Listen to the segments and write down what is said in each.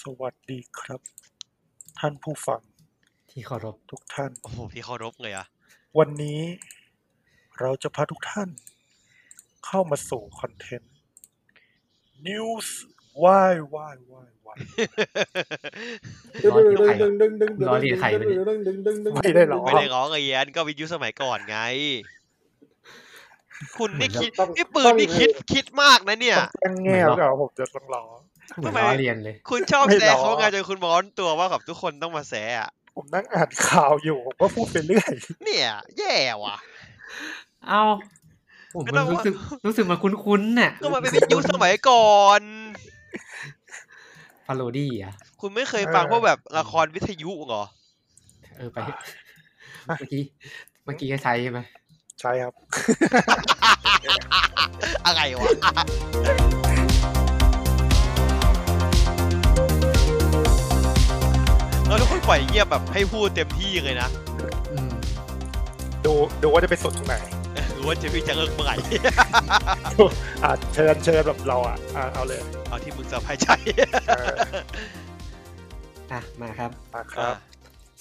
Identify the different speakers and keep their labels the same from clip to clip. Speaker 1: สวัสดีครับ ท่านผู้ฟัง
Speaker 2: ที่เคารพ
Speaker 1: ทุกท่าน
Speaker 3: โอ้โหพี่เคารพเลยอะ
Speaker 1: วันนี้เราจะพาทุกท่าน เข้ามาสู่คอนเทนต์ News Why Why Why Why
Speaker 2: ร้อนอยู่ใคร ร้อนอยู่ใครวะเนี่ย
Speaker 1: ไม่ได้หรอ
Speaker 3: ไม่ได้ร้องไอ้เหี้ยนก็วิทยุสมัยก่อนไง คุณนี่คิด
Speaker 1: ต้อง
Speaker 3: นี่ปืนนี่คิดคิดมากนะเนี่ย
Speaker 1: ต้องตั้งแง่
Speaker 2: ไม่หรอก
Speaker 1: แล้วเอาผมจะต้องรอ
Speaker 2: เหมือน
Speaker 3: ทำไม
Speaker 2: ล้อเรียนเลย
Speaker 3: คุณชอบ
Speaker 1: ไม่
Speaker 3: แซะ
Speaker 1: ร้อง
Speaker 3: เขาไงจนคุณร้อนตัวว่ากับทุกคนต้องมาแซะอะ
Speaker 1: ผมนั่งอ่านข่าวอยู่ผมก็พูดไปเรื่อย
Speaker 3: เนี่ย แย่ว่ะ
Speaker 2: เอ้าผม
Speaker 3: ไม่ต้
Speaker 2: มั
Speaker 3: อน ง
Speaker 2: รู้สึกรู้สึกมันคุ้นๆน่ะ
Speaker 3: ก็มันเป็นวิทยุสมัยก่อน
Speaker 2: พาโรดี้อ่ะ
Speaker 3: คุณไม่เคยฟังพวกแบบละครวิทยุเหรอ
Speaker 2: เออไป เมื่อกี้ เมื่อกี้ก็ใช้ใช่ไหม
Speaker 1: ใช่ครับ
Speaker 3: อะไรวะ แล้วทุกคนปล่อยเงียบแบบให้พูดเต็มที่เลยนะ
Speaker 2: อืม
Speaker 1: ดูดูว่าจะไปสดตรงไหน
Speaker 3: หรือว่าเจมี่จะเลิกเมื่อไหร่
Speaker 1: อ่ะเชิญเชิญแบบเราอ่ะอ่ะเอาเลย
Speaker 3: เอาที่มึงสบายใจ
Speaker 1: เออ
Speaker 2: อ่ะ มาครับ
Speaker 1: มาครับ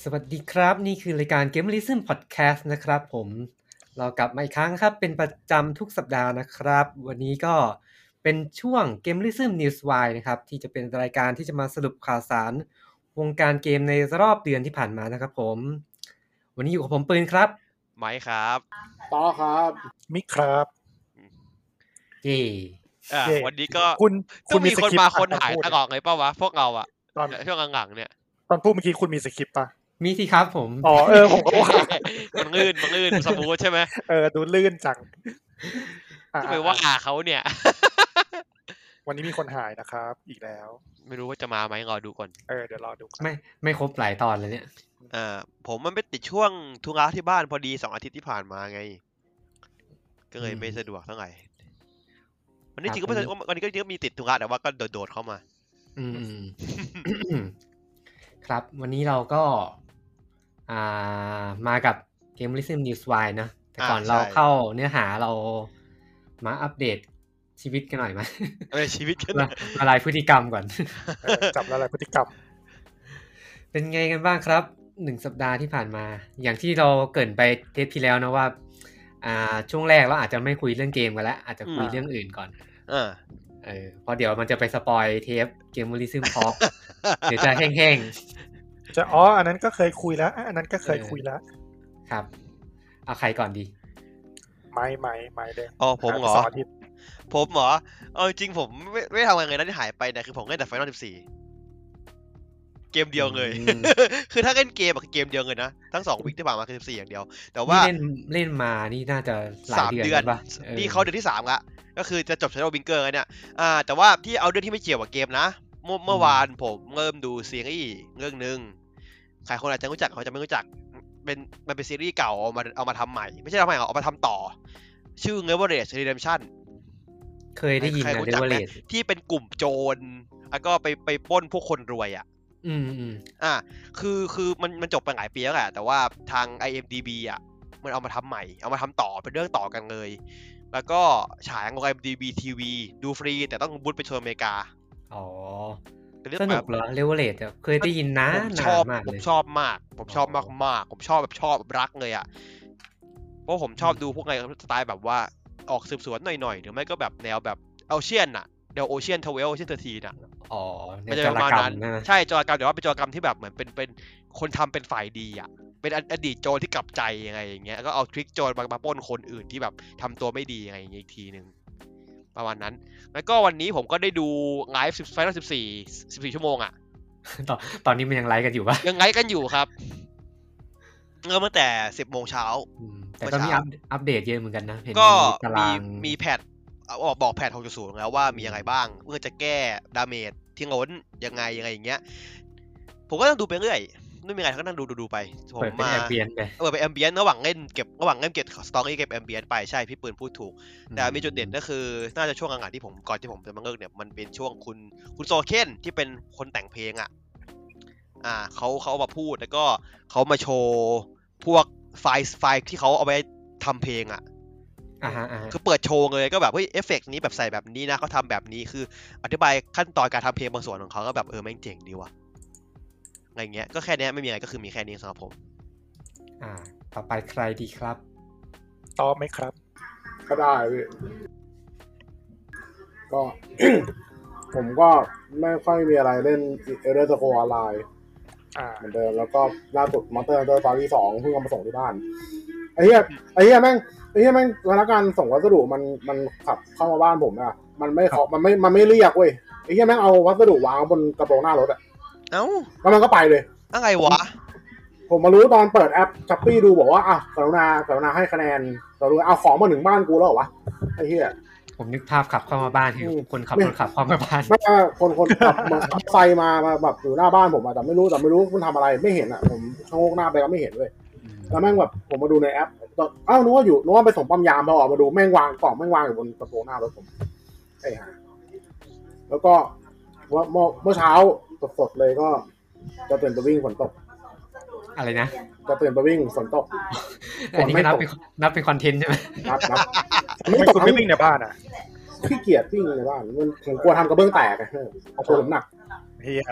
Speaker 2: สวัสดีครับ นี่คือรายการ g a m e r i s m Podcast นะครับผม เรากลับมาอีกครั้งครับ เป็นประจำทุกสัปดาห์นะครับ วันนี้ก็เป็นช่วง g a m e r i s m News Wire นะครับ ที่จะเป็นรายการที่จะมาสรุปข่าวสาร วงการเกมในรอบเดือนที่ผ่านมานะครับผม วันนี้อยู่กับผมปืนครับ
Speaker 3: ไหมครับ
Speaker 4: ต่อครับ
Speaker 1: มิกครับ
Speaker 2: เย่
Speaker 3: อ่ะ
Speaker 1: เย่
Speaker 3: วันนี้ก็
Speaker 1: คุณ
Speaker 3: ต้องมีคน
Speaker 1: สริปต์
Speaker 3: มาคน
Speaker 1: อ่ะ
Speaker 3: หาย
Speaker 1: พูด
Speaker 3: ตลอดเลยเปล่าวะ พวกเราอะ
Speaker 1: ตอน
Speaker 3: ช่วงหลังๆเนี่ย
Speaker 1: ตอนพูดเมื่อกี้คุณมีสคริปต์ป่ะ
Speaker 2: มีสิครับผม
Speaker 1: อ๋อเออผมก็ว่า
Speaker 3: มันลื่นมันลื่นมันสมูทใช่ไหม
Speaker 1: เออดูลื่นจังอ่ะ
Speaker 3: จะไปว่าเขาเนี่ย
Speaker 1: วันนี้มีคนหายนะครับ อีกแล้ว
Speaker 3: ไม่รู้ว่าจะมาไหมรอดูก่อน
Speaker 1: เออเดี๋ยวรอดูครับ
Speaker 2: ไม่ไม่ครบหลายตอนเลยเนี่ย
Speaker 3: อ่าผมมันไปติดช่วงทุระที่บ้านพอดีสองอาทิตย์ที่ผ่านมาไง ก็เลย
Speaker 2: อืม
Speaker 3: ไม่สะดวกเท่าไหร่วันนี้
Speaker 2: ครับ
Speaker 3: จริงก็ไม่
Speaker 2: วัน
Speaker 3: สะ
Speaker 2: นี้
Speaker 3: ดวกวันนี้ก็จริงก็มีติดธุระแต่ว่าก็โดดๆเข้ามา
Speaker 2: อืมอืม ครับ วันนี้เราก็ อ่ามากับเกมลิซึมนิวส์ไวนะ แต่ก่อน
Speaker 3: อ่าใช่
Speaker 2: เราเข้าเนื้อหาเรามาอัปเดตชีวิตกันหน่อยไหม
Speaker 3: เอ้ยชีวิตกัน
Speaker 2: มามาลายพฤติกรรมก่อน
Speaker 1: เอ อจับละลายพฤติกรรม
Speaker 2: เป็นไงกันบ้างครับหนึ่งสัปดาห์ที่ผ่านมา อย่างที่เราเกรินไปเทปที่แล้วนะว่า อ่า ช่วงแรกเราอาจจะไม่คุยเรื่องเกมกันแล้วอาจจะคุยเรื่องอื่นก่อน
Speaker 3: เออ
Speaker 2: เออเพราะเดี๋ยวมันจะไปสปอยเทปเกมลิซึมพ อก เดี๋ยวจะแห้ง
Speaker 1: จะอ๋ออันนั้นก็เคยคุยแล้วอ่ะอันนั้นก็เคยคุยแล้ว
Speaker 2: ๆ ครับ เอาใครก่อนดี
Speaker 1: ไม่ไม่ไม่เลย
Speaker 3: อ๋อผมเหรอ
Speaker 1: สาทิตย์
Speaker 3: ผมเหรอ เอาจริงๆผมไม่ไม่ทำอะไรเลยนะที่หายไปเนะคือผมเล่นแต่ Final 14 เกมเดียวเลย
Speaker 2: อืม
Speaker 3: คือถ้าเล่นเกมอะคือเกมเดียวเลยนะ ทั้งสองวิกที่ผ่านมาคือ14 อย่างเดียว แต่ว่า
Speaker 2: นี่เล่นเล่นมานี่น่าจะหลาย
Speaker 3: สาม
Speaker 2: เดื
Speaker 3: เดื
Speaker 2: อ
Speaker 3: อน น
Speaker 2: แล้วปะออ
Speaker 3: นี่เขาเดือนที่สามละก็คือจะจบ Shadow Binker แล้วเนี่ยอ่าแต่ว่าที่เอาเรื่องที่ไม่เกี่ยวกับเกมนะ เมื่อเมื่อวานผมเริ่มดูซีรีส์เรื่องหนึ่งใครคนอาจจะรู้จักเขาจจะไม่รู้จัก เป็นมันเป็นซีรีส์เก่าเอามาเอามาทำใหม่ ไม่ใช่ทำใหม่หรอกเอามาทำต่อ ชื่อ Neverage Redemption
Speaker 2: เคยได้ยิน
Speaker 3: ใคร
Speaker 2: นะ
Speaker 3: รู้
Speaker 2: เด
Speaker 3: จัก
Speaker 2: เว
Speaker 3: ไหม
Speaker 2: เลต
Speaker 3: ที่เป็นกลุ่มโจร แล้วก็ไปไปปล้นพวกคนรวยอ่ะ
Speaker 2: อืมอืม
Speaker 3: อ่ะ คือคือมันมันจบไปหลายปีแล้วแหละ แต่ว่าทาง IMDB อ่ะ มันเอามาทำใหม่ เอามาทำต่อ เป็นเรื่องต่อกันเลย แล้วก็ฉายลง IMDB TV ดูฟรี แต่ต้องบูธไปชวนอเมริกา
Speaker 2: อ๋อ
Speaker 3: เป็นเรื่อง
Speaker 2: สนุ
Speaker 3: แบ
Speaker 2: ก
Speaker 3: บ
Speaker 2: เหรอเดเวเลตเคยได้ยินนะ
Speaker 3: ผม
Speaker 2: นา
Speaker 3: ชอบ
Speaker 2: นมาก
Speaker 3: ผ
Speaker 2: เล
Speaker 3: ม
Speaker 2: ย
Speaker 3: ชอบมาก ผมชอบมากมากๆผมชอบแบบชอบแบบรักเลยอ่ะ เพราะผมชอบดูพวกไงสไตล์แบบว่าออกสืบสวนหน่อยๆ หรือไม่ก็แบบแนวแบบเอาเชียนอ่ะแนวโอเชียนทเวลเชียนเทอร์ทีน่ะ
Speaker 2: อ๋อใน
Speaker 3: มันจะ
Speaker 2: จ
Speaker 3: ประ
Speaker 2: ร
Speaker 3: มาณ
Speaker 2: กรรม
Speaker 3: นั้น
Speaker 2: นะ
Speaker 3: ใช่จรกรรมแต่ว่าเป็นจรกรรมที่แบบเหมือนเป็นเป็นคนทำเป็นฝ่ายดีอ่ะ เป็นออดีตโจรที่กลับใจยังไงอย่างเงี้ยแล้วก็เอาทริคโจรมามาปล้นคนอื่นที่แบบทำตัวไม่ดียังไงอย่างเงี้ยอีกทีหนึ่งประมาณนั้น แล้วก็วันนี้ผมก็ได้ดูไลฟ์สิบไฟนอลสิบสี่สิบสี่ชั่วโมงอ่ะ
Speaker 2: ตอนตอนนี้มันยังไลฟ์กันอยู่ปะ
Speaker 3: ยังไงกันอยู่ครับเริ่มตั้งแต่สิบโมงเช้า
Speaker 2: อืมแต่ก็มีอั
Speaker 3: เมื่อเช้า
Speaker 2: ปอัปเดตเยอะเหมือนกันนะเห็น
Speaker 3: ก็
Speaker 2: มีตา
Speaker 3: มี
Speaker 2: ราง
Speaker 3: มีแพทเอาออกบอกแพท6.0แล้วว่ามียังไงบ้าง เพื่อจะแก้ดาเมจที่ล้นยังไงยังไงอย่างเงี้ย ผมก็ต้องดูไปเรื่อยไม่มีอะไรก็นั่งดูดูดูไปผม
Speaker 2: เปิดเป็น
Speaker 3: มา
Speaker 2: แอมเบียนไป
Speaker 3: เออไปแอมเบียนระหว่างเล่นเก็บระหว่างเล่นเก็บสตอรี่เก็บแอมเบียนไปใช่พี่ปืนพูดถูก แต่มีจุดเด่นก็คือ น่าจะช่วงหลังๆที่ผมก่อนที่ผมจะมาเลิกเนี่ยมันเป็นช่วงคุณคุณโซเคนที่เป็นคนแต่งเพลงอ่ะ อ่าเขาเขาเอามาพูดแล้วก็เขามาโชว์พวกไฟล์ไฟล์ที่เขาเอาไว้ทำเพลงอ่ะ
Speaker 2: อ่าฮะอ่าฮะ
Speaker 3: คือเปิดโชว์เลยก็แบบเฮ้ยเอฟเฟกต์นี้แบบใส่แบบนี้นะเขาทำแบบนี้คือ อธิบายขั้นตอนการทำเพลงบางส่วนของเขาก็แบบเออแม่งเจ๋งดีว่ะอะไรเงี้ยก็แค่เนี้ยไม่มีอะไรก็คือมีแค่นี้สำหรับผม
Speaker 2: อ่า ต่อไปใครดีครับ
Speaker 1: ตอบไหมครับ
Speaker 4: ก็ได้พี่ก็ ผมก็ไม่ค่อยมีอะไรเล่นเอเดอร์สโคออนไลน์
Speaker 1: อ่า
Speaker 4: เหมือนเดิม แล้วก็ล่าสุดมอนเตอร์เตอร์ตอนที่สองเพิ่งเอามาส่งที่บ้าน ไอ้เหี้ยไอ้เหี้ยแม่งไอ้เหี้ยแม่งพนักงานส่งวัสดุมันมันขับเข้ามาบ้านผมอะมันไม่ขอมันไม่มันไม่เรียกเว้ยไอ้เหี้ยแม่งเอาวัสดุวางบนกระโปรงหน้ารถอะ
Speaker 3: เอ้า
Speaker 4: แล้วมันก็ไปเลย
Speaker 3: อะไรวะ
Speaker 4: ผมมารู้ตอนเปิดแอปช้อปปี้ดูบอกว่าอ่ะกรุณากรุณาให้คะแนนกรุณาเอาของมาถึงบ้านกูแล้วเหรอวะไอ้เหี้ย
Speaker 2: ผมนึกภาพขับเข้ามาบ้านคือคนขับ
Speaker 4: ไม่
Speaker 2: รถขับเข้ามาบ้าน
Speaker 4: ไม่ใช่คนคนขับมาขับไฟมามาแบบอยู่หน้าบ้านผมอะแต่ไม่รู้แต่ไม่รู้มันทำอะไรไม่เห็นอะผมชะโงกหน้าไปก็ไม่เห็นเลยแล้วแม่งแบบผมมาดูในแอปตอนอ้าวนึกว่าอยู่นึกว่าไปส่งป้อมยามพอออกมาดูแม่งวางกล่องแม่งวางอยู่บนกระโปรงหน้ารถผมไอ้ห่าแล้วก็ว่าเมื่อเมื่อเช้าสดๆเลยก็ จะตื่นไปวิ่งฝนตก
Speaker 2: อะไรนะ
Speaker 4: จะตื่นไปวิ่งฝนตก
Speaker 2: อันนี้ก็นับ
Speaker 4: ไม่ตก
Speaker 2: เป็นนับเป็นคอนเทนต์ใช่ไหม
Speaker 4: นับนับ
Speaker 1: ไม่คุณไม่วิ่งในบ้านอ่ะ
Speaker 4: ขี้เกียจวิ่งในบ้านมันผมกลัวทำกระเบื้องแตกอะเออเอาตัวผมหนัก
Speaker 1: เฮีย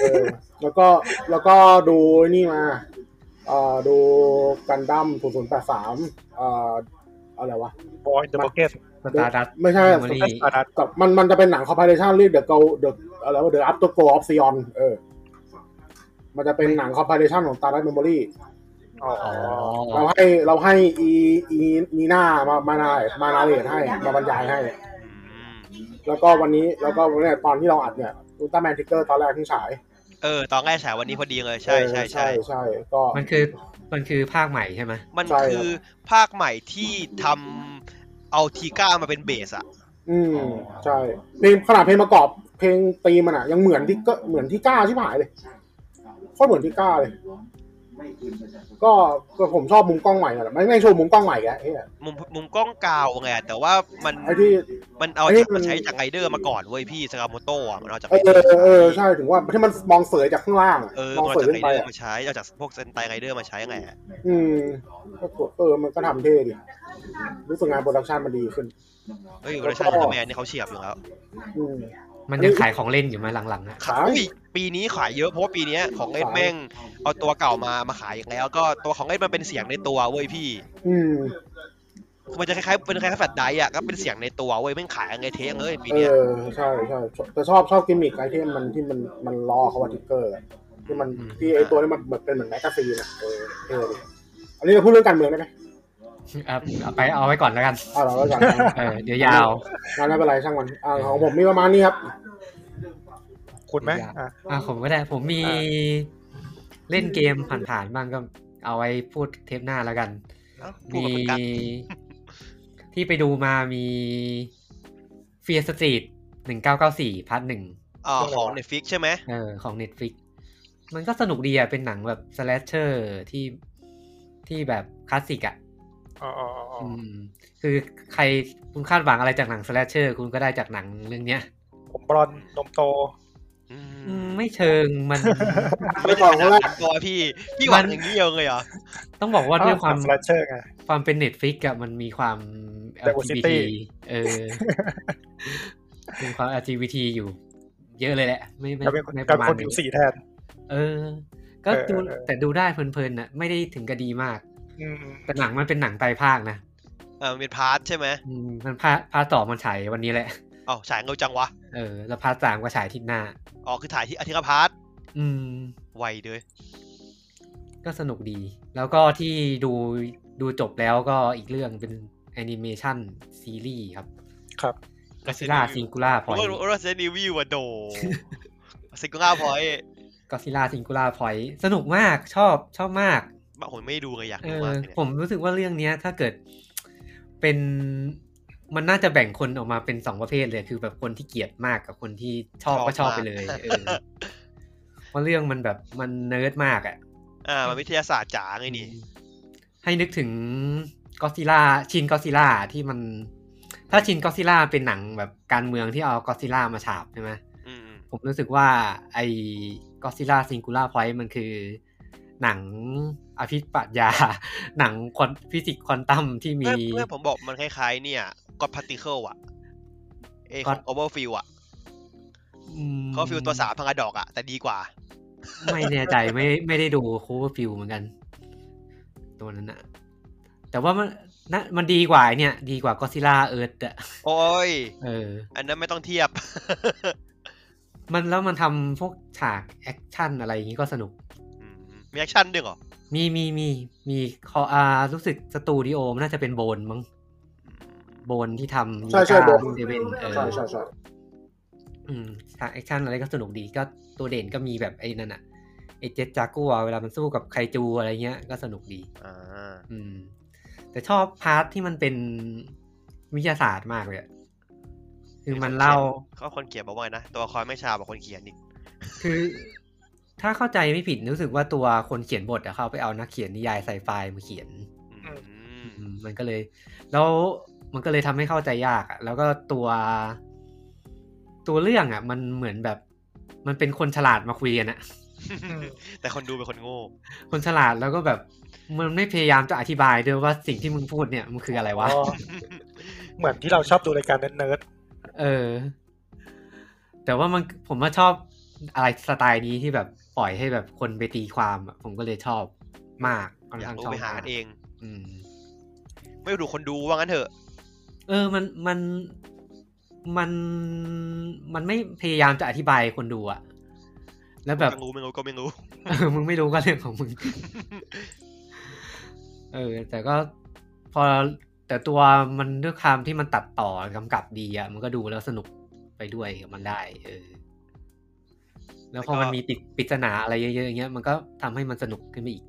Speaker 4: เออแล้วก็แล้วก็ดูไอ้นี่มาเอ่อดูกันดั้มศูนย์ศูนย์แปดสามเอ่ออะไรวะ
Speaker 1: บอยเดอะบอกเก็ต
Speaker 2: สตาร์ดัส
Speaker 4: ไม่ใช่
Speaker 2: ไม่ได้
Speaker 1: อาดัต
Speaker 4: กับมันมันจะเป็นหนังคอร์ปอเรชันเรียกเดอะเกลเดอะอะไรวะเดอะอัพตัวโกออฟซิออนเออ มันจะเป็นหนังคอร์ปอเรชันของตาร์ดเมมโมรี่
Speaker 1: อ๋อ
Speaker 2: อ๋อ
Speaker 4: เราให้เราให้อีอีนีน่ามามานามานาเลทให้มาบรรยายให้
Speaker 3: อืม
Speaker 4: แล้วก็วันนี้แล้วก็เนี่ยตอนที่เราอัดเนี่ยอุลตร้าแมนทิกเกอร์ตอนแรกที่ฉาย
Speaker 3: เออตอนแรกฉายวันนี้พอดีเลยใช่ใช่ใช่
Speaker 4: เออใช่ก็
Speaker 2: มันคือมันคือภาคใหม่ใช่ไหม
Speaker 3: มัน
Speaker 4: ใช่ครับ
Speaker 3: คือภาคใหม่ที่ทำเอาทีก้ามาเป็นเบสอะ
Speaker 4: อืมใช่เพลงขนาดเพลงประกอบ เพลงตีมันอ่ะ ยังเหมือนที่ก็เหมือนที่ก้าชิบหายเลยโคตรเหมือนที่ก้าเลย ก็ก็ผมชอบมุมกล้องใหม่น่นแหละไม่ไม่งโชว์มุมกล้องใหม่แกไอ้เหี้ย
Speaker 3: มุมมุมกล้องกาวไงแต่ว่ามัน
Speaker 4: ไอ้ที่
Speaker 3: มันเอา
Speaker 4: ไอ้นี่
Speaker 3: จาก
Speaker 4: มั
Speaker 3: มัน
Speaker 4: น
Speaker 3: ใช้จากไรเดอร์มาก่อนเว้ยพี่สกาโมโตะมันเอาจาก
Speaker 4: เออเออเออใช่ถึงว่าที่มันมองเสยจากข้างล่างอะ
Speaker 3: เออ
Speaker 4: มอง
Speaker 3: มัน
Speaker 4: เส
Speaker 3: เอา
Speaker 4: ย
Speaker 3: จากไรเดอร์
Speaker 4: ขึ้นไปอ่ะ
Speaker 3: มาใช้เอาจากพวกเซนไตไรเดอร์มาใช้ไงอะ
Speaker 4: อืมก็เออมันก็ทำเท่ดิรู้สึกงานโปรดักชันมันดีขึ้น
Speaker 3: เฮ้ยเวอร์ชัน
Speaker 4: แล้
Speaker 3: อุลต
Speaker 4: วก็
Speaker 3: ร้าแมนนี่เขาเฉียบอยู่แล้ว
Speaker 4: อืม
Speaker 2: มันยังขายของเล่นอยู่ไหมาหลังๆนะ
Speaker 4: ขาย
Speaker 3: อุ้ยปีนี้ขายเยอะเพราะว่าปีเนี้ยของเล่นแม่งเอาตัวเก่ามามาขายอีกแล้ว ก็ตัวของเล่นมันเป็นเสียงในตัวเว้ยพี่
Speaker 4: อืม
Speaker 3: คือมันจะคล้ายๆเป็นคล้ายๆแฟลชไดรฟ์อะก็เป็นเสียงในตัวเว้ยแม่งขายยังไงเทงเลยปี
Speaker 4: เอ
Speaker 3: เนี้ย
Speaker 4: อใช่ใช่แต่ชอบชอบกิมมิคไอเทมมันที่มันมันล้อเขาว่าทิกเกอร์อะ ที่มัน
Speaker 2: อืม
Speaker 4: ที่ไอตัวนี้มันเหมือนเป็นเหมือนแมกกาซีนอ่ะเออเอออันนี้เราพูดเรื่องการเมืองได้ไหม
Speaker 2: เอาเอาไปเอาไว้ก่อนแล้วกัน
Speaker 4: อ่าเราไว้ก่อนนะ
Speaker 2: เออเดี๋ยวยาว
Speaker 4: งานไม่เป็นไรช่างมันอ่าของผมมีประมาณนี้ครับ
Speaker 1: คุณไหม
Speaker 2: อยาก
Speaker 1: อ่ะ
Speaker 2: อ่ะผมก็ได้ผมมี
Speaker 1: อ่
Speaker 2: เล่นเกมผ่านๆบ้างก็เอาไว้พูดเทปหน้าแล้วกัน
Speaker 3: เอ้าพูด
Speaker 2: มี
Speaker 3: แบบเหมือนกัน
Speaker 2: ที่ไปดูมามี Fear Street 1994พาร์ทหนึ่ง
Speaker 3: อ่าของเน็ตฟิกใช่ไหม
Speaker 2: เออของ Netflix มันก็สนุกดีอ่ะ เป็นหนังแบบ slasher ที่ที่แบบคลาสสิกอ่ะ
Speaker 1: อ๋ออ๋ออ๋ออ๋อ
Speaker 2: มคือใครคุณคาดหวังอะไรจากหนัง slasher คุณก็ได้จากหนังเรื่องเนี้ย
Speaker 1: ผมบรอนซ์นมโต
Speaker 2: อืมไม่เชิงมัน
Speaker 4: ไปก่อนเขาแรก
Speaker 3: ตัวพี่ พี่หวัง
Speaker 2: มัน
Speaker 3: อย่างนี้เดียวเลยเหรอ
Speaker 2: ต้องบอกว่าด้วยความ
Speaker 1: แฟลชเชอร์ไง
Speaker 2: ความเป็นเน็ตฟิกอะมันมีความ LGBT
Speaker 1: Diversity
Speaker 2: เออ มีความ LGBT อยู่ เยอะเลยแหละ ไม่
Speaker 1: กลาย
Speaker 2: ไม่
Speaker 1: เป็นคน
Speaker 2: ไม่
Speaker 1: ก
Speaker 2: ป
Speaker 1: ลาย
Speaker 2: ระ
Speaker 1: เป็น
Speaker 2: มาณ
Speaker 1: คน
Speaker 2: ห
Speaker 1: ผิ
Speaker 2: นึ่
Speaker 1: ว
Speaker 2: ง
Speaker 1: สีแทน
Speaker 2: เออ ก็ดู
Speaker 1: เออเออ
Speaker 2: แต่ดูได้เพลินๆนะไม่ได้ถึงกระดีมาก
Speaker 1: อืม
Speaker 2: แต่หนังมันเป็นหนังไตรภาคนะ
Speaker 3: เออมันเป็นพาร์ทใช่ไหม
Speaker 2: อืมมันพาพาต่อมันฉายวันนี้แหละ
Speaker 3: เอ้าฉายเงาจังวะ
Speaker 2: เออ แล้วพาสามก็ฉายอาทิศหน้า
Speaker 3: อ๋อ คือถ่ายที่อาทิตย์ละพาร์ท
Speaker 2: อืม
Speaker 3: ไวเลย
Speaker 2: ก็สนุกดี แล้วก็ที่ดูดูจบแล้วก็อีกเรื่องเป็นแอนิเมชันซีรีส์ครับ
Speaker 1: ครับ
Speaker 2: กัซิล่า
Speaker 3: Resident Evil
Speaker 2: ซิงคูล่าพอย
Speaker 3: โอ้ยโอ้ยเซนิวิวอะโด ซิงเกิลาพอย
Speaker 2: ก็ซิล่าซิงคูล่าพอยสนุกมากชอบชอบมาก
Speaker 3: บ้าผมไม่ดูเลยอยาก
Speaker 2: เอ
Speaker 3: ดู
Speaker 2: อ
Speaker 3: มากเลยเนี่ย
Speaker 2: ผมรู้สึกว่าเรื่องเนี้ย ถ้าเกิดเป็นมันน่าจะแบ่งคนออกมาเป็นสองประเภทเลย คือแบบคนที่เกลียดมากกับคนที่ชอบ
Speaker 3: ชอบ
Speaker 2: ก็ชอบ
Speaker 3: มาก
Speaker 2: ไปเลยเออเพราะเรื่องมันแบบมันเนิร์ดมากอ่ะ
Speaker 3: อ่า มันวิทยาศาสตร์จ๋าไงนี่
Speaker 2: ให้นึกถึงก็ซิล่าชินก็ซิล่าที่มัน ถ้าชินก็ซิล่าเป็นหนังแบบการเมืองที่เอาก็ซิล่ามาฉาบใช่ไหม
Speaker 3: อืม
Speaker 2: ผมรู้สึกว่าไอ้ก็ซิล่าซิงคูล่าพอยต์มันคือ หนังอภิปรัชญา หนังควอนฟิสิกส์ควอนตัมที่มี
Speaker 3: เพื่อนเพื่อนผมบอกมันคล้ายๆ เนี่ยก็พาร์ติเคิลอะเอข
Speaker 2: God
Speaker 3: องโอเวอร์ฟิลอะ
Speaker 2: อืม
Speaker 3: เขาฟิลตัวสามพังกระดอกอะแต่ดีกว่า
Speaker 2: ไม่แน่ใจไม่ไม่ได้ดูโคเวอร์ฟิลเหมือนกัน ตัวนั้นอะแต่ว่ามันนะมันดีกว่าไอ้เนี่ย ดีกว่าก็ซิล่าเอิร์ดอะ
Speaker 3: โอ้ย
Speaker 2: เออ
Speaker 3: อันนั้นไม่ต้องเทียบ
Speaker 2: มันแล้วมันทำพวกฉากแอคชั่นอะไรอย่างนี้ก็สนุก
Speaker 3: อืมมีแอคชั่นด้วยเหรอ
Speaker 2: มีมีมีมีคออารู้สึกสตูดิโอมันน่าจะเป็นโบนมั้ง
Speaker 3: อืม
Speaker 2: โบนที่ทำ
Speaker 4: ใช่ใช่โบน
Speaker 2: เซเว่นเออ
Speaker 4: ใช่ใช่ใช่
Speaker 2: อืมฉากแอคชั่นอะไรก็สนุกดีก็ตัวเด่นก็มีแบบไอ้นั่นอะไอเจ็ตจากัวเวลามันสู้กับไคจูอะไรเงี้ยก็สนุกดี
Speaker 3: อ่า
Speaker 2: อืม แต่ชอบพาร์ทที่มันเป็นวิทยาศาสตร์มากเลยอะคือมันเล่า
Speaker 3: เขาคนเขียนบอกว่าไงนะ ตัวละคอยไม่ชาบอกคนเขียนอีก
Speaker 2: คือถ้าเข้าใจไม่ผิดรู้สึกว่าตัวคนเขียนบทอะเขาไปเอานักเขียนนิยายไซไฟมาเขียน
Speaker 3: อืม
Speaker 2: อืมมันก็เลย แล้วมันก็เลยทำให้เข้าใจยากอะแล้วก็ตัว ตัวเรื่องอะมันเหมือนแบบ มันเป็นคนฉลาดมาคุยกันอะ
Speaker 3: แต่คนดูเป็นคนโง่
Speaker 2: คนฉลาดแล้วก็แบบ มันไม่พยายามจะอธิบายด้วยว่าสิ่งที่มึงพูดเนี่ยมันคืออะไรวะ
Speaker 1: อ๋อเหมือนที่เราชอบดูรายการเนิร์ด
Speaker 2: เออ แต่ว่ามันผมว่าชอบอะไรสไตล์นี้ที่แบบปล่อยให้แบบคนไปตีความอะผมก็เลยชอบมากค่อน
Speaker 3: อยาก
Speaker 2: ข้าง
Speaker 3: รู้
Speaker 2: ชอบ
Speaker 3: ไปหาม
Speaker 2: าก
Speaker 3: เอง
Speaker 2: อืม
Speaker 3: ไม่ดูคนดูว่างั้นเถอะ
Speaker 2: เออ มัน มัน มัน มันไม่พยายามจะอธิบายคนดูอะแล้วแบบ
Speaker 3: ไม่รู้ไม่รู้ก็ไม่รู้
Speaker 2: เออ มึงไม่รู้ก็เรื่องของ มึง เออ แต่ก็พอ แต่ตัวมันด้วยความที่มันตัดต่อกำกับดีอะมันก็ดูแล้วสนุกไปด้วยกับมันได้ เออ แล้วพอ
Speaker 3: แล้วก็
Speaker 2: มันมีติดปริศนาอะไรเยอะๆอย่างเงี้ย มันก็ทำให้มันสนุกขึ้นไปอีก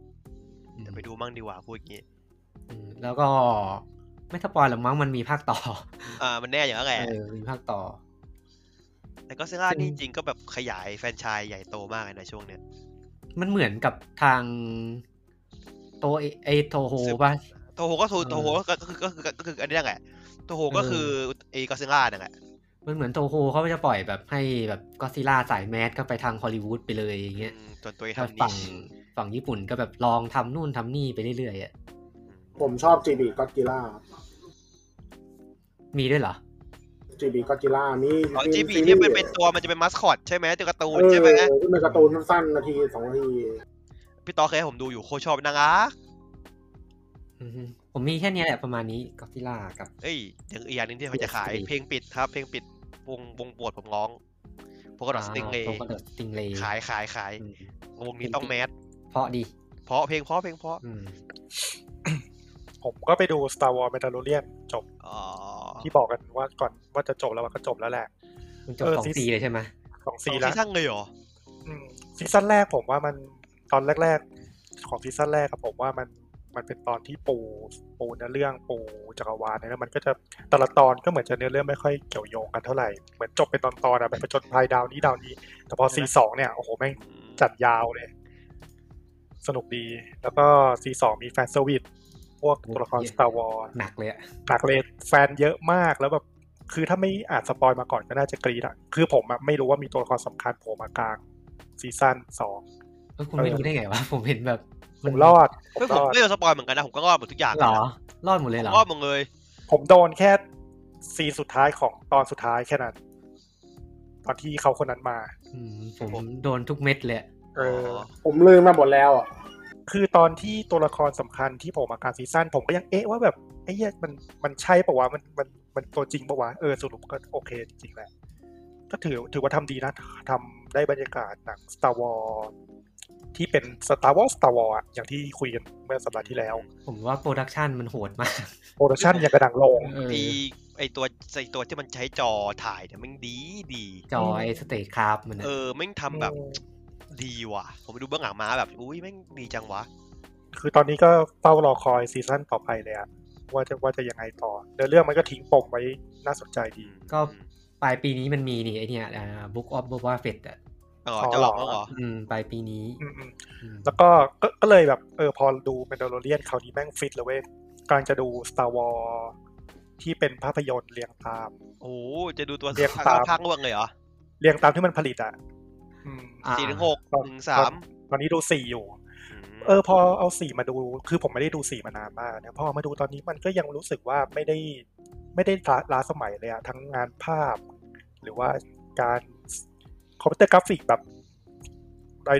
Speaker 2: อืม
Speaker 3: แต่ไปดูมั่งดีกว่าพูดอย่างนี้
Speaker 2: อืมแล้วก็ไม่สปอยหรอกมั้ง มันมีภาคต่อ
Speaker 3: อ่ามันแน่อย่างนั้นแหละ
Speaker 2: เออ มีภาคต่อ
Speaker 3: แต่ก็เซล่านี่จริงๆก็แบบขยายแฟรนไชส์ใหญ่โตมากเลยนะช่วงเนี้ย
Speaker 2: มันเหมือนกับทางโตเอไอโตโฮ
Speaker 3: ซึ่ง
Speaker 2: ป่ะ
Speaker 3: โตโฮก็โต
Speaker 2: เออ
Speaker 3: โตโฮก็คือก็คือก็คืออันนี้นั่นแหละโตโฮก็
Speaker 2: เออ
Speaker 3: คือไอ้ก็เซล่านั่นแหละ
Speaker 2: มันเหมือนโตโฮเขาจะปล่อยแบบให้แบบก็ซิล่าสายแมสก็ไปทางฮอลลีวูดไปเลยอย่างเงี้ย
Speaker 3: อืมส่วนตัวเอง
Speaker 2: ถ้า
Speaker 3: ทำ
Speaker 2: ฝั่ง
Speaker 3: นี่
Speaker 2: ฝั่งญี่ปุ่นก็แบบลองทำนู่นทำนี่ไปเรื่อยๆอะ
Speaker 4: ผมชอบจีบีก็อดจิล่า
Speaker 2: มีด้วยเหรอ
Speaker 4: จีบีก็อดจิล่ามี
Speaker 3: อ๋อจีบี
Speaker 4: ซีรี
Speaker 3: ที่
Speaker 4: ส์
Speaker 3: มันเป็นตัวมันจะเป็นมัสคอตใช่ไหมตัวการ์ตูน
Speaker 4: เออ
Speaker 3: ใช่ไหม
Speaker 4: ที่เป็นการ์ตูนสั้นๆนาทีสองนาที
Speaker 3: พี่ต่อเคยให้ผมดูอยู่โคตรชอบนางอารัก
Speaker 2: อือฮึผมมีแค่เนี้ยแหละประมาณนี้ก็ซิล่ากับ
Speaker 3: เอ้ยอย่างอีกอย่างหนึงที่เขาจะขาย
Speaker 2: Yes,
Speaker 3: เพลงปิดครับ เพลงปิดวงวงโปวดผมร้องพวกกระดอสติงเล
Speaker 2: โตกระดสติงเล
Speaker 3: ขายขายขาย
Speaker 2: อืม
Speaker 3: วงนี้ต้องแมส
Speaker 2: เพราะดี
Speaker 3: เพราะเพลงเพราะเพลงเพราะ
Speaker 2: อืม
Speaker 1: ๆผมก็ไปดู Star Wars Mandalorian จบ
Speaker 3: อ๋อ
Speaker 1: ที่บอกกันว่าก่อนว่าจะจบแล้วว่าก็จบแล้วแหละ
Speaker 2: มันจบ
Speaker 1: เออ
Speaker 2: สอง
Speaker 1: ซี
Speaker 2: ปีเลยใช่ไหม
Speaker 1: สองซีแล้ว
Speaker 3: ซีซั่นเลยเหรอ
Speaker 1: อืมซีซั่นแรกผมว่ามันตอนแรก ๆ ของซีซั่นแรกครับผมว่ามันมันเป็นตอนที่ปูปูเนื้อเรื่องปูจักรวาลเนี่ยแล้วมันก็จะแต่ละตอนก็เหมือนจะเนื้อเรื่องไม่ค่อยเกี่ยวโยงกันเท่าไหร่เหมือนจบเป็นตอนๆอะแบบผจญภัยดาวนี้ดาวนี้ แต่พอซีสองเนี่ยโอ้โหแม่งจัดยาวเลย สนุกดีแล้วก็ซีสองมีแฟนเซอร์วิสพวกตัวละคร Star Wars
Speaker 2: หนักเลยอะ
Speaker 1: หนักเลยแฟนเยอะมากแล้วแบบคือถ้าไม่อาจสปอยมาก่อนก็น่าจะกรีดอะคือผมอะไม่รู้ว่ามีตัวละครสำคัญโผล่มากลางซีซั่นสอง
Speaker 2: เออคุณไม่
Speaker 1: เออ
Speaker 2: รู้ได้ไงวะผมเห็นแบบ
Speaker 1: ผ
Speaker 2: มัน
Speaker 1: มรอดผม
Speaker 3: ไม่ผม
Speaker 1: รอด
Speaker 3: ไม่โดนสปอยเหมือนกันนะ ผมก็รอดหมดทุกอย่าง
Speaker 2: เหรอ
Speaker 3: นะ
Speaker 2: รอดหมดเล
Speaker 3: ผ
Speaker 2: ย
Speaker 3: ม
Speaker 2: เหรอ
Speaker 3: รอดหมดเลย
Speaker 1: ผมโดนแค่ซีนสุดท้ายของตอนสุดท้ายแค่นั้น ตอนที่เขาคนนั้นมา
Speaker 2: อืมผมโดนทุกเม็ดเลยอะ
Speaker 1: เออ
Speaker 3: อ๋อ
Speaker 4: ผมลืมมาหมดแล้วอ่ะ
Speaker 1: คือตอนที่ตัวละครสำคัญที่โผมมากลางซีซั่นผมก็ยังเอ๊ะว่าแบบไอ้เหี้ยมันมันใช่ปะวะมันมันมันตัวจริงปะวะเออสรุปก็โอเคจริงแหละ ก็ถือถือว่าทำดีนะทำได้บรรยากาศหนัง Star Wars ที่เป็น Star Wars Star Wars อะอย่างที่คุยกันเมื่อสัปดาห์ที่แล้ว
Speaker 2: ผมว่าโปรดักชันมันโหดมาก
Speaker 1: โปรดักชันอย่างกระดังโลง
Speaker 2: เออ
Speaker 3: ไอไอตัวไอตัวที่มันใช้จอถ่ายเนี่ยแมันดีดี
Speaker 2: จอไอสเตทครับมันอะ
Speaker 3: เออแม่งทำแบบดีว่ะ ผมไปดูเบื้องหลังมาแบบ อุ้ยแม่งดีจังวะ
Speaker 1: คือตอนนี้ก็เฝ้ารอคอยซีซั่นต่อไปเลยอะว่าจะว่าจะยังไงต่อเนื้อเรื่องมันก็ทิ้งปมไว้น่าสนใจดี
Speaker 2: ก็ปลายปีนี้มันมีนี่ไอเนี่ยบุ๊กออฟบ b บ f เฟตอ่ะ
Speaker 3: เออ
Speaker 1: ขอ
Speaker 3: จะหลอก
Speaker 1: หรอ
Speaker 3: มั้งเหรอ
Speaker 2: อืมปลายปีนี้
Speaker 1: อืมๆ
Speaker 2: อืม
Speaker 1: แล้วก็ก็ก็เลยแบบเออพอดู m มนด a ลเรียนคราวนี้แม่งฟิตเลยเว้ยกำลังจะดู Star Wars ที่เป็นภาพยนตร์เรียงตาม
Speaker 3: โอ้โหจะดูตัว
Speaker 1: เรียก
Speaker 3: ข้าง
Speaker 1: ตาม
Speaker 3: ข้างล่วงเลยเหรอ
Speaker 1: เรียงตามที่มันผลิตอ่ะอืม
Speaker 2: อ่า
Speaker 3: สี่ถึงหก
Speaker 1: ตอน
Speaker 3: หนึ่งสาม
Speaker 1: ตอนนี้ดูสี่อยู่
Speaker 3: อืม
Speaker 1: เออพอเอาสีมาดูคือผมไม่ได้ดูสีมานานมากนะพอเอามาดูตอนนี้มันก็ยังรู้สึกว่าไม่ได้ไม่ได้ล้าล้าสมัยเลยอะทั้งงานภาพ หรือว่าการคอมพิวเตอร์กราฟิกแบบ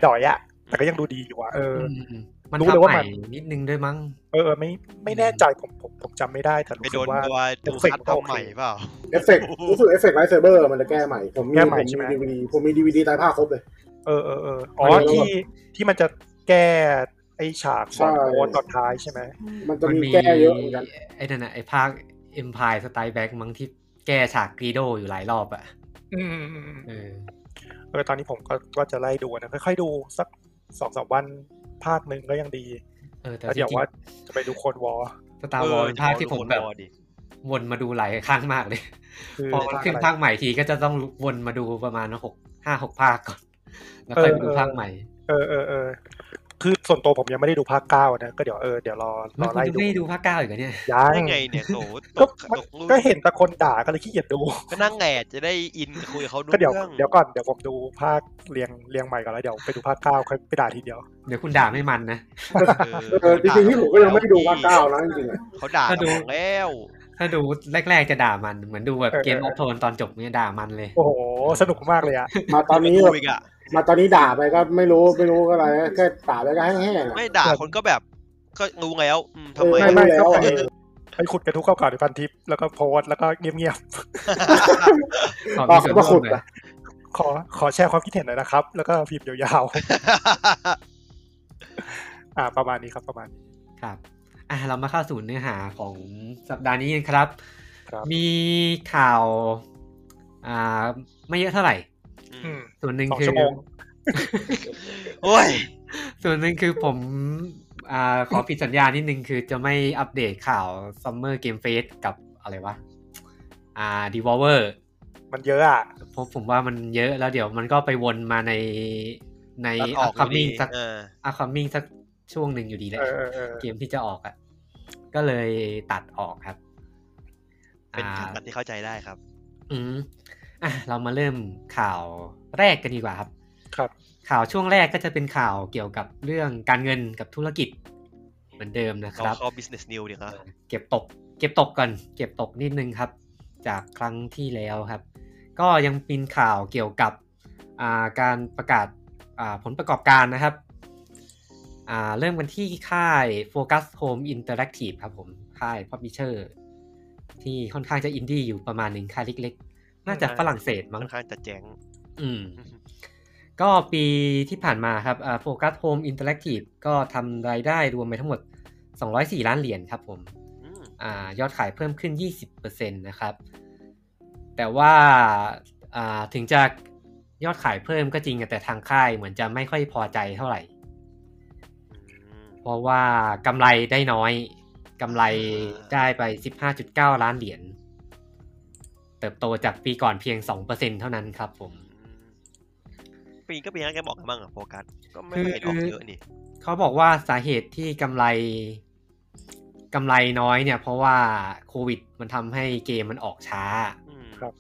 Speaker 1: ดอยๆอะแต่ก็ยังดูดีอยู่อะเอออ
Speaker 2: อืมมัน
Speaker 1: รู้เลย
Speaker 2: ทำ
Speaker 1: ว่า
Speaker 2: ให
Speaker 1: มั
Speaker 2: ม่
Speaker 1: น
Speaker 2: นิดนึงด้วยมั้ง
Speaker 1: เออไม่ไม่แน่ใจผมผมผมจำไม่ได้แต่
Speaker 3: ไป
Speaker 1: รู้
Speaker 3: โด
Speaker 1: สึ
Speaker 3: น
Speaker 1: กว่า
Speaker 3: ตัวดูคัดทำใหม่เปล่า
Speaker 4: เอฟเฟกต์รู้สึกเอฟเฟกต์ไลท์เซเบอร์มันจะแก้ใหม่ ผมมี
Speaker 1: แก้
Speaker 4: ผม
Speaker 1: ใหม่
Speaker 4: มี
Speaker 1: ใช่ไหม
Speaker 4: ดีวดีผมมีดีวดีตายภาคครบเลย
Speaker 1: เออเออเอออ๋อ
Speaker 4: มันเลย
Speaker 1: ที่ที่มันจะแก้ไอฉากข
Speaker 4: ใช่
Speaker 1: องโมตอนท้ายใช่ไหม
Speaker 4: มันจะมีแก้เยอะเหมือนกัน
Speaker 2: ไอ้นั่นน่ะไอ้ภาค Empire Strike Back มั้งที่แก้ฉากกรีโดอยู่หลายรอบอ่ะ
Speaker 1: อืมอืมอืม
Speaker 2: เออ
Speaker 1: เออตอนนี้ผมก็ก็จะไล่ดูนะค่อยๆดูสักสองสามวันภาคหนึ่งก็ยังดี
Speaker 2: เออแต่
Speaker 1: แล้ว
Speaker 2: จริ
Speaker 1: เดี๋ยว
Speaker 2: ง
Speaker 1: ว่าจะไปดูโคนวอล
Speaker 2: สตาร์วอลเป็นภาคที่ผมแบบ วนมาดูหลายครั้งมากเลย
Speaker 1: คือ
Speaker 2: พอมันขึ้นภาคใหม่ทีก็จะต้องวนมาดูประมาณหกห้าหกภาคก่อน แล้วค่อยมาดูภาคใหม่
Speaker 1: เออเออเออคือส่วนตัวผมยังไม่ได้ดูภาคเก้านะก็เดี๋ยวเออเดี๋ยวรอร
Speaker 2: แล้ว
Speaker 1: อ
Speaker 2: คุณ
Speaker 1: ไล่
Speaker 2: จะ
Speaker 1: ดู
Speaker 2: ไม่ได้ดูภาคเก้าอีกเหรอเนี่ย
Speaker 1: ยั
Speaker 3: ได้
Speaker 1: ง
Speaker 3: ไงเนี่ยโถต
Speaker 1: ก็
Speaker 3: ก
Speaker 1: มัน
Speaker 3: ตกลูก
Speaker 1: ก็เห็นแต่คนด่าก็เลยขี้เกียจดู
Speaker 3: ก็นั่งแหละจะได้อินคุยกับเขาดู
Speaker 1: ก็เดี๋ยว
Speaker 3: เรื่อง
Speaker 1: เดี๋ยวก่อนเดี๋ยวผมดูภาคเรียงเรียงใหม่ก่อนแล้วเดี๋ยวไปดูภาคเก้าค่อยไปด่าทีเดียว
Speaker 2: เดี๋ยวคุณด่าไม่มันนะ
Speaker 3: เออ
Speaker 4: เออจริงๆที่ผมก็ยังไม่ได้ดูภาคเก้านะจริงๆอะ
Speaker 3: เขาด่า
Speaker 2: ถ้าดู
Speaker 3: ผมแล้ว
Speaker 2: ถ้าดูแรกๆจะด่ามันเหมือนดูแบบ
Speaker 1: เออ
Speaker 2: เกมออฟโทนตอนจบเนี่ยด่ามันเลย
Speaker 1: โอ้โหสนุกมากเลยอะ
Speaker 4: มาตอนนี้
Speaker 3: ดู
Speaker 4: แบบ
Speaker 3: อีกอะ
Speaker 4: มาตอนนี้ด่าไปก็ไม่รู้ไม่รู้อะไรแค่ด่าไปก็แห้งๆอะ
Speaker 3: ไม่ด่าคนก็แบบ ก็งูแล้วอืมทำไม
Speaker 4: เออ
Speaker 1: ไม่ไม่
Speaker 4: แล้
Speaker 1: ก็
Speaker 4: ว
Speaker 1: ไป
Speaker 4: อะ
Speaker 1: ไปขุดกระทุ้เก่าๆในพันทิปแล้วก็โพสต์แล้วก็เงียบ
Speaker 2: ขอมีส่วนร่วมหน่อ
Speaker 4: อ่ะ
Speaker 2: ย
Speaker 1: ๆขอขอแชร์ความคิดเห็นหน่อยนะครับ แล้วก็พิมพ์ยาวๆ อ่าประมาณนี้ครับประมาณนี้
Speaker 2: ครับอ่ะเรามาเข้าสู่เนื้อหาของสัปดาห์นี้กันครับ
Speaker 1: ครับ
Speaker 2: มีข่าวอ่าไม่เยอะเท่าไหร่
Speaker 1: อืม
Speaker 2: ส่วนหนึ่ง
Speaker 1: สอง
Speaker 2: คือ
Speaker 1: ชั่วโมง
Speaker 3: โอ้ย
Speaker 2: ส่วนหนึ่งคือผมอ่าขอผิดสัญญานิดนึงคือจะไม่อัปเดตข่าว Summer Game Fest กับอะไรวะอ่า Devolver
Speaker 1: มันเยอะอ่ะ
Speaker 2: เพราะผมว่ามันเยอะแล้วเดี๋ยวมันก็ไปวนมาในใน
Speaker 3: ตัดออกอยู่ดี
Speaker 2: upcoming สัก
Speaker 3: เออ
Speaker 2: upcoming สักช่วงหนึ่งอยู่ดีแหละ
Speaker 1: เออเออเออ
Speaker 2: เกมที่จะออกอ่ะ ก็เลยตัดออกครับ
Speaker 3: เป็น
Speaker 2: อ่า
Speaker 3: คำตัดที่เข้าใจได้ครับ
Speaker 2: อืมอ่ะเรามาเริ่มข่าวแรกกันดีกว่าครับ
Speaker 1: ครับ
Speaker 2: ข่าวช่วงแรกก็จะเป็นข่าวเกี่ยวกับเรื่องการเงินกับธุรกิจ เหมือนเดิมนะค
Speaker 3: เรา
Speaker 2: รับ
Speaker 3: เข้า business new ดีครับ
Speaker 2: เก็บตก เก็บตกก่อนเก็บตกนิดนึงครับ จากครั้งที่แล้วครับ ก็ยังเป็นข่าวเกี่ยวกับอ่าการประกาศอ่าผลประกอบการนะครับอ่าเริ่มกันที่ค่าย Focus Home Interactive ครับผม ค่าย Publisher ที่ค่อนข้างจะอินดี้อยู่ประมาณหนึ่งค่ายเล็กๆ น่าจะฝรั่งเศสมั้
Speaker 3: ค่
Speaker 2: ง
Speaker 3: อนข้างจะแจ้ง
Speaker 2: อืม ก็ปีที่ผ่านมาครับโฟกัสโฮมอินเตอร์แอคทีฟก็ทำรายได้รวมไปทั้งหมด 204 ล้านเหรียญครับผม
Speaker 3: อืม
Speaker 2: อายอดขายเพิ่มขึ้น 20%นะครับ แต่ว่าอ่าถึงจะยอดขายเพิ่มก็จริงอะแต่ทางค่ายเหมือนจะไม่ค่อยพอใจเท่าไหร่
Speaker 3: อืม
Speaker 2: เพราะว่ากำไรได้น้อยกำไรได้ไป 15.9 ล้านเหรียญ เติบโตจากปีก่อนเพียง 2%เท่านั้นครับผม
Speaker 3: ปีนก็ปีนั้นแกบอกกันบ้างอะโฟกัสก็ไม่
Speaker 2: คือ
Speaker 3: เห็นออกเยอะนี่
Speaker 2: เขาบอกว่าสาเหตุที่กำไรกำไรน้อยเนี่ย เพราะว่าโควิดมันทำให้เกมมันออกช้า
Speaker 3: อืม
Speaker 1: ครับ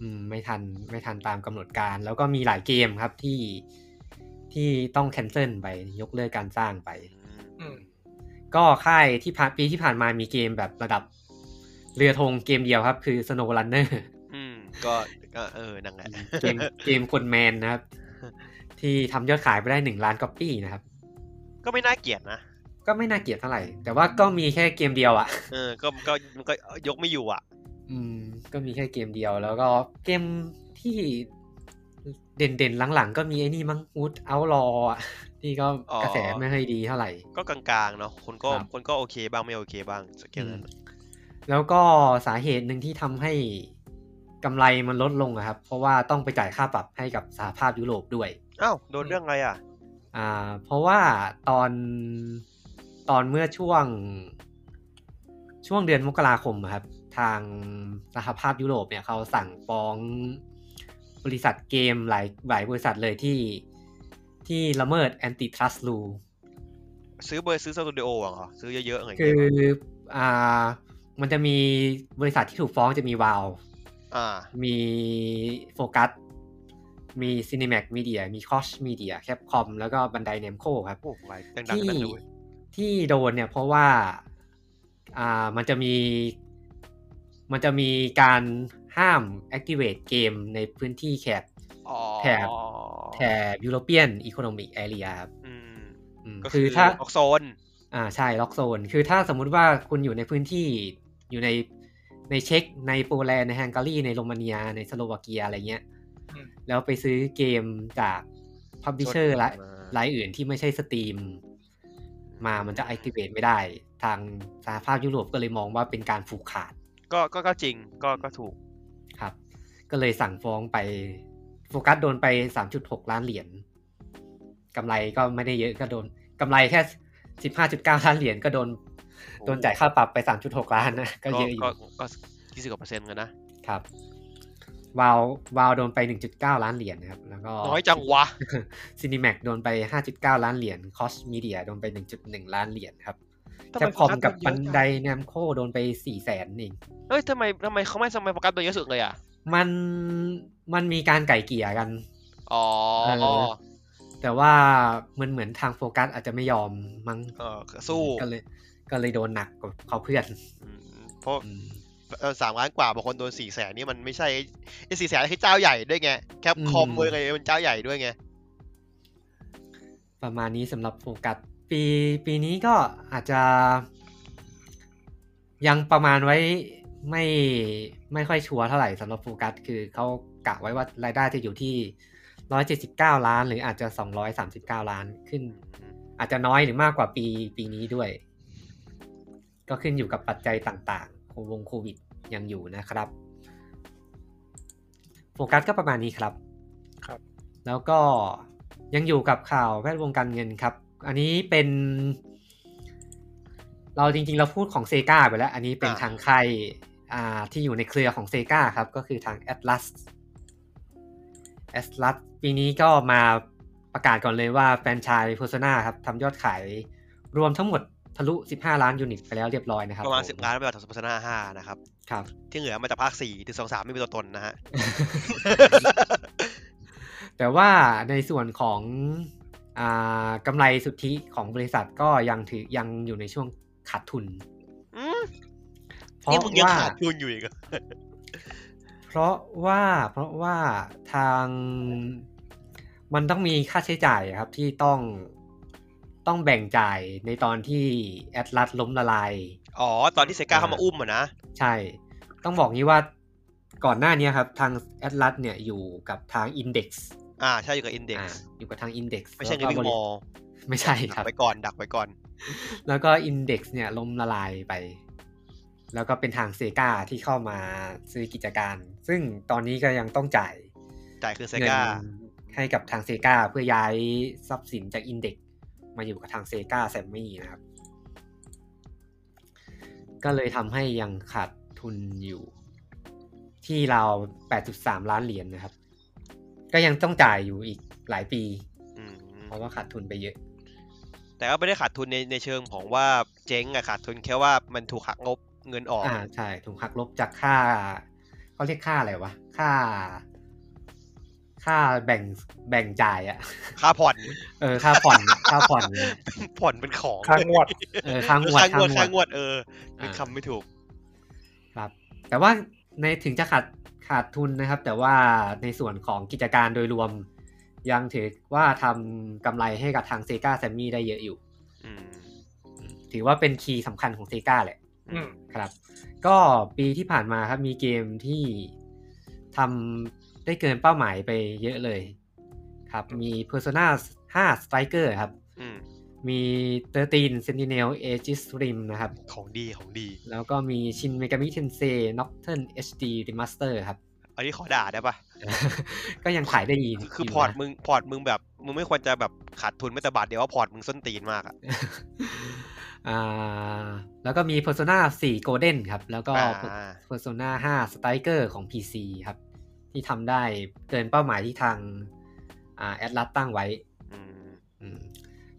Speaker 2: อืมไม่ทันไม่ทันตามกำหนดการ แล้วก็มีหลายเกมครับที่ที่ต้องแคนเซิลไปยกเลิกการสร้างไป
Speaker 3: อืม
Speaker 1: อืม
Speaker 2: ก็ค่ายที่ผ่านปีที่ผ่านมามีเกมแบบระดับ เรือธงเกมเดียวครับ คือ Snow Runner
Speaker 3: อืมก็ก็เออนั่งแหละ
Speaker 2: เกมเกมคนแมนนะครับ ที่ทำยอดขายไปได้หนึ่งล้านก๊อปปี้นะครับ
Speaker 3: ก็ไม่น่าเกลียดนะ
Speaker 2: ก็ไม่น่าเกลียดเท่าไหร่ แต่ว่าก็มีแค่เกมเดียวอะ
Speaker 3: เออก็ก็มันก็ยกไม่อยู่อ่ะ
Speaker 2: อืมก็มีแค่เกมเดียวแล้วก็เกมที่เด่นๆ หลังๆ ก็มีไอ้นี่มั้งวูดเอารอ ที่ก็
Speaker 3: อ๋อ
Speaker 2: กระแสไม่ค่อยดีเท่าไหร่
Speaker 3: ก็กลางๆเนาะคนก็
Speaker 2: ครับ
Speaker 3: คนก็โอเคบ้างไม่โอเคบ้างสักแค่นั้น
Speaker 2: แล้วก็สาเหตุหนึ่งที่ทำให้กำไรมันลดลงอะครับ เพราะว่าต้องไปจ่ายค่าปรับให้กับสหภาพยุโรปด้วย
Speaker 3: อ้าวโดนเรื่องอะไรอ่ะ
Speaker 2: อ่า เพราะว่าตอนตอนเมื่อช่วง ช่วงเดือนมกราคมอะครับ ทางสหภาพยุโรปเนี่ยเขาสั่งฟ้องบริษัทเกมหลายหลายบริษัทเลยที่ที่ละเมิดแอนติทรัส u l
Speaker 3: ซื้อเบอร์ซื้อสตูดิโอเหรอซื้อเยอะๆอะไรอย่าง
Speaker 2: คื
Speaker 3: เงี้ย
Speaker 2: อ
Speaker 3: เหรอ
Speaker 2: อ่ามันจะมีบริษัทที่ถูกฟ้องจะมีวาว
Speaker 3: อ่า
Speaker 2: มีโฟกัส มี Cinemax Media มี Koch Media Capcom แล้วก็ Bandai Namco ครับ
Speaker 3: โอ้หลายดัง
Speaker 2: ที่
Speaker 3: ๆนั่นเลย
Speaker 2: ที่โดนเนี่ยเพราะว่าอ่ามันจะมีมันจะมีการห้าม activate เกมในพื้นที่แถบ
Speaker 3: อ๋อ
Speaker 2: แถบ แถบ European Economic Area ครับ
Speaker 3: อืม
Speaker 2: อืม
Speaker 3: ก็
Speaker 2: คื
Speaker 3: คืออ
Speaker 2: ถ้า
Speaker 3: ถ้าออกโซน
Speaker 2: อ่าใช่ล็อกโซน คือถ้าสมมุติว่าคุณอยู่ในพื้นที่อยู่ในในเช็กในโปแลนด์ในฮังการีในโรมาเนีย ในสโลวาเกียอะไรเงี้ย
Speaker 1: อืม
Speaker 2: แล้วไปซื้อเกมจากพับบิเชอร์
Speaker 3: ชน
Speaker 2: ราย
Speaker 3: มาร
Speaker 2: รายอื่นที่ไม่ใช่สตรีมมามันจะ activate ไม่ได้ ทางสหภาพยุโรปก็เลยมองว่าเป็นการผูกขาด
Speaker 3: ก็ก็ก็จริงก็ก็ถูก
Speaker 2: ครับ ก็เลยสั่งฟ้องไปโฟกัสโดนไป 3.6 ล้านเหรียญกำไรก็ไม่ได้เยอะก็โดนกำไรแค่ 15.9 ล้านเหรียญก็โดน โดนจ่ายค่าปรับไป 3.6 ล้านนะ ก็เยอะอยู่
Speaker 3: ก็ก็ยี่สิบกว่าเปอร์เซ็นต์กันนะ
Speaker 2: ครับ วาววาวโดนไป 1.9 ล้านเหรียญนะครับ แล้วก็
Speaker 3: น้อยจังวะ
Speaker 2: ซินิแม็กโดนไป 5.9 ล้านเหรียญคอสมีเดียโดนไป 1.1 ล้านเหรียญครับแค
Speaker 3: ทำไม
Speaker 2: ปคอม
Speaker 3: โฟกัส
Speaker 2: กับ
Speaker 3: เย
Speaker 2: บั
Speaker 3: อะ
Speaker 2: น
Speaker 3: จัง
Speaker 2: ไดแนมโคโดนไป 4 แสนเอง
Speaker 3: เอ้ยทำไมทำไมเขาไม่ทำไมโฟกัสตัวเยอะสุดเลยอ่ะ
Speaker 2: มันมันมีการไก่เกลี่ยกัน
Speaker 3: อ๋อ
Speaker 2: เออ แต่ว่ามันเหมือนทางโฟกัสอาจจะไม่ยอมมั้ง
Speaker 3: เออสู้
Speaker 2: ก็เลย ก็เลยโดนหนักกว่าเขาเพื่อน
Speaker 3: อืมเพราะ
Speaker 2: อืม
Speaker 3: เออสามล้านกว่าบางคนโดนสี่แสนนี่มันไม่ใช่ไอ้สี่แสนคือเจ้าใหญ่ด้วยไง แคปคอม
Speaker 2: อืม
Speaker 3: เลยไงมันเจ้าใหญ่ด้วยไง
Speaker 2: ประมาณนี้สำหรับโฟกัสปีปีนี้ก็อาจจะ ยังประมาณไว้ไม่ไม่ค่อยชัวร์เท่าไหร่สำหรับโฟกัสคือเขากะไว้ว่ารายได้จะอยู่ที่ 179 ล้าน หรืออาจจะ 239 ล้านขึ้น อาจจะน้อยหรือมากกว่าปีปีนี้ด้วย ก็ขึ้นอยู่กับปัจจัยต่างๆของวงโควิดยังอยู่นะครับ โฟกัสก็ประมาณนี้ครับ
Speaker 1: ครับ
Speaker 2: แล้วก็ยังอยู่กับข่าวแวดวงการเงินครับ อันนี้เป็น เราจริงๆ เราพูดของเซกาไปแล้ว อันนี้เป็น
Speaker 3: อ่า
Speaker 2: ทางค่ายอ่าที่อยู่ในเครือของเซกาครับ ก็คือทาง Atlas Atlas ปีนี้ก็มาประกาศก่อนเลยว่าแฟรนไชาย Persona ครับทำยอดขาย รวมทั้งหมดทะลุ 15 ล้านยูนิตไปแล้วเรียบร้อยนะครับ
Speaker 3: ประมาณ
Speaker 2: ผ
Speaker 3: สิบล้านไปจากสมรนาห้านะครับ
Speaker 2: ครับ
Speaker 3: ที่เหลือมาจากภาคสี่ถึงสองสามไม่มีตัวตนนะฮะ
Speaker 2: แต่ว่าในส่วนของอ่ากำไรสุทธิของบริษัทก็ยังถือยังอยู่ในช่วงขาดทุน
Speaker 3: อืม
Speaker 2: เพราะ
Speaker 3: นี่มึงยัง
Speaker 2: ว่า
Speaker 3: ขาดทุนอยู่อีกเหรอ
Speaker 2: เพราะว่าเพราะว่าทางมันต้องมีค่าใช้จ่ายครับที่ต้องต้องแบ่งจ่ายในตอนที่แอตลัสล้มละลาย
Speaker 3: อ๋อ ตอนที่เซกาเข้ามาอุ้มอ่ะนะ
Speaker 2: ใช่ ต้องบอกงี้ว่าก่อนหน้านี้ครับ ทางแอตลัสเนี่ยอยู่กับทาง Index
Speaker 3: อ่า ใช่อยู่กับอินเด็ก
Speaker 2: อ่า
Speaker 3: ซ์
Speaker 2: อยู่กับทาง Index
Speaker 3: ไม่ใช่
Speaker 2: แล้
Speaker 3: เงิน
Speaker 2: วก็
Speaker 3: วิกม
Speaker 2: บ
Speaker 3: อ
Speaker 2: ริไม่ใช่ค
Speaker 3: ดั
Speaker 2: รับ
Speaker 3: กไว้ก่อนดักไว้ก่อน
Speaker 2: แล้วก็อินเด็กซ์เนี่ยล้มละลายไป แล้วก็เป็นทางเซกาที่เข้ามาซื้อกิจการ ซึ่งตอนนี้ก็ยังต้องจ่าย
Speaker 3: จ่ายคือเซ
Speaker 2: เงิ
Speaker 3: กา
Speaker 2: ให้กับทางเซกาเพื่อย้ายทรัพย์สินจากอินเด็กซ์มาอยู่กับทางเซกาแซมมี่นะครับ ก็เลยทำให้ยังขาดทุนอยู่ ที่เราว8.3 ล้านเหรียญนะครับ ก็ยังต้องจ่ายอยู่อีกหลายปี
Speaker 3: อืม
Speaker 2: เพราะว่าขาดทุนไปเยอะ
Speaker 3: แต่ก็ไม่ได้ขาดทุนในในเชิงของว่าเจ๊งอะขาดทุนแค่ว่ามันถูกหักงบเงินออก
Speaker 2: อ่าใช่ถูกหักลบจากค่าเขาเรียกค่าอะไรวะ ค่า ค่าแบ่งแบ่งจ่ายอะ
Speaker 3: ค่าผ่อน
Speaker 2: เออค่าผ่อน ค่าผ่อนเนี่ย
Speaker 3: ผ่อนเป็นของ
Speaker 1: ค่างวด
Speaker 2: เออค่างวด
Speaker 3: ค่างวด
Speaker 2: ค่า
Speaker 3: ค่าง
Speaker 2: ง
Speaker 3: ว
Speaker 2: ว
Speaker 3: ด
Speaker 2: ด
Speaker 3: เออเป็น
Speaker 2: อ่า
Speaker 3: คำไม่ถูก
Speaker 2: ครับ แต่ว่าในถึงจะขาดขาดทุนนะครับ แต่ว่าในส่วนของกิจการโดยรวม ยังถือว่าทำกำไรให้กับทางเซกาแซมมี่ได้เยอะอยู่
Speaker 3: อืม
Speaker 2: ถือว่าเป็นคีย์สำคัญของเซกาแหละ
Speaker 1: อืม
Speaker 2: ครับ ก็ปีที่ผ่านมาครับมีเกมที่ทำได้เกินเป้าหมายไปเยอะเลย ครับ มี Persona 5 Striker ครับ
Speaker 3: อืม
Speaker 2: มี 13 Sentinel Aegis Rim นะครับ
Speaker 3: ของดีของดี
Speaker 2: แล้วก็มี Shin Megami Tensei Nocturne HD Remaster ครับ
Speaker 3: อันนี้ขอด่าได้ปะ
Speaker 2: ก็ยังขายได้ดี
Speaker 3: คือคืออยู่
Speaker 2: นะ
Speaker 3: พอร์ตมึงพอร์ตมึงแบบมึงไม่ควรจะแบบขาดทุนไม่แต่บาทเดียวว่าพอร์ตมึงส้นตีนมากอะ
Speaker 2: อ่าแล้วก็มี Persona 4 Golden ครับ แล้วก็
Speaker 3: อ่า
Speaker 2: Persona 5 Striker ของ PC ครับ ที่ทำได้เกินเป้าหมายที่ทางอ่าแอดลัสตั้งไว้
Speaker 3: อืม
Speaker 2: อืม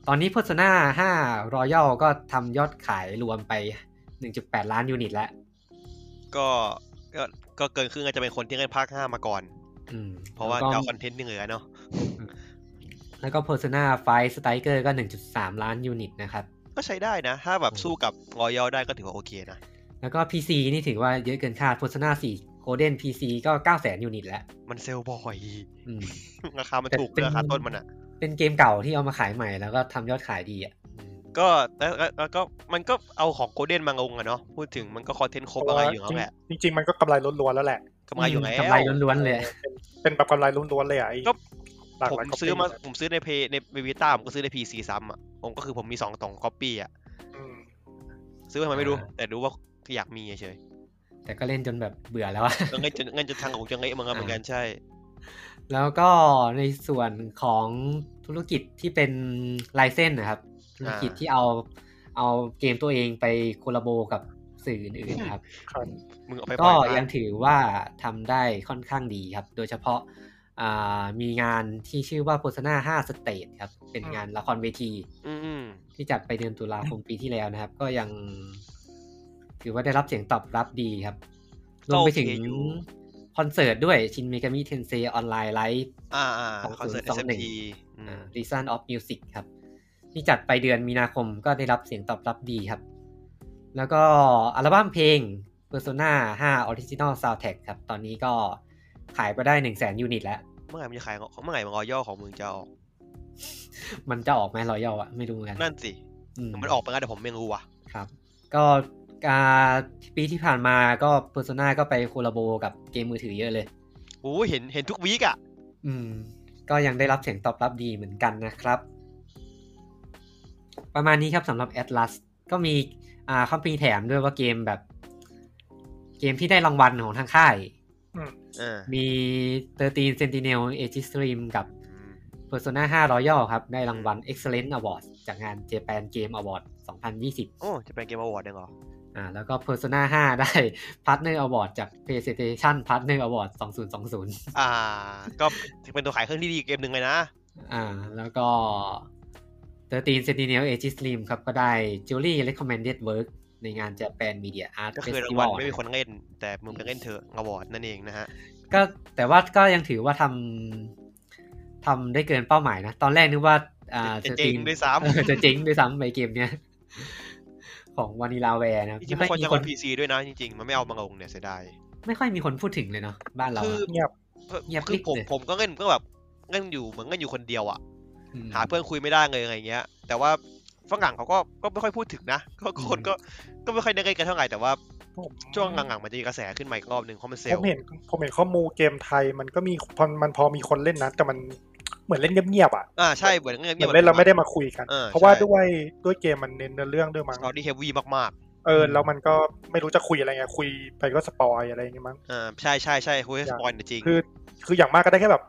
Speaker 2: ตอนนี้ Persona 5 Royal ก็ทำยอดขายรวมไป 1.8 ล้านยูนิตแล้ว
Speaker 3: ก็ก็ก็เกินครึ่งอาจจะเป็นคนที่เล่นภาคห้ามาก่อน
Speaker 2: อืม
Speaker 3: เพราะว่า
Speaker 2: แล้วก็
Speaker 3: เจ้าคอนเทนต์นี่เหลือเนาะ
Speaker 2: แล้วก็ Persona 5 Striker ก็ 1.3 ล้านยูนิตนะครับ
Speaker 3: ก็ใช้ได้นะ ถ้าแบบ
Speaker 2: โอ้
Speaker 3: สู้กับรอยัลได้ก็ถือว่าโอเคนะ
Speaker 2: แล้วก็ PC นี่ถือว่าเยอะเกินคาด Persona 4 Golden PC ก็ 900,000ยูนิตแล้ว
Speaker 3: มันเซลล์บ่อย
Speaker 2: อืม
Speaker 3: ราคามัน
Speaker 2: แต่
Speaker 3: ถูก
Speaker 2: เป็น
Speaker 3: ราคาต้นมันอ่ะ
Speaker 2: เป็นเกมเก่าที่เอามาขายใหม่แล้วก็ทำยอดขายดีอ่ะอืม
Speaker 3: ก็แล้วแล้วแล้วก็มันก็เอาของโกลเด้นมาลงอะเนาะพูดถึงมันก็คอนเทนต์ครบอะไรอยู่แล้วแหละ
Speaker 1: จริงจริง ๆ มันก็กำไรล้วนๆแล้วแหละ
Speaker 3: กำไรอยู่แล้ว
Speaker 2: กำไรล้วนๆเลยอะ
Speaker 1: เป็นเป็นแบบกำไรล้วนๆเลยอ่ะไอ้
Speaker 3: ก็
Speaker 1: หลาก
Speaker 3: ผม
Speaker 1: หลาย copy
Speaker 3: ซื้อมาผมซื้อในเพในวีต้าผมก็ซื้อในพีซีซ้ำอ่ะผมก็คือผมมีสองตองก๊อปปี้อ่ะ
Speaker 1: อืม
Speaker 3: ซื้อมาทำไมไม่รู้
Speaker 2: อ่า
Speaker 3: แต่รู้ว่าอยากมีเฉย
Speaker 2: แต่ก็เล่นจนแบบเบื่อแล้วอะ
Speaker 3: ๆก็เงินจนเงินจนทางของจังเงะมันก็เหมือนกันใช่
Speaker 2: แล้วก็ในส่วนของธุรกิจที่เป็นไลเซนส์นะครับ ธุรกิจที่เอาเอาเกมตัวเองไปโคลาโบกับสื่ออื่นๆนะครับ
Speaker 1: ครับ
Speaker 3: มึงเอาไปป
Speaker 2: ก็
Speaker 3: ล่อยบ้า
Speaker 2: ยัง
Speaker 3: น
Speaker 2: ถือว่าทำได้ค่อนข้างดีครับ โดยเฉพาะอ่ามีงานที่ชื่อว่า Persona 5 State ครับ เป็นงานละครเวที
Speaker 3: อืมอืม
Speaker 2: ที่จัดไปเดือนตุลาคมปีที่แล้วนะครับ ก็ยัง ถือว่าได้รับเสียงตอบรับดีครับ รวมไปถึงคอนเสิร์ตด้วยชินเมกามิเทนเซออนไลน์ไลฟ์
Speaker 3: อ่าอ่า
Speaker 2: ของ
Speaker 3: คอนเสิร์ตเอสเอ็ม
Speaker 2: 021
Speaker 3: ที
Speaker 2: r e a s o n of Music ครับ ที่จัดไปเดือนมีนาคมก็ได้รับเสียงตอบรับดีครับ แล้วก็อัลบั้มเพลง Persona 5 Original Soundtrack ครับ ตอนนี้ก็ขายไปได้ 1 0 0 0 0แสนยูนิตแล้ว
Speaker 3: เมื่อไหร่มันจะขายเมื่อไหร่มันรอย่อของมึงจะออก
Speaker 2: มันจะออกไหมรอยออะไม่รู้เหมือนกัน
Speaker 3: นั่นสิ
Speaker 2: อืม
Speaker 3: มันออกไปแล้วแต่ผมไม่รู้ว่ะ
Speaker 2: ครับก็การปีที่ผ่านมาก็ Persona ก็ไปโคลาโบกับเกมมือถือเยอะเลย
Speaker 3: โอ้ยเห็นเห็นทุกวีกอ่ะ
Speaker 2: อืม ก็ยังได้รับเสียงตอบรับดีเหมือนกันนะครับ ประมาณนี้ครับสำหรับ Atlas ก็มีอ่าคำพีแถมด้วยว่าเกมแบบ เกมที่ได้รางวัลของทางค่าย
Speaker 3: เออ
Speaker 2: มี 13 Sentinel Age Stream กับ
Speaker 3: อืม
Speaker 2: Persona 5 Royal ครับ ได้รางวัล Excellent Award จากงาน Japan Game Award 2020
Speaker 3: โอ้จะเป็นเกมอวอร์ดยังเหรอ
Speaker 2: อ่า แล้วก็ Persona 5 ได้ Partner Award จาก PlayStation Partner Award 2020
Speaker 3: อ่า ก็เป็นตัวขายเครื่องที่ดีเกมหนึ่งเลยนะ
Speaker 2: อ่าแล้วก็ 13 Sentinel Age Stream ครับ ก็ได้ Jury Recommended Work ในงาน Japan Media Art
Speaker 3: ก็คือรางวัล
Speaker 2: Festival
Speaker 3: ไม่มีคนเล่น แต่มึงไปเล่นเถอะอวอร์ดนั่นเองนะฮะ
Speaker 2: ก็แต่ว่าก็ยังถือว่าทำทำได้เกินเป้าหมายนะ ตอนแรกนึกว่าอ่า
Speaker 3: จะเจ๊ง
Speaker 2: 13
Speaker 3: ด้วยซ้ำ
Speaker 2: เออจะเจ๊งด้วยซ้ำไปเกมเนี้ย ของวานิลาแวร์นะ
Speaker 3: จริงๆมั
Speaker 2: ไม่
Speaker 3: นคว
Speaker 2: ค่อยมีค
Speaker 3: รจะเป็น นพีซีด้วยนะจริงๆ มันไม่เอามาลงเนี่ยเสียดาย
Speaker 2: ไม่ค่อยมีคนพูดถึงเลยเนาะบ้านเรา
Speaker 3: คือ
Speaker 2: อะ
Speaker 1: เงียบ
Speaker 2: เงียบ
Speaker 3: คือผ
Speaker 2: กริบ
Speaker 3: ม
Speaker 2: เลย
Speaker 3: ผมก็เล่นก็แบบเล่นอยู่เหมือนเล่นอยู่คนเดียวอ่ะ
Speaker 2: ม
Speaker 3: หาเพื่อนคุยไม่ได้เลยอะไรเงี้ย แต่ว่าฝรั่งเขาก็ก็ไม่ค่อยพูดถึงนะ ก็ก็คนก็ก็ไม่ค่อยได้เล่นกันเท่าไหร่แต่ว่า
Speaker 1: ผม
Speaker 3: ช่วงหลังๆมันจะมีกระแสขึ้นมาอีกรอบหนึ่งเพราะมันเซล
Speaker 1: ผม
Speaker 3: ล์
Speaker 1: เห็นผมเห็นข้อมูลเกมไทยมันก็มีพอมันพอมีคนเล่นนะแต่มันเหมือนเล่นเงียบๆอ่ะ
Speaker 3: อ่าใช่เหมือนเงี้ย
Speaker 1: เหมือนเล่นเราไม่ได้มาคุยกัน
Speaker 3: ออ
Speaker 1: เพราะว่า
Speaker 3: ใช่
Speaker 1: ด้วยด้วยเกมมันเน้นเนื้อเรื่องด้วยมั้ง
Speaker 3: ตอนนี้เฮฟวี่มาก
Speaker 1: เออแล้วมันก็ไม่รู้จะคุยอะไรไงคุยไปก็สปอยอะไรอย่างเงี้ยมั้ง
Speaker 3: ๆอ่าใช่ใช่ใช่คุยให้
Speaker 1: อ
Speaker 3: ส
Speaker 1: ย่าง
Speaker 3: ปอยล์หน่อยจริง
Speaker 1: คือคืออย่างมากก็ได้แค่แบบ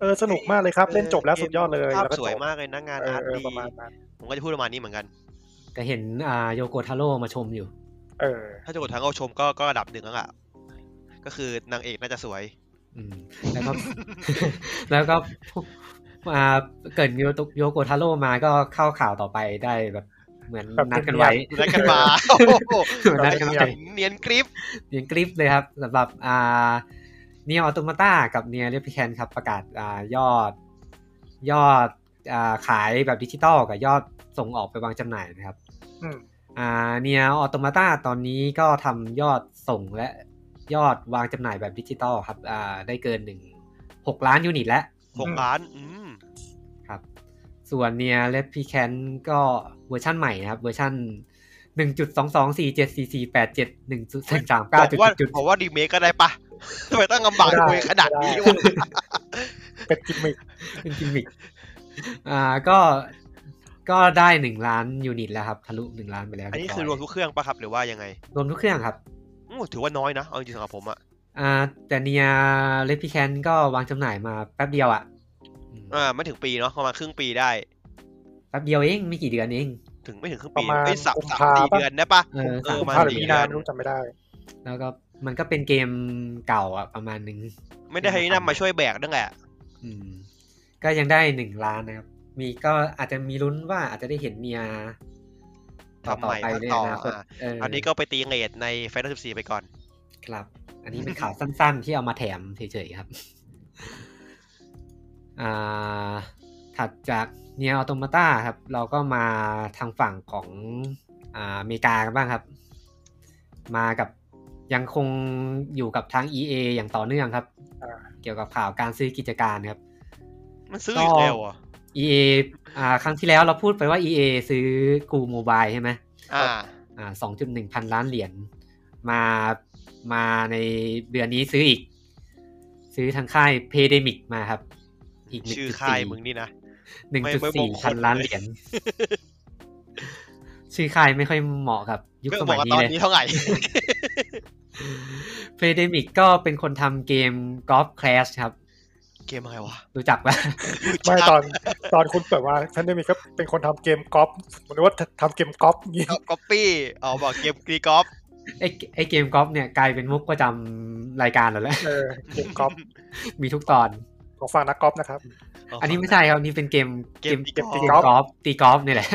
Speaker 1: เออสนุกมากเลยครับ เล่นจบแล้วสุดยอดเลย
Speaker 3: ภาพ
Speaker 1: แล้วก็
Speaker 3: ส
Speaker 1: จ
Speaker 3: วย
Speaker 1: บ
Speaker 3: มากเลยนะงาน
Speaker 1: เออ
Speaker 3: อาร์ต
Speaker 1: เออ
Speaker 3: ดี
Speaker 1: ประมาณนั้น
Speaker 3: ผมก็จะพูดประมาณนี้เหมือนกัน
Speaker 2: แต่เห็นอ่าโยโกทาโร่มาชมอยู่
Speaker 1: เออ
Speaker 3: ถ้าจะกดทางเอาชมก็ก็ระดับหนึ่งแล้วอ่ะ ก็คือนางเอกน่าจะสวย
Speaker 2: อืม แล้ว ก็ แล้วก็อ่าเกริดโยโกทาโร่มาก็เข้าข่าวต่อไปได้แบบ เหมือน
Speaker 1: แบบ
Speaker 2: นัดกันไว้
Speaker 1: เนี
Speaker 3: แล้
Speaker 1: ย
Speaker 3: วกัน มา
Speaker 2: เหมือนนัดกันไว้
Speaker 3: เนียนกริฟ
Speaker 2: เนียนกริปเลยครับสำหรับอ่าเนียออโตมาต้ากับเนียเรพิแคนครับ ประกาศอ่ายอด ยอดอ่าขายแบบดิจิตอลกับยอดส่งออกไปวางจำหน่ายนะครับ
Speaker 1: อืม
Speaker 2: อ่าเนียออโตมาตาตอนนี้ก็ทำยอดส่งและยอดวางจำหน่ายแบบดิจิตอลครับอ่าได้เกินหนึ่งหกล้านยูนิตแล้ว
Speaker 3: หกล้าน อืม
Speaker 2: ครับ ส่วนเนียเลพีแคนก็เวอร์ชั่นใหม่นะครับ เวอร์ชั่นหนึ่งจุดสองสองสี่เจ็ดสี่สี่แปดเจ็ดหนึ่งจุดสาม
Speaker 3: บ
Speaker 2: เก้า
Speaker 3: อก
Speaker 2: จุด
Speaker 3: ว่า
Speaker 2: จุด
Speaker 3: บอกว่าดีเมคก็ได้ปะทำไมต้องลำบาก
Speaker 1: ไม่ได้
Speaker 3: คุยขนาดนี้
Speaker 1: ไม่
Speaker 3: วะ
Speaker 1: ได้ เป็นกิมมิค
Speaker 2: เป็นกิมมิคอ่าก็ก็ได้หนึ่งล้านยูนิตแล้วครับทะลุหนึ่งล้านไปแล้ว
Speaker 3: อันนี้
Speaker 2: เยบ
Speaker 3: คือรวมทุกเครื่องปะครับหรือว่ายังไง
Speaker 2: รวมทุกเครื่องครับ
Speaker 3: อู้ถือว่าน้อยนะ เอาจริงๆสำหรับผมอ่ะ
Speaker 2: อ่าแต่เนียเลพีแคนก็วางจำหน่ายมาแป๊บเดียวอะ่ะ
Speaker 3: อ่าไม่ถึงปีเนาะประมาณครึ่งปีได้
Speaker 2: แป๊บเดียวเองไม่กี่เดือนเอง
Speaker 3: ถึงไม่ถึงครึ่ง
Speaker 1: ป
Speaker 3: ปี
Speaker 1: ระมาณ
Speaker 3: เอ้ยสาม
Speaker 1: กุม
Speaker 3: สาม
Speaker 1: ภา
Speaker 3: สี่
Speaker 1: พั
Speaker 3: เดือนได้ปะ
Speaker 2: เออ
Speaker 3: เออ
Speaker 2: สาม
Speaker 3: มา
Speaker 1: นธ์หรื
Speaker 2: สี่
Speaker 1: อ
Speaker 3: สี่
Speaker 1: มี
Speaker 2: เดือ
Speaker 1: นา
Speaker 2: น
Speaker 3: เดือน
Speaker 1: ไม่รู้จำไม่ได้
Speaker 2: แล้วก็มันก็เป็นเกมเก่าอ่ะประมาณนึง
Speaker 3: ไม่ได้ให้นั่นมาช่วยแบกด้วยแหละ
Speaker 2: อืม ก็ยังได้หนึ่งล้านนะครับ มีก็อาจจะมีลุ้นว่าอาจจะได้เห็นเมียต่อ
Speaker 3: ทำ
Speaker 2: ต่อ
Speaker 3: ใหม่
Speaker 2: ไปใน
Speaker 3: ต่อ
Speaker 2: อนาคต
Speaker 3: อ่ะ
Speaker 2: เออ
Speaker 3: อันนี้ก็ไปตีเงดในแฟนตาซีไปก่อน
Speaker 2: ครับ อันนี้เป็นข่าวสั้นๆ ที่เอามาแถมเฉยๆครับ อ่าถัดจากเนียออโตมาต้าครับ เราก็มาทางฝั่งของอ่าอเมริกากันบ้างครับ มากับยังคงอยู่กับทาง EA อย่างต่อเนื่องครับ
Speaker 1: อ่า
Speaker 2: เกี่ยวกับข่าวการซื้อกิจการครับ
Speaker 3: มันซื้ออีกแล้วอ่ะ
Speaker 2: EA อ่าครั้งที่แล้วเราพูดไปว่า EA ซื้อกูโมบายใช่ไหม
Speaker 3: อ่า
Speaker 2: อ่าสองจุดหนึ่งพันล้านเหรียญมามาในเดือนนี้ซื้ออีก ซื้อทางค่ายเพเดมิกมาครับ อีก
Speaker 3: ชื่อค่ายมึงนี่นะ
Speaker 2: หนึ่ง
Speaker 3: ไม่
Speaker 2: จุด
Speaker 3: ไม่ม
Speaker 2: สี่
Speaker 3: งคล
Speaker 2: พันล้าน
Speaker 3: เลย
Speaker 2: เหรียญ ชื่อค่ายไม่ค่อยเหมาะกับยุค
Speaker 3: ก็
Speaker 2: ส
Speaker 3: บ
Speaker 2: มั
Speaker 3: อก
Speaker 2: ย
Speaker 3: ว่าต
Speaker 2: นี้
Speaker 3: อน
Speaker 2: เลย
Speaker 3: นี้เท่าไหร่
Speaker 2: เพเดมิกก็เป็นคนทำเกมกอล์ฟคลาสครับ
Speaker 3: เกมอะไรวะ
Speaker 2: รู้จักปะ
Speaker 1: ไม่ตอนตอนคุณเปิดมาท่านได้มีก็เป็นคนทำเกมกอล์ฟผมนึกว่าทำเกมกอล์ฟอย่างงี้
Speaker 3: ก๊อปปี้อ๋อบอกเกมกรีกอล์ฟ
Speaker 2: ไอไอเกมกอล์ฟเนี่ยกลายเป็นมุกประจำรายการเราแล้ว
Speaker 1: เออเกมกอล์ฟ
Speaker 2: มีทุกตอน
Speaker 1: ของฝั่งนักกอล์ฟนะครับ
Speaker 2: อันนี้ไม่ใช่ครับอันนี่เป็นเกม
Speaker 3: เกม
Speaker 1: เกม
Speaker 3: ตี
Speaker 1: ตี
Speaker 3: ก
Speaker 1: ก
Speaker 3: อ
Speaker 1: อล์ฟ
Speaker 2: กอล์
Speaker 3: ล์ฟ
Speaker 2: ฟตีกอล์ฟนี่แหละ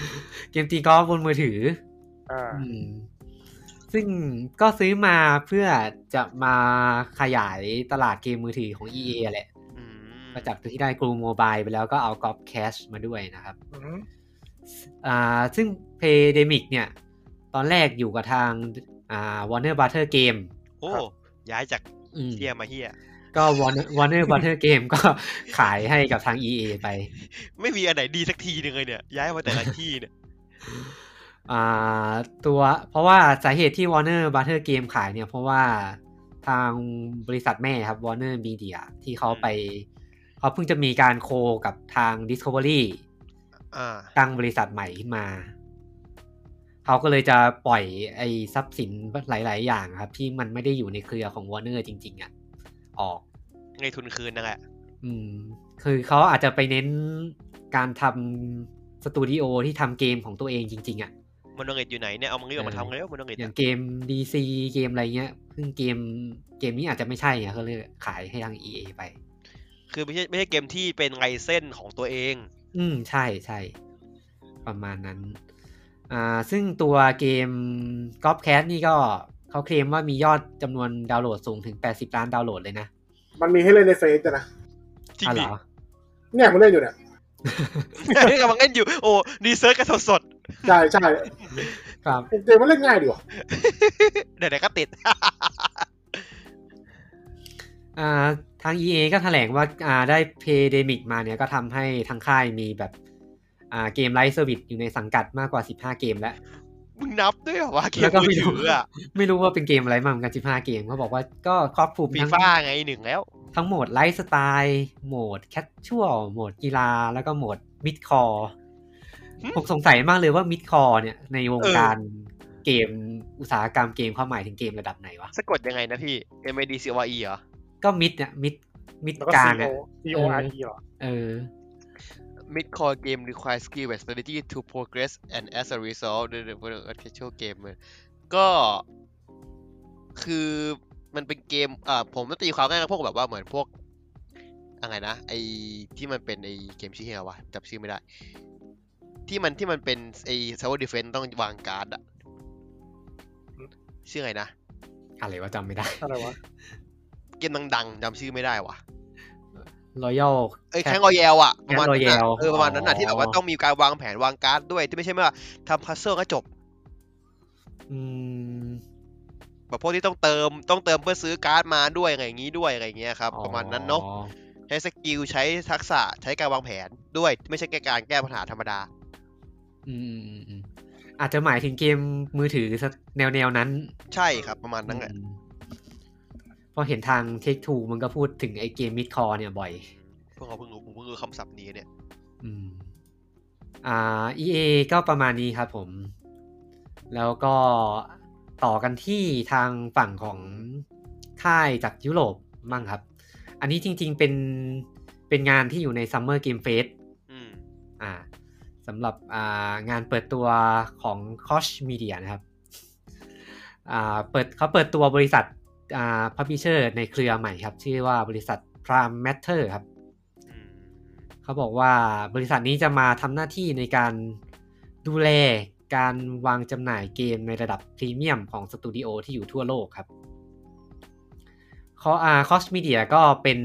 Speaker 2: เกมตีกอล์ฟบนมือถือ
Speaker 1: อ่า
Speaker 2: อืมซึ่งก็ซื้อมาเพื่อจะมาขยายตลาดเกมมือถือของ EA แหละ
Speaker 3: อืม
Speaker 2: มาจากที่ได้กรูโมบายไปแล้วก็เอากอบแคชมาด้วยนะครับ
Speaker 1: อืม
Speaker 2: อ่าซึ่ง p a d e m i c เนี่ย ตอนแรกอยู่กับทางอ่า Warner Brother Game
Speaker 3: โอ้ย้ายจาก
Speaker 2: อืม
Speaker 3: เฮียมาเฮีย
Speaker 2: ก็ Warner Warner Brother Game ก็ ขายให้กับทาง EA ไป
Speaker 3: ไม่มีอันไหนดีสักทีหนึงเลยเนี่ย ย้ายมาแต่ละที่เนี่ย
Speaker 2: อ่าตัวเพราะว่าสาเหตุที่ Warner Brother Game ขายเนี่ย เพราะว่าทางบริษัทแม่ครับ Warner Media ที่เขาไป เขาเพิ่งจะมีการโคกับทาง Discovery
Speaker 3: อ่า
Speaker 2: ตั้งบริษัทใหม่ขึ้นมา เขาก็เลยจะปล่อยไอ้ทรัพย์สินหลาย ๆ อย่างครับ ที่มันไม่ได้อยู่ในเครือของ Warner จริง ๆอะออก
Speaker 3: ไงทุนคืนนั่นแหละ
Speaker 2: อืม คือเขาอาจจะไปเน้นการทำสตูดิโอที่ทำเกมของตัวเองจริง ๆอะ
Speaker 3: มันต้องเงิอยู่ไหนเนี่ย เอามันเงินออกมาทำกันแล้วมันต้องเงิน
Speaker 2: อย่างเกม DC เกมอะไรเงี้ยซึ่งเกมเกมนี้อาจจะไม่ใช่อะเขาเลยขายให้ทาง EA ไป
Speaker 3: คือไม่ใช่ไม่ใช่เกมที่เป็นไงเส้นของตัวเอง
Speaker 2: อืม ใช่ใช่ประมาณนั้น อ่า ซึ่งตัวเกม g o p c a s t นี่ก็เขาเคลมว่ามียอดจำนวนดาวน์โหลดสูงถึง 80 ล้านดาวน์โหลดเลยนะ
Speaker 4: มันมีให้เล่นในเฟซด้วยนะ
Speaker 3: จริง
Speaker 2: อ๋อเหร
Speaker 3: ดิ
Speaker 2: อ
Speaker 4: เนี่ยผมเล่นอยู่เนี่ย
Speaker 3: นี่กำลัง เล่นอยู่ โอ้ดีเซิร์ชกันสด
Speaker 4: ใช่ใช่
Speaker 2: ครับ
Speaker 4: เกมมันเล่นง่ายดีว่ะ
Speaker 3: ๆ เดี๋ยวๆก็ติด
Speaker 2: อ่า ทาง EA ก็แถลงว่า อ่า ได้ Pandemic มาเนี่ยก็ทำให้ทางค่ายมีแบบ อ่า เกมไลฟ์เซอร์วิสอยู่ในสังกัดมากกว่า 15 เกมแล้ว
Speaker 3: มึงนับด้วยเหรอวะเก
Speaker 2: แล้
Speaker 3: ม
Speaker 2: วก็
Speaker 3: มื
Speaker 2: ไม่
Speaker 3: อ
Speaker 2: รู้
Speaker 3: ถือ อะ
Speaker 2: ไม่รู้ว่าเป็นเกมอะไรมาเหมือนกัน15 เกมเขาบอกว่าก็ครอบคลุม
Speaker 3: ฟี
Speaker 2: ทั้ง
Speaker 3: ฟ่าไงหนึ่งแล้ว
Speaker 2: ทั้งโหมดไลฟ์สไตล์ โหมดแคชชวล โหมดกีฬา แล้วก็โหมดมิดคอร์
Speaker 3: หึ
Speaker 2: ผมสงสัยมากเลยว่ามิดคอร์เนี่ย ในวง
Speaker 3: เออ
Speaker 2: การเกมอุตสาหกรรมเกมความหมายถึงเกมระดับไหนวะ
Speaker 3: สะกดยังไงนะพี่ M A D C Y E เหรอ
Speaker 2: ก็มิดเนี่ยมิดมิด
Speaker 1: แล้วก็
Speaker 2: กลา
Speaker 1: C
Speaker 2: ง
Speaker 1: O
Speaker 2: อ่ะ
Speaker 1: C O R E หรอ
Speaker 2: เออ
Speaker 3: Mid core game requires skill and strategy to progress and as a result the the the casual game ก็คือมันเป็นเกมอ่าผมต้องตีความง่ายนะพวกแบบว่าเหมือนพวกอะไรนะไอที่มันเป็นไอเกมชื่ออะไรวะจำชื่อไม่ได้ ที่มันที่มันเป็นไอ server defense ต้องวางการ์ดอะชื่ออะไรนะ
Speaker 2: อะไรวะจำไม่ได้
Speaker 1: อะไรวะ
Speaker 3: เกมดังๆจำชื่อไม่ได้ว่ะ
Speaker 2: Royal
Speaker 3: เอ้ย
Speaker 2: แค่
Speaker 3: แข่งรอยแยลอะประมาณนั้นอะ
Speaker 2: Royale
Speaker 3: เออประมาณนั้นอะที่แบบว่า
Speaker 2: อ๋อ
Speaker 3: ต้องมีการวางแผนวางการ์ดด้วยที่ไม่ใช่ว่าทำพัซเซิลก็จบ
Speaker 2: อืม
Speaker 3: แบบพวกที่ต้องเติมต้องเติมเพื่อซื้อการ์ดมาด้วยอะไรอย่างนี้ด้วยอะไรอย่างเงี้ยครับ ประมาณนั้นเนาะ
Speaker 2: อ๋อ
Speaker 3: ใช้สกิลใช้ทักษะใช้การวางแผนด้วยไม่ใช่แค่การแก้ปัญหาธรรมดา
Speaker 2: อืมอืมอืมอืมอาจจะหมายถึงเกมมือถือแนวแนวๆนั้น
Speaker 3: ใช่ครับประมาณนั้นแหละ
Speaker 2: อืมเพอเห็นทางเทคทูมันก็พูดถึงไอ้เกมมิดคอเนี่ยบ่อย
Speaker 3: พวกเราเพิ่งรู้ผมเพิ่งรู้คำศัพท์นี้เนี่ย
Speaker 2: อืม อ่า EA ก็ประมาณนี้ครับผม แล้วก็ต่อกันที่ทางฝั่งของค่ายจากยุโรปมั่งครับ อันนี้จริงๆเป็นเป็นงานที่อยู่ใน Summer Game Fest
Speaker 3: อืม
Speaker 2: อ่าสำหรับอ่างานเปิดตัวของ c o s h Media นะครับอ่าเปิดเขาเปิดตัวบริษัทอ่าพับพิเชอร์ในเครือใหม่ครับ ชื่อว่าบริษัท Prime Matter ครับ
Speaker 3: อืม
Speaker 2: เขาบอกว่าบริษัทนี้จะมาทำหน้าที่ในการดูแลการวางจำหน่ายเกมในระดับพรีเมียมของสตูดิโอที่อยู่ทั่วโลกครับคออาคอสมีเดียก็เป็น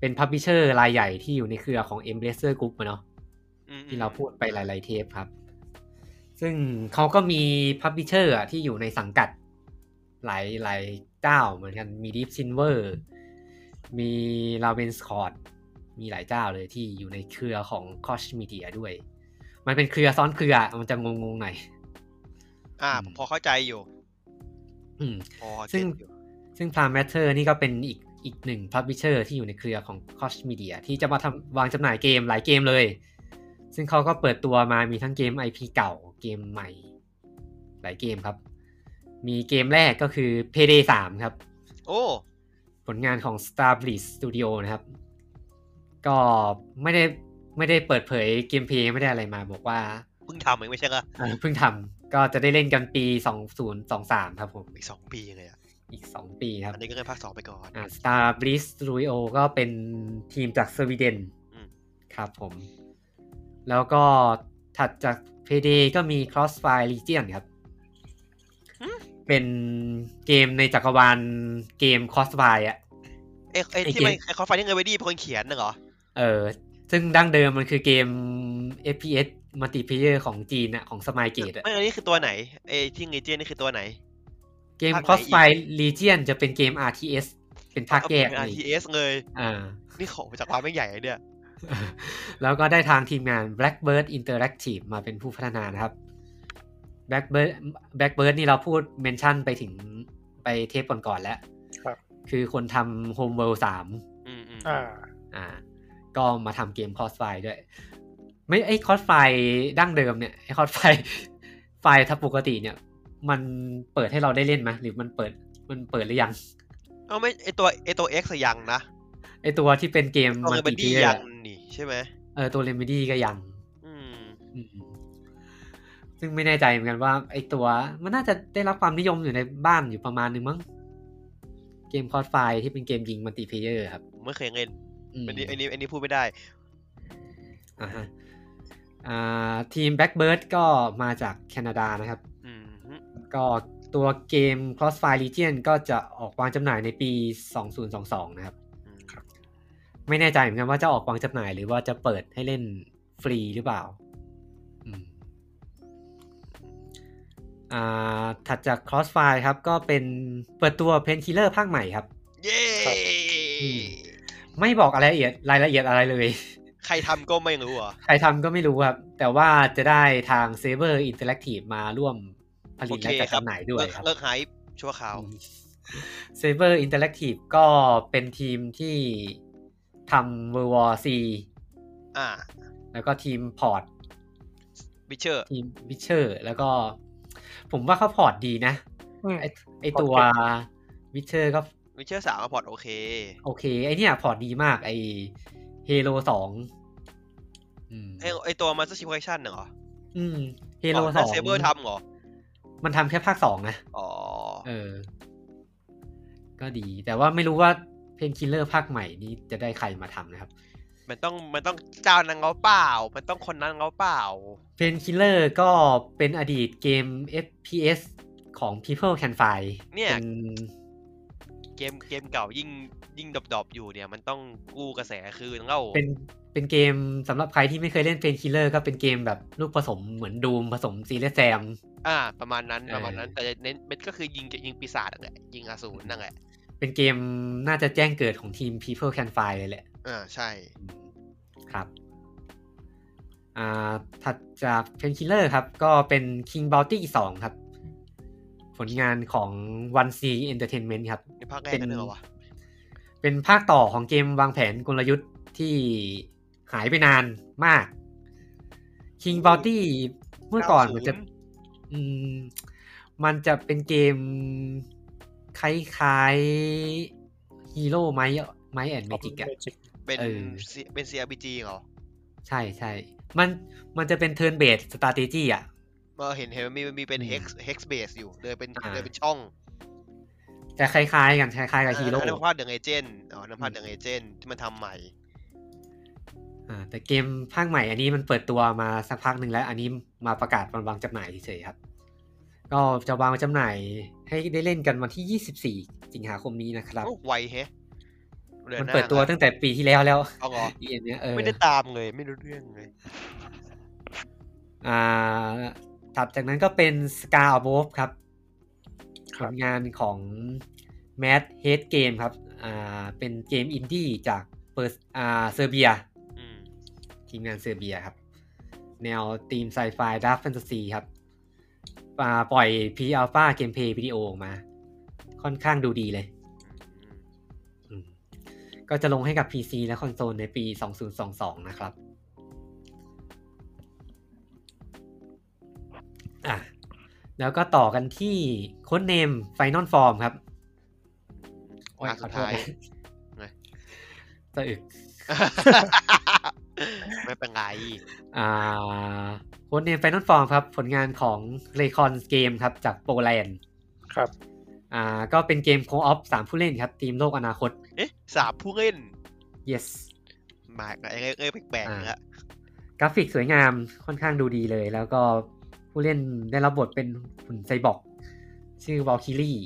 Speaker 2: เป็นพับ l ิเชอร์รายใหญ่ที่อยู่ในเครือของ e m b r a c e r Group อะเนาะ
Speaker 3: อืมอืม
Speaker 2: ที่เราพูดไปหลาย ๆ เทปครับ ซึ่งเขาก็มีพับ l ิเชอร์อะที่อยู่ในสังกัดหลายหลายเจ้าเหมือนกันมี Deep Silver มี r a v e n s c o t มีหลายเจ้าเลยที่อยู่ในเครือของ c o s h Media ด้วย มันเป็นเครือซ้อนเครือมันจะงง ๆ หน่อย
Speaker 3: อ่า
Speaker 2: อืม
Speaker 3: พอเข้าใจอยู่
Speaker 2: อืม
Speaker 3: พอ
Speaker 2: ซึ่
Speaker 3: เก็
Speaker 2: ง
Speaker 3: ตอยู่
Speaker 2: ซึ่ง Prime Matter นี่ก็เป็นอีกอีกหนึ่ง Publisher ที่อยู่ในเครือของ c o s h Media ที่จะมาทำวางจำหน่ายเกมหลายเกมเลย ซึ่งเขาก็เปิดตัวมามีทั้งเกม IP เก่าเกมใหม่ หลายเกมครับ มีเกมแรกก็คือ Payday 3 ครับ
Speaker 3: โอ้
Speaker 2: ผลงานของ Star b l i z Studio นะครับ ก็ไม่ได้ไม่ได้เปิดเผยเกมเพลย์ไม่ได้อะไรมาบอกว่า
Speaker 3: เพิ่งทำเองไม่ใช่เหรอ
Speaker 2: เอ่อเพิ่งทำก็จะได้เล่นกันปี 2023 ครับผม
Speaker 3: อีกสองปีเลยอ่ะ
Speaker 2: อีก 2 ปีครับ
Speaker 3: อันนี้ก็เคยภาคสองไปก่อน
Speaker 2: อ่า Star b l i z Studio ก็เป็นทีมจากสวีเดน
Speaker 3: อืม
Speaker 2: ครับผม แล้วก็ถัดจาก PD ก็มี Crossfire Legion ครับ เป็นเกมในจักรวาลเกม Crossfire อะ
Speaker 3: เอ๊ะเอ๊ะ
Speaker 2: ไอ้
Speaker 3: ที่มัน
Speaker 2: เกม
Speaker 3: ไอ้คอไฟที่เงยไปดีเป็นคนเขียนน่ะเหรอ
Speaker 2: เออ ซึ่งดั้งเดิมมันคือเกม FPS Multiplayer ของจีนอะของสมายเกตอะ
Speaker 3: ไม่อันนี้คือตัวไหนไอ้ที่เงยเจนนี่คือตัวไหน
Speaker 2: เกม
Speaker 3: ภาคไหนอีก
Speaker 2: Crossfire Legion จะเป็นเกม RTS เป็นภาคแยก
Speaker 3: เป็น
Speaker 2: เลย
Speaker 3: RTS เลย
Speaker 2: อ่า
Speaker 3: นี่ของจากความไม่ใหญ่ไอ้เนี่ย
Speaker 2: แล้วก็ได้ทางทีมงาน Blackbird Interactive มาเป็นผู้พัฒนานะครับ Blackbird Blackbird นี่เราพูดเมนชั่นไปถึงไปเทปก่อนๆแล้ว
Speaker 1: ครับ
Speaker 2: คือคนทำ Homeworld 3
Speaker 3: อืมอืม
Speaker 1: อ่า
Speaker 2: อ่า ก็มาทำเกม Crossfire ด้วย ไม่ไอ้ Crossfire ดั้งเดิมเนี่ยไอ้ Crossfire ไฟล์ถ้าปกติเนี่ย มันเปิดให้เราได้เล่นไหมหรือมันเปิดมันเปิดหรือยัง
Speaker 3: เอาไม่ไอตัวไอตัว X อะยังนะ
Speaker 2: ไอ้ตัวที่เป็นเกม
Speaker 3: ตัวเงยไปดี
Speaker 2: ร์
Speaker 3: ยังนี่ใช่ไหม
Speaker 2: เออตัวเรมดี้ก็ยัง
Speaker 3: อืม
Speaker 2: อืมซึ่งไม่แน่ใจเหมือนกันว่าไอตัว มันน่าจะได้รับความนิยมอยู่ในบ้านอยู่ประมาณนึงมั้งเกมคอร์ดไฟที่เป็นเกมยิงมัลติเพลเยอร์ครับ
Speaker 3: ผมไม่เคยเล่น
Speaker 2: อืม
Speaker 3: อันนี้อันนี้อันนี้พูดไม่ได้
Speaker 2: อ่าฮะอ่าทีม Blackbird ก็มาจากแคนาดานะครับ
Speaker 3: อืมฮึ
Speaker 2: ก็ตัวเกม Crossfire Legion ก็จะออกวางจำหน่ายในปี 2022 นะครับ
Speaker 3: อืม
Speaker 2: ไม่แน่ใจเหมือนกันว่าจะออกวางจำหน่ายหรือว่าจะเปิดให้เล่นฟรีหรือเปล่า อืมอ่า ถัดจาก Crossfire ครับ ก็เป็นเปิดตัว Painkiller ภาคใหม่ครับ
Speaker 3: เย้
Speaker 1: ครับ
Speaker 2: อืม ไม่บอกอะไรละเอียดรายละเอียดอะไรเลย
Speaker 3: ใครทำก็ไม่รู้เหรอ
Speaker 2: ใครทำก็ไม่รู้ครับ แต่ว่าจะได้ทาง Saber Interactive มาร่วมผลิตและจัดจำหน่ายด้วยครับ
Speaker 3: เลิกหายชั่วคราว
Speaker 2: เซเบอร์อินเตอร์แอคทีฟก็เป็นทีมที่ทำ World War C
Speaker 3: อ่า
Speaker 2: แล้วก็ทีมพอร์ต
Speaker 3: บิเชอร์
Speaker 2: ทีมวิเชอร์ แล้วก็ ผมว่าเขาพอร์ตดีนะ
Speaker 1: อืม
Speaker 2: ไอไอตัววิเชอร์ก็
Speaker 3: บิเชอร์สามพอร์ตโอเค
Speaker 2: โอเค ไอเนี่ยพอร์ตดีมาก ไอเฮโร่สองอืม
Speaker 3: ไอไอตัวมาสเตอร์ชิฟไคชั่นเหรอ
Speaker 2: อืมเฮโร่ส
Speaker 3: นั่
Speaker 2: อน ง
Speaker 3: เซเบอร์ทำเหรอ
Speaker 2: มันทำแค่ภาคสองนะ
Speaker 3: อ๋อ
Speaker 2: เออ ก็ดี แต่ว่าไม่รู้ว่าเพนคิลเลอร์ภาคใหม่นี้จะได้ใครมาทำนะครับ
Speaker 3: มันต้องมันต้องเจ้านั้นเขาเปล่า มันต้องคนนั้นเขาเปล่า
Speaker 2: เพนคิลเลอร์ก็เป็นอดีตเกม FPS ของ People Can Fly
Speaker 3: เนี่ย
Speaker 2: เป็น
Speaker 3: เกมเกมเก่ายิ่งยิ่งดอบๆอยู่เนี่ย มันต้องกู้กระแสคืนเล่า
Speaker 2: เป็นเป็นเกมสำหรับใครที่ไม่เคยเล่นเพนคิลเลอร์ก็เป็นเกมแบบลูกผสมเหมือนดูมผสมซีเรียสแซม
Speaker 3: อ่า ประมาณนั้น
Speaker 2: เออ
Speaker 3: ประมาณนั้น แต่เน้นมันก็คือยิงยิงปีศาจนั่นแหละยิงอสูรนั่นแหละ
Speaker 2: เป็นเกมน่าจะแจ้งเกิดของทีม People Can Fly เลยแหละ
Speaker 3: อ่าใช่
Speaker 2: ครับอ่าถัดจากเพนคิลเลอร์ครับ ก็เป็น King Bounty 2 ครับ ผลงานของ One C Entertainment ครับ
Speaker 3: ในภาคแรกนั่นเหรอวะ
Speaker 2: เป็นภาคต่อของเกมวางแผนกลยุทธ์ที่หายไปนานมาก King Bounty เมื่อก่อนมันจะอืมมันจะเป็นเกมคล้ายๆฮีโร่ไม้ไม้แอนเมจิกอะ
Speaker 1: Magic
Speaker 3: เป็น
Speaker 2: เออ
Speaker 3: เป็น CRPG เหรอ
Speaker 2: ใช่ใช่มันมันจะเป็นเทิร์นเบสสตา t e g y อ่ะ
Speaker 3: เออเห็นเห็นมันมีมันมีเป็น
Speaker 2: อืม
Speaker 3: hex hex base อยู่เดินเป็น
Speaker 2: อ่า
Speaker 3: เดินเป็นช่อง
Speaker 2: จะคล้ายๆ กันคล้ายๆกับฮีโร่
Speaker 3: อันน้นภาพเดอะเอเจนอ๋อน้ำภาพ
Speaker 2: อืม
Speaker 3: เดอะเอเจนที่มันทำใหม่
Speaker 2: อ่าแต่เกมภาคใหม่อันนี้มันเปิดตัวมาสักพักหนึ่งแล้ว อันนี้มาประกาศวันวางจำหน่ายเฉยๆครับ ก็จะวางจำหน่ายให้ได้เล่นกันวันที่ 24 สิงหาคมนี้นะครับ
Speaker 3: โอ้ไวแฮะ ดือน
Speaker 2: มัน
Speaker 3: หน้า
Speaker 2: เปิดตัว
Speaker 3: ครับ
Speaker 2: ตั้งแต่ปีที่แล้วแล้ว
Speaker 3: เอาเหรอ
Speaker 2: อีเอ็นเนี้ยเออ
Speaker 3: ไม่ได้ตามเลยไม่รู้เรื่องเลย
Speaker 2: อ่าถัดจากนั้นก็เป็นสกาอ o v ฟครับ
Speaker 1: ค
Speaker 2: ผ
Speaker 1: รับ
Speaker 2: ลงานของ Mad Head Game ครับอ่าเป็นเกมอินดี้จากเปอร์สอ่าเซอร์เบีย
Speaker 3: อืม
Speaker 2: ทีมงานเซอร์เบียครับ แนวทีมไซไฟดาร์ a แฟนตาซีครับอ่าปล่อย p ีอัลฟาเกมเพย์วิดีโอออกมา ค่อนข้างดูดีเลยอืมก็จะลงให้กับ PC และคอนโซลในปี 2022 นะครับอ่ะแล้วก็ต่อกันที่โค้ดเนมไฟนอลฟอร์มครับโอ้ย
Speaker 3: อ่ะ
Speaker 2: ข
Speaker 3: สุ
Speaker 2: อ
Speaker 3: ด
Speaker 2: โทษ
Speaker 3: ท้าย
Speaker 2: นะ
Speaker 3: ไหน
Speaker 2: สะอึก
Speaker 3: ไม่เป็นไร
Speaker 2: อ่าโค้ดเนมไฟนอลฟอร์มครับ ผลงานของ r a y c o n Game ครับ จากโปแลนด์
Speaker 1: ครับ
Speaker 2: อ่าก็เป็นเกมโคออฟสามผู้เล่นครับ ทีมโลกอนาคต
Speaker 3: เอ๊ะสามผู้เล่น
Speaker 2: yes
Speaker 3: มากนะไอ้เอ้ยเอ้ยแปลกๆนะ
Speaker 2: กราฟิกสวยงามค่อนข้างดูดีเลย แล้วก็ผู้เล่นได้รับบทเป็นหุ่นไซบอร์กชื่อวอลคิลี่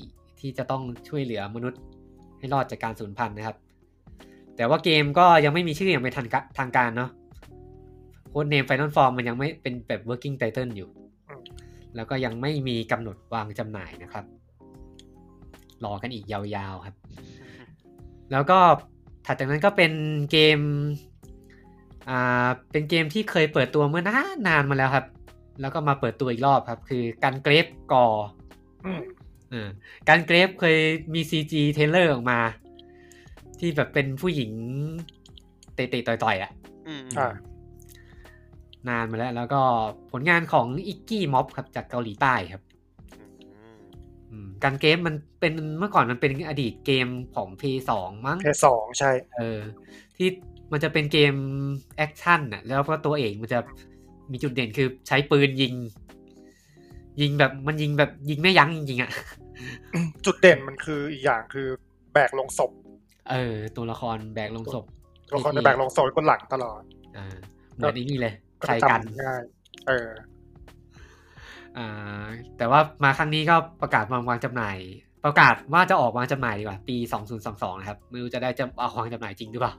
Speaker 2: ที่จะต้องช่วยเหลือมนุษย์ให้รอดจากการสูญพันธุ์นะครับ แต่ว่าเกมก็ยังไม่มีชื่ออย่างเป็นทางกะทางการเนาะโค้ดเนมไฟนอลฟอร์มมันยังไม่เป็นแบบ working title อยู่ แล้วก็ยังไม่มีกำหนดวางจำหน่ายนะครับ รอกันอีกยาวๆครับ แล้วก็ถัดจากนั้นก็เป็นเกม อ่า เป็นเกมที่เคยเปิดตัวเมื่อนานนานมาแล้วครับ แล้วก็มาเปิดตัวอีกรอบครับ คือการเกรฟกอ
Speaker 1: อืม
Speaker 2: อ่าการเกรฟเคยมี CG เทรลเลอร์ออกมา ที่แบบเป็นผู้หญิงเตะๆต่อยๆอ่ะ
Speaker 3: อืม
Speaker 1: อ่า
Speaker 2: นานมาแล้ว แล้วก็ผลงานของอิกกี้ม็อบครับจากเกาหลีใต้ครับ
Speaker 3: อื
Speaker 2: อืม
Speaker 3: ม
Speaker 2: การเกมมันเป็นเมื่อก่อนมันเป็นอดีตเกมของ P2 มั้ง
Speaker 1: เพศสองใช่
Speaker 2: เออที่มันจะเป็นเกมแอคชั่นน่ะแล้วก็ตัวเอกมันจะมีจุดเด่นคือใช้ปืนยิง ยิงแบบมันยิงแบบยิงไม่ยั้งจริงๆอ่ะ
Speaker 1: จุดเด่นมันคืออีกอย่างคือแบกลงศพ
Speaker 2: เออ ตัวละครแบกลงศพ
Speaker 1: ตัวละครจะแบกลงศพไว้บนหลังตลอด
Speaker 2: อ่าเหมือนไอ้นี่เลย
Speaker 1: ก็
Speaker 2: ชาย
Speaker 1: จำ
Speaker 2: กัน
Speaker 1: ง่าย เออ
Speaker 2: อ่าแต่ว่ามาครั้งนี้ก็ประกาศวางวางจำหน่าย ประกาศว่าจะออกวางจำหน่ายดีกว่า ปี 2022 นะครับไม่รู้จะได้จะเอาวางจำหน่ายจริงหรือเปล่า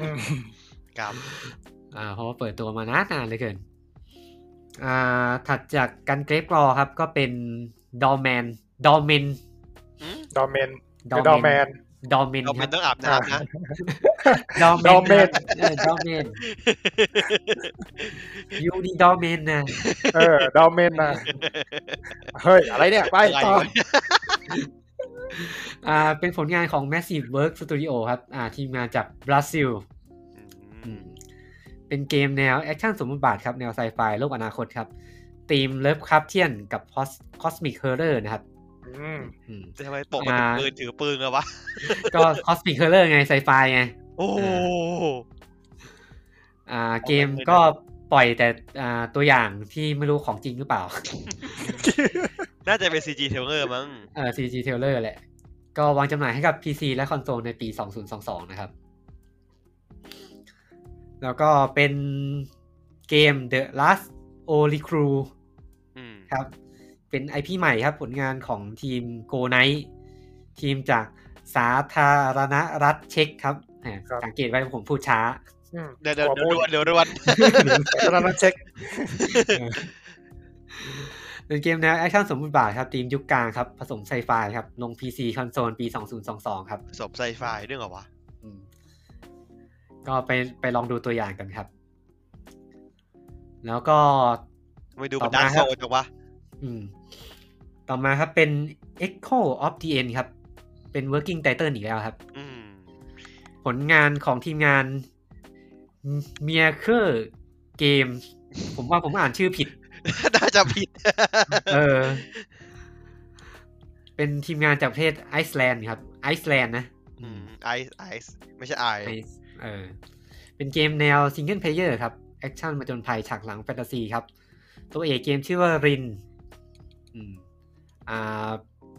Speaker 1: อืม
Speaker 3: ครับ
Speaker 2: อ่าเพราะว่าเปิดตัวมานานนานเหลยเกิน อ่า ถัดจากการเกรฟกรอครับก็เป็นดอ m แมนดอ m เมน
Speaker 3: อืม
Speaker 1: ดอมเมนหรือดอมแมน
Speaker 2: ดอ m เมน
Speaker 3: เรา
Speaker 2: ค
Speaker 3: เป็
Speaker 2: รับ
Speaker 3: นต้องอาบน้ำนะ
Speaker 2: ดอ m เมน
Speaker 1: Doorman
Speaker 2: ดอ m เมนยูดีดอ m เมนนะ
Speaker 1: เออดอมเมนนะเฮ้ย อะไรเนี่ย ไปต่อ
Speaker 3: อะไรวะ
Speaker 2: อ่าเป็นผลงานของ Massive Work Studio ครับ อ่าทีมงานจากบราซิล
Speaker 3: อืม
Speaker 2: เป็นเกมแนวแอคชั่นสมบูรณ์บาทครับ แนวไซไฟโลกอนาคตครับธีมเลิฟคราฟเทียนกับคอสมิกเฮอร์เรอร์นะครับ
Speaker 1: อืม
Speaker 2: อืม
Speaker 3: ทำไมปกมันเป็น
Speaker 2: อ่า
Speaker 3: ปืนถือปืนอะวะ
Speaker 2: ก็คอสมิกเฮอร์เรอร์ไงไซไฟไง
Speaker 3: โอ้โห
Speaker 2: อ่า
Speaker 3: เอา
Speaker 2: เกม
Speaker 3: แบบเลยนะ
Speaker 2: ก็ปล่อยแต่อ่าตัวอย่างที่ไม่รู้ของจริงหรือเปล่า
Speaker 3: น่าจะเป็น CG Trailer มั้ง
Speaker 2: เอ่อ CG Trailer แหละ ก็วางจำหน่ายให้กับ PC และคอนโซลในปี 2022 นะครับ แล้วก็เป็นเกม The Last o l i c r u
Speaker 3: อืม
Speaker 2: ครับ เป็น IP ใหม่ครับ ผลงานของทีม Go Night ทีมจากสาธารณรัฐเช็กครับแหมสังเกตไว้ผมพูดช้า
Speaker 1: อืม
Speaker 3: เดี๋ยวเดี๋ยว
Speaker 1: ขอ
Speaker 3: เดี๋ยว
Speaker 1: พูด
Speaker 3: รวนเดี๋ยวรวน
Speaker 1: แต่ตอนนั้นเช็ค
Speaker 2: เป็นเกมแนวแอคชั่นสมบูรณ์บาทครับทีมยุคกลางครับ ผสมไซไฟครับ ลง PC คอนโซลปี 2022 ครับ
Speaker 3: ผ สมไซไฟด้วยเหรอวะ
Speaker 2: อืมก็ไปไปลองดูตัวอย่างกันครับ แล้วก็
Speaker 3: ทำไม่ดู
Speaker 2: ต่
Speaker 3: เป็
Speaker 2: อน มา
Speaker 3: ดาร์ก
Speaker 2: ค
Speaker 3: โซ
Speaker 2: รับ
Speaker 3: นจังวะ
Speaker 2: อืมต่อมาครับเป็น Echo of the End ครับ เป็น working title อีกแล้วครับ
Speaker 3: อืม
Speaker 2: ผลงานของทีมงานเมียเคอร์เกม ผมว่าผมอ่านชื่อผิด
Speaker 3: น่าจะผิด
Speaker 2: เออ เป็นทีมงานจากประเทศไอซ์แลนด์ครับ ไอซ์แลนด์นะ
Speaker 3: ไอซ์ไอซ์ไม่ใช่ไอ
Speaker 2: ไอซ์เออ เป็นเกมแนวซิงเกิลเพลเยอร์ครับ แอคชั่นมาจนภัยฉากหลังแฟนตาซีครับ ตัวเอกเกมชื่อว่าริน อืม อ่า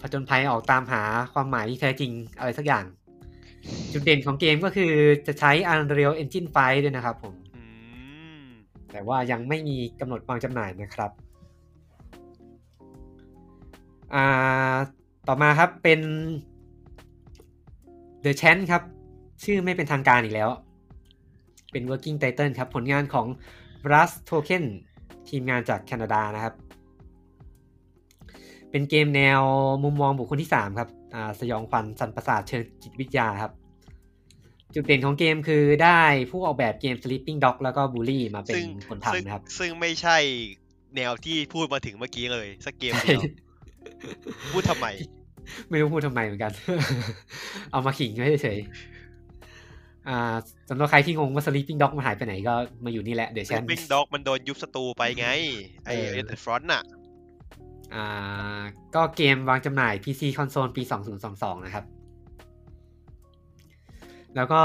Speaker 2: ผจญภัยออกตามหาความหมายที่แท้จริงอะไรสักอย่าง จุดเด่นของเกมก็คือจะใช้ Unreal Engine 5 ด้วยนะครับผม
Speaker 3: อืม
Speaker 2: แต่ว่ายังไม่มีกำหนดวางจำหน่ายนะครับ อ่า ต่อมาครับเป็น The Chant ครับ ชื่อไม่เป็นทางการอีกแล้ว เป็น working title ครับ ผลงานของ Rust Token ทีมงานจากแคนาดานะครับ เป็นเกมแนวมุมมองบุคคลที่ 3 ครับอ่าสยองขวัญสันประสาทเชิงจิตวิทยาครับ จุดเด่นของเกมคือได้ผู้ออกแบบเกม Sleeping Dog แล้วก็ Bully มาเป็น
Speaker 3: ซึ่ง
Speaker 2: คน
Speaker 3: ซึ่ง
Speaker 2: ทำนะครับ
Speaker 3: ซึ่งไม่ใช่แนวที่พูดมาถึงเมื่อกี้เลยสักเกมเดี ยวพูดทำไม
Speaker 2: ไม่รู้พูดทำไมเหมือน กัน เอามาขิงไว้เฉยๆอ่าสำหรับใครที่งงว่า Sleeping Dog มันหายไปไหนก็มาอยู่นี่แหละ เดี๋ยว
Speaker 3: เซ
Speaker 2: ฉั
Speaker 3: น
Speaker 2: น
Speaker 3: ปิ้งด็อกมันโดนยุบสตูไปไง ไอ
Speaker 2: เออ
Speaker 3: เอฟรอนต์น่ะ
Speaker 2: อ่าก็เกมวางจำหน่าย PC คอนโซลปี 2022 นะครับ แล้วก็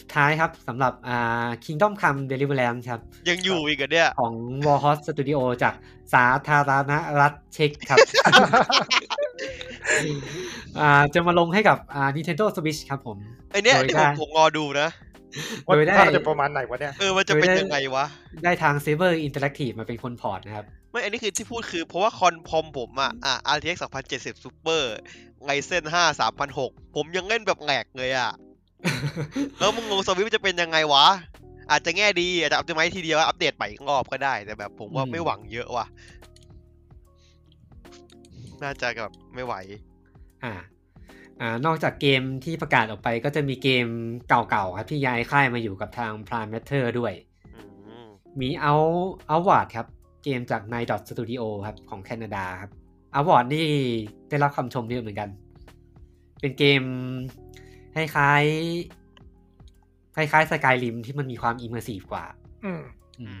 Speaker 2: สุดท้ายครับสำหรับอ่า Kingdom Come Deliverance ครับ
Speaker 3: ยังอยู่อีกเหรอเนี่ย
Speaker 2: ของ Warhorse Studio จากสาธารณรัฐเช็กครับ อ่าจะมาลงให้กับอ่า Nintendo Switch ครับผม
Speaker 3: ไอเนี้ย
Speaker 2: โดย
Speaker 3: ที่ผม
Speaker 2: ได้
Speaker 3: ผมงอดูนะ
Speaker 1: ว่า
Speaker 2: โดยได้
Speaker 1: ภาพจะประมาณไหนวะเนี่ย
Speaker 3: เออ มันจะเป็น
Speaker 2: โดยได้
Speaker 3: ยังไงวะ
Speaker 2: ได้ทาง Saber Interactive มาเป็นคนพอร์ตนะครับ
Speaker 3: ไม่ อันนี้คือที่พูดคือเพราะว่าคอนพอมผมอ่ะ อ่ะ RTX 2070 Super ไงเส้น5 3006 ผมยังเล่นแบบแหลกเลยอ่ะ แล้วมึงงงสวิตช์มันจะเป็นยังไงวะ อาจจะแง่ดี อาจจะอัปเดตไหมทีเดียวอัปเดตไปอีกรอบก็ได้ แต่แบบผมว่า
Speaker 2: อืม
Speaker 3: ไม่หวังเยอะว่ะ น่าจะแบบไม่ไหว
Speaker 2: อ่าอ่านอกจากเกมที่ประกาศออกไปก็จะมีเกมเก่าๆครับที่ย้ายค่ายมาอยู่กับทาง Prime Matter ด้วย
Speaker 3: อืม
Speaker 2: มี Out Outward ครับ เกมจาก n i d o t Studio ครับ ของแคนาดาครับ Outward นี่ได้รับคำชมเยอะเหมือนกัน เป็นเกมคล้ายๆคล้ายๆ Skyrim ที่มันมีความ immersive กว่า
Speaker 1: อืม
Speaker 2: อืม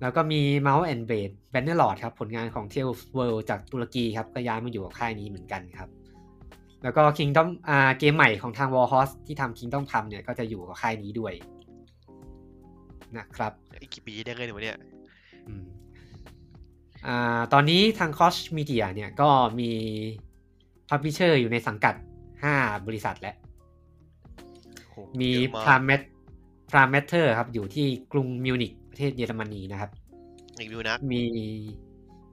Speaker 2: แล้วก็มี Mouse and b a d e Bannerlord ครับ ผลงานของ Tales World จากตุรกีครับ ก็ย้ายมาอยู่กับค่ายนี้เหมือนกันครับ แล้วก็ Kingdom อ่าเกมใหม่ของทาง Warhorse ที่ทำ Kingdom Come เนี่ยก็จะอยู่กับค่ายนี้ด้วยนะครับ
Speaker 3: อีกกี่ปีได้เงินวะเนี่ย
Speaker 2: อืมอ่าตอนนี้ทางคอชมีเดียเนี่ยก็มีพับพิเชอร์อยู่ในสังกัด 5 บริษัทแล้ว มี
Speaker 3: เยอะมาก
Speaker 2: พรามเมทพรามเมทเทอร์ครับ อยู่ที่กรุงมิวนิกประเทศเยอรมนีนะครับ
Speaker 3: อีกดูนะ
Speaker 2: มี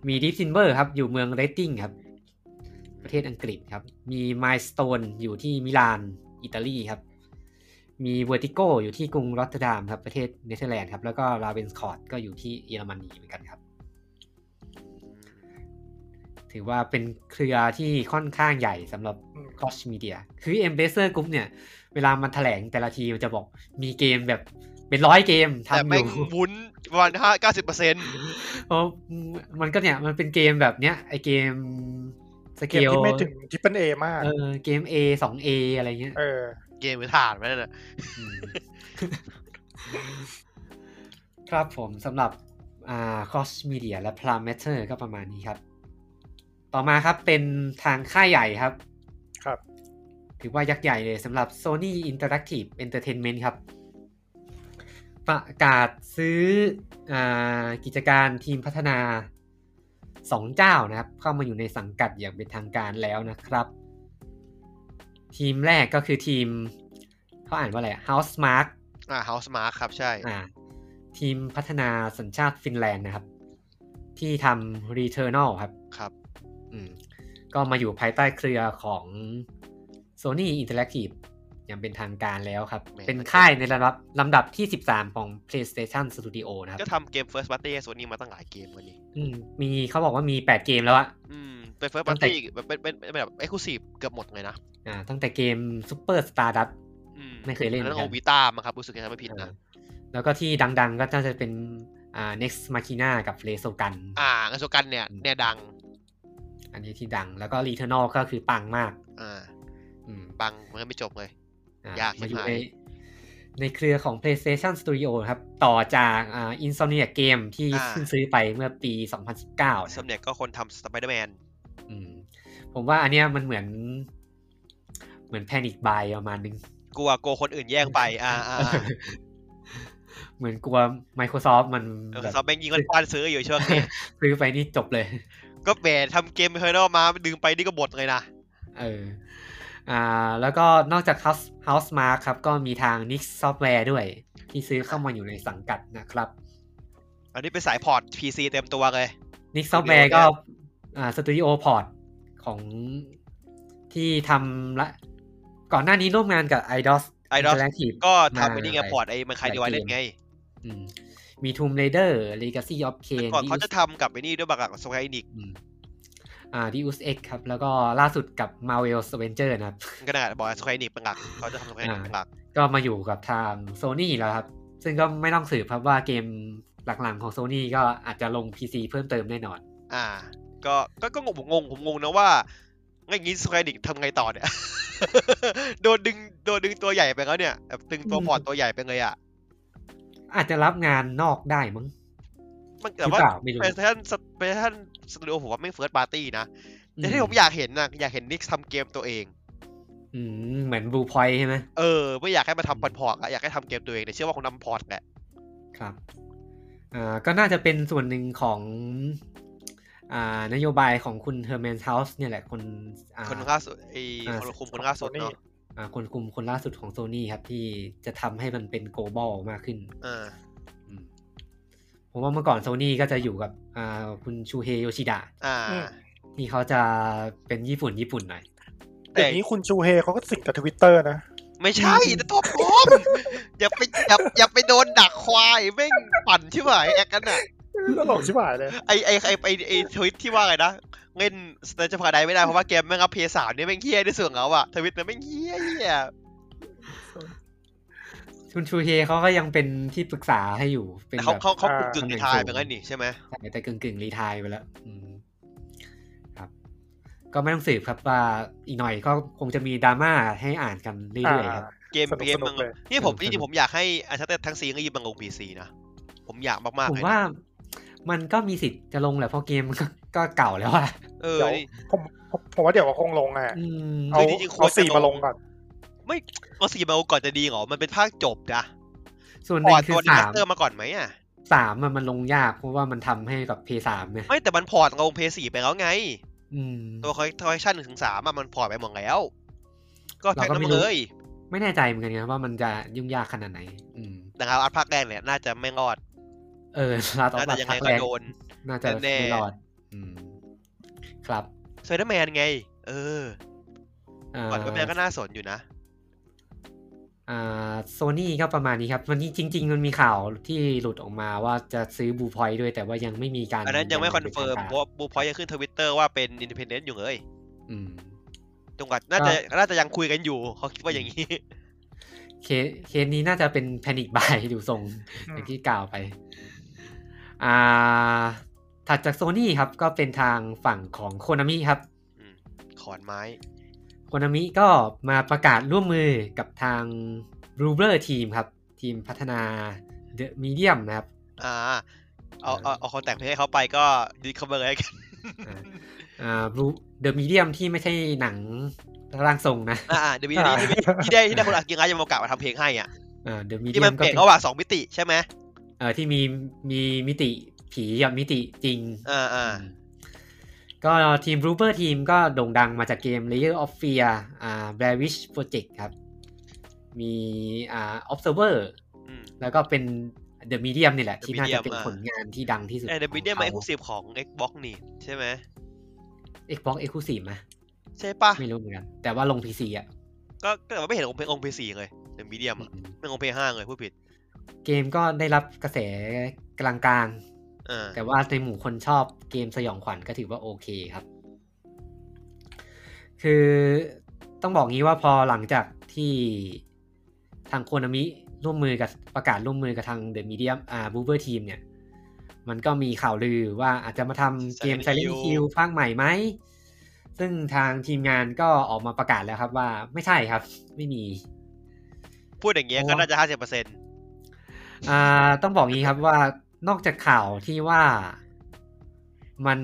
Speaker 2: มีดิฟซินเวอร์ครับ อยู่เมืองเรตติ้งครับ ประเทศอังกฤษครับ มีม s t สโตนอยู่ที่มิลาน อิตาลีครับ มีเวอร์ติโกอยู่ที่กรุงรอตเตอร์ดัมครับประเทศเนเธอร์แลนด์ครับ แล้วก็ราเวนสคอตก็อยู่ที่เยอรมนีเหมือนกันครับ ถือว่าเป็นเครือที่ค่อนข้างใหญ่สำหรับ
Speaker 1: อืม
Speaker 2: c o s h Media คือ e m b a s s o r Group เนี่ย เวลามันแถลงแต่ละทีมันจะบอกมีเกมแบบเป็นร้อยเกม
Speaker 3: แต่
Speaker 2: ทำอ
Speaker 3: แม่ง
Speaker 2: ยู่
Speaker 3: วุ้นประมาณห้าเก้าสิบเปอร์เซ็นต์
Speaker 2: เพราะมันก็เนี่ย มันเป็นเกมแบบเนี้ย ไอเกมส
Speaker 1: เกม
Speaker 2: เกล
Speaker 1: ที่ไม่ถึงทิปเปิลเอมาก
Speaker 2: เออเกม A 2 A อะไรเงี้ย
Speaker 1: เออ
Speaker 3: เกมหรือถ่านไว้นั่นน่ะ
Speaker 2: ม ครับผมสำหรับอ่า Cross Media และ Parameter ก็ประมาณนี้ครับ ต่อมาครับเป็นทางค่ายใหญ่ครับ
Speaker 1: ครับ
Speaker 2: ถือว่ายักษ์ใหญ่เลยสำหรับ Sony Interactive Entertainment ครับ ประกาศซื้ออากิจการทีมพัฒนา 2 เจ้านะครับ เข้ามาอยู่ในสังกัดอย่างเป็นทางการแล้วนะครับ ทีมแรกก็คือทีม เขาอ่านว่าอะไร House Mark
Speaker 3: อ่า House Mark ครับใช่
Speaker 2: อ่าทีมพัฒนาสัญชาติฟินแลนด์นะครับ ที่ทำ Returnal ครับ
Speaker 3: ครับ
Speaker 2: อืมก็มาอยู่ภายใต้เครือของ Sony Interactive อย่างเป็นทางการแล้วครับ เป็นค่ายในระดับลำดับที่ 13 ของ PlayStation Studio นะครับ
Speaker 3: ก็ทำเกม First Party ให้ Sony มาตั้งหลายเกมวันนี้
Speaker 2: อืมมีเขาบอกว่ามี 8 เกมแล้วอะ
Speaker 3: อืม เป็น First
Speaker 2: ตั้งแต่
Speaker 3: Party แบบเป็นเป็นเป็นแบบ Exclusive เกือบหมดเลยนะ
Speaker 2: อ่าตั้งแต่เกม Super Stardust
Speaker 3: อืม
Speaker 2: ไม่เคยเล่นเหมือน
Speaker 3: แล้
Speaker 2: กั
Speaker 3: วน โอวิต้ามั้งครับรู้สึกจะไม่ผิดนะ
Speaker 2: แล้วก็ที่ดังๆ ก็น่าจะเป็นอ่า Next Machina กับ r e s o g u n
Speaker 3: อ่าอันโซกันเนี่ยเนี่ยดัง
Speaker 2: อันนี้ที่ดังแล้วก็ Returnal ก็คือปังมาก
Speaker 3: อ่า
Speaker 2: อืม
Speaker 3: ปังมันก็ไม่จบเลย
Speaker 2: อ่ะ
Speaker 3: ยาก
Speaker 2: มาอยู่
Speaker 3: ชิบหาย
Speaker 2: ในในเครือของ PlayStation Studio นะครับ ต่อจากอ่า Insomnia Game ที่เพิ่งซื้อไปเมื่อปี 2019นะค
Speaker 3: ส
Speaker 2: รับ
Speaker 3: มเนียกก็คนทำ Spider-Man
Speaker 2: อืมผมว่าอันเนี้ยมันเหมือน เหมือนแพนิ b บายประมาณนึง
Speaker 3: กลัวโกลัวคนอื่นแย่งไป อ่า อ่า
Speaker 2: เหมือนกลัว Microsoft มันแบบ
Speaker 3: ซอฟแบงยิงก็ควานซื้ออยู่ช่วงนี้
Speaker 2: ซื้อไปนี่จบเลย
Speaker 3: ก็แบนทำเกมเฮอร์นอมาดึงไปนี่ก็บดเลยนะ
Speaker 2: เอออ่าแล้วก็นอกจาก House House Mark ครับ ก็มีทาง Nix Software ด้วย ที่ซื้อเข้ามาอยู่ในสังกัดนะครับ
Speaker 3: อันนี้เป็นสายพอร์ต PC เต็มตัวเลย
Speaker 2: นิกซอฟ
Speaker 3: Studio
Speaker 2: แวร์ก็
Speaker 3: เนี่ย
Speaker 2: อ่าสตูดิโอพอร์ตของที่ทำละ ก่อนหน้านี้ร่วมงานกับ IDOS
Speaker 3: IDOS
Speaker 2: Interactive
Speaker 3: ก็
Speaker 2: มา
Speaker 3: ทำไอ้นี่ไง
Speaker 2: ไป
Speaker 3: พอร์ตไอ้มันคายดีไวเล่นไง
Speaker 2: อืมมี Tomb Raider Legacy of Kain
Speaker 3: ก่อนเขาจะทำกับไอ้นี่ด้วยบักกับสควอนิก
Speaker 2: อืมอ่า Deus Ex ครับ แล้วก็ล่าสุดกับ Marvel Avenger นะครับ
Speaker 3: ก็น่าบอกสควอนิกเป็นหลักเขาจะทำสควอนิก
Speaker 2: อ่า
Speaker 3: เป็นหลัก
Speaker 2: ก็มาอยู่กับทาง Sony แล้วครับ ซึ่งก็ไม่ต้องสืบครับว่าเกมหลังๆของ Sony ก็อาจจะลง PC เพิ่มเติมแน่นอน
Speaker 3: อ่า ก็ก็ก็งงผมงงผมงงนะว่างั้นอย่างงี้สควอนิกทำไงต่อเนี่ย โดนดึงโดนดึงตัวใหญ่ไปแล้วเนี่ยแบบดึงตัวพอร์ตตัวใหญ่ไปเลยอ่ะ
Speaker 2: อาจจะรับงานนอกได้มั้ง
Speaker 3: มัน
Speaker 2: ห
Speaker 3: แต่
Speaker 2: รือ
Speaker 3: ว่า
Speaker 2: เปล่าไม่รู้
Speaker 3: p l a y s t a t i o n p l a y s t a t i o n Studio ผมว่าไม่ First Party นะแต่ที่ผมอยากเห็นนะอยากเห็นนิกทำเกมตัวเอง
Speaker 2: อืมเหมือน Blue Point ใช่ไหม
Speaker 3: เออ ไม่อยากให้มาทำพอร์ตพอร์ตอะอยากให้ทำเกมตัวเองแต่เชื่อว่าคงทำพอร์ตแหละ
Speaker 2: ครับอ่าก็น่าจะเป็นส่วนหนึ่งของอ่านโยบายของคุณ Herman House เนี่ยแหละคนอ่า
Speaker 3: คนล่าสุดไอ้
Speaker 2: อ่า
Speaker 3: คนคุมคนล่าสุดเนาะ
Speaker 2: อ่าคนกลุ่มคนล่าสุดของ Sony ครับ ที่จะทำให้มันเป็น global มากขึ้น
Speaker 3: เออ
Speaker 2: อืมผมว่าเมื่อก่อนโซนี่ก็จะอยู่กับอ่าคุณชูเฮโยชิดะ
Speaker 3: อ่า
Speaker 1: อืม
Speaker 2: ที่เขาจะเป็นญี่ปุ่นญี่ปุ่นหน่อย
Speaker 1: แต่นี้คุณชูเฮเขาก็สิงกับทวิตเตอร์นะ
Speaker 3: ไม่ใช่นะตัวปล อม อย่าไปอย่าอย่าไปโดนดักควายแม่งปั่นชิบหายแอคกันอ่ะ
Speaker 1: ตลกชิบหายเลย
Speaker 3: ไอไอไอไอไอทวิตที่ว่าไงนะเล่นสเตจพาไดไม่ได้เพราะว่าเกมแม่งอัพเพย์สามเนี่ยแม่งเฮี้ยที่สุดของเขาอะทวิตมันแม่งเฮี้ยเหี้ย
Speaker 2: คุณชูเฮเขาก็ยังเป็นที่ปรึกษาให้อยู่ เป็น
Speaker 3: แต่
Speaker 2: แบ
Speaker 3: เขา
Speaker 2: บ
Speaker 3: เขาเขา
Speaker 1: อ่า
Speaker 3: กึ่งๆในทาย
Speaker 2: ตำแหน่งสูง
Speaker 3: เหมือนกันนี่ใช่ไหม
Speaker 2: แต่กึ่งกึ่งๆรีไทายไปแล้ว อืมครับ ก็ไม่ต้องสืบครับว่าอีกหน่อยก็คงจะมีดราม่าให้อ่านกันเรื่อยๆครับ
Speaker 3: เกม
Speaker 1: สนุก
Speaker 3: เกม
Speaker 1: สนุ
Speaker 3: มั
Speaker 1: ก
Speaker 3: ง
Speaker 1: เลย
Speaker 3: นี่ผม
Speaker 2: สนุกสนุ
Speaker 3: จริง
Speaker 2: ก
Speaker 3: ๆผมอยากให้อาชาเตทั้งซีรีส์บังลงพีซีนะผมอยากมากๆ
Speaker 2: ผม
Speaker 3: เลย
Speaker 2: ว่า
Speaker 3: นะ
Speaker 2: มันก็มีสิทธิ์จะลงแหละเพราะเกมมันก็ก็เก่าแล้วอะ
Speaker 3: เออ
Speaker 1: เดี๋ยว
Speaker 3: นี่
Speaker 1: ผมผมผมว่าเดี๋ยวก็คงลงอ่ะ
Speaker 2: อืม
Speaker 1: เอา
Speaker 3: จริงๆควร
Speaker 1: เอาสี่
Speaker 3: จะลง
Speaker 1: มาลงก่อน
Speaker 3: ไม่เอาสีมาก่อนจะดีเหรอมันเป็นภาคจบนะ
Speaker 2: ส่วนห
Speaker 3: พ
Speaker 2: นึ่
Speaker 3: อง ร์ต
Speaker 2: คื
Speaker 3: ตั
Speaker 2: อ
Speaker 3: วดี
Speaker 2: สา
Speaker 3: มาส
Speaker 2: ม
Speaker 3: เตอร์มาก่อนไหมอะ
Speaker 2: สามอะมันลงยากเพราะว่ามันทำให้กับเพสามเนี่ย
Speaker 3: ไม่แต่มันพอร์ตลงเพย์สี่ไปแล้วไง
Speaker 2: อืม
Speaker 3: ตัวคอลเลคชันหนึ่งถึงสามมันพอร์ตไปหมดแล้ว ก็
Speaker 2: เรา
Speaker 3: แพ็ค
Speaker 2: ก็
Speaker 3: น้ำ
Speaker 2: ไม่
Speaker 3: มัน
Speaker 2: รู้
Speaker 3: เลย
Speaker 2: ไม่แน่ใจเหมือนกันนะว่ามันจะยุ่งยากขนาดไหน อืม
Speaker 3: นะครับอาร์ตภาคแรกเนี่ยน่าจะไม่รอด
Speaker 2: เออ ลาตอ
Speaker 3: น่า
Speaker 2: บั
Speaker 3: จะ
Speaker 2: ต
Speaker 3: ยัง
Speaker 2: พั
Speaker 3: ไง
Speaker 2: ก
Speaker 3: ก็
Speaker 2: แรก
Speaker 3: โดน
Speaker 2: น่าจะ
Speaker 3: แน่ๆ
Speaker 2: ไม่รอด อืม ครับ
Speaker 3: เซอร์เดอร์แมนไง เออ
Speaker 2: อ่า
Speaker 3: ก่อนก็แมนก็น่าสนอยู่นะ
Speaker 2: อ่าโซนี่ก็ประมาณนี้ครับ วันนี้จริง ๆ มันมีข่าวที่หลุดออกมาว่าจะซื้อบูพอยด้วยแต่ว่ายังไม่มีการ
Speaker 3: อันนั้นยังไม่คอนเฟิร์ม
Speaker 2: ป็ท
Speaker 3: เพราะบูพอยยังขึ้นทวิตเตอร์ว่าเป็นอินดิเพนเดนต์อยู่เลย
Speaker 2: อืม
Speaker 3: จังหวัดน่าจะน่าจะยังคุยกันอยู่เขาคิดว่าอย่างนี้
Speaker 2: เคสเคสนี้น่าจะเป็นแพนิ c บาย ดูทรง
Speaker 1: อืม
Speaker 2: อย่างที่กล่าวไป อ่า ถัดจากโซนี่ครับ ก็เป็นทางฝั่งของโคนามิครับ
Speaker 3: อืมขอนไม้
Speaker 2: โคนามิก็มาประกาศร่วมมือกับทาง b l u e b e r Team ครับ ทีมพัฒนา The Medium นะครับ
Speaker 3: อ่า เอาเอาเอาคอนแทคเพลงให้เขาไปก็ดีคอมเมอร์เลย กัน
Speaker 2: อ่า Blue The Medium ที่ไม่ใช่หนังร่างทรงนะ
Speaker 3: อ่าเดี๋ยวมีอันนี้ที่เป็นที่ได้ที่ได้คนอักกิงไงยามากะมาทำเพลงให้อ่ะ
Speaker 2: อ่า The
Speaker 3: ที่มั
Speaker 2: Medium
Speaker 3: น
Speaker 2: ก็
Speaker 3: เป
Speaker 2: เป็
Speaker 3: ลี่ยน
Speaker 2: น
Speaker 3: ระหว่างสองมิติใช่ไหม
Speaker 2: เอ่อที่มีมีมิติผีกับมิติจริง
Speaker 3: อ่าอ่า
Speaker 2: ก็ทีมรูเบอร์ทีมก็โด่งดังมาจากเกม Layer of Fear อ่า b l a w i s h Project ครับ มีอ่า Observer
Speaker 3: อืม
Speaker 2: แล้วก็เป็น The Medium นี่แหละ
Speaker 3: The
Speaker 2: ที่น่าจะเป็น
Speaker 3: Medium อ่ะ
Speaker 2: ผลงานที่ดังที่สุด
Speaker 3: เอเดบิเดียม
Speaker 2: ข
Speaker 3: ไอ
Speaker 2: อง
Speaker 3: คู
Speaker 2: เขา
Speaker 3: สิบของ Xbox นี่ใช่ไหม
Speaker 2: Xbox Exclusive ไหม
Speaker 3: ใช่ปะ
Speaker 2: ไม่รู้เหมือนกัน แต่ว่าลง PC อ่ะ
Speaker 3: ก็ก็แต่ว่าไม่เห็นองเพลงองเพลงสี่เลยเดบิเดียมอะไม่องเพลงห้าเลยพูดผิด
Speaker 2: เกมก็ได้รับกระแสกลาง
Speaker 3: อ่า
Speaker 2: ๆ แต่ว่าในหมู่คนชอบเกมสยองขวัญก็ถือว่าโอเคครับ คือต้องบอกงี้ว่าพอหลังจากที่ทางโคนามิร่วมมือกับประกาศร่วมมือกับทางเดอะมีเดียอ่าบูเบอร์ทีมเนี่ย มันก็มีข่าวลือว่าอาจจะมาทำเกม Silent Hill ภาคใหม่ไหม ซึ่งทางทีมงานก็ออกมาประกาศแล้วครับว่าไม่ใช่ครับ ไม่มี
Speaker 3: พูดอย่างเงี้ย
Speaker 2: โอ้
Speaker 3: ก็น่าจะห้าสิบเปอร์เซ็นต์
Speaker 2: อ่าต้องบอกงี้ครับว่านอกจากข่าวที่ว่ามัน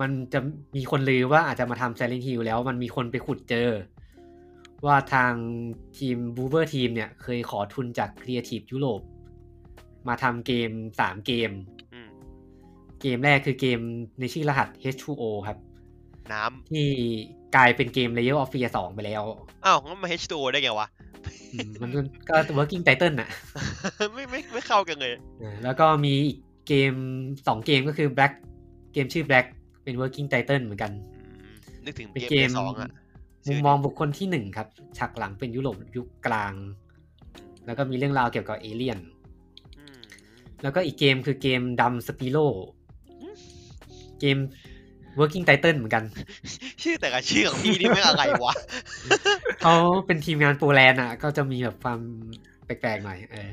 Speaker 2: มันจะมีคนลือว่าอาจจะมาทำ Silent Hill แล้วมันมีคนไปขุดเจอ ว่าทางทีมบูเบอร์ทีมเนี่ย เคยขอทุนจาก Creative ยุโรปมาทำเกม 3 เกม เกมแรกคือเกมในชื่อรหัส H2O ครับ
Speaker 3: น้
Speaker 2: ที่กลายเป็นเกม Layer of Fear 2 ไปแล้ว
Speaker 3: ำอ้าวงั้นมา H2O ได้ไงวะ
Speaker 2: อืมมันก็ working title น่ะ
Speaker 3: ไม่ไม่ไม่เข้ากันเลย
Speaker 2: อ่าแล้วก็มีอีกเกมสองเกมก็คือ Black เกมชื่อ Black เป็น working title เหมือนกัน
Speaker 3: อืมนึกถึง
Speaker 2: เป็น
Speaker 3: เกม
Speaker 2: เกม
Speaker 3: เพย์สองอะ
Speaker 2: มุมมองบุคคลที่หนึ่งครับฉากหลังเป็นยุโรปยุคกลาง แล้วก็มีเรื่องราวเกี่ยวกับเอเลี่ยน
Speaker 3: อืม
Speaker 2: แล้วก็อีกเกมคือเกมดำสปิโ o เกม working title เหมือนกัน
Speaker 3: ชื่อแต่ละชื่อของพี่นี่ไม่งอะไรวะ
Speaker 2: เขาเป็นทีมงานโปแลนด์อ่ะ ก็จะมีแบบความแปลกๆหน่อยเออ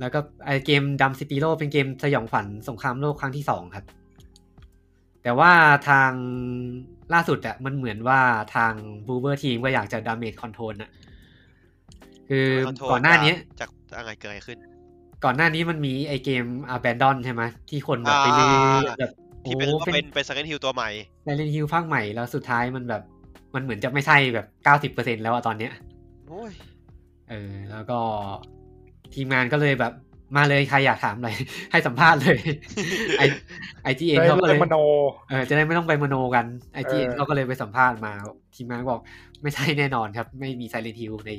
Speaker 2: แล้วก็ไอเกมดัมซิติโ o เป็นเกมสยองขวัญสงครามโลกครั้งที่สองครับ แต่ว่าทางล่าสุดอะมันเหมือนว่าทางบูเบอร์ทีมก็อยากจะดาเมจคอนโทรลอะ คือ
Speaker 3: ขโทษ
Speaker 2: ก่อนหน้านี้
Speaker 3: จากจากอะไรเกิดอะไรขึ้น
Speaker 2: ก่อนหน้านี้มันมีไอเกม Abandon ใช่ไหมที่คนแบบไป
Speaker 3: อ่า
Speaker 2: ลือแบบ
Speaker 3: ที่เป็น
Speaker 2: โอ้
Speaker 3: ว่าเป็นเป็นสแกนฮิลตัวใหม่
Speaker 2: ไดเรนฮิลภาคใหม่แล้วสุดท้ายมันแบบ มันเหมือนจะไม่ใช่แบบเก้าสิบเปอร์เซ็นแล้วอะตอนเนี้ย
Speaker 3: โอ้ย
Speaker 2: เออแล้วก็ทีมงานก็เลยแบบมาเลยใครอยากถามอะไร ให้สัมภาษณ์เลย ไอไอจีเอ็น
Speaker 1: ได้
Speaker 2: เขาก็เล
Speaker 1: เรื่อยงมโน
Speaker 2: เออจะได้ไม่ต้องไปมโนกันไอจีเอ็น
Speaker 1: เออ
Speaker 2: เขาก็เลยไปสัมภาษณ์มา ทีมงานก็บอกไม่ใช่แน่นอนครับ ไม่มีไซเลนทิวใน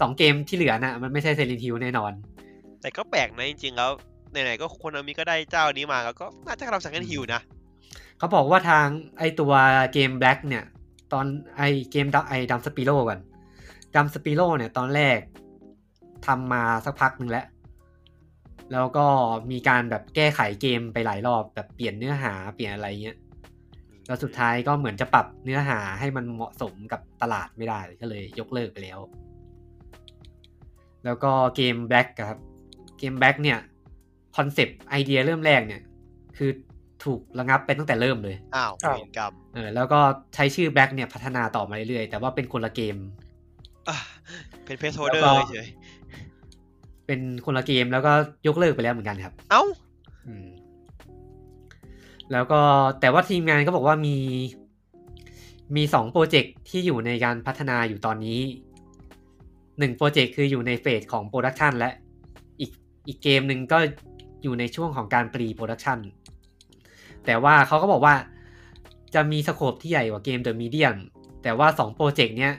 Speaker 2: สองเกมที่เหลือน่ะ มันไม่ใช่ไซเลนทิวแน่นอน
Speaker 3: แต่ก็แปลกนะจริงๆแล้วไหนๆก็คนอามีก็ได้เจ้านี้มาแล้วก็น่าจะทำสแกนฮิลนะ
Speaker 2: เขาบอกว่าทางไอตัวเกม Black เนี่ย ตอนไอเกมดำไอดัมสปิโ o ก่อนดัมสปิโ o เนี่ย ตอนแรกทำมาสักพักหนึ่งแล้ว แล้วก็มีการแบบแก้ไขเกมไปหลายรอบแบบเปลี่ยนเนื้อหาเปลี่ยนอะไรเงี้ยแล้วสุดท้ายก็เหมือนจะปรับเนื้อหาให้มันเหมาะสมกับตลาดไม่ได้ก็เลยยกเลิกไปแล้ว แล้วก็เกม Black อะครับ เกม Black เนี่ยคอนเซปต์ไอเดียเริ่มแรกเนี่ย คือถูกระงับไปตั้งแต่เริ่มเลย
Speaker 3: อ้าว
Speaker 1: อ้าว
Speaker 3: เวรกรรม
Speaker 2: เออแล้วก็ใช้ชื่อแบ็กเนี่ยพัฒนาต่อมาเรื่อยๆ แต่ว่าเป็นคนละเกม
Speaker 3: อ่ะเป็นเพสโฮเดอ
Speaker 2: แล้
Speaker 3: ร์
Speaker 2: วก็
Speaker 3: เฉย
Speaker 2: เป็นคนละเกมแล้วก็ยกเลิกไปแล้วเหมือนกันครับ
Speaker 3: ๆเอ้า
Speaker 2: อืม แล้วก็แต่ว่าทีมงานก็บอกว่ามี มีสองโปรเจกต์ที่อยู่ในการพัฒนาอยู่ตอนนี้หนึ่งโปรเจกต์คืออยู่ในเฟสของโปรดักชันและอีกอีกเกมหนึ่งก็อยู่ในช่วงของการปรีโปรดักชันแต่ว่าเขาก็บอกว่าจะมีสโคปที่ใหญ่กว่าเกม The Medium แต่ว่าสองโปรเจกต์เนี้ย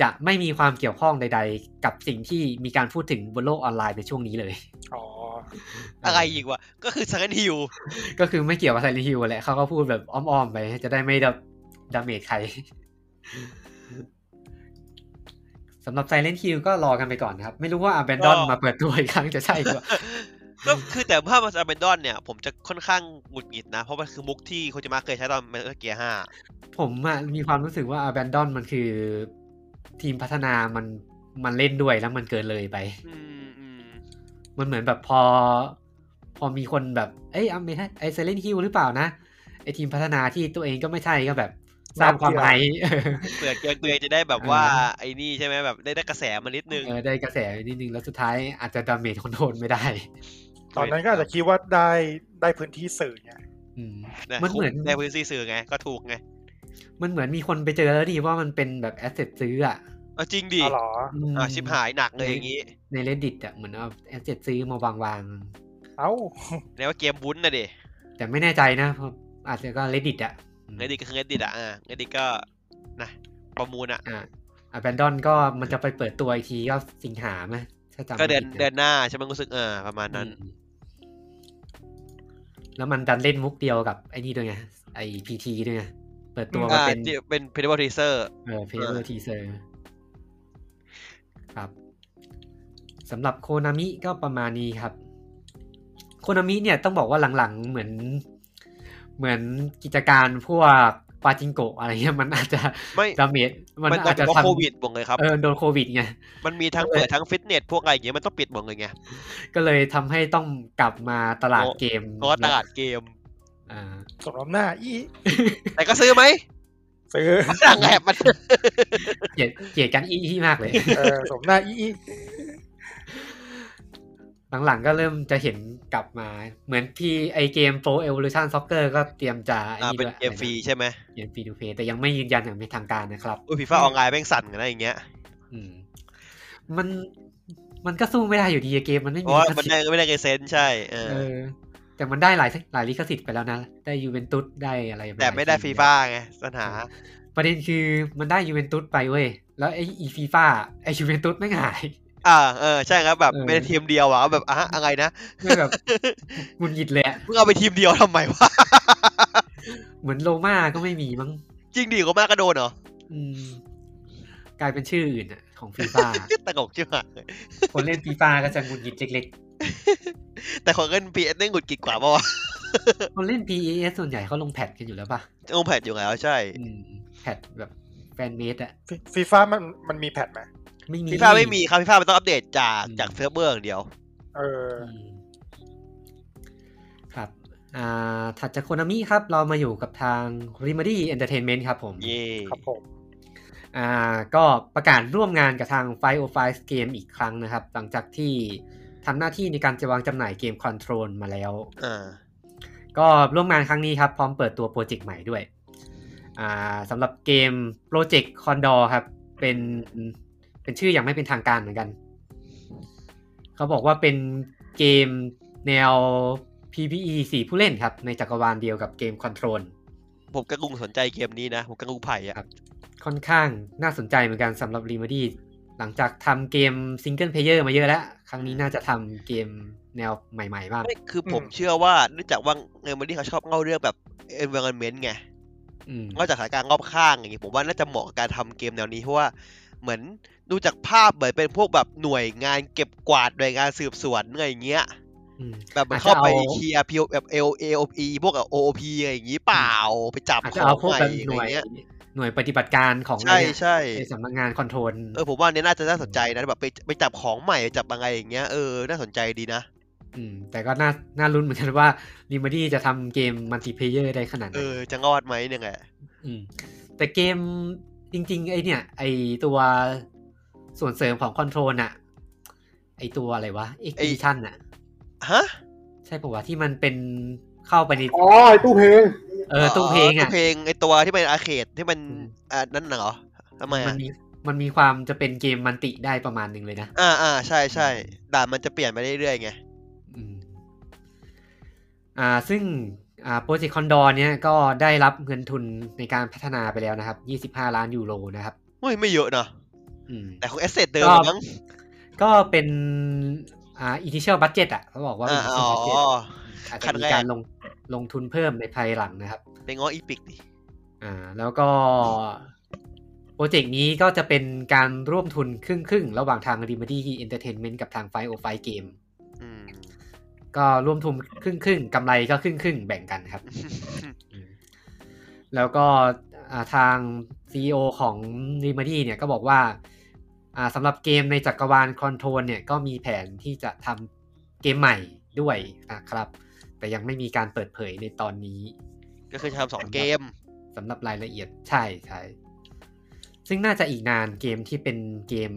Speaker 2: จะไม่มีความเกี่ยวข้องใดๆ กับสิ่งที่มีการพูดถึงบนโลกออนไลน์ในช่วงนี้เลย
Speaker 1: อ๋อ
Speaker 3: อะไรอีกวะ ก็คือสแกนฮิล
Speaker 2: ก็คือไม่เกี่ยวกับไซเลนฮิวแหละเขาก็พูดแบบอ้อมๆไป จะได้ไม่ดับดาเมจใครสำหรับไซเลนฮิวก็รอกันไปก่อนนะครับ ไม่รู้ว่าอา a n นดอนมาเปิดตัวอีกครั้งจะใช่หรือเปล่า
Speaker 3: ก็คือแต่ภาพมันอาเบนดอนเนี่ย ผมจะค่อนข้างหงุดหงิดนะ เพราะมันคือมุกที่โคจิมะเคยใช้ตอนเมเกียร์ห้า
Speaker 2: ผมอะมีความรู้สึกว่าอา a n นดอนมันคือ ทีมพัฒนามันมันเล่นด้วยแล้วมันเกินเลยไป
Speaker 3: อืมอืม
Speaker 2: มันเหมือนแบบพอ พอมีคนแบบเอ้ยอาเมไอไซเลนฮิวหรือเปล่านะ ไอทีมพัฒนาที่ตัวเองก็ไม่ใช่ก็แบบสร้างความไฮ
Speaker 3: เปลือกเกินเปลือกจะได้แบบว่าไอ้นี่ใช่ไหมแบบได้ได้กระแสมานิดนึง
Speaker 2: เออได้กระแสนิดนึง แล้วสุดท้ายอาจจะดาเมจคอนโทรลไม่ได้
Speaker 1: ตอนนั้นก็อาจจะคิดว่าได้ได้พื้นที่สื่อไง
Speaker 2: อืม
Speaker 3: ะ
Speaker 2: มันเหมือน
Speaker 3: ได้พื้นที่สื่อไง ก็ถูกไง
Speaker 2: มันเหมือนมีคนไปเจอแล้วดีว่ามันเป็นแบบแอสเซทซื้ออ่ะ
Speaker 3: เอาจริงดิ
Speaker 1: อ๋อเหรอ
Speaker 2: ม
Speaker 3: อ่าชิบหายหนักเลยอย่างนี้
Speaker 2: ใน reddit อ่ะเหมือนเอาแอสเซทซื้อมาวางวาง
Speaker 1: เอ้า
Speaker 3: แล้วว่าเกมวุ้นนะเด็
Speaker 2: ๆแต่ไม่แน่ใจนะเพราะอาจจะก็ reddit อ่ะ
Speaker 3: เงดิก็คือเงดิอ่ะอ่าเงดิก็นะประมูลอ่ะ
Speaker 2: อ่าอ b a n d o n ก็มันจะไปเปิดตัวอีกทีก็สิงหาไหมถ้าจำ
Speaker 3: ก็
Speaker 2: ไม่
Speaker 3: เดิน
Speaker 2: ผิะ
Speaker 3: เดินหน้าใช่ไหมรู้สึกเออประมาณนั้น
Speaker 2: อืมแล้วมันดันเล่นมุกเดียวกับไอ้นี่ด้วยไงไอ้พีทีด้วยไงเปิดตัวมา
Speaker 3: อ่า
Speaker 2: เป็น
Speaker 3: ที่เป็น p พเด a b l e Teaser
Speaker 2: เออเพลเวอร์ทีเซอร์ครับสำหรับโคนามิก็ประมาณนี้ครับ โคนามิเนี่ยต้องบอกว่าหลังๆ เหมือน เหมือนกิจการพวกปาจิงโกะอะไรเงี้ยมันอาจจะ
Speaker 3: ไม่
Speaker 2: ดาเมจมัน
Speaker 3: มัน
Speaker 2: อาจจะ
Speaker 3: โดน
Speaker 2: ทำ
Speaker 3: โควิดบอกเลยครับ
Speaker 2: เออโดนโควิดไง
Speaker 3: มันมีทั้ง
Speaker 2: เออ
Speaker 3: เปิดทั้งฟิตเนส พวกอะไรอย่างเงี้ยมันต้องปิดบอกเลยไง
Speaker 2: ก็เลยทำให้ต้องกลับมาตลาดเกม
Speaker 3: เพราะว่าตลาดเกม
Speaker 2: อ่า
Speaker 1: สมน้ำหน้าอี
Speaker 3: แต่ก็ซื้อไหม
Speaker 1: ซื้อ
Speaker 3: สั่งแอบมัน
Speaker 2: เกลียดเกลียดกันอี้ๆมากเลย
Speaker 1: เออสมน้ำหน้าอีอี
Speaker 2: หลังๆก็เริ่มจะเห็นกลับมา เหมือนพี่ไอเกม Pro Evolution Soccer ก็เตรียมจะไอ้
Speaker 3: อ่า
Speaker 2: นี่
Speaker 3: เป็น
Speaker 2: ด้วย
Speaker 3: เกมฟรีใช่ไหม
Speaker 2: เกมฟรีดูเพย์แต่ยังไม่ยืนยันอย่างเป็นทางการนะครับ
Speaker 3: อุ้ยฟีฟ่าออนไลน์แม่งสั่นกันนะอย่างเงี้ย
Speaker 2: อืม มันมันก็สู้ไม่ได้อยู่ดีอะเกมมันไม่
Speaker 3: เพ
Speaker 2: มี
Speaker 3: ราะว่า
Speaker 2: ลิข
Speaker 3: มัน
Speaker 2: สิท
Speaker 3: ได้
Speaker 2: ธิ์
Speaker 3: ไม่ได้เกเซนใช่เออ
Speaker 2: เออ แต่มันได้หลายหลายลิขสิทธิ์ไปแล้วนะ ได้ยูเวนตุสได้อะไรป
Speaker 3: แต่ไม่ได้
Speaker 2: หลย
Speaker 3: ฟี
Speaker 2: ที่
Speaker 3: ฟ่าไงปัญหา
Speaker 2: ประเด็นคือมันได้ยูเวนตุสไปเว้ย แล้วไออีฟีฟาไอยูเวนตุสไม่งหาย
Speaker 3: อ่าเออใช่ครับแบบ
Speaker 2: เออ
Speaker 3: ไม่ได้ทีมเดียวอ่ะแบบอ่ะอะไรนะ
Speaker 2: ไม่ แบบหงุนยิดเลยอะ
Speaker 3: มึงเอาไปทีมเดียว ทำไมวะ
Speaker 2: เหมือนโลมาก็ไม่มีมั้ง
Speaker 3: จริงดิโรม่าก็โดนเหรอ
Speaker 2: อืม กลายเป็นชื่ออื่นอะของฟีฟ่า
Speaker 3: ตลกใช่ไหม
Speaker 2: คนเล่นฟีฟ่าก็จะหงุดหงิดเล็ก
Speaker 3: แต่ของเงินปีเอสได้หงุดกิดกว่าปะวะ
Speaker 2: ๆ คนเล่น PES ส่วนใหญ่เขาลงแพทกันอยู่แล้วป่ะ
Speaker 3: โองแพดอยู่แล้วใช่
Speaker 2: อืมแพทแบบแฟนเมดอะ
Speaker 1: ฟีฟ่ามันมันมีแพทไหม
Speaker 2: ไม่มี
Speaker 3: ฟีฟ่าไม่มีครับฟีฟ่ามันต้องอัปเดตจาก
Speaker 2: อืม
Speaker 3: จากเซิร์ฟเวอร์อย่างเดียว
Speaker 1: เออ
Speaker 2: อืมครับ อ่า ถัดจากโคนามิครับ เรามาอยู่กับทาง r e m e d y Entertainment ครับผม
Speaker 3: เย่
Speaker 1: ครับผม
Speaker 2: อ่า ก็ประกาศร่วมงานกับทาง f i o f i v e Game อีกครั้งนะครับ หลังจากที่ทำหน้าที่ในการจะวางจำหน่ายเกม Control มาแล้ว
Speaker 3: อ่า
Speaker 2: ก็ร่วมงานครั้งนี้ครับ พร้อมเปิดตัวโปรเจกต์ใหม่ด้วย อ่าสำหรับเกมโปรเจกต์คอนดอครับ เป็นเป็นชื่ออย่างไม่เป็นทางการเหมือนกัน เขาบอกว่าเป็นเกมแนว PVE 4 ผู้เล่นครับ ในจักรวาลเดียวกับเกม Control
Speaker 3: ผมกระกุงสนใจเกมนี้นะ ผมกระกุงไผ่อะ
Speaker 2: ครับ ค่อนข้างน่าสนใจเหมือนกันสำหรับ r e m e d y หลังจากทำเกมซิงเกิลเพลเยอร์มาเยอะแล้ว ครั้งนี้น่าจะทำเกมแนวใหม่ๆบ้าง
Speaker 3: ไม่คืออ
Speaker 1: ม
Speaker 3: ผมเชื่อว่าเนื่องจากว่าเงินมันที่เขาชอบเล่าเรื่องแบบเอ็นเวอร์เมนต์ไง
Speaker 2: อืม
Speaker 3: นอกจากสถานการณ์รอบข้างอย่างงี้ผมว่าน่าจะเหมาะกับการทำเกมแนวนี้เพราะว่าเหมือนดูจากภาพเหมือนเป็นพวกแบบหน่วยงานเก็บกวาดหน่วยงานสืบสวนอะไรอย่างเงี้ย
Speaker 2: อืม
Speaker 3: แบบเหมือน
Speaker 2: อาจจะ
Speaker 3: เข้าไป
Speaker 2: เอา
Speaker 3: เคลียร์พีแบบเอลเอโอพีพวกกับโอพีอะไรอย่างงี้เปล่าไปจับ
Speaker 2: อาจ
Speaker 3: ข
Speaker 2: จะ
Speaker 3: อง
Speaker 2: เอาพวก
Speaker 3: ใหม่
Speaker 2: แบบห
Speaker 3: อะ
Speaker 2: น่
Speaker 3: ไร
Speaker 2: วย
Speaker 3: เงี้ย
Speaker 2: หน่วยปฏิบัติการของ
Speaker 3: ใช่
Speaker 2: เนี่ย
Speaker 3: ใช่
Speaker 2: ในสำนักงานคอนโทรล
Speaker 3: เออผมว่าอันเนี้ยน่าจะน่าสนใจนะแบบไปไปจับของใหม่ไปจับอะไรอย่างเงี้ยเออน่าสนใจดีนะ
Speaker 2: มแต่ก็น่าน่ารุ้นเหมือนกันว่าริม e ดี้จะทำเกมมัลติเพเยอร์ได้ขนาดไห
Speaker 3: เอน อจะงอดไหมเนี่ยไง
Speaker 2: มแต่เกมจริงๆ ไอเนี่ย ไอตัวส่วนเสริมของคอนโทรลอะไอตัวอะไรวะเอ็กซ์ชั่นอะ
Speaker 3: ฮะ
Speaker 2: ใช่ปะวะที่มันเป็นเข้าไปใน
Speaker 4: อ๋อไอ้ตู้เพลง
Speaker 2: เออตู้เพลง
Speaker 3: ตู้
Speaker 2: อะ
Speaker 3: เพลงไอตัวที่เป็นอาร์เคดที่มัน
Speaker 2: อืม
Speaker 3: อ่านั่นน่ะเหรอทำไม
Speaker 2: มั
Speaker 3: อ่ะ
Speaker 2: นมีมันมีความจะเป็นเกมมันติได้ประมาณหนึ่งเลยนะ
Speaker 3: อ่าอ่าใช่ใช่ด่านมันจะเปลี่ยนไปเรื่อยๆไง
Speaker 2: อืมอ่าซึ่งอ่าโปรเจกต์คอนดอร์เนี่ยก็ได้รับเงินทุนในการพัฒนาไปแล้วนะครับ 25 ล้านยูโรนะครับ
Speaker 3: เฮ้ยไม่เยอะเนาะ
Speaker 2: อืม
Speaker 3: แต่ของเอสเซทเดิม
Speaker 2: ก็
Speaker 3: มั้ง
Speaker 2: ก็เป็นอ่า initial budget อ่ะเขาบอกว่าเป็น
Speaker 3: อ่า
Speaker 2: initial
Speaker 3: อ๋อ
Speaker 2: budget อาจจะ
Speaker 3: ขั้น
Speaker 2: มี
Speaker 3: แรก
Speaker 2: การลงลงทุนเพิ่มในภายหลังนะครับ
Speaker 3: ไปง้ออีพิกดิ
Speaker 2: อ่าแล้วก็โปรเจกต์นี้ก็จะเป็นการร่วมทุนครึ่งครึ่งๆระหว่างทาง Remedy Entertainment กับทาง Five o Five Game
Speaker 3: อืม
Speaker 2: ก็ร่วมทุนครึ่งครึ่งๆกำไรก็ครึ่งครึ่งๆแบ่งกันครับ อืมแล้วก็อ่าทาง CEO ของ r e m e d y เนี่ยก็บอกว่าอ่าสำหรับเกมในจักรวาล Control เนี่ยก็มีแผนที่จะทำเกมใหม่ด้วยนะครับ แต่ยังไม่มีการเปิดเผยในตอนนี้
Speaker 3: ก็คือจะทำสองเกม
Speaker 2: สำหรับรายละเอียดใช่ใช่ซึ่งน่าจะอีกนานเกมที่เป็นเกม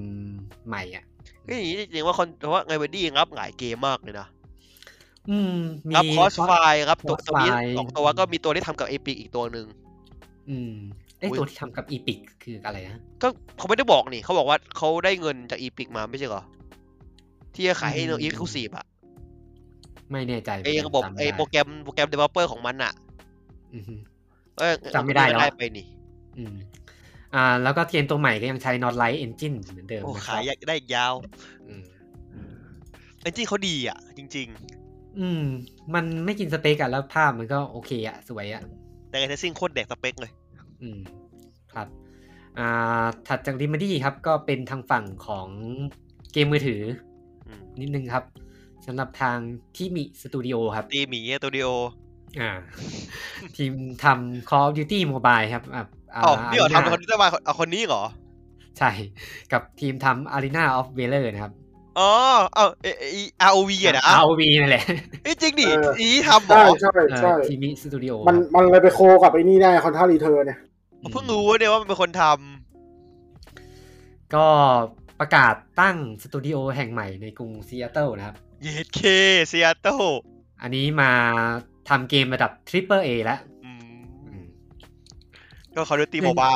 Speaker 2: ใหม่อ่ะ
Speaker 3: ก็อย่างนี้จริงๆว่าคนเพราะว่าไงเบอร์ดี้รับหลายเกมมากเลยนะ
Speaker 2: อืม มี
Speaker 3: รับคอสไฟรับตัว
Speaker 2: Crossfire
Speaker 3: ตัวนี้สองตัว
Speaker 2: อืม
Speaker 3: ก็มีตัวที่ทำกับเอพิกอีกตัวหนึ่ง
Speaker 2: อืมไอย
Speaker 3: อุ๊ย
Speaker 2: ตัวที่ทำกับ Epic คืออะไรนะ
Speaker 3: ก็เขาไม่ได้บอกนี่เขาบอกว่าเขาได้เงินจากอีพิกมาไม่ใช่เหรอ ที่จะขายให้
Speaker 2: อืม
Speaker 3: โนอีคูซีบอะ
Speaker 2: ไม่แน่ใจหมืน
Speaker 3: ไอ
Speaker 2: กัน
Speaker 3: ระบบ
Speaker 2: จำ
Speaker 3: ไอ
Speaker 2: ม่ด้
Speaker 3: โปรแกรมโปรแกรมเดเวลอปเปอร์ของมันอะ
Speaker 2: อือฮึ
Speaker 3: เอ้ย
Speaker 2: จำไม่ได้แล้ว
Speaker 3: ได้ไปนี่
Speaker 2: อืมอ่า แล้วก็เกมตัวใหม่ก็ยังใช้ Not Light Engine เหมือนเดิม
Speaker 3: โอ้
Speaker 2: นะค
Speaker 3: ขา
Speaker 2: รั
Speaker 3: ย
Speaker 2: บ
Speaker 3: อยากได้อีกยาว
Speaker 2: อืม
Speaker 3: แต่จริงเขาดีอะจริง
Speaker 2: อืม มันไม่กินสเปกอะแล้วภาพมันก็โอเคอะสวยอะ
Speaker 3: ๆ แต่ไอเทสซิ่งโคตรแดกสเปคเลย
Speaker 2: อืม ครับ อ่า ถัดจาก Remedy ครับ ก็เป็นทางฝั่งของเกมมือถือ
Speaker 3: อืม
Speaker 2: นิดนึงครับสำหรับทางที่มิสตูดิโอครับ
Speaker 3: ตีหมีสตูดิโอ
Speaker 2: อ่า ทีมทำ Call of Duty Mobile ครับอ่า
Speaker 3: อ๋อนี่เหร
Speaker 2: อา
Speaker 3: อ
Speaker 2: รี
Speaker 3: ทำคนนี้จะมาเอาคนนี้เหรอ
Speaker 2: ใช่ กับทีมทำ Arena of Valor นะครับ
Speaker 3: อ๋อเอ้าเอไออาโอวีอะนะ
Speaker 2: อ่า
Speaker 3: อ้าว
Speaker 2: ROV นั่นแหละ
Speaker 3: เอ้ยจริงดิ
Speaker 4: เออ
Speaker 3: อีทำเหร
Speaker 4: ใช่
Speaker 3: อ
Speaker 4: ใช่ใช่
Speaker 2: ทีมิสตูดิโอ
Speaker 4: มันมันเลยไปโคกับไอ้นี่ได้คอนท่ารีเทอร์เนี่ย
Speaker 3: ผมเพิ่งรู้เนี่ยว่ามันเป็นคนท
Speaker 2: ก็ประกาศตั้งสตูดิโอแห่งใหม่ในกรุงซีแอตเทิลนะครับ
Speaker 3: ำ เยดเคซียโต
Speaker 2: อันนี้มาทำเกมระดับ Triple A แล้ว
Speaker 3: ก็เขาดูตีโมบา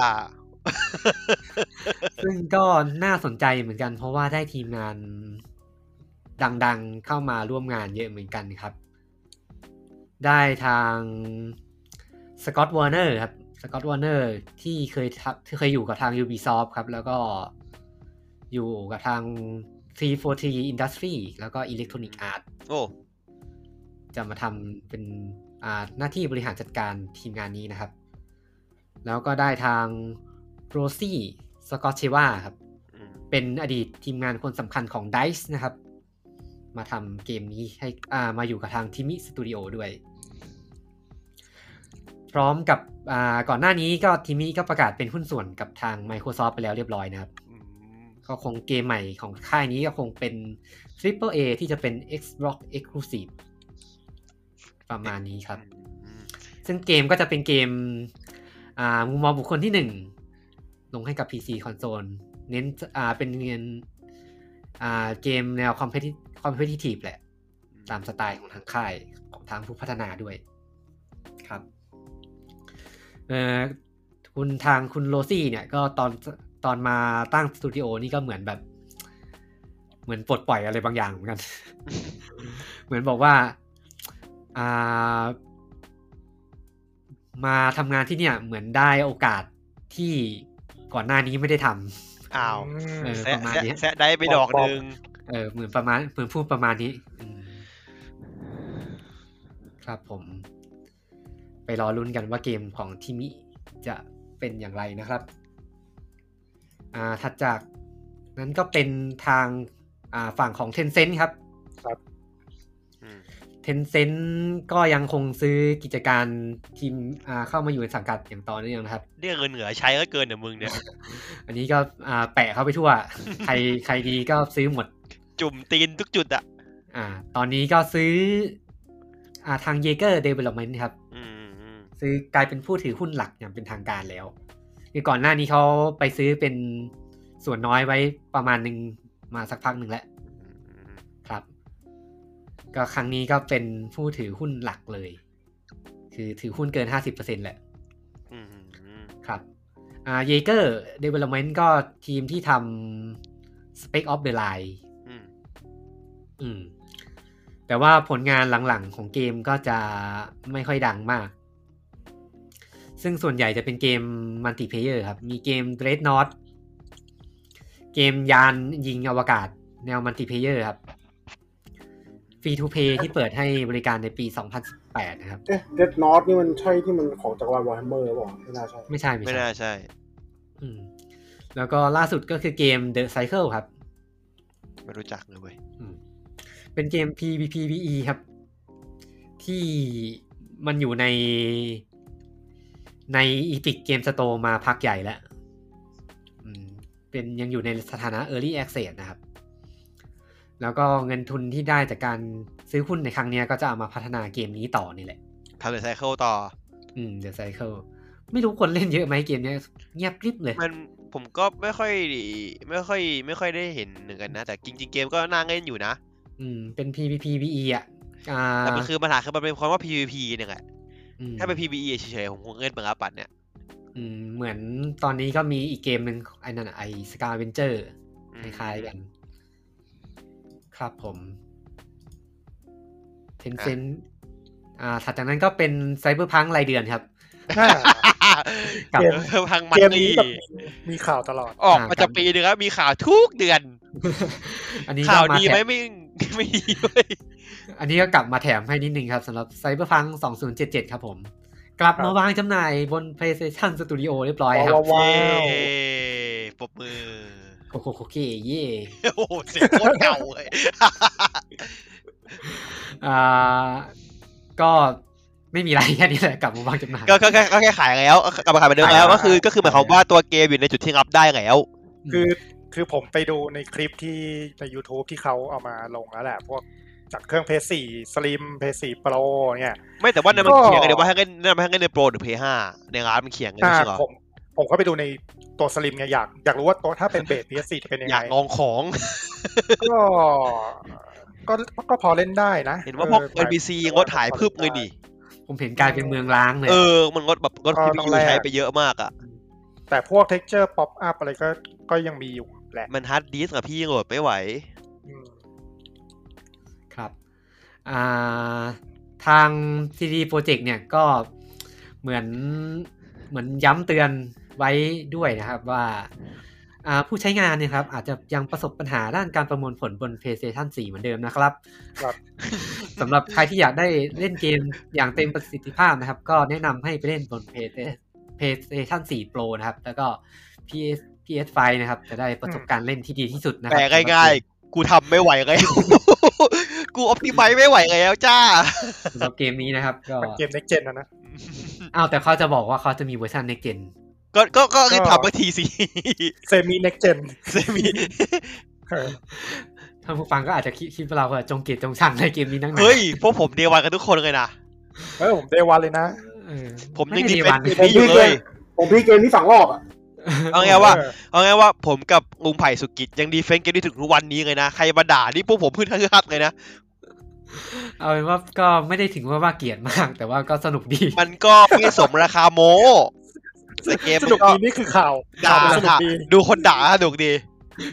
Speaker 2: ซึ่งก็น่าสนใจเหมือนกัน เพราะว่าได้ทีมงานดังๆเข้ามาร่วมงานเยอะเหมือนกันครับ ได้ทางสกอตวอร์เนอร์ครับสกอตวอร์เนอร์ที่เคยทำที่เคยอยู่กับทาง Ubisoft ครับ แล้วก็อยู่กับทาง 343 Industry แล้วก็ Electronic Arts
Speaker 3: โอ้
Speaker 2: จะมาทำเป็นอ่าหน้าที่บริหารจัดการทีมงานนี้นะครับ แล้วก็ได้ทางโรซี่ สกอตเชว่าครับ
Speaker 3: อืม
Speaker 2: เป็นอดีตทีมงานคนสำคัญของ DICE นะครับ มาทำเกมนี้ให้อ่ามาอยู่กับทางทิมิสตูดิโอด้วย พร้อมกับอ่าก่อนหน้านี้ก็ทิมิก็ประกาศเป็นหุ้นส่วนกับทาง Microsoft ไปแล้วเรียบร้อยนะครับ
Speaker 3: อืม
Speaker 2: ก็คงเกมใหม่ของค่ายนี้ก็คงเป็น Triple A ที่จะเป็น Xbox Exclusive ประมาณนี้ครับ
Speaker 3: อืม
Speaker 2: ซึ่งเกมก็จะเป็นเกมอ่ามุมมองบุคคลที่หนึ่งลงให้กับ PC คอนโซลเน้นอ่าเป็นเงินอ่าเกมแนวคอมเพลคอมเพลทีฟแหละ ตามสไตล์ของทางค่ายของทางผู้พัฒนาด้วยครับเอ่อคุณทางคุณโรซี่เนี่ยก็ตอนตอนมาตั้งสตูดิโอนี่ก็เหมือนแบบ เหมือนปลดปล่อยอะไรบางอย่างเหมือนกัน เหมือนบอกว่าอ่า มาทำงานที่เนี่ยเหมือนได้โอกาสที่ก่อนหน้านี้ไม่ได้ท
Speaker 3: อ้าว
Speaker 2: ำเออ
Speaker 3: แซะ
Speaker 2: ประมาณ
Speaker 3: แซะ
Speaker 2: เนี้ย
Speaker 3: แซะได้ไปดอกหนึ่ง
Speaker 2: เออเหมือนประมาณเหมือนพูดประมาณนี้อืมครับผม ไปรอลุ้นกันว่าเกมของทิมิจะเป็นอย่างไรนะครับ อ่าถัดจากนั้นก็เป็นทางอ่าฝั่งของเทนเซ็นครับ
Speaker 3: อืม
Speaker 2: เทนเซ็นก็ยังคงซื้อกิจการทีมอ่าเข้ามาอยู่ในสังกัดอย่างต่อเนื่องนะครับ
Speaker 3: เรียกเงินเหนือใช้ก็เกินเนี่ยมึงเนี่ย
Speaker 2: อันนี้ก็อ่าแปะเข้าไปทั่ว ใครใครดีก็ซื้อหมด
Speaker 3: จุ่มตีนทุกจุดอ่ะ
Speaker 2: อ่า ตอนนี้ก็ซื้ออ่าทางเยเกอร์เดเวล p อปเมนต์ครับ
Speaker 3: อืมอืม
Speaker 2: ซื้อกลายเป็นผู้ถือหุ้นหลักอย่างเป็นทางการแล้ว คือก่อนหน้านี้เขาไปซื้อเป็นส่วนน้อยไว้ประมาณหนึ่งมาสักพักหนึ่งแล้ว
Speaker 3: อืม
Speaker 2: ครับ ก็ครั้งนี้ก็เป็นผู้ถือหุ้นหลักเลย คือถือหุ้นเกิน 50%แหละ
Speaker 3: อืมอืม
Speaker 2: ครับอ่าเยเกอร์เดเวล p อปเมนต์ก็ทีมที่ทำ Spec of the Line
Speaker 3: อืม
Speaker 2: อืม แต่ว่าผลงานหลังๆของเกมก็จะไม่ค่อยดังมาก ซึ่งส่วนใหญ่จะเป็นเกมมัลติเพเยอร์ครับ มีเกม Dread n o t เกมยานยิงอวกาศแนวมัลติเพเยอร์ครับ ฟรีทูเพย์ที่เปิดให้บริการในปี 2018 นะครับ
Speaker 4: เอ๊ะเดดนอตนี่มันใช่ที่มันของจักรวาลวอร์แฮมเมอร์หรือเปล่าไม่น่าใช่
Speaker 2: ไม่ใช่ ไม่
Speaker 3: ไม่
Speaker 2: ใช่
Speaker 3: น่าใช่
Speaker 2: อืมแล้วก็ล่าสุดก็คือเกม The Cycle ครับ
Speaker 3: ไม่รู้จักเลยเว้ย
Speaker 2: อืมเป็นเกม PVPVE ครับ ที่มันอยู่ในใน Epic Game Store มาพักใหญ่แล้วอืมเป็นยังอยู่ในสถานะ Early Access นะครับ แล้วก็เงินทุนที่ได้จากการซื้อหุ้นในครั้งเนี้ยก็จะเอามาพัฒนาเกมนี้ต่อนี่แหละ
Speaker 3: ทำเดอะไซเคิลต่อ
Speaker 2: อืม The Cycle ไม่รู้คนเล่นเยอะไหมเกมเนี้ยเงียบกริบเลย
Speaker 3: มันผมก็ไม่ค่อยไม่ค่อยไม่ค่อยได้เห็นเหมือนกันนะ แต่จริง ๆ เกมก็น่าเล่นอยู่นะ
Speaker 2: อืม เป็น PVPVE อ่ะอ่า
Speaker 3: แต่มันคือปัญหาคือมันเป็นความว่า PVP เนี่ยแหละ
Speaker 2: ม
Speaker 3: ถ้าเป็น PVE เฉยๆผมคงเล่นเป็นอาปัดเนี่ย
Speaker 2: อืมเหมือนตอนนี้ก็มีอีกเกมหนึ่งไอ้นั่นน่ะไอ้สกาเวนเจอร์
Speaker 3: อืม
Speaker 2: คล้ายๆกัน ครับผมเทนเซนอ่าถัดจากนั้นก็เป็นไซเบอร์พังรายเดือนครับ
Speaker 1: น่า
Speaker 2: กับ
Speaker 1: เกม
Speaker 3: เออพังมั
Speaker 1: เก
Speaker 3: น
Speaker 1: ม
Speaker 3: นี่
Speaker 1: นี้แบบมีข่าวตลอด
Speaker 3: ออกมาจะปีหนึงแล้วมีข่าวทุกเดือน
Speaker 2: อันนี้
Speaker 3: ข่าว
Speaker 2: ก็มา
Speaker 3: ดี
Speaker 2: แถ
Speaker 3: ไหม
Speaker 2: ม
Speaker 3: ไม่ไม่ดีเว้ย
Speaker 2: อันนี้ก็กลับมาแถมให้นิดนึงครับสำหรับไซเบอร์พัง2077 ครับผม กลับ
Speaker 1: ครับ
Speaker 2: มาวางจำหน่ายบน PlayStation Studio เรียบร้อยครับ
Speaker 1: ว้าวว้าวว้าว
Speaker 3: เย้ปรบมือ
Speaker 2: โคโคโคเคเย่
Speaker 3: โอ้โหเสียงโคตรเก่า เลย
Speaker 2: อ่าก็ไม่มีอะไรแค่นี้แหละกลับมาวางจำหน่าย
Speaker 3: ก็ก็แค่ก็แค่ขายแล้วก็กลับมาขายเหมือนเดิมแล้วก็คือก็คือหมายความว่าตัวเกมอยู่ในจุดที่รับได้แล้ว
Speaker 1: คือคือผมไปดูในคลิปที่ใน YouTube ที่เขาเอามาลงแล้วแหละ พวกจากเครื่องเพย์สี่สลิมเพย์สี่โปรเนี่ย
Speaker 3: ไม่แต่ว่านั่นมัน
Speaker 1: ก็
Speaker 3: เขียงกันเดี๋ยวว่าให้เล่นนั่นมันให้เล่นในโปรหรือเพย์ห้าในร้านมันเขียงกัน
Speaker 1: อ่า
Speaker 3: ไม่ใช่เหรอ
Speaker 1: ผมผมก็ไปดูในตัวสลิมไงอยากอยากรู้ว่าตัวถ้าเป็นเบสเพย์สี่จะเป็นยัง
Speaker 3: อ
Speaker 1: ไง
Speaker 3: ยากลองของ
Speaker 1: ก็ก็ก็พอเล่นได้นะ
Speaker 3: เห็นว่าพวก
Speaker 1: ออ
Speaker 3: NPC
Speaker 1: แต่ว่
Speaker 3: งดหายพึบเลยดิ
Speaker 2: ผมเห็นกลายเป็นเมืองล้างเลย
Speaker 3: เออ มันงดแบบงด
Speaker 1: ก็
Speaker 3: ที่
Speaker 1: ต้องแล
Speaker 3: มี
Speaker 1: ก
Speaker 3: ใช้ไปเยอะมากอ่ะ
Speaker 1: แต่พวกเท็กเจอร์ป๊อปอัพอะไรก็ก็ยังมีอยู่แหละ
Speaker 3: มันฮาร์ดดิสก์อะพี่โหลดไม่ไหว
Speaker 1: อืม
Speaker 2: ครับอ่าทาง CD Project เนี่ยก็เหมือนเหมือนย้ำเตือนไว้ด้วยนะครับว่าอ่าผู้ใช้งานเนี่ยครับอาจจะยังประสบปัญหาด้านการประมวลผลบน PlayStation 4 เหมือนเดิมนะครับ
Speaker 1: ครับ
Speaker 2: สำหรับ ใครที่อยากได้เล่นเกมอย่างเต็มประสิทธิภาพนะครับ ก็แนะนำให้ไปเล่นบน PlayStation 4 Pro นะครับ แล้วก็ PS PS5 นะครับ จะได้ประสบการณ์เล่นที่ดีที่สุดนะครั
Speaker 3: แต่ง่ายๆ กูทำไม่ไหวแล้ว กูออ t ติไ e ไม่ไหวแล้วจ้า
Speaker 2: สำหรับเกมนี้นะครับ ก็
Speaker 1: มันเกมเน็กเจนนะนะ
Speaker 2: อ้าวแต่เขาจะบอกว่าเขาจะมีเวอร์ชัน next gen
Speaker 3: ก็ก็ก็
Speaker 1: ก็
Speaker 3: ทำมาทีสิ
Speaker 1: เซมิเน็กเจน
Speaker 3: เซมิ
Speaker 2: ท่านผู้ฟังก็อาจจะคิดคิดว่าเราอะจงเกลียดจงชังในเกมนี้นั่ง
Speaker 3: เฮ้ย พวกผมเดวันกันทุกคนเลยนะ
Speaker 1: เออผมเดวันเลยนะ
Speaker 3: ผม
Speaker 2: ไม่
Speaker 3: ยัง
Speaker 2: ได้
Speaker 3: ดี
Speaker 2: ดี
Speaker 3: เป็น
Speaker 2: วัน
Speaker 3: เป็นพี่อยู่เลย
Speaker 4: ผมพี่เกมนี้สองรอบอ่ะ
Speaker 3: เอาไงวะ เอาไงว่าผมกับลุงไผ่สุกิจยังดีเฟนต์เกมที่ถึงทุกวันนี้เลยนะ ใครมาด่านี่พวกผมพื้นทั้งคับเลยนะ
Speaker 2: เอาเป็นว่าก็ไม่ได้ถึงว่าว่าเกลียดมาก แต่ว่าก็สนุกดี
Speaker 3: มันก็ไม่สมราคาโมแต่เกม
Speaker 1: ส
Speaker 3: มั
Speaker 1: นุก
Speaker 3: นก็
Speaker 1: ดีนี่คือข่าว
Speaker 3: ด่า
Speaker 1: ข่าวสนุก
Speaker 3: ค่ะ
Speaker 1: ดี
Speaker 3: ดูคนด่าสนุกดี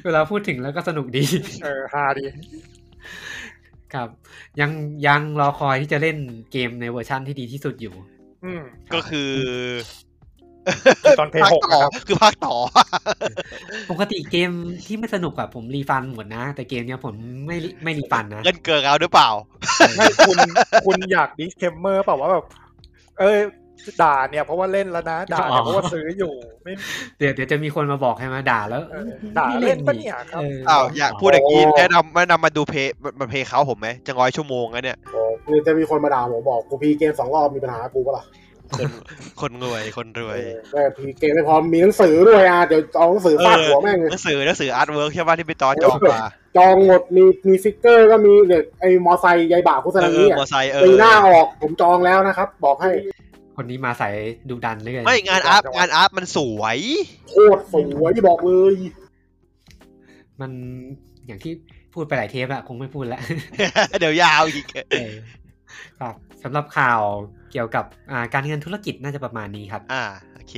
Speaker 2: เวลาพูดถึงแล้วก็สนุกดี
Speaker 1: เออฮาดี
Speaker 2: ครับ ยังยังรอคอยที่จะเล่นเกมในเวอร์ชั่นที่ดีที่สุดอยู่
Speaker 1: อืม
Speaker 3: ก็คือ
Speaker 1: คือตอน Play
Speaker 3: ภาค
Speaker 1: หก
Speaker 3: ต่อ
Speaker 1: นะครับ
Speaker 3: คือภาคต่อ
Speaker 2: ปกติเกมที่ไม่สนุกอะผมรีฟันหมดนะ แต่เกมเนี้ยผมไม่ไม่รีฟันนะ
Speaker 3: เล่นเกินแล้วหรือเปล่า
Speaker 1: ไม่คุณคุณอยากดิสเคมเมอร์เปล่าว่าแบบเอ้ยด่าเนี่ยเพราะว่าเล่นแล้วนะ ด่าเนี่ยเพราะว่าซื้ออยู่ไม่
Speaker 2: เดี๋ยวเดี๋ยวจะมีคนมาบอกให้มาด่าแล้ว
Speaker 1: เออด่าเล่นปะเนี่ยครับ
Speaker 3: อ้าวอยากพูดอย่างนี้แนะนำแนะนำมาดูเพลมาเพลเขาผมไหมจะร้อยชั่วโมงแล้วเนี่ย
Speaker 4: โอ้ยจะมีคนมาด่าผมบอกกูพีเกมสองรอบมีปัญหากูปะล่ะ
Speaker 3: คนคนรวยคนรวย
Speaker 4: เออแต่พีเกมไม่พอมีหนังสือด้วยอ่ะเดี๋ยวเอาหนังสือฟาดหัวแม่งเลย
Speaker 3: หนังสือหนังสืออาร์ตเวิร์กใช่ป่ะที่ไปต่อจองมา
Speaker 4: จองหมดมีมีสติกเกอร์ก็มีเนี่ยไอ้มอไซค์ยายบ่าโฆษ
Speaker 3: เอ
Speaker 4: ณา
Speaker 3: อ
Speaker 4: นี้
Speaker 3: มอไซค์เอ
Speaker 4: ปีหน้า
Speaker 3: อ
Speaker 4: ออกผมจองแล้วนะครับ บอกให้
Speaker 2: คนนี้มาใส่ดูดันเลย
Speaker 3: ไม่งานอาร์ตงานอาร์ตมันสวย
Speaker 4: โคตรสวยที่บอกเลย
Speaker 2: มันอย่างที่พูดไปหลายเทปอะคงไม่พูดแล้ว
Speaker 3: เดี๋ยวยาวอีก
Speaker 2: เออครับสำหรับข่าวเกี่ยวกับอ่าการเงินธุรกิจน่าจะประมาณนี้ครับ
Speaker 3: อ่าโอเค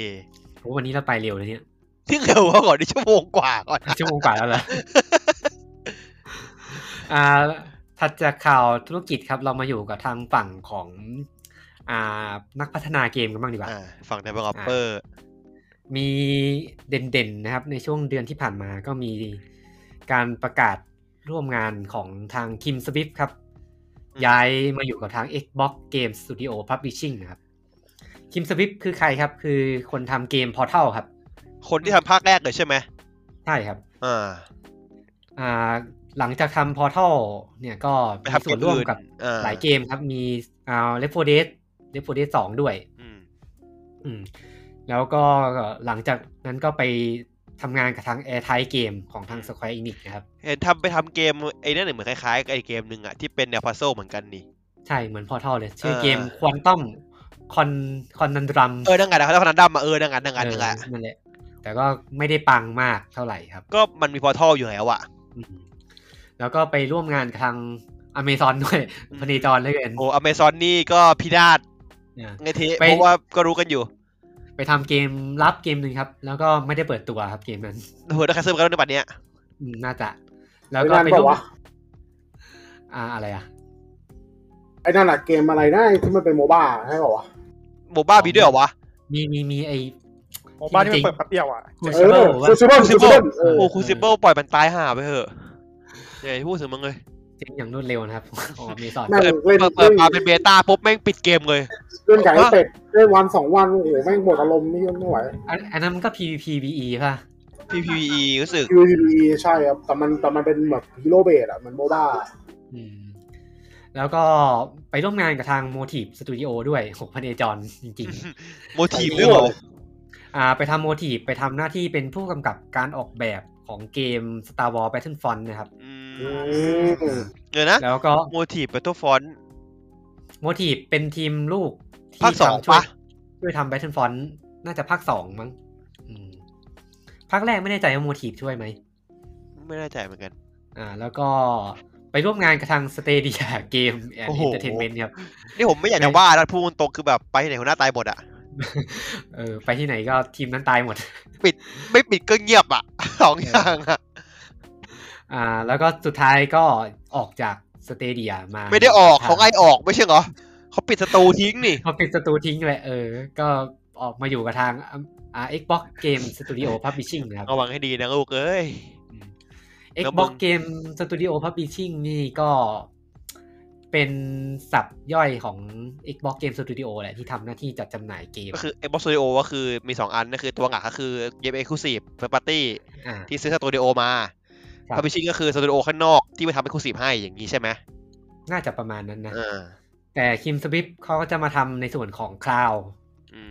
Speaker 2: โหวันนี้เราไปเร็วเลยเนี่ย
Speaker 3: ที่เร็วกว่าก่อนที่ชั่วโมงกว่าก่อน
Speaker 2: ชั่วโมงกว่าแล้วเหรออ่าถัดจากข่าวธุรกิจครับเรามาอยู่กับทางฝั่งของอ่านักพัฒนาเกมกันบ้างดีกว่า
Speaker 3: อ่าฝั่ง developer
Speaker 2: มีเด่นๆนะครับ ในช่วงเดือนที่ผ่านมาก็มีการประกาศร่วมงานของทาง Kim Swift ครับ
Speaker 3: อืม
Speaker 2: ย้ายมาอยู่กับทาง Xbox Game Studio Publishing นะครับ Kim Swift คือใครครับ คือคนทำเกม Portal ครับ
Speaker 3: คนที่ทำภาคแรกเลยใช่ไหม
Speaker 2: ใช่ครับ
Speaker 3: อ่า
Speaker 2: อ่าหลังจากทำ Portal เนี่ยก็
Speaker 3: ไป
Speaker 2: มี
Speaker 3: ทำ
Speaker 2: ส่
Speaker 3: เก
Speaker 2: วน
Speaker 3: ม
Speaker 2: ร่วม
Speaker 3: อื่น
Speaker 2: กับ
Speaker 3: อ่
Speaker 2: หลายเกมครับ มีอ่า Left 4 Dead Left 4 Dead 2 ด้วย
Speaker 3: อืม
Speaker 2: อืมแล้วก็หลังจากนั้นก็ไปทำงานกับทาง Air t i g h t Game ของทาง Square Enix นะครับ
Speaker 3: เห็นทำไปทำเกมไอ้นั่นเหมือนคล้ายๆกับไอ้เกมหนึ่งอ่ะที่เป็นแนวพัซโซเหมือนกันนี่
Speaker 2: ใช่เหมือนพอทัลเลย ชื่อ
Speaker 3: เออ
Speaker 2: เกมควอนตัมคอนคอนนันดรัม
Speaker 3: เออนั่งไงนะเขาเรียกว่านันดัมมาเออนั่งไงนั่งไงนั่งไง
Speaker 2: นั่นแหละ แต่ก็ไม่ได้ปังมากเท่าไหร่ครับ
Speaker 3: ก็มันมีพอทัลอยู่แล้วอ่ะ
Speaker 2: อืมแล้วก็ไปร่วมงานกับทางอเมซอนด้วย
Speaker 3: อืม
Speaker 2: พเนจรเลยกัน
Speaker 3: โอ้อเมซอนนี่ก็พินาศ
Speaker 2: เนี่ย
Speaker 3: ไงเท
Speaker 2: ไป
Speaker 3: เพราะว่าก็รู้กันอยู่
Speaker 2: ไปทำเกมลับเกมหนึ่งครับ แล้วก็ไม่ได้เปิดตัวครับเกมนั้น
Speaker 3: หัวนักแคสเซิลกันแล้วในบัดเนี้ย
Speaker 2: อืมน่าจะ แล้ว
Speaker 4: ไอ้
Speaker 2: ก็
Speaker 4: นั่น
Speaker 2: ไปร่
Speaker 4: บอก
Speaker 2: วม
Speaker 4: ว่า
Speaker 2: อ่าอะไรอ่ะ
Speaker 4: ไอ้นั่นอะเกมอะไรนะไอ้ที่มันเป็นโมบ้าใช่ป่าวะ
Speaker 3: โมบ้ามีด้วยเหรอวะ
Speaker 2: มีมีมีไอ
Speaker 1: โมบ้านที่
Speaker 2: จ
Speaker 1: มั
Speaker 2: ริ
Speaker 1: น
Speaker 2: งๆ
Speaker 1: เปิดแป๊บเดียวอ่ะ
Speaker 2: คู
Speaker 4: เอ
Speaker 2: ชิ
Speaker 4: อ
Speaker 2: เบิลวะ
Speaker 4: คูซิเบิลคูซิเบิลเออ
Speaker 3: โอ้คูซิเบิลปล่อยมันตายห่าไปเถอะอย่าให้พูดถึงมึงเลย
Speaker 2: เจริงอย่างรวดเร็วนะครับโอ้อเมซอน
Speaker 4: แม่ง
Speaker 3: เปิด
Speaker 4: เล่น
Speaker 3: เปิดเปิด
Speaker 4: เล่น
Speaker 3: มาเป็นเบต้าปุ๊บแม่งปิดเกมเลย
Speaker 4: เล่นไก่เป็ดเล่นวันสองวันโอ้โหแม่งหมดอารมณ์ไม่ไม่ไหว
Speaker 2: อันอันนั้นมันก็ PVPVE ป่ะ
Speaker 3: PPE รู้สึก
Speaker 4: QTE ใช่ครับแต่มันแต่มันเป็นแบบฮีโร่เบสอะมันโมบ้า
Speaker 2: อืมแล้วก็ไปร่วมงานกับทาง Motive Studio ด้วยหกพันเอจอนจริง
Speaker 3: โมทีฟด้วยเหรอ
Speaker 2: ๆ อ่า ไปทำ Motive ไปทำหน้าที่เป็นผู้กำกับการออกแบบของเกม Star Wars Battlefront นะครับ
Speaker 3: อื
Speaker 4: อื
Speaker 3: ม
Speaker 4: ม
Speaker 3: เดี๋ยวนะ
Speaker 2: แล้วก็
Speaker 3: โมทีฟเปโตฟอน
Speaker 2: Motive เป็นทีมลูกที่
Speaker 3: ภาคสอง
Speaker 2: ทำช่วย
Speaker 3: ปะ
Speaker 2: ช่วยทำ Battlefront น่าจะภาคสองมั้งอืมภาคแรกไม่แน่ใจว่า Motive ช่วยไหม
Speaker 3: ไม่แน่ใจเหมือนกัน
Speaker 2: อ่า แล้วก็ไปร่วมงานกับทาง Stadia Game and
Speaker 3: โอ้โห
Speaker 2: Entertainment ครับ
Speaker 3: นี่ผมไม่อยากจะว่านะพูดตรงๆคือแบบไปที่ไหนหัวหน้าตายหมดอะ
Speaker 2: เออ ไปที่ไหนก็ทีมนั้นตายหมด
Speaker 3: ไม่ปิดก็เงียบอะ สองอย่างอะ
Speaker 2: อ่า แล้วก็สุดท้ายก็ออกจากสเตเดียมา
Speaker 3: ไม่ได้ออกเขาไอ
Speaker 2: อ
Speaker 3: ออกไม่ใช่เหรอเขาปิดสตูทิ้งนี่
Speaker 2: เขาปิดสตูทิ้งเลย เออ ก็ออกมาอยู่กับทางอ่า Xbox Game Studio Publishing นะครับ
Speaker 3: ระวังให้ดีนะลูกเอ้ย
Speaker 2: อืม
Speaker 3: แล้วมึ
Speaker 2: Xbox
Speaker 3: ง
Speaker 2: Game Studio Publishing นี่ก็ เป็นสับย่อยของ Xbox Game Studio แหละที่ทำหน้าที่จัดจำหน่ายเกม
Speaker 3: ก็คือ Xbox Studio ก็คือมี 2 อันก็คือตัวหลักก็คือเกม Exclusive Third Party
Speaker 2: อ่า
Speaker 3: ที่ซื้อสตูดิโอมา
Speaker 2: ครับ
Speaker 3: พับบิชิ่งก็คือสตูดิโอข้างนอกที่ไปทำ Exclusive ให้อย่างนี้ใช่ไหม
Speaker 2: น่าจะประมาณนั้นนะ
Speaker 3: อ่า
Speaker 2: แต่คิมสวิฟเขาก็จะมาทำในส่วนของคลาว
Speaker 3: อื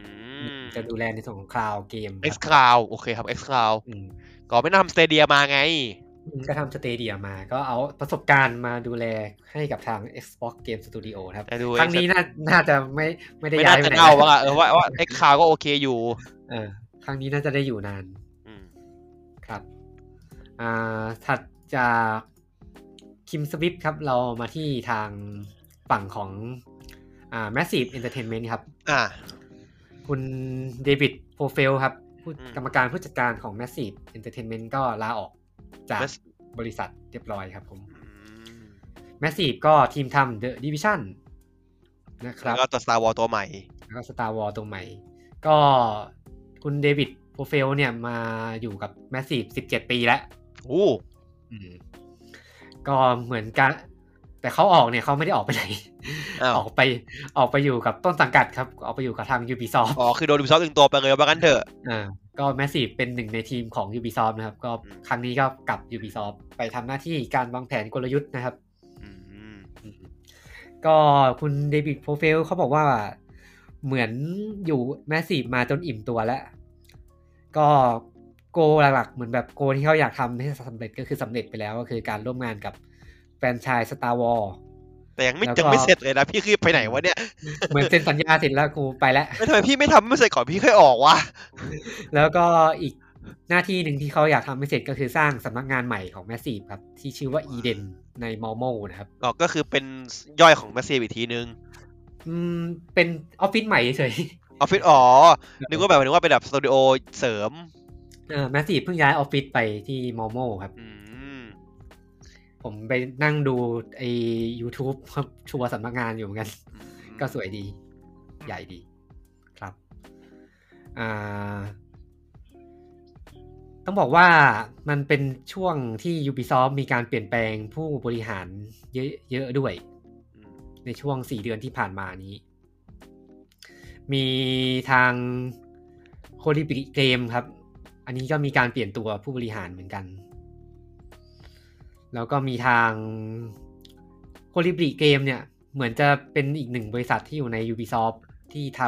Speaker 3: ม
Speaker 2: จะดูแลในส่วนของคลาวเกม
Speaker 3: X Cloud โอเคครับ X Cloud
Speaker 2: อืม
Speaker 3: ก่อนไม่นำสเตเดียมาไง
Speaker 2: ก็ทำสเตเดียมา ก็เอาประสบการณ์มาดูแลให้กับทาง Xbox Game Studio นะครับ
Speaker 3: แต่ดู
Speaker 2: ครั้งนี้น่าน่าจะไม่ไม่ได้
Speaker 3: ไม่
Speaker 2: ย้า
Speaker 3: น่าย
Speaker 2: ไป
Speaker 3: จะ
Speaker 2: ไหน
Speaker 3: เน่าว่ะเออว่าว่า X Cloud ก็โอเคอยู่
Speaker 2: เออครั้งนี้น่าจะได้อยู่นาน
Speaker 3: อืม
Speaker 2: ครับ อ่า ถัดจากคิมสวิฟครับ เรามาที่ทางฝั่งของอ่า Massive Entertainment ครับ
Speaker 3: อ่า
Speaker 2: คุณเดวิดโพเฟลครับผู้
Speaker 3: อืม
Speaker 2: กรรมการผู้จัดการของ Massive Entertainment ก็ลาออกจาก
Speaker 3: Mass-
Speaker 2: บริษัทเรียบร้อยครับผม
Speaker 3: อืม
Speaker 2: Massive ก็ทีมทำ The Division นะครับ
Speaker 3: แล้วก็ตัว Star Wars ตัวใหม่
Speaker 2: แล้วก็ Star Wars ตัวใหม่ ก็คุณเดวิดโพเฟลเนี่ยมาอยู่กับ Massive 17 ปีแล้ว
Speaker 3: อู้
Speaker 2: อืมก็เหมือนกัน แต่เขาออกเนี่ยเขาไม่ได้ออกไปไหน
Speaker 3: อ้าว
Speaker 2: ออกไปออกไปอยู่กับต้นสังกัดครับ ออกไปอยู่กับทาง Ubisoft
Speaker 3: อ๋อคือโดนดิซอฟต์ดึงตัวไปเลยว่างั้นเถอะ
Speaker 2: อ่าก็แมสซีฟเป็นหนึ่งในทีมของ Ubisoft นะครับ ก็
Speaker 3: อืม
Speaker 2: ครั้งนี้ก็กลับ Ubisoft ไปทำหน้าที่การวางแผนกลยุทธ์นะครับ
Speaker 3: อืม
Speaker 2: อืมก็คุณเดวิดโพเฟลเขาบอกว่าเหมือนอยู่แมสซีฟมาจนอิ่มตัวแล้ว ก็โกลหลักๆ เหมือนแบบโกลที่เขาอยากทำให้สำเร็จก็คือสำเร็จไปแล้วก็คือการร่วมงานกับแฟรนไชาย Star Wars
Speaker 3: แต่ยังไม่
Speaker 2: แล้วก็
Speaker 3: ยังไม่เสร็จเลยนะพี่คือไปไหนวะเนี่ย
Speaker 2: เหมือนเซ็นสัญญาเสร็จแล้วกูไปแล้ว
Speaker 3: ไม่ทำไมพี่ไม่ทำไม่เสร็จก่อนพี่ค่อยออกวะ
Speaker 2: แล้วก็อีกหน้าที่หนึ่งที่เขาอยากทำให้เสร็จก็คือสร้างสำนักงานใหม่ของแมสซีฟครับ ที่ชื่อว่าอีเดนในมอลโมนะครับ
Speaker 3: อ๋อก็คือเป็นย่อยของแมสซีฟอีกทีนึง
Speaker 2: อืมเป็นออฟฟิศใหม่เฉย
Speaker 3: ออฟฟิศอ๋อ นึกว่าแบบนึกว่าเป็นแบบสตูดิโอเสริม
Speaker 2: ๆเอ อแมสซีฟเพิ่งย้ายออฟฟิศไปที่มอลโมครับ
Speaker 3: อืม
Speaker 2: ผมไปนั่งดูไอ้ YouTube ครับชัวร์สำนักงานอยู่เหมือนกัน ก็สวยดี ใหญ่ดีครับอ่าต้องบอกว่ามันเป็นช่วงที่ Ubisoft มีการเปลี่ยนแปลงผู้บริหารเยอะเยอะด้วย
Speaker 3: อืม
Speaker 2: ในช่วง 4 เดือนที่ผ่านมานี้ มีทางโคดิปิเกมครับ อันนี้ก็มีการเปลี่ยนตัวผู้บริหารเหมือนกัน แล้วก็มีทางโคดิปิเกมเนี่ย เหมือนจะเป็นอีกหนึ่งบริษัทที่อยู่ใน Ubisoft ที่ท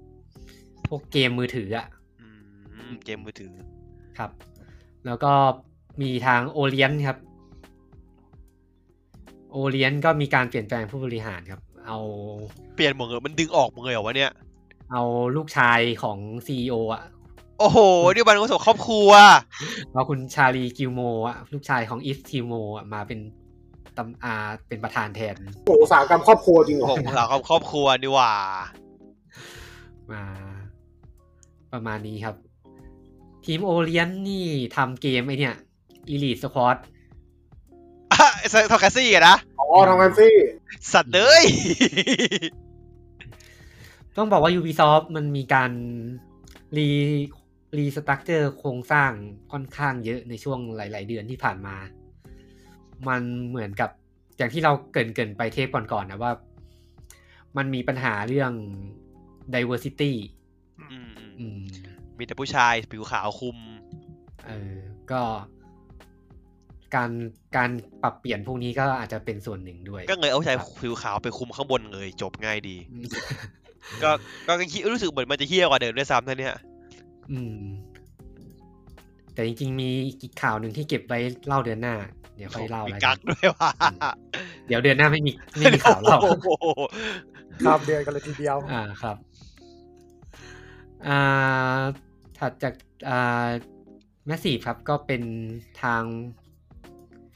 Speaker 2: ำพวกเกมมือถืออะ
Speaker 3: อืมเกมมือถือ
Speaker 2: ครับ แล้วก็มีทางโอเลียนครับ โอเลียนก็มีการเปลี่ยนแปลงผู้บริหารครับ เอา
Speaker 3: เปลี่ยนหมดเลยมันดึงออกหมดเลยเหรอวะเนี่ย
Speaker 2: เอาลูกชายของ CEO อ่ะ
Speaker 3: โอ้โห นี่มันก็สมครอบครัว
Speaker 2: เอาคุณชาลีกิลโมอ่ะ ลูกชายของอีฟกิลโมอ่ะ มาเป็นตำอาเป็นประธานแทน
Speaker 4: โอ้อุตสาหกรรมครอบครัวจริงเหรอ
Speaker 3: ผมสาวครอบครอบครัวนี่ หว่า
Speaker 2: มา ประมาณนี้ครับ ทีมโอเลียนนี่ทำเกมไอเนี่ย Elite Squad
Speaker 3: อ่ะไอ้เซอร์ทอคาซี่อะนะ
Speaker 4: อ๋อทำงานซี่
Speaker 3: สัตว์เลย
Speaker 2: ต้องบอกว่า Ubisoft มันมีการรีรีสตรัคเจอร์โครงสร้างค่อนข้างเยอะในช่วงหลาย ๆ เดือนที่ผ่านมา มันเหมือนกับอย่างที่เราเกรินเกรินไปเทปก่อน ๆ นะว่า มันมีปัญหาเรื่อง diversity
Speaker 3: อืมอืม
Speaker 2: อืม
Speaker 3: มีแต่ผู้ชายผิวขาวคุม
Speaker 2: เออก็ การการปรับเปลี่ยนพวกนี้ก็อาจจะเป็นส่วนหนึ่งด้วย
Speaker 3: ก็เลยเอาผู้ชายผิวขาวไปคุมข้างบนเลย จบง่ายดี
Speaker 2: อืม
Speaker 3: ก็ก็คิดรู้สึกเหมือนมันจะเฮี้ยกว่าเดิมด้วยซ้ำนะเนี่ย
Speaker 2: อืม แต่จริง ๆ มีอีกข่าวหนึ่งที่เก็บไว้เล่าเดือนหน้า เดี๋ยวค่อยเล่า
Speaker 3: มี
Speaker 2: แล้วกั
Speaker 3: กั
Speaker 2: น
Speaker 3: กด้วยว่ะ
Speaker 2: เดี๋ยวเดือนหน้าไม่มีไม่มีข่าวเรา
Speaker 3: โอ้โห
Speaker 1: ข้ามเดือนกันเลยทีเดียว
Speaker 2: อ่าครับ อ่า ถัดจาก อ่าแมสซีฟครับ ก็เป็นทาง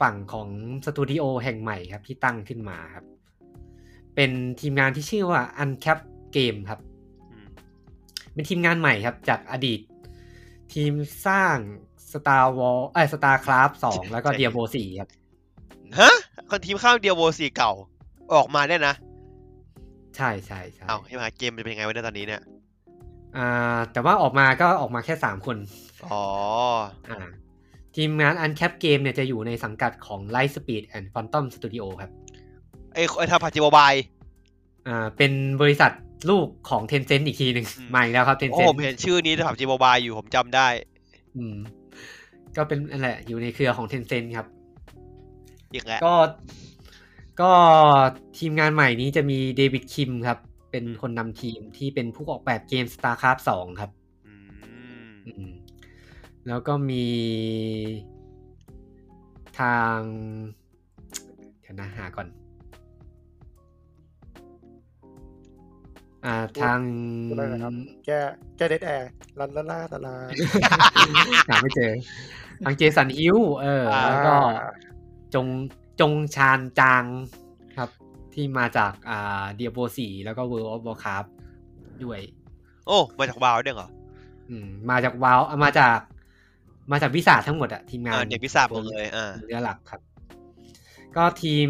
Speaker 2: ฝั่งของสตูดิโอแห่งใหม่ครับ ที่ตั้งขึ้นมาครับ เป็นทีมงานที่ชื่อว่า Uncap Game ครับ
Speaker 3: อืม
Speaker 2: เป็นทีมงานใหม่ครับ จากอดีต ทีมสร้าง Star War เอ้ย StarCraft 2 แล้วก็ Diablo 4ครับ
Speaker 3: ฮะ คนทีมข้าวเดียวโวสีเก่า ออกมาเนี่ยนะ
Speaker 2: ใช่ใช่ใช่
Speaker 3: เอาให้มาเกมจะเป็นยังไงวะเนี่ยตอนนี้เนี่ย
Speaker 2: อ่า แต่ว่าออกมาก็ออกมาแค่ 3 คน
Speaker 3: อ๋อ
Speaker 2: อ่าทีมงาน Uncap Game เนี่ยจะอยู่ในสังกัดของ Lightspeed and Phantom Studio ครับ
Speaker 3: ไอ้ไอ้ทำผัดจีบวบาย
Speaker 2: อ่าเป็นบริษัทลูกของเทนเซ็นอีกทีหนึ่ง
Speaker 3: อืม
Speaker 2: มาอีกแล้วครับเทน
Speaker 3: โอ้
Speaker 2: เซ็น
Speaker 3: ผมเห็นชื่อนี้ผัดจีบวบายอยู่ผมจำได้
Speaker 2: ก็เป็นอะไรอยู่ในเครือของเทนเซ็นครับ
Speaker 3: อีกแล้ว
Speaker 2: ก็ก็ทีมงานใหม่นี้จะมีเดวิดคิมครับ เป็นคนนำทีมที่เป็นผู้ออกแบบเกม StarCraft 2 ครับ
Speaker 3: อืม
Speaker 2: อืมแล้วก็มีทางเดี๋ยวนะหาก่อน อ่าทาง
Speaker 1: พูดได้เลยครับ แกแกเดดแอร์ลันลาลาลาลา
Speaker 2: หาไม่เจอ ทางเจสันฮิวเออ
Speaker 1: อ่า
Speaker 2: แล้วก็จงจงชาญจางครับ ที่มาจากอ่าเดียโบสีแล้วก็ World of Warcraft ด้วย
Speaker 3: โอ้มาจากบาวด้วยเหรอ
Speaker 2: อืมมาจากวาวมาจากมาจากวิสาทั้งหมดอะทีมงา
Speaker 3: อ่าน เด็กพิศาจหมดเลยอ่า
Speaker 2: เรือหลักครับ ก็ทีม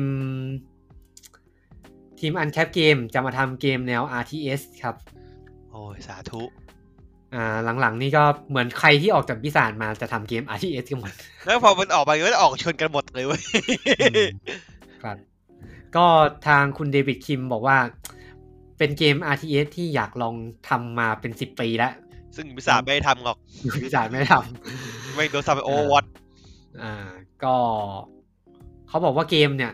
Speaker 2: ทีมอันแคปเกมจะมาทำเกมแนว RTS ครับ
Speaker 3: โอ้ยสาธุ
Speaker 2: อ่าหลังๆนี่ก็เหมือนใครที่ออกจากวิสานมาจะทำเกม RTS กันหมด
Speaker 3: แล้วพอมันออกไปก็จะออกชนกันหมดเลยเว้ย
Speaker 2: อืมครับ ก็ทางคุณเดวิดคิมบอกว่า เป็นเกม RTS ที่อยากลองทำมาเป็นสิบปีแล้ว
Speaker 3: ซึ่งพิศาจไม่ได้ทำหรอก
Speaker 2: วิจารณ์ไม่ได้ท
Speaker 3: ไม่งโดนซับไปโอเวอร์วอต
Speaker 2: ำอ่า ก็เขาบอกว่าเกมเนี่ย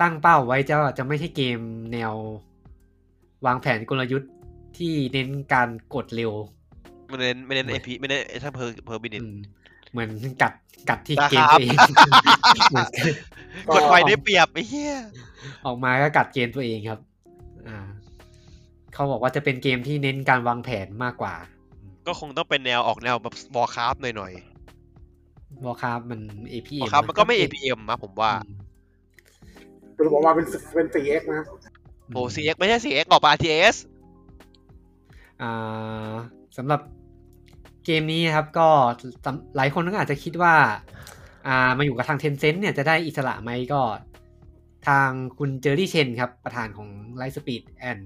Speaker 2: ตั้งเป้าไว้จะจะไม่ใช่เกมแนว วางแผนกลยุทธ์ที่เน้นการกดเร็ว
Speaker 3: ไม่เน้นไม่เน้นเอพีไม่เน้นไอ้ทั้งเพอร์เพอร์บินิต
Speaker 2: อืมเหมือนกัดกัดที่
Speaker 3: นะครับ
Speaker 2: เกมตัวเองเหมือนกัด
Speaker 3: ก
Speaker 4: ก็
Speaker 3: ดไฟได้เปรียบไอ้เหี้ย
Speaker 2: ออกมาก็กัดเกมตัวเองครับ อ่าเขาบอกว่าจะเป็นเกมที่เน้นการวางแผนมากกว่า
Speaker 3: ก็คงต้องเป็นแนวออกแนวแบบบอคาร์ฟหน่อยหน่อย
Speaker 2: วอลคราฟมัน APM
Speaker 3: พอครับมันก็ไม่
Speaker 2: ะ
Speaker 3: APM นะผมว่า
Speaker 2: อืม
Speaker 4: สรุปออกมาเป็นเป็นสี่เอ็กนะ
Speaker 3: โอ้ CX ไม่ใช่ CX ออกมา RTS
Speaker 2: อ่าสำหรับเกมนี้นะครับก็สำหลายคนก็อาจจะคิดว่า อ่ามาอยู่กับทางเทนเซ็นเนี่ยจะได้อิสระไหมก็ทางคุณเจอรี่เชนครับ ประธานของ l i g h t Speed and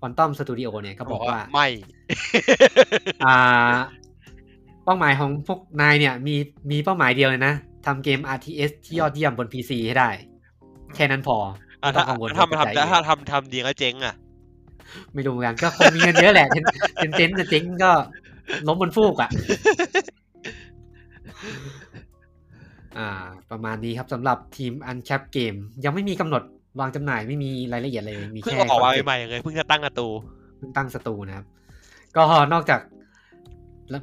Speaker 2: Quantum Studio เนี่ยก็บอกว่า
Speaker 3: ไม่
Speaker 2: อ่าเป้าหมายของพวกนายเนี่ย มีมีเป้าหมายเดียวเลยนะทำเกม RTS ที่ยอดเยี่ยมบน PC ให้ได้ แค่นั้นพอ
Speaker 3: อ่ะ
Speaker 2: ไม่ต้
Speaker 3: ถ้า
Speaker 2: องกังวล
Speaker 3: ถ้าทำ
Speaker 2: ใจเอ
Speaker 3: ทำ
Speaker 2: ง
Speaker 3: ถ้าทำทำดีก็เจ๊งอ่ะ
Speaker 2: ไม่รู้เหมือนกันก็คงมีเงินเยอะแห ละเทนเทนเซ็นต์แต่เจ๊งก็ล้มบนฟูกอ่ะ อ่า ประมาณนี้ครับสำหรับทีมอันแคปเกม ยังไม่มีกำหนดวางจำหน่ายไม่มีรายละเอียดเลย มี
Speaker 3: เพิ่ง
Speaker 2: แค่
Speaker 3: ออก
Speaker 2: ค
Speaker 3: มา
Speaker 2: อนเซ็ปต์
Speaker 3: ใหม่ๆเลยเพิ่งจะตั้งประตู
Speaker 2: เพิ่งตั้งสตูนะครับ ก็นอกจาก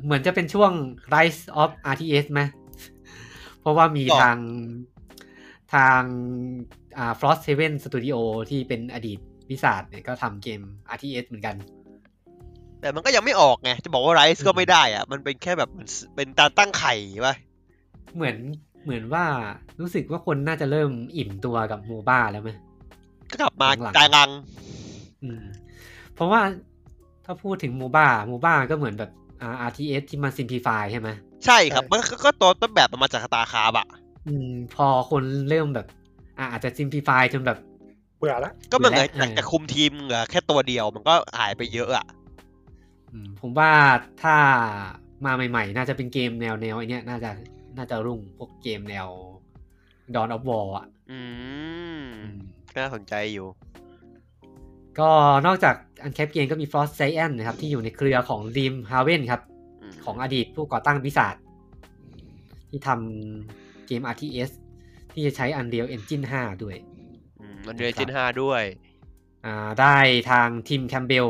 Speaker 2: เหมือนจะเป็นช่วง Rise of RTS ไหม เพราะว่ามี
Speaker 3: ก็
Speaker 2: ทางทางอ่า Frost Seven Studio ที่เป็นอดีตวิสาดเนี่ยก็ทำเกม RTS เหมือนกัน
Speaker 3: แต่มันก็ยังไม่ออกไง จะบอกว่าไรซ์ก็ไม่ได้อ่ะ มันเป็นแค่แบบเหมือนเป็นการตั้งไข่ป่ะ
Speaker 2: เหมือนเหมือนว่ารู้สึกว่าคนน่าจะเริ่มอิ่มตัวกับโมบ้าแล้วไหม
Speaker 3: ก็กลับมา
Speaker 2: หลังๆ
Speaker 3: กลายรัง
Speaker 2: อืมเพราะว่าถ้าพูดถึงโมบ้าโมบ้าก็เหมือนแบบอ่า RTS ที่มันซิมพลิฟายใช่ไหม
Speaker 3: ใช่ครับ มันก็ก็ตัวต้นแบบมันมาจากสตาร์คาร์บอ่ะ
Speaker 2: อืม พอคนเริ่มแบบอ่าอาจจะซิมพลิฟายจนแบบ
Speaker 1: เบื่อละ
Speaker 3: ก็มันเหมือน
Speaker 2: เออ
Speaker 3: จากจะคุมทีมเหลือแค่ตัวเดียวมันก็หายไปเยอะอ่ะ
Speaker 2: อืมผมว่าถ้ามาใหม่ๆ น่าจะเป็นเกมแนวแนวไอเนี้ยน่าจะน่าจะรุ่งพวกเกมแนวดอนออฟวอลอ่ะ
Speaker 3: อืม
Speaker 2: อืม
Speaker 3: น่าสนใจอยู่
Speaker 2: ก็นอกจากอันแคปเกมก็มี Frost Giant นะครับ ที่อยู่ในเครือของ Dream Haven ครับ
Speaker 3: อืม
Speaker 2: ของอดีตผู้ก่อตั้งวิสาทที่ทำเกม RTS ที่จะใช้ Unreal Engine 5 ด้วย
Speaker 3: อืมมันเดือนจินห้าด้วย
Speaker 2: อ่าได้ทางทีมแคมเบล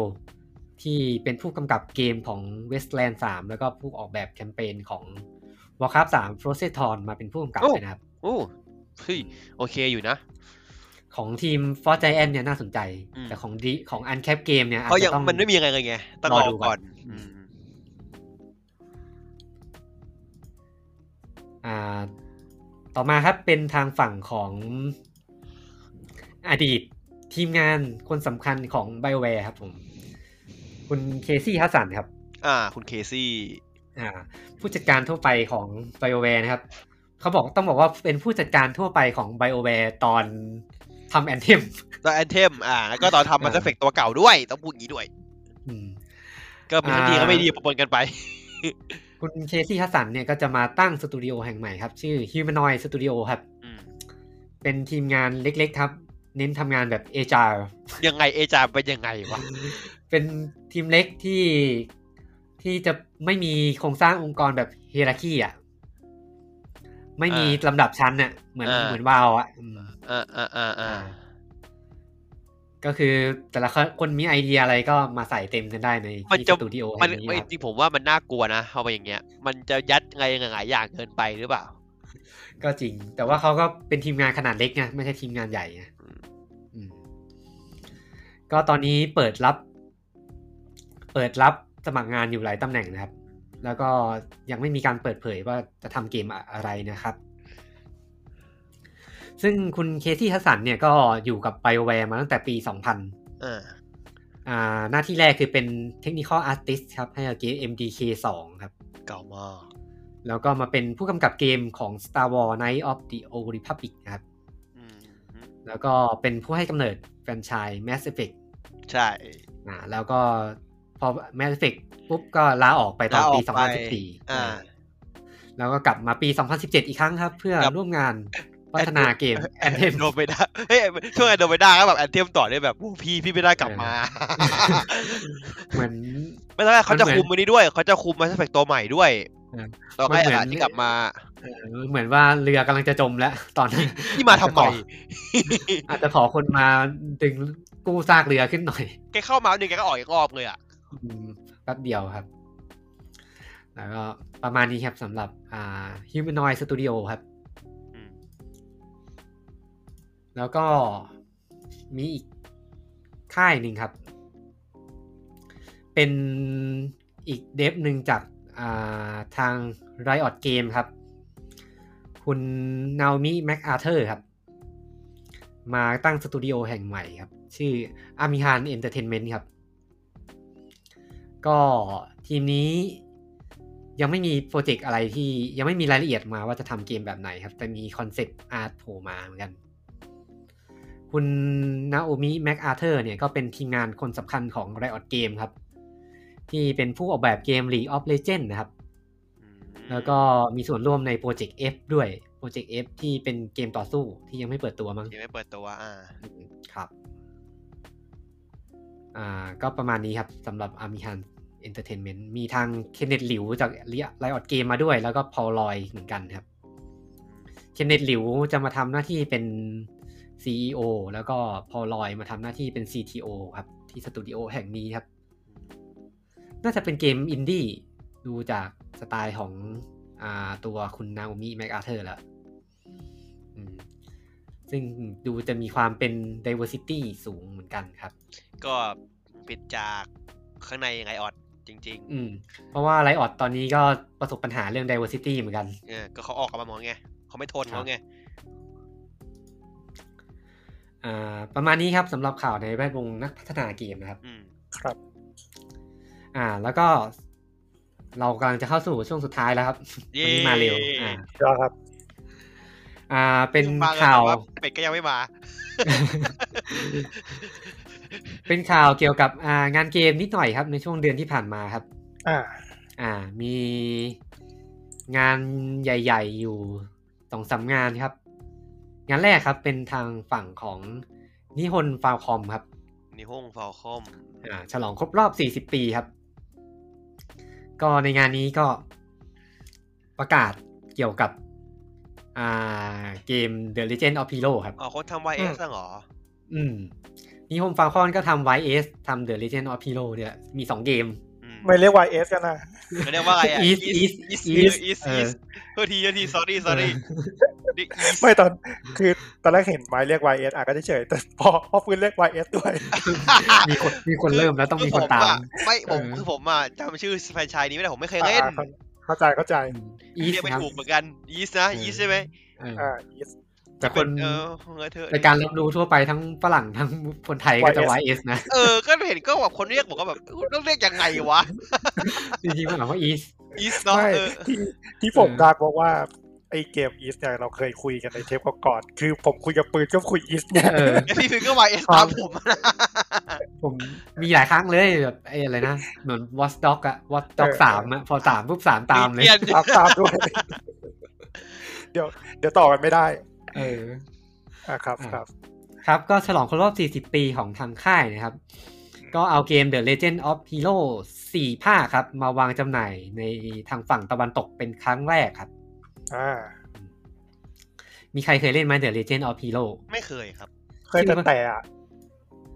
Speaker 2: ที่เป็นผู้กำกับเกมของ Westland 3 แล้วก็ผู้ออกแบบแคมเปญของ Warcraft 3 f r o z e t o n มาเป็นผู้กำกับ
Speaker 3: โอ้
Speaker 2: เลยนะครับ
Speaker 3: โอ้เฮ้ยโอเคอยู่นะ
Speaker 2: ของทีม Frost Giant เนี่ยน่าสนใจ
Speaker 3: อืม
Speaker 2: แต่ของ D- ของ Uncap Game เนี่ยอาจ
Speaker 3: เขายั
Speaker 2: จะ
Speaker 3: ง
Speaker 2: ต้อง
Speaker 3: มันไม่มีอะไรเลยไงต้องร
Speaker 2: ร
Speaker 3: อ
Speaker 2: อดูก่
Speaker 3: ก่อ
Speaker 2: อน น
Speaker 3: อืม
Speaker 2: อ่าต่อมาครับเป็นทางฝั่งของอดีตทีมงานคนสำคัญของ BioWare ครับผม คุณเคซี่ฮัสสันครับ
Speaker 3: อ่า คุณเคซี่
Speaker 2: อ่าผู้จัดการทั่วไปของ BioWare นะครับ เขาบอกต้องบอกว่าเป็นผู้จัดการทั่วไปของ BioWare ตอนทำแอนเทม
Speaker 3: ตอนแอนเทม อ่า แล้วก็ตอนทำมัน
Speaker 2: อ่า
Speaker 3: จะเฟกตัวเก่าด้วย ต้องพูดอย่างนี้ด้วย ก็มีทั้งดีก็ไม่ดีปนๆกันไป
Speaker 2: คุณเคซี่ฮัสสันเนี่ยก็จะมาตั้งสตูดิโอแห่งใหม่ครับ ชื่อ Humanoid Studio ครับ
Speaker 3: อืม
Speaker 2: เป็นทีมงานเล็กๆครับ เน้นทำงานแบบเอจา
Speaker 3: ยังไงเอจาเป็นยังไงวะ
Speaker 2: เป็นทีมเล็กที่ที่จะไม่มีโครงสร้างองค์กรแบบเฮราคีอ่ะ ไม่มีลำดับชั้นน่ะเหมือน
Speaker 3: อ่า
Speaker 2: เหมือนวาวอ่ะอืม
Speaker 3: อ่าอ่าอ่าอ่า
Speaker 2: ก็คือแต่ละคนมีไอเดียอะไรก็มาใส่เต็มกันได้ใน
Speaker 3: มัน
Speaker 2: ที่
Speaker 3: จะ
Speaker 2: สตูดิโอ
Speaker 3: มัน
Speaker 2: แห่ง
Speaker 3: มัน
Speaker 2: นี้ครับ
Speaker 3: จริงผมว่ามันน่ากลัวนะเอาไปอย่างเงี้ย มันจะยัดอะไรหลายๆอย่างเกินไปหรือเปล่า
Speaker 2: ก็จริง แต่ว่าเขาก็เป็นทีมงานขนาดเล็กไงไม่ใช่ทีมงานใหญ่ไงอืมก็ตอนนี้เปิดรับ เปิดรับสมัครงานอยู่หลายตำแหน่งนะครับ แล้วก็ยังไม่มีการเปิดเผยว่าจะทำเกมอะไรนะครับ ซึ่งคุณเคที่ฮัสสันเนี่ยก็อยู่กับ BioWare มาตั้งแต่ปี 2000
Speaker 3: อ่า
Speaker 2: อ่าหน้าที่แรกคือเป็นเทคนิคอ a อาร์ติสครับ ให้กับเกม MDK 2 ครับ
Speaker 3: เก่ามาก
Speaker 2: แล้วก็มาเป็นผู้กำกับเกมของ Star Wars Knights of the Old Republic นะครับ
Speaker 3: อืม
Speaker 2: แล้วก็เป็นผู้ให้กำเนิดแฟรนไชส์ Mass Effect
Speaker 3: ใช่
Speaker 2: อ่าแล้วก็พอ Mass Effect ปุ๊บก็ลาออกไปตอนปี
Speaker 3: ลากไป
Speaker 2: 2014
Speaker 3: อ่า
Speaker 2: อ่า แล้วก็กลับมาปี 2017 อีกครั้งครับ เพื่อ
Speaker 3: ครับ
Speaker 2: ร่วม งานพัฒนาเกมแอนเทม
Speaker 3: โดนไปได้เฮ้ยช่วงแอนโดนไปได้ก็แบบแอนเทมต่อได้แบบโอ้พี่พี่ไม่ได้กลับมา
Speaker 2: เหมือน
Speaker 3: ไม่ต้องเขาจะ
Speaker 2: มันเหมือน
Speaker 3: คุมมันนี้ด้วยเขาจะคุมมาสเปกตัวใหม่ด้วย
Speaker 2: อืม
Speaker 3: เราให้
Speaker 2: มันเหมื
Speaker 3: อา
Speaker 2: อน
Speaker 3: หารที่กลับมา
Speaker 2: เออเหมือนว่าเรือกำลังจะจมแล้ว ตอน นั้น
Speaker 3: ที่มาทำใหม่
Speaker 2: อาจจะขอคนมาดึงกู้ซากเรือขึ้นหน่อย
Speaker 3: แกเข้ามาหนึ่งแกก็ออกอีกรอบเลยอ่ะ
Speaker 2: อืมแป๊บเดียวครับ แล้วก็ประมาณนี้ครับสำหรับอ่า Humanoid Studio ครับ
Speaker 3: อืม
Speaker 2: แล้วก็มีอีกค่ายหนึ่งครับ เป็นอีกเดฟหนึ่งจากอ่าทาง Riot Game ครับ คุณนามิแม็กอาเธอร์ครับ มาตั้งสตูดิโอแห่งใหม่ครับ ชื่ออามิฮานเอนเตอร์เทนเมนต์ครับ ก็ทีมนี้ยังไม่มีโปรเจกต์อะไรที่ยังไม่มีรายละเอียดมาว่าจะทำเกมแบบไหนครับ แต่มีคอนเซปต์อาร์ตโผล่มาเหมือนกัน คุณนาโอมิแม็กอาเธอร์เนี่ยก็เป็นทีมงานคนสำคัญของ Riot Game ครับ ที่เป็นผู้ออกแบบเกม League of Legends นะครับ แล้วก็มีส่วนร่วมในโปรเจกต์ F ด้วยโปรเจกต์ F ที่เป็นเกมต่อสู้ที่ยังไม่เปิดตัวมั้ง
Speaker 3: ยังไม่เปิดตัวอ่า
Speaker 2: ครับ อ่า ก็ประมาณนี้ครับสำหรับอามิฮันเอนเตอร์เทนเมนต์มีทางเคนเนตหลิวจากไลออดเกมมาด้วย แล้วก็พอลลอยเหมือนกันครับ เคนเนตหลิวจะมาทำหน้าที่เป็น CEO แล้วก็พอลลอยมาทำหน้าที่เป็น CTO ครับ ที่สตูดิโอแห่งนี้ครับ น่าจะเป็นเกมอินดี้ดูจากสไตล์ของอ่าตัวคุณนาโอมิแม็กอาเธอร์แล้วอืมซึ่งดูจะมีความเป็น diversity สูงเหมือนกันครับ
Speaker 3: ก็ปิดจากข้างในยังไงออดจริง
Speaker 2: อืม เพราะว่าไลออดตอนนี้ก็ประสบปัญหาเรื่อง diversity เหมือนกัน
Speaker 3: ๆเออก็เขาออกกันมาหมดไงเขาไม่ทน
Speaker 2: ครับ
Speaker 3: เขาไง
Speaker 2: อ่าประมาณนี้ครับสำหรับข่าวในแวดวงนักพัฒนาเกมนะครับ
Speaker 3: อืม
Speaker 1: ครับ
Speaker 2: อ่า แล้วก็เรากำลังจะเข้าสู่ช่วงสุดท้ายแล้วครับวันนี้มาเร็ว อ่า
Speaker 1: ยอดครับ
Speaker 2: อ่า เป็น
Speaker 3: ซึ่งบงอั
Speaker 2: ข่าว
Speaker 3: แต่เป็ดก็ยังไม่มา
Speaker 2: เป็นข่าวเกี่ยวกับอ่างานเกมนิดหน่อยครับในช่วงเดือนที่ผ่านมาครับ
Speaker 1: อ่า
Speaker 2: อ่ามีงานใหญ่ ๆ อยู่สองสามงานครับ งานแรกครับเป็นทางฝั่งของนิฮนฟาวคอมครับ
Speaker 3: นี่ห้องฟอลคอม
Speaker 2: อ่าฉลองครบรอบ 40 ปีครับ ก็ในงานนี้ก็ประกาศเกี่ยวกับอ่าเกม The Legend of Hero ครับ
Speaker 3: อ๋อคนทำ
Speaker 1: อื
Speaker 3: YS
Speaker 1: ม
Speaker 3: ตั้งเหรอ
Speaker 2: อืมนิฮนฟาวคอนก็ทำ YS ทำ The Legend of Hero เนี่ยมีสองเกม
Speaker 3: อืม
Speaker 1: ไม่เรียก YS กันนะ
Speaker 3: เขาเรียกว่าอะไรอ่ะ
Speaker 2: East East
Speaker 3: East
Speaker 2: East
Speaker 3: East East
Speaker 2: เออ
Speaker 3: เพื่อทีเพื่อที sorry sorry นี่ East
Speaker 1: ไม่ตอนคือตอนแรกเห็นไม้เรียก YS อ่ะก็เฉยๆแต่พอพอฟื้นเรียก YS ด้วย
Speaker 2: มีคนมีคนเริ่มแล้วต้องมีคนตาม
Speaker 3: อผอะไม่ผม
Speaker 2: เออ
Speaker 3: คือผมอ่ะจำชื่อแฟรนไชายนี้ไม่ได้ผมไม่เคยเล่น
Speaker 1: อ่าครับ เข้าใจเข้าใจ
Speaker 2: อีส
Speaker 3: เรียกไม่
Speaker 2: ครับ
Speaker 3: ถูกเหมือนกันยีสนะยีสใช่ไหม
Speaker 2: เออ
Speaker 1: อ่า yes
Speaker 2: แต่คน
Speaker 3: เออเออเธอ
Speaker 2: ในการรับรู้ทั่วไปทั้งฝรั่งทั้งคนไทยก็จะ
Speaker 1: YS
Speaker 2: YS นะ
Speaker 3: เออก็เห็นก็แบบคนเรียกผมก็แบบเอ้ยต้องเรียกยังไงวะ
Speaker 2: จริงๆมันอ่านว่าอีส
Speaker 3: ยีสเนาะ
Speaker 1: ไม่
Speaker 3: เออ
Speaker 1: ที่ที่ผม
Speaker 2: เออ
Speaker 1: ดักเพราะว่าไอเกม East เนี่ยเราเคยคุยกันในเทปก่อนๆคือผมคุยกับปืนก็คุย East เนี่ย
Speaker 2: เออ
Speaker 3: แล้วพี่ฟิวก็มาเอสตามผมนะ
Speaker 2: ผมมีหลายครั้งเลยแบบไอ้อะไรนะ เหมือน Watch Dog อะ Watch Dog สามอะพอสามปุ๊บสามตามเลย
Speaker 3: เรียน
Speaker 1: ตามตามด้วย เดี๋ยวเดี๋ยวต่อกันไม่ได้
Speaker 2: เออ
Speaker 1: อ่ะครับ
Speaker 2: อ่า
Speaker 1: ครับ
Speaker 2: ครับก็ฉลองครบรอบ 40 ปีของทางค่ายนะครับ ก็เอาเกม The Legend of Hero 4 ภาคครับ มาวางจำหน่ายในทางฝั่งตะวันตกเป็นครั้งแรกครับ
Speaker 1: อ่า
Speaker 2: มีใครเคยเล่นไหม The Legend of Hero
Speaker 3: ไม่เคยครับ
Speaker 1: เคยแต่แต่อะ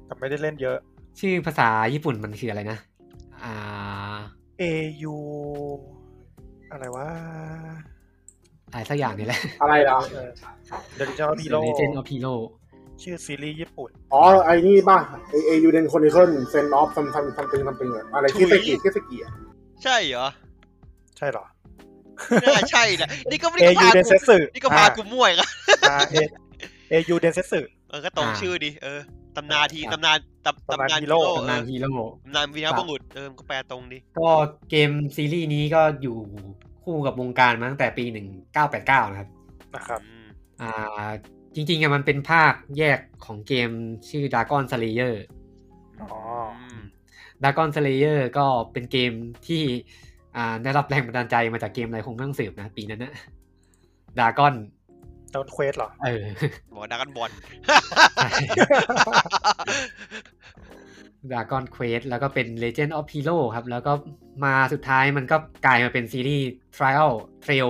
Speaker 1: แต่ไม่ได้เล่นเยอะ
Speaker 2: ชื่อภาษาญี่ปุ่นมันคืออะไรนะ อ่า
Speaker 1: AU อะไรวะ
Speaker 2: อะไรสักอย่าง นี่แหละ
Speaker 4: อะไรล่ะ
Speaker 1: เดลิเจอร์พีโ
Speaker 2: The Legend of Hero
Speaker 1: ชื่อซีรีส์ญี่ปุ่น
Speaker 4: อ๋อไอ้นี่ป่ะไอเอยูเดนคอนิเคิลเซนออฟซัมซัมซัมติงซัมติงอะไร
Speaker 3: ถุ
Speaker 4: คิ
Speaker 3: ย
Speaker 4: สกิคิสกิอ่ะ
Speaker 3: ใช่เหรอ
Speaker 1: ใช่เหรอ
Speaker 3: น่าใช่แหละนี่ก็ไม่ได้
Speaker 1: AU
Speaker 3: พา
Speaker 1: d e
Speaker 3: กู
Speaker 1: n s e t s u
Speaker 3: นี่ก็พากูมั่วอีกแล้ว
Speaker 1: อ่า A- AU d e n s e t s u
Speaker 3: เออก็ตรง
Speaker 2: อ่า
Speaker 3: ชื่อดีเออตำนานที
Speaker 2: ครับ
Speaker 3: ตำนานตำ
Speaker 1: ตำนาน
Speaker 3: ตำนาน
Speaker 1: ฮี
Speaker 3: ฮี
Speaker 1: โร่
Speaker 3: โร่เอ
Speaker 2: ตำานฮีโร่
Speaker 3: นอตำนานวี
Speaker 2: ค
Speaker 3: นา
Speaker 2: รับ
Speaker 3: บังุดเออมันก็แปลตรงดี
Speaker 2: ก็เกมซีรีส์นี้ก็อยู่คู่กับวงการมาตั้งแต่ปี 1989 นะครับ
Speaker 1: นะครับ
Speaker 3: อืม
Speaker 2: อ่า จริงๆอะมันเป็นภาคแยกของเกมชื่อ Dragon Slayer
Speaker 1: อ๋อ
Speaker 3: ม
Speaker 2: Dragon Slayer ก็เป็นเกมที่ อ่า ได้รับแรงบันดาลใจมาจากเกมอะไรคงไม่ต้องสืบนะ ปีนั้นนะ Dragon
Speaker 1: ดาวน์เควสเหรอ
Speaker 2: เออ
Speaker 3: บอกดักกันบอล
Speaker 2: Dragon Quest แล้วก็เป็น Legend of Hero ครับ แล้วก็มาสุดท้ายมันก็กลายมาเป็นซีรีส์ Trial Trail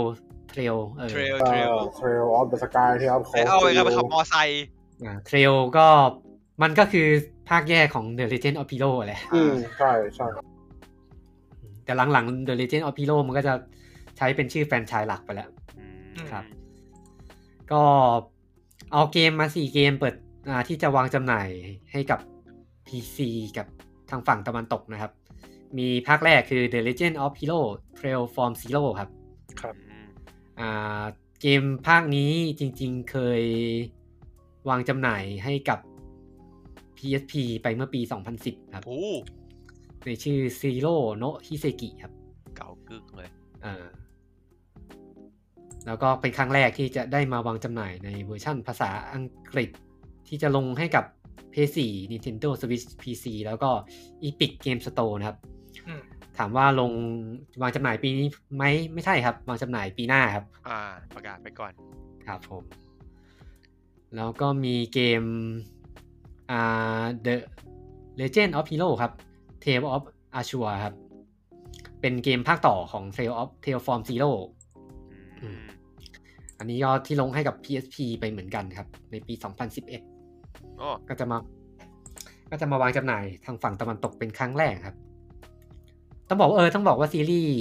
Speaker 2: Trail เออ
Speaker 3: เทรล
Speaker 4: เอ่
Speaker 3: เทรล
Speaker 4: อเทรลออฟเดอะสกายเทรลออฟโค
Speaker 3: ไอเอาไปครับไปขับมอไซค์
Speaker 2: อ่าเทรลก็มันก็คือภาคแยกของ The Legend of Hero แหละ
Speaker 4: อืมใช่ใช่
Speaker 2: แต่หลังๆ The Legend of Hero มันก็จะใช้เป็นชื่อแฟรนไชายหลักไปแล้ว ครับ ก็เอาเกมมา 4 เกมเปิดอ่าที่จะวางจำหน่ายให้กับ PC กับทางฝั่งตะวันตกนะครับ มีภาคแรกคือ The Legend of Hero Trail from Zero ครับ
Speaker 1: ครับ
Speaker 3: อืม
Speaker 2: อ่าเกมภาคนี้จริงๆเคยวางจำหน่ายให้กับ PSP ไปเมื่อปี 2010 ครับ
Speaker 3: โอ้โห
Speaker 2: ในชื่อ Zero no Hiseki ครับ
Speaker 3: เก่ากึกเลย
Speaker 2: อ่าแล้วก็เป็นครั้งแรกที่จะได้มาวางจำหน่ายในเวอร์ชั่นภาษาอังกฤษที่จะลงให้กับ PS4 Nintendo Switch PC แล้วก็ Epic Game Store นะครับ
Speaker 1: อืม
Speaker 2: ถามว่าลงวางจำหน่ายปีนี้ไหมไม่ใช่ครับ วางจำหน่ายปีหน้าครับ
Speaker 3: อ่า ประกาศไปก่อน
Speaker 2: ครับผม แล้วก็มีเกมอ่า The Legend of Hero ครับ Tale of Ashura ครับ เป็นเกมภาคต่อของ Tale of Tale from Zero อืม อันนี้ก็ที่ลงให้กับ PSP ไปเหมือนกันครับ ในปี 2011
Speaker 3: อ๋อ
Speaker 2: ก็จะมา ก็จะมาวางจำหน่ายทางฝั่งตะวันตกเป็นครั้งแรกครับ ต้องบอกว่าเออต้องบอกว่าซีรีส์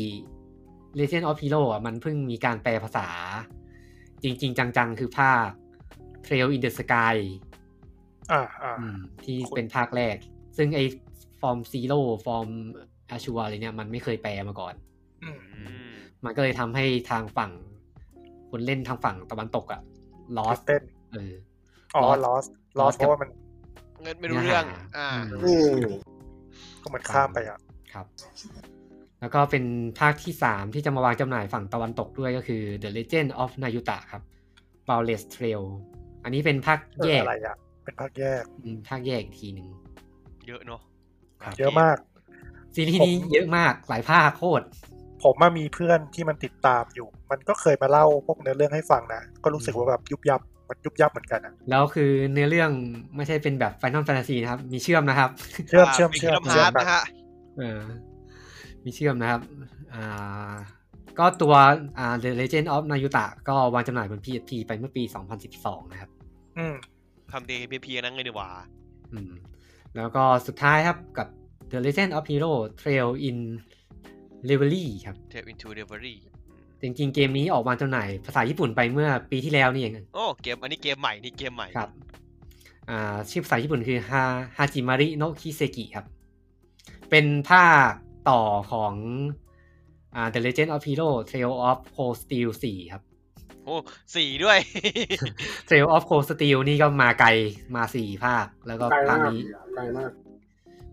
Speaker 2: Legend of Hero อ่ะมันเพิ่งมีการแปลภาษา จริง ๆ จัง ๆ คือภาค Trail in the Sky
Speaker 1: อ่าอ่า
Speaker 2: อืมที่
Speaker 1: คุณ
Speaker 2: เป็นภาคแรก ซึ่งไอ้ฟอร์มซีโร่ฟอร์มอาชัวอะไรเนี่ยมันไม่เคยแปลมาก่อน
Speaker 1: อืม
Speaker 3: อืม
Speaker 2: มันก็เลยทำให้ทางฝั่ง คนเล่นทางฝั่งตะวันตกอะลอส
Speaker 1: เต้น
Speaker 2: เออ
Speaker 1: อ๋อ
Speaker 2: Lost
Speaker 1: lost lost
Speaker 2: Lost
Speaker 1: เพราะว่ามัน
Speaker 3: เงินไม่รู้เรื่อง อ่า
Speaker 4: อืม
Speaker 1: ก็เหมือนข้ามไปอ่ะ
Speaker 2: ครับ แล้วก็เป็นภาคที่ 3 ที่จะมาวางจำหน่ายฝั่งตะวันตกด้วยก็คือ The Legend of Nayuta ครับ b o u l e s s Trail อันนี้เป็นภาค
Speaker 1: เอ
Speaker 2: แย
Speaker 1: อก อะไรอ่ะ เป็นภาคแยก
Speaker 2: อืมภาคแยกอีกทีหนึ่ง
Speaker 3: เยอะเนาะ
Speaker 1: เยอะมาก
Speaker 2: ซีรีส์นี้เยอะมากหลายภาคโคตร
Speaker 1: ผมมามีเพื่อนที่มันติดตามอยู่ มันก็เคยมาเล่าพวกเนื้อเรื่องให้ฟังนะ ก็รู้สึกว่าแบบยุบยับ มันยุบยับเหมือนกันอ่ะ
Speaker 2: แล้วคือเนื้อเรื่องไม่ใช่เป็นแบบ Final Fantasy นะครับ มีเชื่อมนะครับ
Speaker 1: เชื่อมเชื่อมเชื่อม
Speaker 3: มี
Speaker 1: เชื่อ
Speaker 3: ฮาม ร์ด
Speaker 1: แบบ
Speaker 3: นะฮะ
Speaker 2: เออมีเชื่อมนะครับอ่าก็ตัวอ่า The Legend of Nayuta ก็วางจำหน่ายบน PSP ไปเมื่อปี 2012 นะครับ
Speaker 1: อืม
Speaker 3: ทำดีเพียนั่งเลยดีกว่า
Speaker 2: อืมแล้วก็สุดท้ายครับกับ The Legend of Hero Trail in r e v e l y ครับ
Speaker 3: Tap into delivery
Speaker 2: จริงๆเกมนี้ออกวางจำหน่ายภาษาญี่ปุ่นไปเมื่อปีที่แล้วนี่เอง
Speaker 3: โอ้ เกม อันนี้เกมใหม่ นี่เกมใหม่
Speaker 2: ครับอ่าชื่อภาษาญี่ปุ่นคือฮาฮาจิมาริโนคิเซกิครับ เป็นภาคต่อของอ่า The Legend of Hero Trail of Cold Steel 4 ครับ
Speaker 3: โอ้สี่ด้วย
Speaker 2: Trail of Cold Steel นี่ก็มาไกลมา 4 ภาค แล้วก็
Speaker 4: ไกล
Speaker 2: ภาค
Speaker 4: มาก
Speaker 2: นี้
Speaker 4: ไกลมาก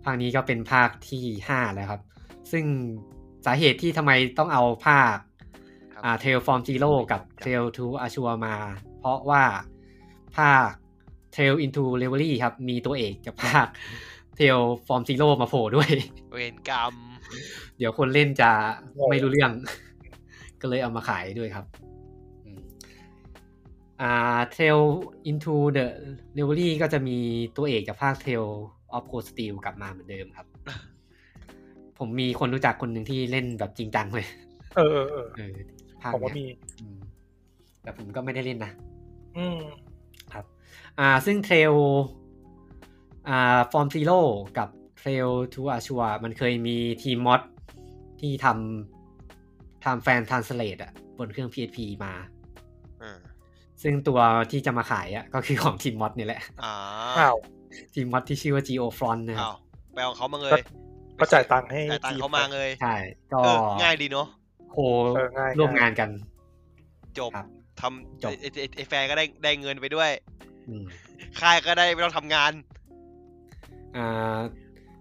Speaker 2: ภาคนี้ก็เป็นภาคที่ 5 แล้วครับ ซึ่งสาเหตุที่ทำไมต้องเอาภาค
Speaker 3: ครับ
Speaker 2: อ่า Trail from Zero กับ Trail to Ashura มา เพราะว่าภาค Trail into r e v e l y ครับ มีตัวเอกกับภาค Trail from Zero มาโผล่ด้วย
Speaker 3: เวรกรรม
Speaker 2: เดี๋ยวคนเล่นจะ
Speaker 1: งง
Speaker 2: ไม่รู้เรื่อง ก็เลยเอามาขายด้วยครับอืม อ่า Trail into the Reverie ก็จะมีตัวเอกจากภาค Trail of Cold Steel กลับมาเหมือนเดิมครับ ผมมีคนรู้จักคนหนึ่งที่เล่นแบบจริงจังเลย
Speaker 1: เออเออเออ
Speaker 2: เออภาค
Speaker 1: ผมว่า
Speaker 2: เนี้ย
Speaker 1: มี
Speaker 2: อืมแต่ผมก็ไม่ได้เล่นนะ
Speaker 1: อืม
Speaker 2: อ่าซึ่งเทรลอ่าฟอร์มซีโร่กับเทรลทูอาชัวมันเคยมีทีมมอดที่ทำทำแฟนทานสเลตอะบนเครื่อง PHP มา
Speaker 3: อ่า
Speaker 2: ซึ่งตัวที่จะมาขายอะก็คือของทีมมอดนี่แหละ
Speaker 3: อ้า
Speaker 1: อ้าว ว
Speaker 2: ทีมมอดที่ชื่อว่า Geo Front นะครับ
Speaker 3: อ้าวไปเอาเขามาเลย
Speaker 1: ก็ ก็จ่ายตังค์ให้
Speaker 3: จ่ายตัง
Speaker 1: จี
Speaker 3: ค์
Speaker 1: บ
Speaker 3: เขามาเลย
Speaker 2: ใช่ก็
Speaker 3: เออง่ายดีเนาะ
Speaker 2: โค
Speaker 1: เออง่าย
Speaker 2: ร่วมงานกัน
Speaker 3: จบ
Speaker 2: ครับ
Speaker 3: ทำ
Speaker 2: จบ
Speaker 3: ไอ้ไอ้ไอ้แฟนก็ได้ได้เงินไปด้วย
Speaker 2: อืม
Speaker 3: ค่ายก็ได้ไม่ต้องทำงาน
Speaker 2: อ่า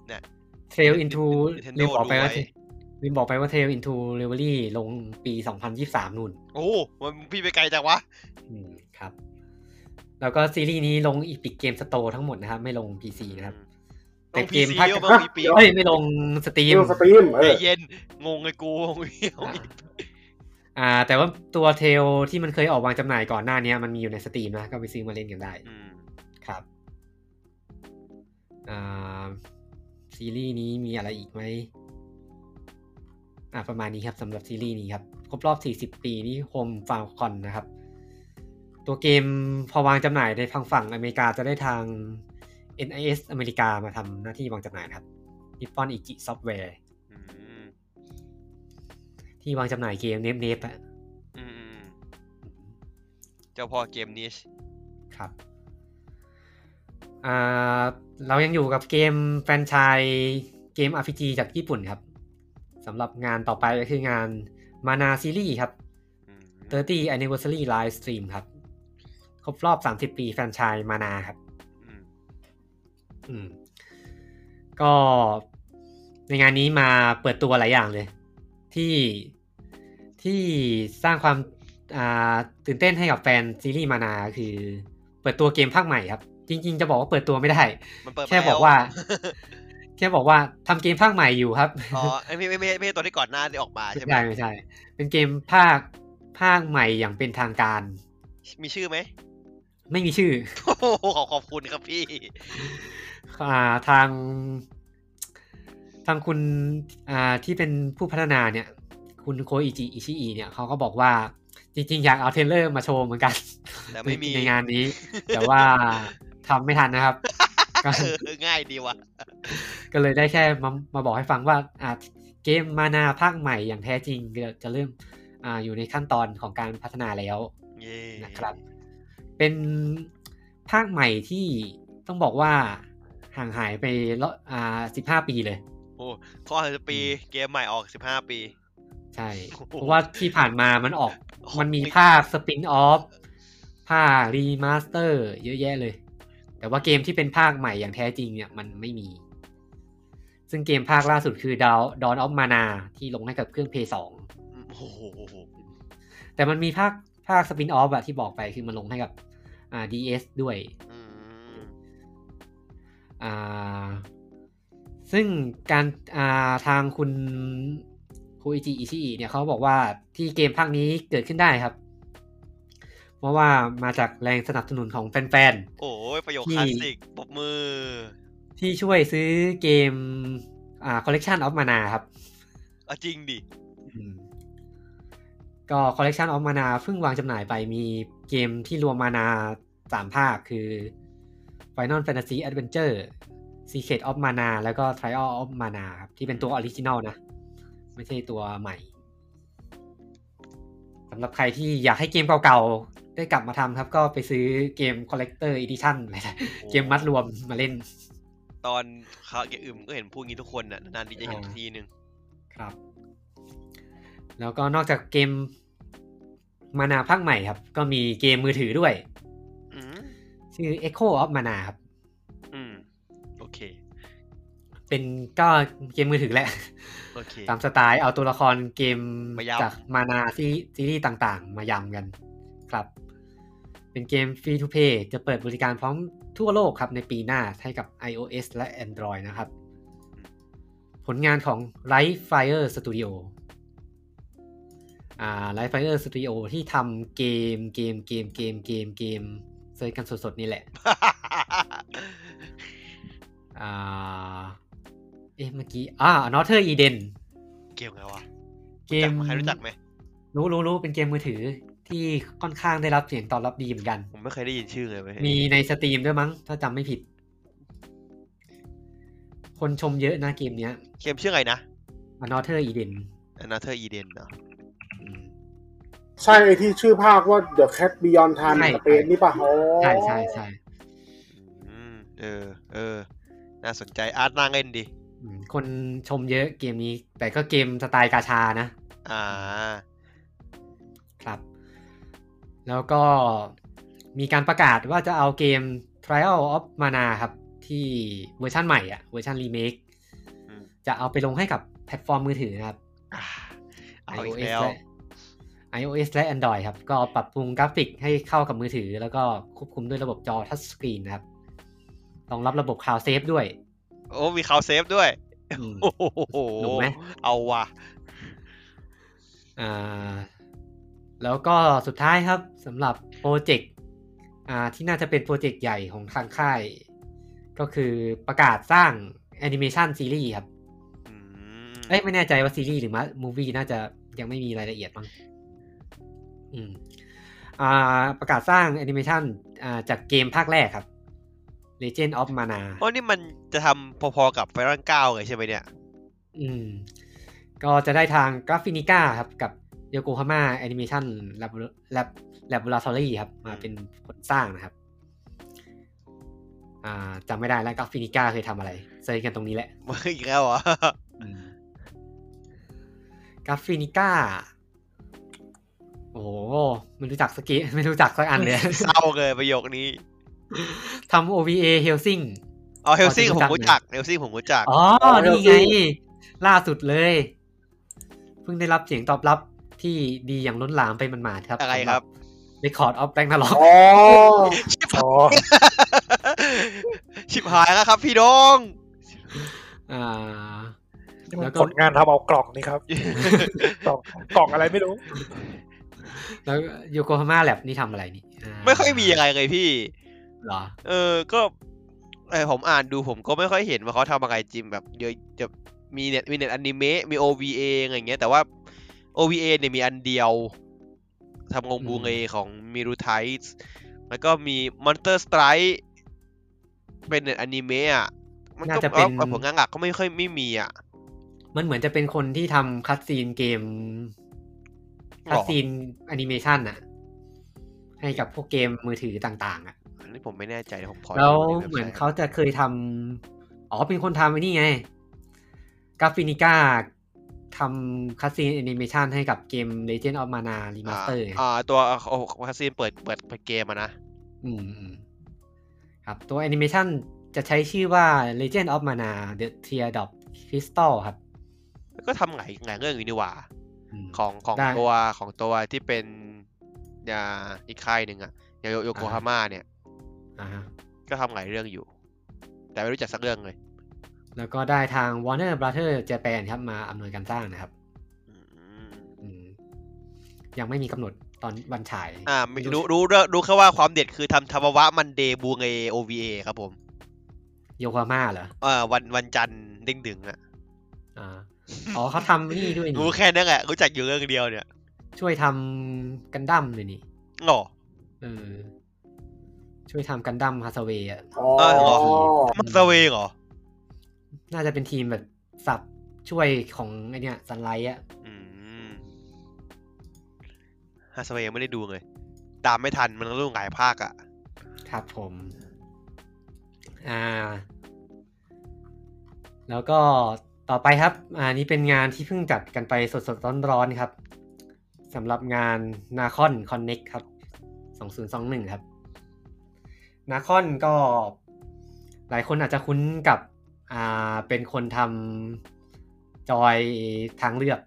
Speaker 3: เนี่ย
Speaker 2: เทรลอินทูลืมบอกไปว่า
Speaker 3: Nintendo ดูไว้
Speaker 2: ลืมบอกไปว่าเทรลอินทูเรเวอรี่ลงปี 2023นู่น
Speaker 3: โอ้โหมันพี่ไปไกลจังวะ
Speaker 2: อืมครับ แล้วก็ซีรีส์นี้ลงอีพิกเกมสโตร์ทั้งหมดนะครับ ไม่ลง PC นะครับ
Speaker 3: ล
Speaker 2: แต่
Speaker 3: ง
Speaker 2: เกม
Speaker 3: PC
Speaker 2: ภาค
Speaker 3: เดียวมั้งมีปี
Speaker 2: เฮ้ยไม่ลงสตรีม
Speaker 4: ดูสตรีมเอ
Speaker 3: ใจ
Speaker 4: อ
Speaker 3: เย็นงงเลยกูงง เหี้ย
Speaker 2: อ่า แต่ว่าตัวเทลที่มันเคยออกวางจำหน่ายก่อนหน้าเนี้ยมันมีอยู่ในสตรีมนะ ก็ไปซื้อมาเล่นกันได้
Speaker 3: อืม
Speaker 2: ครับ อ่า ซีรีส์นี้มีอะไรอีกไหมอ่าประมาณนี้ครับสำหรับซีรีส์นี้ครับ ครบรอบ 40 ปีนี่โฮมฟาวคอนนะครับ ตัวเกมพอวางจำหน่ายในทางฝั่งอเมริกาจะได้ทาง NIS อเมริกามาทำหน้าที่วางจำหน่ายนะครับ Nippon Igi Software
Speaker 3: อืม
Speaker 2: ที่วางจำหน่ายเกมเนฟเนฟอะ
Speaker 3: อืมอืมเจ้าพ่อเกมนิช
Speaker 2: ครับอ่าเรายังอยู่กับเกมแฟรนไชายเกม RPG จากญี่ปุ่นครับสำหรับงานต่อไปก็คืองานมานาซีรีส์ครับ
Speaker 3: อืม
Speaker 2: 30 Anniversary Live Stream ครับ ครบรอบ 30 ปีแฟรนไชายมานาครับ
Speaker 3: อืม
Speaker 2: อืม ก็ในงานนี้มาเปิดตัวหลายอย่างเลย ที่ที่สร้างความอ่าตื่นเต้นให้กับแฟนซีรีส์มานาคือ เปิดตัวเกมภาคใหม่ครับ จริง ๆ จะบอกว่าเปิดตัวไม่ได้
Speaker 3: มันเปิดม
Speaker 2: แค่บอกว่า แค่บอกว่าทำเกมภาคใหม่อยู่ครับ
Speaker 3: อ๋อไอ้ไม่ไม่ไม่ไม่ใช่ตัวที่ก่อนหน้าที่ออกมา
Speaker 2: ไม่
Speaker 3: ใช่ไหม
Speaker 2: ใช่ไม่ใช่ เป็นเกมภาคภาคใหม่อย่างเป็นทางการ
Speaker 3: มีชื่อไหม
Speaker 2: ไม่มีชื่อ
Speaker 3: โอ้โหขอขอบคุณครับพี่
Speaker 2: อ่าทาง ทางคุณอ่าที่เป็นผู้พัฒนาเนี่ย คุณโคอิจิอิชิอิเนี่ยเขาก็บอกว่าจริงๆ อยากเอาเทรลเลอร์มาโชว์เหมือนกัน
Speaker 3: แต่ไม่มี
Speaker 2: ในงานนี้ แต่ว่าทำไม่ทัน นะครับ ก็
Speaker 3: เออง่ายดีว่ะ
Speaker 2: ก็เลยได้แค่มามาบอกให้ฟังว่าอ่าเกมมานาภาคใหม่อย่างแท้จริงจะเริ่มอ่าอยู่ในขั้นตอนของการพัฒนาแล้ว
Speaker 3: เย่
Speaker 2: นะครับ เป็นภาคใหม่ที่ต้องบอกว่าห่างหายไปละอ่าสิบห้าปีเลย
Speaker 3: ข้อสิบปีเกมใหม่ออกสิบห้าปี
Speaker 2: ใช่
Speaker 3: โอ้โห
Speaker 2: เพราะว่าที่ผ่านมามันออก มันมีภาคสปินออฟ ภาครีมาสเตอร์ เยอะแยะเลย แต่ว่าเกมที่เป็นภาคใหม่อย่างแท้จริงเนี่ยมันไม่มี ซึ่งเกมภาคล่าสุดคือดาวดอนออฟมานาที่ลงให้กับเครื่องเพย์สอง
Speaker 3: โอ้โห
Speaker 2: แต่มันมีภาคภาคสปินออฟอะที่บอกไปคือมันลงให้กับอ่า DS ด้วย
Speaker 3: อืม
Speaker 2: อ่าซึ่งการอ่าทางคุณคุยจิอิชิอิเนี่ยเขาบอกว่าที่เกมภาคนี้เกิดขึ้นได้ครับ เพราะว่ามาจากแรงสนับสนุนของแฟน
Speaker 3: โอ้ยประโยค
Speaker 2: ที่
Speaker 3: คลาสสิกปรบมือ
Speaker 2: ๆ ที่ช่วยซื้อเกมอ่าคอลเลกชันออฟมานาครับ
Speaker 3: อะจริงดิ
Speaker 2: อืมก็คอลเลกชันออฟมานาเพิ่งวางจำหน่ายไปมีเกมที่รวมมานาสามภาคคือ Final Fantasy Adventure Secret of Mana แล้วก็ Trial of Mana ครับ ที่เป็นตัวออริจินอลนะ ไม่ใช่ตัวใหม่สำหรับใครที่อยากให้เกมเก่าๆ ได้กลับมาทำครับ ก็ไปซื้อเกม Collector Edition อะไรนะ
Speaker 3: โอ้
Speaker 2: เกมมัดรวมมาเล่น
Speaker 3: ตอนเขาเกมอื่นก็เห็นพูดงี้ทุกคนน่ะนานๆทีจะเห็น
Speaker 2: อ่า
Speaker 3: ทีนึง
Speaker 2: ครับ แล้วก็นอกจากเกมมานาภาคใหม่ครับ ก็มีเกมมือถือด้วย
Speaker 3: อืม
Speaker 2: ชื่อ Echo of Mana ครับ
Speaker 3: อืมโอเค
Speaker 2: เป็นก็เกมมือถือแหละ
Speaker 3: โอเค
Speaker 2: ตามสไตล์เอาตัวละครเกม
Speaker 3: มายำ
Speaker 2: จากมานาซีซีรีส์ต่างๆ มายำกันครับ เป็นเกมฟรีทูเพย์จะเปิดบริการพร้อมทั่วโลกครับในปีหน้าให้กับ iOS และ Android นะครับ ผลงานของ Light Fire Studio อ่าไลฟ์ไฟเออร์สตูดิโอที่ทำเกมเกมเกมเกมเกมเกมเซิร์ชกันสดๆนี่แหละ อ่า เอ๊ะเมื่อกี้อ่านอเธอร์อีเดน
Speaker 3: เกมไงวะ
Speaker 2: เกม
Speaker 3: จักใครรู้จักไหม
Speaker 2: รู้รู้รู้เป็นเกมมือถือที่ค่อนข้างได้รับเสียงตอบรับดีเหมือนกัน
Speaker 3: ผมไม่เคยได้ยินชื่อเลยเว้ย
Speaker 2: มีในสตรีมด้วยมั้ง ถ้าจำไม่ผิด คนชมเยอะนะเกมเนี้ย
Speaker 3: เกมชื่อไงนะ
Speaker 2: อนอเธอร์อีเดน
Speaker 3: Another Eden เนาะ
Speaker 4: ใช่ไอที่ชื่อภาคว่า The Cat Beyond Time
Speaker 2: ใช่
Speaker 4: สเปนนี่ปะอ๋อ
Speaker 2: ใช่ใช่ใช่
Speaker 3: อืมเออ เออ น่าสนใจอาร์ตน่าเล่นดี
Speaker 2: อืมคนชมเยอะเกมนี้ แต่ก็เกมสไตล์กาชานะ
Speaker 3: อ่า
Speaker 2: ครับ แล้วก็มีการประกาศว่าจะเอาเกม Trial of Mana ครับ ที่เวอร์ชันใหม่อะเวอร์ชันรีเมค
Speaker 3: อืม
Speaker 2: จะเอาไปลงให้กับแพลตฟอร์มมือถือนะครับ
Speaker 3: อ่าเอาอีก
Speaker 2: iOS
Speaker 3: แล้ว
Speaker 2: และ iOS และ Android ครับ ก็ปรับปรุงกราฟิกให้เข้ากับมือถือ แล้วก็ควบคุมด้วยระบบจอทัชสกรีนนะครับรองรับระบบ Cloud Safe ด้วย
Speaker 3: โอ้มีคาวเซฟด้วย
Speaker 2: อืม
Speaker 3: โอ้โห
Speaker 2: หนุกไหม
Speaker 3: เอาว่ะ
Speaker 2: อ่าแล้วก็สุดท้ายครับสำหรับโปรเจกต์อ่าที่น่าจะเป็นโปรเจกต์ใหญ่ของทางค่าย ก็คือประกาศสร้างแอนิเมชันซีรีส์ครับ
Speaker 3: อืม
Speaker 2: เอ้ยไม่แน่ใจว่าซีรีส์หรือมามูวี่น่าจะยังไม่มีรายละเอียดมั้งอืมอ่าประกาศสร้างแอนิเมชันอ่าจากเกมภาคแรกครับ Legend of Mana
Speaker 3: เพราะนี่มันจะทำพอๆกับไฟรอนเก้าเลยใช่ไหมเนี่ย
Speaker 2: อืม ก็จะได้ทางกราฟินิก้าครับ กับโยโกฮาม่าแอนิเมชันแลบแลบแลบลาทอรี่ครับ มาเป็นคนสร้างนะครับ อ่าจำไม่ได้แล้วกราฟินิก้าเคยทำอะไรเจอกันตรงนี้แหละ
Speaker 3: มึงอีกแล้ว เหรอ
Speaker 2: กราฟินิก้า โอ้โหไม่รู้จักสกกิไม่รู้จักสักอันเลย
Speaker 3: เศร้าเลยประโยคนี้
Speaker 2: ทำ OVA Helsing
Speaker 3: เอาเฮลซิ่ง
Speaker 2: อ๋อ
Speaker 3: ผม
Speaker 2: จะรู้
Speaker 3: รู้
Speaker 2: จั
Speaker 3: จั
Speaker 2: ก
Speaker 3: ก
Speaker 2: นะ
Speaker 3: เฮลซิ่งผมรู้จัก
Speaker 2: อ๋อ นี่ไง ล่าสุดเลย เพิ่งได้รับเสียงตอบรับที่ดีอย่างล้นหลามไปมันหมาดๆครับ
Speaker 3: อะไรครับ
Speaker 2: สำห Record of Ragnarok
Speaker 4: อ๋อ
Speaker 1: อ๋อ
Speaker 3: ชิบหายแล้วครับพี่น้อง
Speaker 2: อ่า
Speaker 1: นี่มัน
Speaker 2: แล้วก็
Speaker 1: ผลงานทำเอากล่องนี่ครับ กล่องกล่องอะไรไม่รู้
Speaker 2: แล้วโยโกฮาม่าแลบนี่ทำอะไรนี่า
Speaker 3: ไม่ค่อยมีอะไรเลยพี่
Speaker 2: เหรอ
Speaker 3: เออ ก็เออผมอ่านดูผมก็ไม่ค่อยเห็นว่าเขาทำอะไรจริงแบบเยอะจะมีเน็ตมีเน็ตอนิเมะมี OVA อะไรอย่างเงี้ย แต่ว่า OVA เนี่ยมีอันเดียวทำงงบูเงของมิรุไทส์แล้วก็มี Monster Strike เป็นเน็ตอนิเมะอ่ะ มันก็
Speaker 2: น่าจะเป็น
Speaker 3: เอาผลงานหลักก็ไม่ค่อยไม่มีอ่ะ
Speaker 2: มันเหมือนจะเป็นคนที่ทำคัดซีนเกม
Speaker 3: หรอ
Speaker 2: คัดซีนแอนิเมชันน่ะ ให้กับพวกเกมมือถือต่างๆอ่ะ
Speaker 3: อันนี้ผมไม่แน่ใจผมขอ
Speaker 2: แล้ว
Speaker 3: ดูใว็บไซต์
Speaker 2: เหมือนเขาจะเคยทำอ๋อเป็นคนทำไอ้นี่ไงกราฟินิก้าทำคัดซีนแอนิเมชันให้กับเกม Legend of Mana
Speaker 3: อ่า
Speaker 2: Remaster ไง
Speaker 3: อ่าตัวคาซีนเปิดเปิดเปิดเกมอะนะ
Speaker 2: อืมอืมครับตัวแอนิเมชันจะใช้ชื่อว่า Legend of Mana The Teardrop Crystal ครับ
Speaker 3: ก็ทำหลายหลายเรื่องอยู่นี่หว่า
Speaker 2: อืม
Speaker 3: ของของ
Speaker 2: ได้
Speaker 3: ตัวของตัวที่เป็นอ่าอีกค่ายหนึ่งอะอย่างโยโยโก
Speaker 2: อ่า
Speaker 3: ฮาม่าเนี่ย
Speaker 2: อ่าฮะ
Speaker 3: ก็ทำหลายเรื่องอยู่ แต่ไม่รู้จักสักเรื่องเลย
Speaker 2: แล้วก็ได้ทาง Warner Brothers Japan ครับมาอำนวยการสร้างนะครับ
Speaker 3: อืม
Speaker 2: อืมยังไม่มีกำหนดตอนวันฉาย
Speaker 3: อ่าไม่รู้รู้รู้รู้แค่ว่าความเด็ดคือทำทาวาวะมันเดบูเงโอวีเอครับผม
Speaker 2: โยโกฮาม่าเหรอ
Speaker 3: เอ่อวันวันจันทร์เด้งดึงอะ
Speaker 2: อ่าอ๋อเขาทำนี่ด้วย
Speaker 3: รู้
Speaker 2: นี่
Speaker 3: แค่นั้นแหละรู้จักอยู่เรื่องเดียวเนี่ย
Speaker 2: ช่วยทำกันดั้มเลยนี่
Speaker 3: หรอ
Speaker 2: เออช่วยทำกันดั้มฮาสเวย์อ่ะ
Speaker 4: อ๋อ
Speaker 3: เออเหรอ
Speaker 2: อืม
Speaker 3: มันสเวย์เหรอ
Speaker 2: น่าจะเป็นทีมแบบสับช่วยของไอเนี้ยซันไลท์อ่ะ
Speaker 3: อืมฮาสเวย์ยังไม่ได้ดูเลยตามไม่ทันมันต้องดูหลายภาคอะ
Speaker 2: ครับผม อ่า แล้วก็ต่อไปครับ อ่านี่เป็นงานที่เพิ่งจัดกันไปสดๆร้อนๆครับสำหรับงาน Nacon Connect ครับ 2021 ครับ Nacon ก็หลายคนอาจจะคุ้นกับ อ่าเป็นคนทำจอยทางเลือก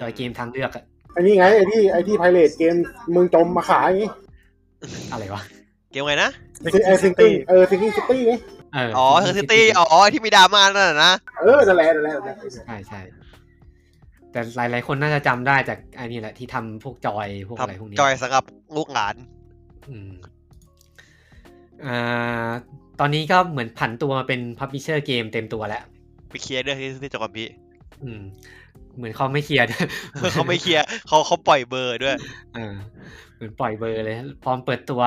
Speaker 2: จอยเกมทางเลือกอะ
Speaker 4: ไอ้นี่ไงไอ้ที่ไอ้ที่ไพเรตเกมมึงจมมาขายไง
Speaker 2: อะไรวะ
Speaker 3: เกมไงนะ
Speaker 4: ไอ้ซิง
Speaker 1: Sinking
Speaker 4: ติ
Speaker 1: City
Speaker 4: เออซิงกิ้งซิตี้ไง
Speaker 2: เออ
Speaker 3: อ๋อเทอร์ซิตี้ อ๋อ ที่มีดราม่านั่นน่ะนะ
Speaker 4: เออนั่นแหละนั่นแหละนั่นแหละ
Speaker 2: ใช่ใช่ แต่หลาย ๆ คนน่าจะจำได้จากไอ้นี่แหละที่ทำพวกจอยพวกอะไรพวกนี้
Speaker 3: ทำจอยสำหรับลูกหลาน
Speaker 2: อืมอ่าตอนนี้ก็เหมือนผันตัวมาเป็นพับ l ิเชอร์เกมเต็มตัวแล้ว
Speaker 3: ไปเคลียร์เรื่องที่ที่จอมพี่
Speaker 2: อืม เหมือนเขาไม่เคลียร์ด้วย
Speaker 3: เออเขาไม่เคลียร์ เขาเขาปล่อยเบอร์ด้วย
Speaker 2: อ่าเหมือนปล่อยเบอร์เลย พร้อมเปิดตัว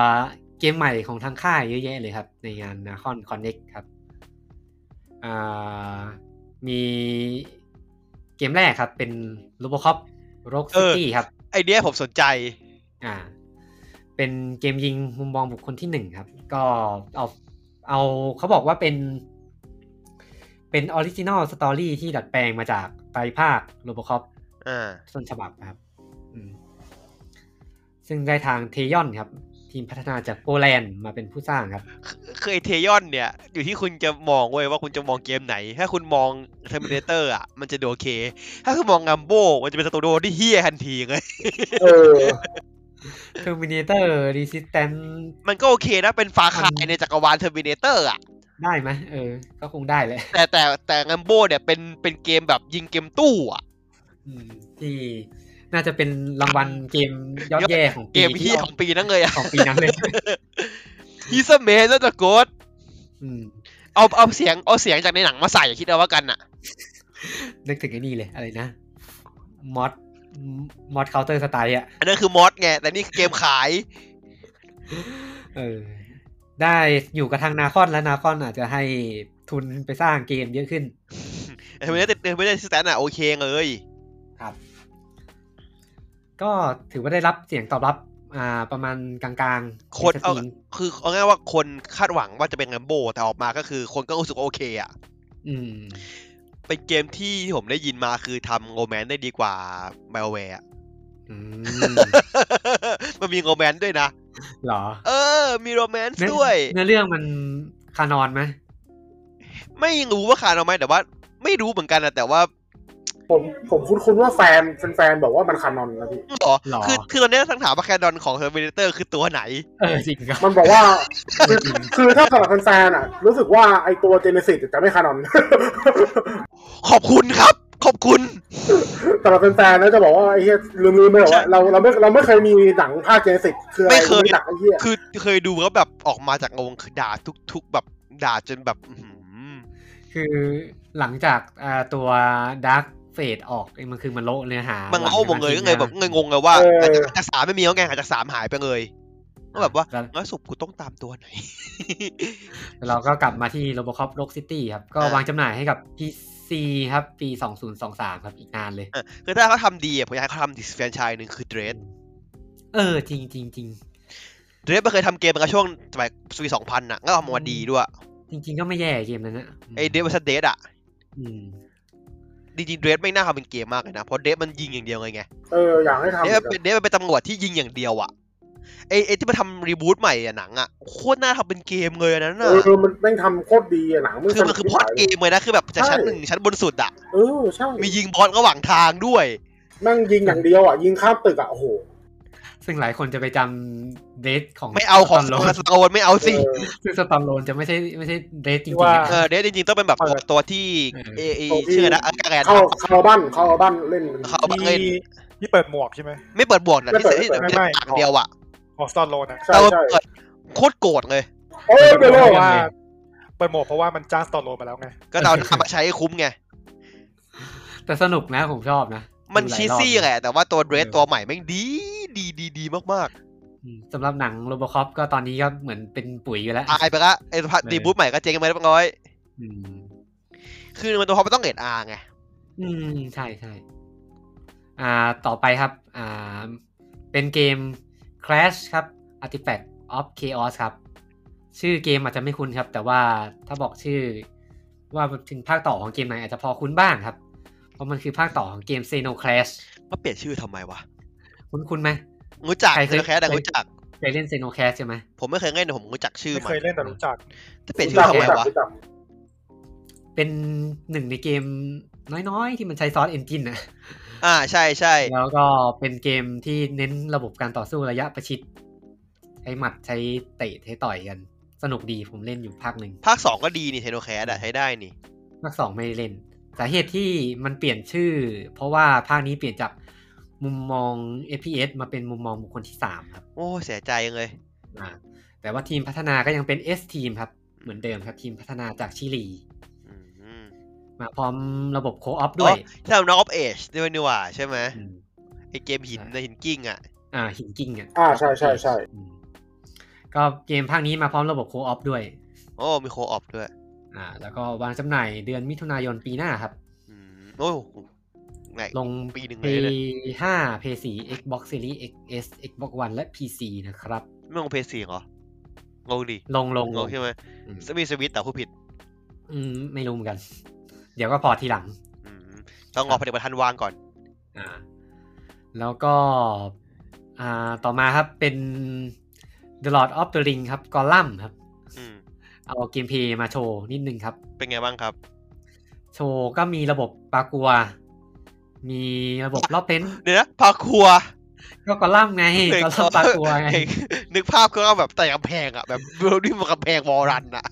Speaker 2: เกมใหม่ของทางค่ายเยอะแยะเลยครับ ในงานคอนคอนเน็กครับ อ่า มีเกมแรกครับ เป็น Robocop Rogue
Speaker 3: เออ
Speaker 2: City ครับ
Speaker 3: ไอเดียผมสนใจ
Speaker 2: อ่า เป็นเกมยิงมุมมองบุคคลที่หนึ่งครับ ก็เอาเอาเขาบอกว่าเป็น เป็นออริจินอลสตอรี่ที่ดัดแปลงมาจากไตรภาคโรบอคอป
Speaker 3: อ่า
Speaker 2: ต้นฉบับนะครับอืมซึ่งได้ทางเทยอนครับ ทีมพัฒนาจากโปแลนด์มาเป็นผู้สร้างครับ
Speaker 3: คือไอเทยอนเนี่ย อยู่ที่คุณจะมองเว้ยว่าคุณจะมองเกมไหน ถ้าคุณมองเทอร์มินเตอร์อ่ะ มันจะดูโอเค ถ้าคุณมองงัมโบมันจะเป็นสตูดิโอที่เฮี้ยทันทีเลย
Speaker 4: เออ
Speaker 2: Terminator Resistance
Speaker 3: มันก็โอเคนะ เป็นฟาคายในจักรวาลเทอร์มินเตอร์อ่ะ
Speaker 2: ได้ไหมเออ ก็คงได้แหละ
Speaker 3: แต่แต่แต่งัมโบเนี่ยเป็นเป็นเกมแบบยิงเกมตู้อ่ะ
Speaker 2: อืม ที่น่าจะเป็นรางวัลเกมยอดแย่ของ
Speaker 3: เก
Speaker 2: ปี
Speaker 3: มเฮี้ยของปีนั้นเลยอ่ะ
Speaker 2: ของปีนั้นเลย
Speaker 3: ฮีเซเมนแล้วจะโกด
Speaker 2: อืม
Speaker 3: เอาเอาเสียงเอาเสียงจากในหนังมาใส่อย่าคิดเอาว่ากันอ่ะ
Speaker 2: นึกถึงไอ้นี่เลย อะไรนะมอดมอดเคาน์เตอร์สไตล์อ่ะ
Speaker 3: อันนั้นคือมอสไง แต่นี่คือเกมขาย
Speaker 2: เออ ได้อยู่กับทางนาคอนและนาคอนอาจจะให้ทุนไปสร้างเกมเยอะขึ้น
Speaker 3: แต่ไม่ได้ติดไม่ได้สแตนอ่ะโอเคเลย
Speaker 2: ครับ ก็ถือว่าได้รับเสียงตอบรับ อ่า ประมาณกลางๆ
Speaker 3: คนเอา
Speaker 2: ในสตรีม
Speaker 3: คือเอาง่ายๆว่าคนคาดหวังว่าจะเป็นแรมโบแต่ออกมาก็คือคนก็รู้สึกว่าโอเคอ่ะ
Speaker 2: อืม
Speaker 3: เป็นเกมที่ผมได้ยินมาคือทำโงแมนได้ดีกว่าแมวแวร์
Speaker 2: อืม
Speaker 3: มันมีโงแมนด้วยนะ
Speaker 2: เหรอ
Speaker 3: เออ มีโรแมนซ์
Speaker 2: เนื้อ
Speaker 3: ด้วย
Speaker 2: เนื้อเรื่องมันคานอนไหม
Speaker 3: ไม่รู้ว่าขาดเอาไหมแต่ว่า ไม่รู้เหมือนกันนะแต่ว่า
Speaker 4: ผมผมคุ้นคุ้นๆว่าแฟนแฟนๆบอกว่ามันคานอนนะพี่
Speaker 3: หรอ
Speaker 2: เหรอ
Speaker 3: คือคือตอนนี้ทั้งถามว่าแคดอนของเทอร์มินเตอร์คือตัวไหน
Speaker 2: เออจริงครับ
Speaker 4: มันบอกว่า คือคือถ้าสำหรับแฟนๆอ่ะ รู้สึกว่าไอตัวเจเนซิสจะไม่คานอน
Speaker 3: ขอบคุณครับ ขอบคุณ
Speaker 4: สำหรับแฟนๆนะจะบอกว่าไอ้เหี้ยลืมๆไปหรอกว่าเราเราไม่เราไม่เคยมีหนังภาคเจเนซิสคืออะไร
Speaker 3: ไม่เคย
Speaker 4: หนังไอ้เหี้ย
Speaker 3: คือเคยดูแล้วแบบออกมาจากงงคือด่าทุก ๆ แบบด่าจนแบบอื้อหือ
Speaker 2: คือหลังจากอ่าตัว Dark Fate ออกเอ้ยมันคือมันโละเนื้อหา
Speaker 3: มัน
Speaker 2: ห
Speaker 3: โง่หมดเลยก็เลยแบบ
Speaker 2: ห
Speaker 3: เง
Speaker 2: จาย ก
Speaker 3: ง
Speaker 2: นั้น
Speaker 3: งเลยว่า
Speaker 4: เออ
Speaker 3: หาจากสามไม่มีแล้วไงหาจากสามหายไปเลยก็แบบว่า
Speaker 2: แล้
Speaker 3: แล้วสุปกูต้องตามตัวไหน
Speaker 2: แล้วเราก็กลับมาที่ Robocop Rogue City ครับ ก็
Speaker 3: อ่ะ
Speaker 2: วางจำหน่ายให้กับ PC ครับ ปี 2023 ครับอีกนานเลย
Speaker 3: เออคือถ้าเขาทำดีอ่ะผมอยากให้เขาทำดิสแฟนชายหนึ่งคือเดรส
Speaker 2: เออ จริงจริงจริง
Speaker 3: เดรสมันเคยทำเกมมันก็ช่วงสมัยปีสองพันอ่ะก็ทำมาดีด้วย
Speaker 2: จริง ๆ ก็ไม่แย่เกมนั้นนะม
Speaker 3: ไอเดรสมันเดสอ่ะ
Speaker 2: อืม
Speaker 3: จริงๆเดรสไม่น่าทำเป็นเกมมากเลยนะเพราะเดรสมันยิงอย่างเดียวไงไง
Speaker 4: เอออยากให้ทำ
Speaker 3: เดรสมันเป็นเดรสมันเป็นตำรวจที่ยิงอย่างเดียวอ่ะไอไอที่มันทำรีบูทใหม่อ่ะหนังอ่ะโคตรน่าทำเป็นเกมเลยอันนั้น
Speaker 4: เอ
Speaker 3: อ่ะ
Speaker 4: อเออมันแม่งทำโคตรดีอะหนังมึง
Speaker 3: คือมันคือพล็อตเกมเลยนะคือแบบจากชั้นหนึ่งชั้นบนสุดอ่ะ
Speaker 4: เออใช่
Speaker 3: มียิงบอลระหว่างทางด้วย
Speaker 4: แม่งยิงอย่างเดียวอ่ะยิงข้ามตึกอ่ะโอ้โห
Speaker 2: ซึ่งหลายคนจะไปจำเดทของ
Speaker 3: ไม่เอาของ
Speaker 2: สต
Speaker 3: ส
Speaker 2: โลน
Speaker 3: โตนไม่เอา
Speaker 4: เอ
Speaker 3: สิ
Speaker 4: อ
Speaker 2: ซึ่งสตอมโลนจะไม่ใช่ไม่ใช่เดทจริงๆ
Speaker 1: ว่า
Speaker 2: อะ
Speaker 3: เออเดยวจริงๆต้องเป็นแบบ
Speaker 1: เปิด
Speaker 3: ตัวที่เอเอ
Speaker 4: ตัวที่
Speaker 3: ชื่อนะอากาแกน
Speaker 4: เข้าเข้าบ้านเข้าบ้านเล่น
Speaker 3: เขาบังเอิญ
Speaker 1: ที่ที่เปิดหมวกใช่ไหม
Speaker 3: ไม่เปิดบวกนะ
Speaker 4: ไม่
Speaker 3: ที่
Speaker 4: เปิด
Speaker 3: ที่
Speaker 4: ไม่เปิด
Speaker 1: ไม่
Speaker 3: ปากเดียวอ่ะ
Speaker 1: ของสตอนโลนะ
Speaker 4: ใช่
Speaker 3: เรา
Speaker 4: ใช่
Speaker 3: เปิดโคตรโกรธเลย
Speaker 4: โอ้ยไป
Speaker 1: เพ
Speaker 4: เลย
Speaker 1: ราะว่า
Speaker 2: ยังไง
Speaker 1: เปิดหมวกเพราะว่ามันจ้างสตอนโลมาแล้วไง
Speaker 3: ก็เราทำใช้ให้คุ้มไง
Speaker 2: แต่สนุกนะผมชอบนะ
Speaker 3: มัน
Speaker 2: ดูหลาย
Speaker 3: ชี
Speaker 2: รอบ
Speaker 3: ซี่แหละแต่ว่าตัวเดรส
Speaker 2: เออ
Speaker 3: ตัวใหม่แม่งดีดีดีดีมาก
Speaker 2: อืมสำหรับหนังโรบอคอปก็ตอนนี้ก็เหมือนเป็นปุ๋ยอยู่แล้ว
Speaker 3: ๆตายไปละไอ้พัด
Speaker 2: เออ
Speaker 3: ดีบูทใหม่ก็เจ๊งไปเรียบร้อย
Speaker 2: อืม
Speaker 3: คือมันตัวเขาไม่ต้องเอ็ดอาร์ไง
Speaker 2: อืม ใช่ใช่อ่า ต่อไปครับ อ่า เป็นเกม Crash ครับ Artifact of Chaos ครับ ชื่อเกมอาจจะไม่คุ้นครับ แต่ว่าถ้าบอกชื่อ ว่าถึงภาคต่อของเกมไหนอาจจะพอคุ้นบ้างครับ เพราะมันคือภาคต่อของเกม s e n o Crash
Speaker 3: มาเปลี่ยนชื่อทำไมวะ
Speaker 2: คุ้นคุ้นไหม
Speaker 3: รู้จัก
Speaker 2: ใคร
Speaker 3: เค
Speaker 2: เคย
Speaker 3: ยแค่แต่
Speaker 2: เคย
Speaker 3: รู้จัก
Speaker 2: เคยเล่น s e n o Crash ใช่ไหม
Speaker 3: ผมไม่เคยเล่นแต่ผมรู้จักชื่อ
Speaker 1: ไม่
Speaker 3: มั
Speaker 1: เคนยเล่นแต่รู้จัก
Speaker 3: จะเปลี่ยนชื่อทำไมวะ
Speaker 4: รู้จัก
Speaker 2: เป็นหนึ่งในเกมน้อยๆ ที่มันใช้ซอสเอนจินนะ
Speaker 3: อ่าใช่ ใช่
Speaker 2: แล้วก็เป็นเกมที่เน้นระบบการต่อสู้ระยะประชิด ใช้หมัดใช้เตะใช้ต่อยกัน สนุกดีผมเล่นอยู่ภาคหนึ่ง
Speaker 3: ภาคสองก็ดีนี่เทโนแคสอะใช้ได้นี่
Speaker 2: ภาคสองไม่ได้เล่น สาเหตุที่มันเปลี่ยนชื่อ เพราะว่าภาคนี้เปลี่ยนจากมุมมอง FPS มาเป็นมุมมองบุคคลที่สามครับ
Speaker 3: โอ้เสียใจจังเลย
Speaker 2: อ่าแต่ว่าทีมพัฒนาก็ยังเป็น S ทีมครับ เหมือนเดิมครับทีมพัฒนาจากชิลี
Speaker 3: อืม
Speaker 2: มาพร้อมระบบโคออฟด้วย
Speaker 3: ที่เราน้องออฟเอชด้วยนี่หว่าใช่ไหม
Speaker 2: อืม
Speaker 3: ไอเกมหิน
Speaker 2: ใช่
Speaker 3: ในะหินกิ้งอ่ะ
Speaker 2: อ่าหินกิ้งอ่ะ
Speaker 4: อ่าใช่ใช่ใช่
Speaker 2: อืมก็เกมภาคนี้มาพร้อมระบบโคออฟด้วย
Speaker 3: โอ้มีโคออฟด้วย
Speaker 2: อ่า แล้วก็วางจำหน่ายเดือนมิถุนายนปีหน้าครับ
Speaker 3: อืมโอ้ไง
Speaker 2: ลง
Speaker 3: ปีหนึ่ง
Speaker 2: เพ
Speaker 3: เลยเนี่ย
Speaker 2: ย์ห้าเพย์สี่ Xbox Series XS Xbox One และ PC นะครับ
Speaker 3: ไม่ลงเพย์สี่เหรองงดิ
Speaker 2: ลงลง
Speaker 3: งงใช่ไหม
Speaker 2: อืม
Speaker 3: จะมีสวิตแต่ผู้ผิด
Speaker 2: อืมไม่รู้เหมือนกัน เดี๋ยวก็พอทีหลัง
Speaker 3: อืมต้องรอผลิตภัณฑ์วางก่อน
Speaker 2: อ่า แล้วก็ อ่า ต่อมาครับเป็น The Lord of the Ring ครับกอลัมครับ
Speaker 3: อืม
Speaker 2: เอาเกมเพย์มาโชว์นิดนึงครับ
Speaker 3: เป็นไงบ้างครับ
Speaker 2: โชว์ก็มีระบบปากัว มีระบบรอบเต็นท์
Speaker 3: เดี๋ยวนะพาครัว
Speaker 2: ก็กอลัมไงกอลัมปากัว ไง
Speaker 3: เฮ้ยนึกภาพก็แบบแต่กำแพงอ่ะ แบบ เบลดิ้งบนกำแพงวอลรันอ่ะ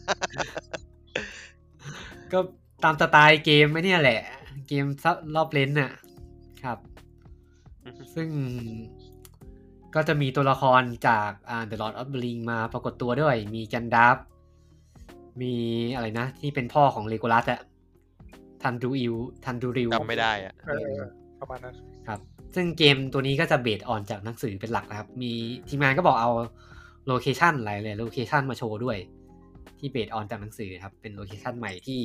Speaker 2: ก็ตามสไตล์เกมไม่เนี่ยแหละ เกมซับรอบเลนส์น่ะ ครับ
Speaker 3: อือฮึ
Speaker 2: ซึ่งก็จะมีตัวละครจากอ่า The Lord of the Ring มาปรากฏตัวด้วย มีแกันดับมีอะไรนะ ที่เป็นพ่อของเลโกลัสอะทันดูอิวทันดูริว
Speaker 3: จำไม่ได้อ่ะ
Speaker 1: เออเออประมาณนั้น
Speaker 2: ครับ ซึ่งเกมตัวนี้ก็จะเบสออนจากหนังสือเป็นหลักนะครับ มีทีมงานก็บอกเอาโลเคชันหลายเลยโลเคชันมาโชว์ด้วย ที่เบสออนจากหนังสือครับ เป็นโลเคชันใหม่ที่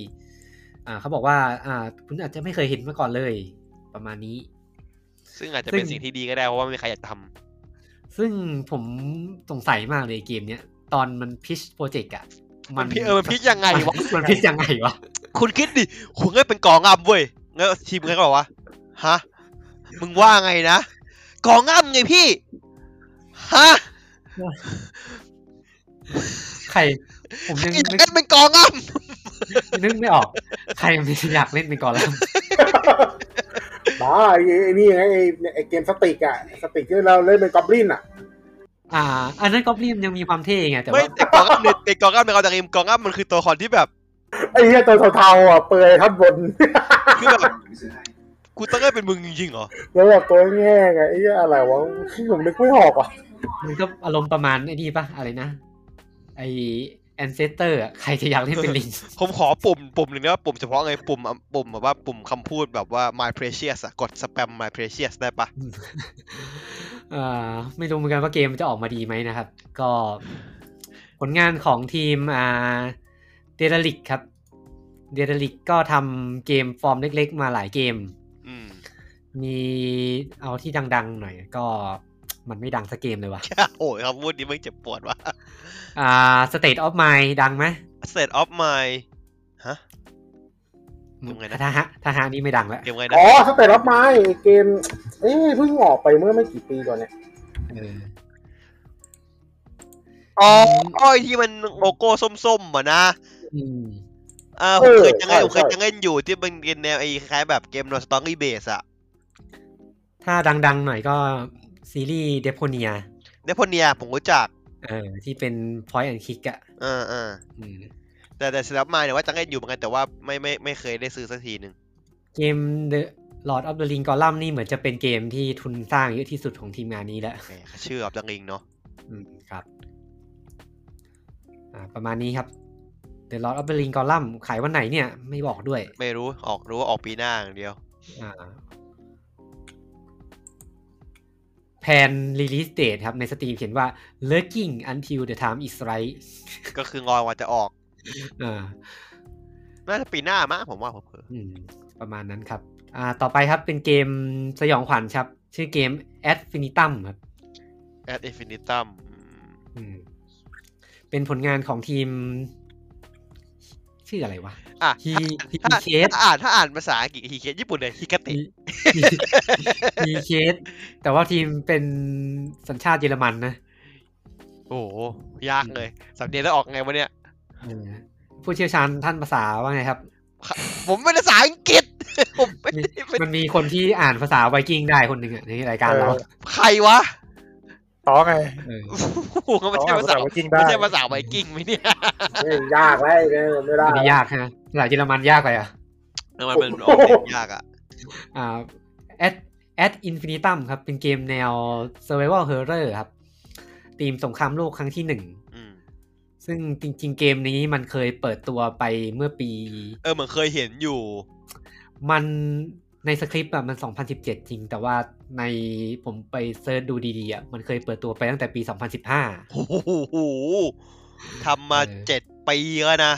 Speaker 2: อ่าเขาบอกว่าอ่าคุณอาจจะไม่เคยเห็นมาก่อนเลย ประมาณนี้
Speaker 3: ซึ่งอาจจะเป็นสิ่งที่ดีก็ได้เพราะว่าไม่มีใครอยากท
Speaker 2: ซึ่งผมสงสัยมากเลยเกมเนี้ย ตอนมันพิชโปรเจกต์อะ
Speaker 3: ำมันพิเออมันพิยังไงวะ
Speaker 2: มันพิชยังไงวะ
Speaker 3: คุณคิดดิคุณก็เป็นกองอ้ำเว้ยแล้วทีมงานก็บอกว่าฮะ มึงว่าไงนะกองอ้ำไงพี่ ฮะ
Speaker 2: ใคร ผม ยัง
Speaker 3: ไอ้
Speaker 2: นึก
Speaker 3: เล่นเป็นกองอ้ำ
Speaker 2: นึกไม่ออก ใครมันอยากเล่นเป็นก่อนแล้ว
Speaker 4: บ้าไอ้ไอ้นี่ไงไอ้ไอ้เกมสติกอะสติกที่เราเล่นเป็นกอบลินอะ
Speaker 2: อ่า อันนั้นก็รีมยังมีความเท่ไงแต่
Speaker 3: ไม่
Speaker 2: ว่า
Speaker 3: แต่กองอ้ำในในกองอ้ำในเอาแต่เกมกองอ้ำมันคือตัวละครที่แบบ
Speaker 4: ไอ้เหี้ยตัวเทาๆอะเปลือยทับบน
Speaker 3: คือแบบกูต้องได้เป็นมึงจริงๆเหรอ
Speaker 4: แล้วแบบตัวแง่ไงไอ้เหี้ยอะไรวะผมนึกไม่ออกอ่ะ
Speaker 2: มันก็อารมณ์ประมาณไอ้นี่ปะอะไรนะ ไอแอนเซสเตอร์ใครจะอยากเล่นเป็นลิ ง
Speaker 3: ผมขอปุ่มปุ่มหนึ่งนะว่าปุ่มเฉพาะไงปุ่มอ่ะปุ่มแบบว่าปุ่มคำพูดแบบว่า my precious อะกดสแปม my precious ได้ปะ
Speaker 2: เอ่อไม่รู้เหมือนกันว่าเกมมันจะออกมาดีไหมนะครับ ก็ผลงานของทีมอ่าเดลลิกครับเดลลิกก็ทำเกมฟอร์มเล็กๆ มาหลายเกม
Speaker 3: อืม
Speaker 2: มีเอาที่ดังๆหน่อยก็มันไม่ดังสักเกม เลยวะ
Speaker 3: โอ้ยคำพูดนี้มันเจ็บปวดว่ะ
Speaker 2: อ่า State of Mind ดังไหม
Speaker 3: state of mind ฮะ ยังไงนะ
Speaker 2: ถ้าฮะถ้าฮะนี่ไม่ดังแล้ว
Speaker 3: เกมไงนะ
Speaker 4: อ๋อสเตตรับไม้เกม เอ้ยเพิ่งออกไปเมื่อไม่กี่ปีก่อนเนี่ย
Speaker 2: เออ
Speaker 3: อ๋อไอที่มันโลโก้ส้มๆอ่ะนะ
Speaker 2: อืม
Speaker 3: เออผมเคยยังไงผมเคยยังเล่นอยู่ที่มันเป็นแนวไอ้คล้ายๆแบบเกมโนสตองกี้เบสอะ
Speaker 2: ถ้าดังๆหน่อยก็ซีรีส์เด p โ n เนีย
Speaker 3: เดพเนียผมรู้จัก
Speaker 2: เออที่เป็น Point and Click อะ
Speaker 3: เออเออ
Speaker 2: อืม
Speaker 3: แต่แต่สลับมาเนี่ยว่าจะเล่นอยู่เหมือนกันแต่ว่าไม่ไม่ไม่เคยได้ซื้อสักทีหนึ่ง
Speaker 2: เกม The Lord of the Ring g o l u m นี่เหมือนจะเป็นเกมที่ทุนสร้างเยอะที่สุดของทีมงานนี้แล้ว
Speaker 3: แหมชื่อออบจังลิงเนาะ
Speaker 2: อืมครับอ่าประมาณนี้ครับ The Lord of the Ring g o l u m ขายวันไหนเนี่ยไม่บอกด้วย
Speaker 3: ไม่รู้ออกรู้ว่าออกปีหน้าอย่างเดียว
Speaker 2: อ่าแผน release date ครับ ในสตรีมเขียนว่า lurking until the time is right
Speaker 3: ก็คืองอนว่าจะออก
Speaker 2: อ่า
Speaker 3: น่าจะปีหน้ามั้งผมว่าผมเผลอ
Speaker 2: อืมประมาณนั้นครับ อ่า ต่อไปครับเป็นเกมสยองขวัญครับ ชื่อเกม Ad Finitum ครับ
Speaker 3: แอดอินฟินิตัม
Speaker 2: อืมเป็นผลงานของทีม ชื่ออะไรวะ
Speaker 3: อ่ะ
Speaker 2: He
Speaker 3: ถ้า
Speaker 2: He
Speaker 3: ถ้า
Speaker 2: Case
Speaker 3: ถ้าอ่านถ้าอ่านภาษาอังกฤษฮีเคสญี่ปุ่นเลยฮิกาติ
Speaker 2: He He Case แต่ว่าทีมเป็นสัญชาติเยอรมันนะ
Speaker 3: โอ้โหยากเลยสำเนียงแล้วออกไงวะเนี่ย
Speaker 2: เออผู้เชี่ยวชาญท่านภาษาว่าไงครับ
Speaker 3: ผมเป็นภาษาอังกฤษ ผมไม่ได้เป็น
Speaker 2: มันมีคนที่อ่านภาษาไวกิ้งได้คนหนึ่งอะในรายการเรา
Speaker 3: ใครวะ
Speaker 1: ต่อไง
Speaker 2: เออ
Speaker 3: ก็ไม่ใช่ภาษา
Speaker 1: ไวกิ้งได้
Speaker 3: ไม่ใช่ภาษาไวกิ้งไหมเนี่ย
Speaker 4: เอ้ยยากแล้วไอ้เกมไม่ได้
Speaker 2: อันนี้ยากฮะภาษาเยอรมันยากไปอ่ะ
Speaker 3: แล้วมันเป็นออกเสียงยากอ่ะ
Speaker 2: อ่า at at infinitum ครับ เป็นเกมแนว survival horror ครับธีมสงครามโลกครั้งที่หนึ่ง
Speaker 3: อืม
Speaker 2: ซึ่งจริง ๆ เกมนี้มันเคยเปิดตัวไปเมื่อปี
Speaker 3: เออเหมือนเคยเห็นอยู่
Speaker 2: มันในสคริปต์อะมัน 2017 จริง แต่ว่าในผมไปเซิร์ชดูดีๆอะมันเคยเปิดตัวไปตั้งแต่ปี 2015
Speaker 3: โอ้โหทำมา
Speaker 2: เออ
Speaker 3: เจ็ดปีแล้วนะ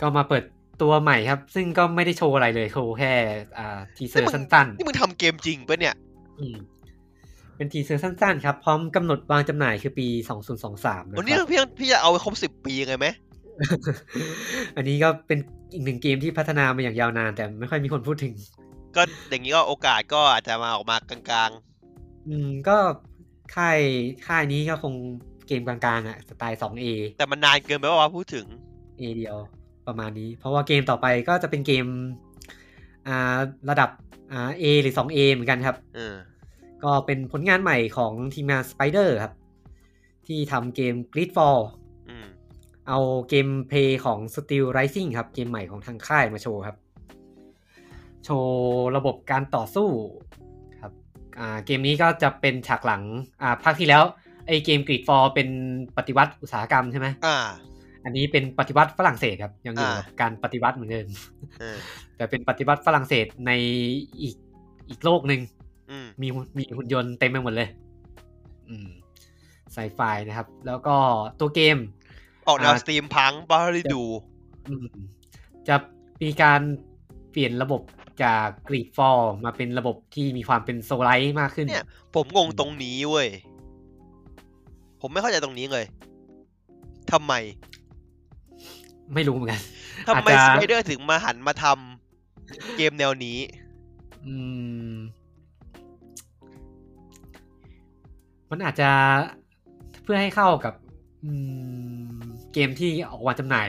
Speaker 2: ก็มาเปิดตัวใหม่ครับ ซึ่งก็ไม่ได้โชว์อะไรเลยโชว์แค่อ่าทีเซอร์
Speaker 3: นี่มั
Speaker 2: สั้น
Speaker 3: นี่มึงทำเกมจริงปะเนี่ย
Speaker 2: ๆอืมเป็นทีเซอร์สั้นๆ ครับ พร้อมกำหนดวางจำหน่ายคือปี 2023 นะค
Speaker 3: วันนี้
Speaker 2: รับ
Speaker 3: พี่พี่จะเอาไปครบสิบปีไงไหม
Speaker 2: อันนี้ก็เป็นอีกหนึ่งเกมที่พัฒนามาอย่างยาวนานแต่ไม่ค่อยมีคนพูดถึง
Speaker 3: ก็อย่างนี้ก็โอกาสก็อาจจะมาออกมากลาง
Speaker 2: อืมก็ค่ายค่ายนี้ก็คงเกมกลางๆอะสไตล์ 2A
Speaker 3: ๆ แต่มันนานเกินไปว่าวะพูดถึง
Speaker 2: A เดียวประมาณนี้ เพราะว่าเกมต่อไปก็จะเป็นเกมอ่าระดับอ่า A หรือ 2A เหมือนกันครับ
Speaker 3: เออ
Speaker 2: ก็เป็นผลงานใหม่ของทีมงาน Spider ครับ ที่ทำเกม Grid Fall
Speaker 3: อืม
Speaker 2: เอาเกมเพลย์ของ Steel Rising ครับ เกมใหม่ของทางค่ายมาโชว์ครับ โชว์ระบบการต่อสู้ครับอ่าเกมนี้ก็จะเป็นฉากหลังอ่าภาคที่แล้วไอเกม Grid Fall เป็นปฏิวัติอุตสาหกรรมใช่ไหม
Speaker 3: อ่า
Speaker 2: อันนี้เป็นปฏิวัติฝรั่งเศสครับ ยังอยู่
Speaker 3: อ่า
Speaker 2: กับการปฏิวัติเหมือนเดิม
Speaker 3: เออ
Speaker 2: แต่เป็นปฏิวัติฝรั่งเศสในอีกอีกโลกหนึ่ง
Speaker 3: อืม
Speaker 2: มีหุ่นมีหุ่นยนต์เต็มไปหมดเลย อืมไซไฟนะครับ แล้วก็ตัวเกม
Speaker 3: ออกแนว
Speaker 2: อ่า
Speaker 3: สตรีมพังก์บาริดู
Speaker 2: อืมจะมีการเปลี่ยนระบบจากกรีดฟอลมาเป็นระบบที่มีความเป็นโซลไลท์มากขึ้น
Speaker 3: เนี่ย ผมงงตรงนี้เว้ย ผมไม่เข้าใจตรงนี้เลยทำไม
Speaker 2: ไม่รู้เหมือนกัน
Speaker 3: ทำไม
Speaker 2: อาจ
Speaker 3: ส
Speaker 2: จะ
Speaker 3: ไปเดอร์ถึงมาหันมาทำเกมแนวนี้
Speaker 2: อืม มันอาจจะเพื่อให้เข้ากับอืมเกมที่ออกวางจำหน่าย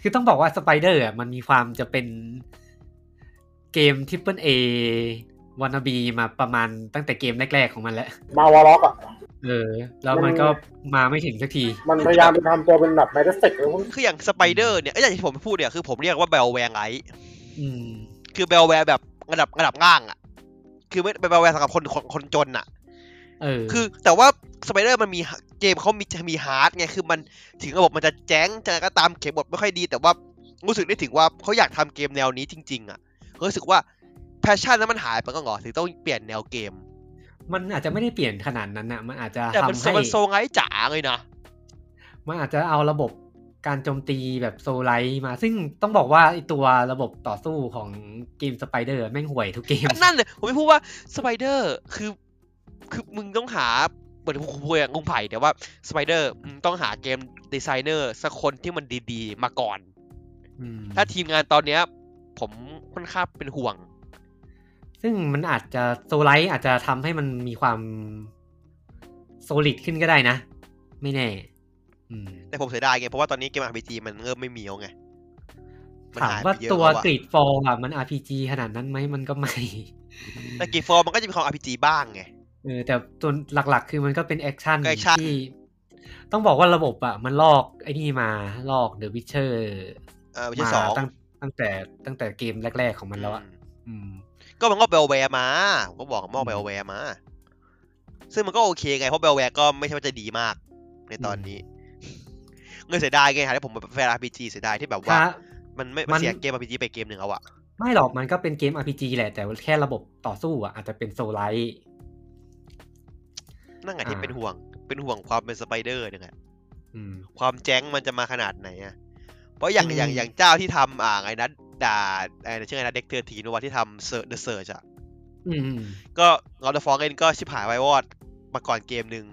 Speaker 2: คือต้องบอกว่าสไปเดอร์มันมีความจะเป็นเกมทริปเปิลเอวานาบีมาประมาณตั้งแต่เกมแรก ๆ ของมันแล้ว
Speaker 4: มาวอล็อกอ่ะ
Speaker 2: เออ แล้วมันก็มาไม่ถึงสักที
Speaker 4: มันพยายามจะทำตัวเป็นแบบแมทสติกเลยพวก
Speaker 3: คืออย่างสไปเดอร์เนี่ยไอ้ยอย่างที่ผมพูดเนี่ยคือผมเรียกว่าแบลแวร์ไลท์
Speaker 2: อืม
Speaker 3: คือแบลแวร์แบบระดับระดับล่างอ่ะ คือไม่เป็นแบลแวร์สำหรับคนคนคนจนอ่ะ
Speaker 2: เออ
Speaker 3: คือแต่ว่าสไปเดอร์มันมีเกมเขามีมีฮาร์ดไงคือมันถึงระบบมันจะแจ้งจะก็ตามเขียนบทไม่ค่อยดี แต่ว่ารู้สึกได้ถึงว่าเขาอยากทำเกมแนวนี้จริง ๆ อ่ะเขารู้สึกว่าแพชชั่นนั้นมันหายไปก็เหรอถึงต้องเปลี่ยนแนวเกม
Speaker 2: มันอาจจะไม่ได้เปลี่ยนขนาดนั้นนะมันอาจจะ
Speaker 3: แต่มัน
Speaker 2: ทำให้
Speaker 3: มันโซงไงจ๋าเลยนะ
Speaker 2: มันอาจจะเอาระบบการโจมตีแบบโซไลท์มา ซึ่งต้องบอกว่าไอตัวระบบต่อสู้ของเกมสไปเดอร์แม่งห่วยทุกเกม
Speaker 3: นั่นเลยผมไม่พูดว่าสไปเดอร์คือ คือมึงต้องหาเหมือนผมคุยกับลุงไผ่แต่ว่าสไปเดอร์มึงต้องหาเกมดีไซเนอร์สักคนที่มันดีๆ มาก่อน
Speaker 2: อืม
Speaker 3: ถ้าทีมงานตอนเนี้ย ผมค่อนข้างเป็นห่วง
Speaker 2: ซึ่งมันอาจจะโซไลท์อาจจะทำให้มันมีความโซลิดขึ้นก็ได้นะ ไม่แน่ อืม
Speaker 3: แต่ผมเสียดายไง เพราะว่าตอนนี้เกม RPG มันเริ่มไม่มีแล้วไงน
Speaker 2: ถาม
Speaker 3: หย
Speaker 2: ว่า
Speaker 3: ไปเยอะ
Speaker 2: ตัว
Speaker 3: แล้อะ
Speaker 2: กรีดฟอลอะมัน RPG ขนาดนั้นไหมมันก็ไม่
Speaker 3: แต่กรีดฟอร์มมันก็จะมีความ RPG บ้างไง
Speaker 2: เออแต่ตัวหลักๆ คือมันก็เป็นแอคชั่น
Speaker 3: ก็แอคชั่น
Speaker 2: ที่ ต้องบอกว่าระบบอ่ะ มันลอกไอ้นี่มาลอกเดอะวิเชอร์
Speaker 3: เออไม่ใช่
Speaker 2: มา
Speaker 3: สอง
Speaker 2: ตั้งตั้งแต่ตั้งแต่เกมแรก ๆ ของมันแล้วอ่ะ
Speaker 3: อืม
Speaker 2: อืม
Speaker 3: ก็มันก็เบลแวร์มา ผมก็บอกมัน
Speaker 2: อืม
Speaker 3: ก็เบลแวร์มา ซึ่งมันก็โอเคไง เพราะเบลแวร์ก็ไม่ใช่ว่าจะดีมาก ในตอนนี้ เงินเสียดายไงฮะที่ผมเป็นแฟน RPG เสียดายที่แบบว่า
Speaker 2: ถ้า
Speaker 3: มันไม่
Speaker 2: มั
Speaker 3: มัน
Speaker 2: น
Speaker 3: เสียเกม RPG ไปเกมหนึ่งแล้วอะ
Speaker 2: ไม่หรอกมันก็เป็นเกม RPG แหละ แต่ว่าแค่ระบบต่อสู้อ่ะอาจจะเป็นโซลไลท์
Speaker 3: นั่นไงที่
Speaker 2: อ่า
Speaker 3: เป็นห่วง เป็นห่วงความเป็นสไปเดอร์เนี่ยไง
Speaker 2: อืม
Speaker 3: ความแจ้งมันจะมาขนาดไหนอะเพราะอย่าง
Speaker 2: อืม
Speaker 3: อย่างอย่างเจ้าที่ทำอ่าไงนะด่าไอ้นะชื่อไงนะเด็กเตอร์ทีนวะที่ทำเซอร์เดอะเซิร์ชอะ
Speaker 2: อืม
Speaker 3: ก็เราจะฟ้องเล่นก็ชิบหายไวายวอดมาก่อนเกมหนึ่ง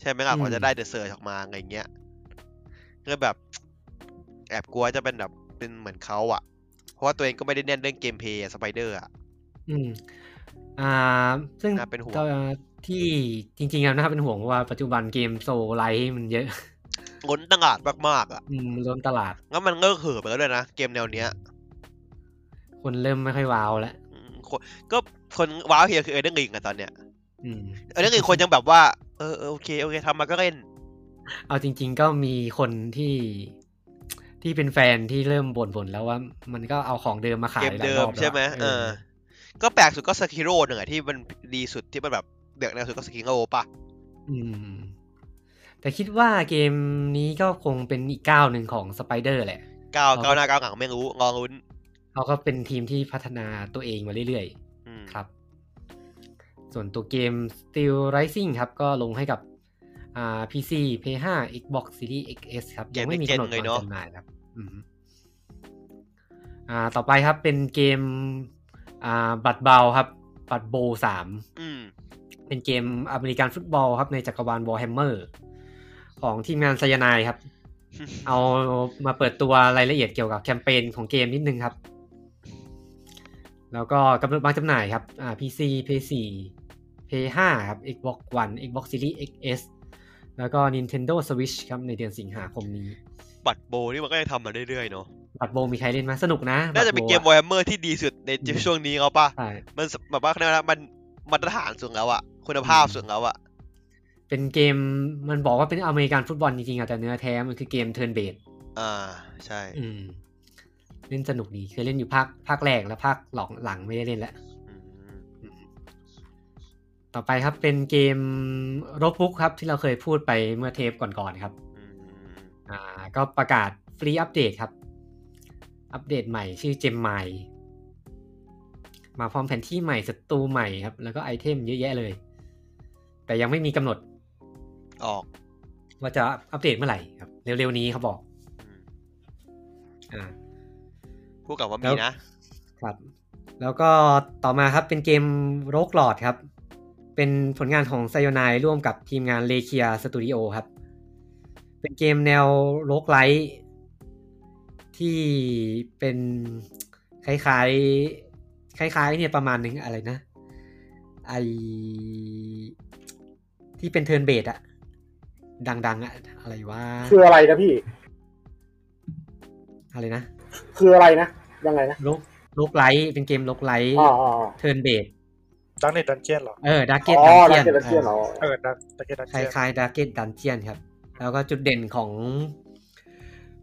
Speaker 3: ใช่ไหมล่ะ
Speaker 2: อืม
Speaker 3: กว่าจะได้เดอะเซิร์ชออกมาอะไรเงี้ยก็แบบ แอบกลัวจะเป็นแบบเป็นเหมือนเขาอะเพราะว่าตัวเองก็ไม่ได้แน่นเรื่องเกมเพย์สไปเดอร์อะ
Speaker 2: อืมอ่า ซึ่ง
Speaker 3: น่าเป็นห่วง
Speaker 2: เอ่อที่จริงๆแล้วน่าเป็นห่วงเพราะว่าปัจจุบันเกมโซลไลท์มันเยอะ
Speaker 3: ล้นตลาดมากๆอะ
Speaker 2: อืมมันล้นตลาด
Speaker 3: งั้นมันเลิกเห่อะไปแล้วด้วยนะเกมแนวเนี้ย
Speaker 2: คนเริ่มไม่ค่อยว้าวแล้ว
Speaker 3: อืมคนก็คนว้าวเฮียคือเอเดนลิงอะตอนเนี้ย
Speaker 2: อืม
Speaker 3: เอเดนลิงคนยังแบบว่าเออเออโอเคโอเคทำมาก็เล่น
Speaker 2: เอาจริง ๆ ก็มีคนที่ ที่เป็นแฟนที่เริ่มบ่นๆแล้วว่า มันก็เอาของเดิมมาขาย
Speaker 3: เกม
Speaker 2: ลาย
Speaker 3: เดิ
Speaker 2: ร
Speaker 3: ม
Speaker 2: อบแล้ว
Speaker 3: ใช่ไหม
Speaker 2: ะ
Speaker 3: เออ ก็แปลกสุดก็สกิโร่หนึ่งอะที่มันดีสุดที่มันแบบเดือกแนวสุดก็สกิโร่ปะ
Speaker 2: อืม แต่คิดว่าเกมนี้ก็คงเป็นอีกก้าวหนึ่งของสไปเดอร์แหละ
Speaker 3: ก้าว
Speaker 2: ครับ
Speaker 3: ก้าวหน้าก้าวหลังไม่รู้งองุ้น
Speaker 2: เขาก็เป็นทีมที่พัฒนาตัวเองมาเรื่อย
Speaker 3: อืม
Speaker 2: ๆ ครับ ส่วนตัวเกม Steel Rising ครับ ก็ลงให้กับอ่า PC PS5 Xbox Series XS ครับ ยังไม่มีกำหนดวางจำหน่ายครับอืมอ่า ต่อไปครับเป็นเกมอ่าบัตรเบาครับ บัตรโบสาม
Speaker 3: อืม
Speaker 2: เป็นเกมอเมริกันฟุตบอลครับในจักรวาล Warhammer ของทีมงานไซยานายครับ เอามาเปิดตัวรายละเอียดเกี่ยวกับแคมเปญของเกมนิดนึงครับ แล้วก็กำหนดวางจำหน่ายครับอ่า PC PS4 PS5 ครับ Xbox One Xbox Series XS แล้วก็ Nintendo Switch ครับในเดือนสิงหาคมนี้
Speaker 3: บัตรโบนี่มันก็ยังทำมาเรื่อยๆเนาะ
Speaker 2: บัตรโบมีใครเล่นไหมสนุกนะ
Speaker 3: น่าจะเป็นเกมว
Speaker 2: บัตรโบ
Speaker 3: อร์แฮมเมอร์ที่ดีสุดในช่วงนี้เอาปะ
Speaker 2: ใช่
Speaker 3: มันแบบว่าเขาเรียกว่ามันมาตรฐานสูงแล้วอะคุณภาพสูงแล้วอะ
Speaker 2: เป็นเกมมันบอกว่าเป็นอเมริกันฟุตบอลจริงๆอะแต่เนื้อแท้มันคือเกมเทิร์นเบส
Speaker 3: อ่าใช่
Speaker 2: อืมเล่นสนุกดีเคยเล่นอยู่ภาคภาคแรกแล้วภาคหลังหลังไม่ได้เล่นแล้ว
Speaker 3: อืม
Speaker 2: ต่อไปครับเป็นเกมรบบุกครับที่เราเคยพูดไปเมื่อเทปก่อนๆครับ
Speaker 3: อืม
Speaker 2: อ่า ก็ประกาศฟรีอัปเดตครับ อัปเดตใหม่ชื่อเจมไมมาพร้อมแผนที่ใหม่ศัตรูใหม่ครับ แล้วก็ไอเทมเยอะแยะเลย แต่ยังไม่มีกำหนด
Speaker 3: ออก
Speaker 2: ว่าจะอัปเดตเมื่อไหร่ครับ เร็วๆนี้เขาบอก
Speaker 3: อืม
Speaker 2: อ่า
Speaker 3: พูดกับว่ามีนะ
Speaker 2: ครับแล้วก็ต่อมาครับเป็นเกมโรกหลอดครับ เป็นผลงานของไซโอนายร่วมกับทีมงานเลเคียสตูดิโอครับ เป็นเกมแนวโรกไลท์ที่เป็นคล้ายๆ คล้ายๆเนี่ยประมาณหนึงอะไรนะไอที่เป็นเทิร์นเบดอะดังๆอะอะไรว่า
Speaker 4: คืออะไรนะพี่
Speaker 2: อะไรนะ
Speaker 4: คืออะไรนะ ยังไงนะ
Speaker 2: โรกโรกไลท์เป็นเกมโรกไลท์
Speaker 4: อ๋ออ๋ออ๋อ
Speaker 2: เทิร์นเบด
Speaker 1: ดังเน็ตดันเจียนเหรอ
Speaker 2: เออดาร์เกต
Speaker 4: อ๋อ
Speaker 2: ดั
Speaker 4: ดั
Speaker 2: น
Speaker 4: กเก
Speaker 2: เจี
Speaker 4: ต
Speaker 2: ยน
Speaker 4: เซียนเหรอ
Speaker 1: เออดังดังเน็ตดัน
Speaker 2: คล
Speaker 1: เจียน้
Speaker 2: ายๆดาร์เกตดันเจียนครับ แล้วก็จุดเด่นของ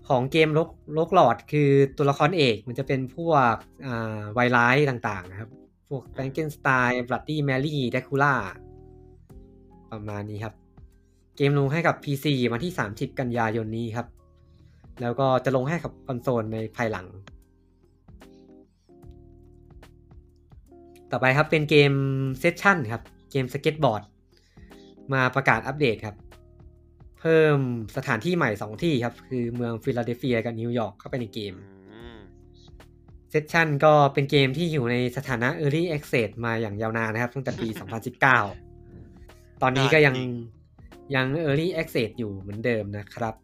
Speaker 2: ของเกมลกลกหลอดคือตัวละครเอกมันจะเป็นพวกอ่าไวร้ายต่างๆนะครับ พวกแฟรงเกนสไตน์บลัตตี้แมรี่แดคูล่าประมาณนี้ครับ เกมลงให้กับ PC วันที่ 30 กันยายนนี้ครับ แล้วก็จะลงให้กับคอนโซลในภายหลัง ต่อไปครับเป็นเกมเซสชั่นครับ เกมสเก็ตบอร์ด มาประกาศอัปเดตครับ เพิ่มสถานที่ใหม่ 2 ที่ครับ คือเมืองฟิลาเดลเฟียกับนิวยอร์กเข้าไปในเกม
Speaker 3: อืม
Speaker 2: เซสชั่นก็เป็นเกมที่อยู่ในสถานะ Early Access มาอย่างยาวนานนะครับ ตั้งแต่ปี 2019 ตอนนี้ก็ยังยัง Early Access อยู่เหมือนเดิมนะครับ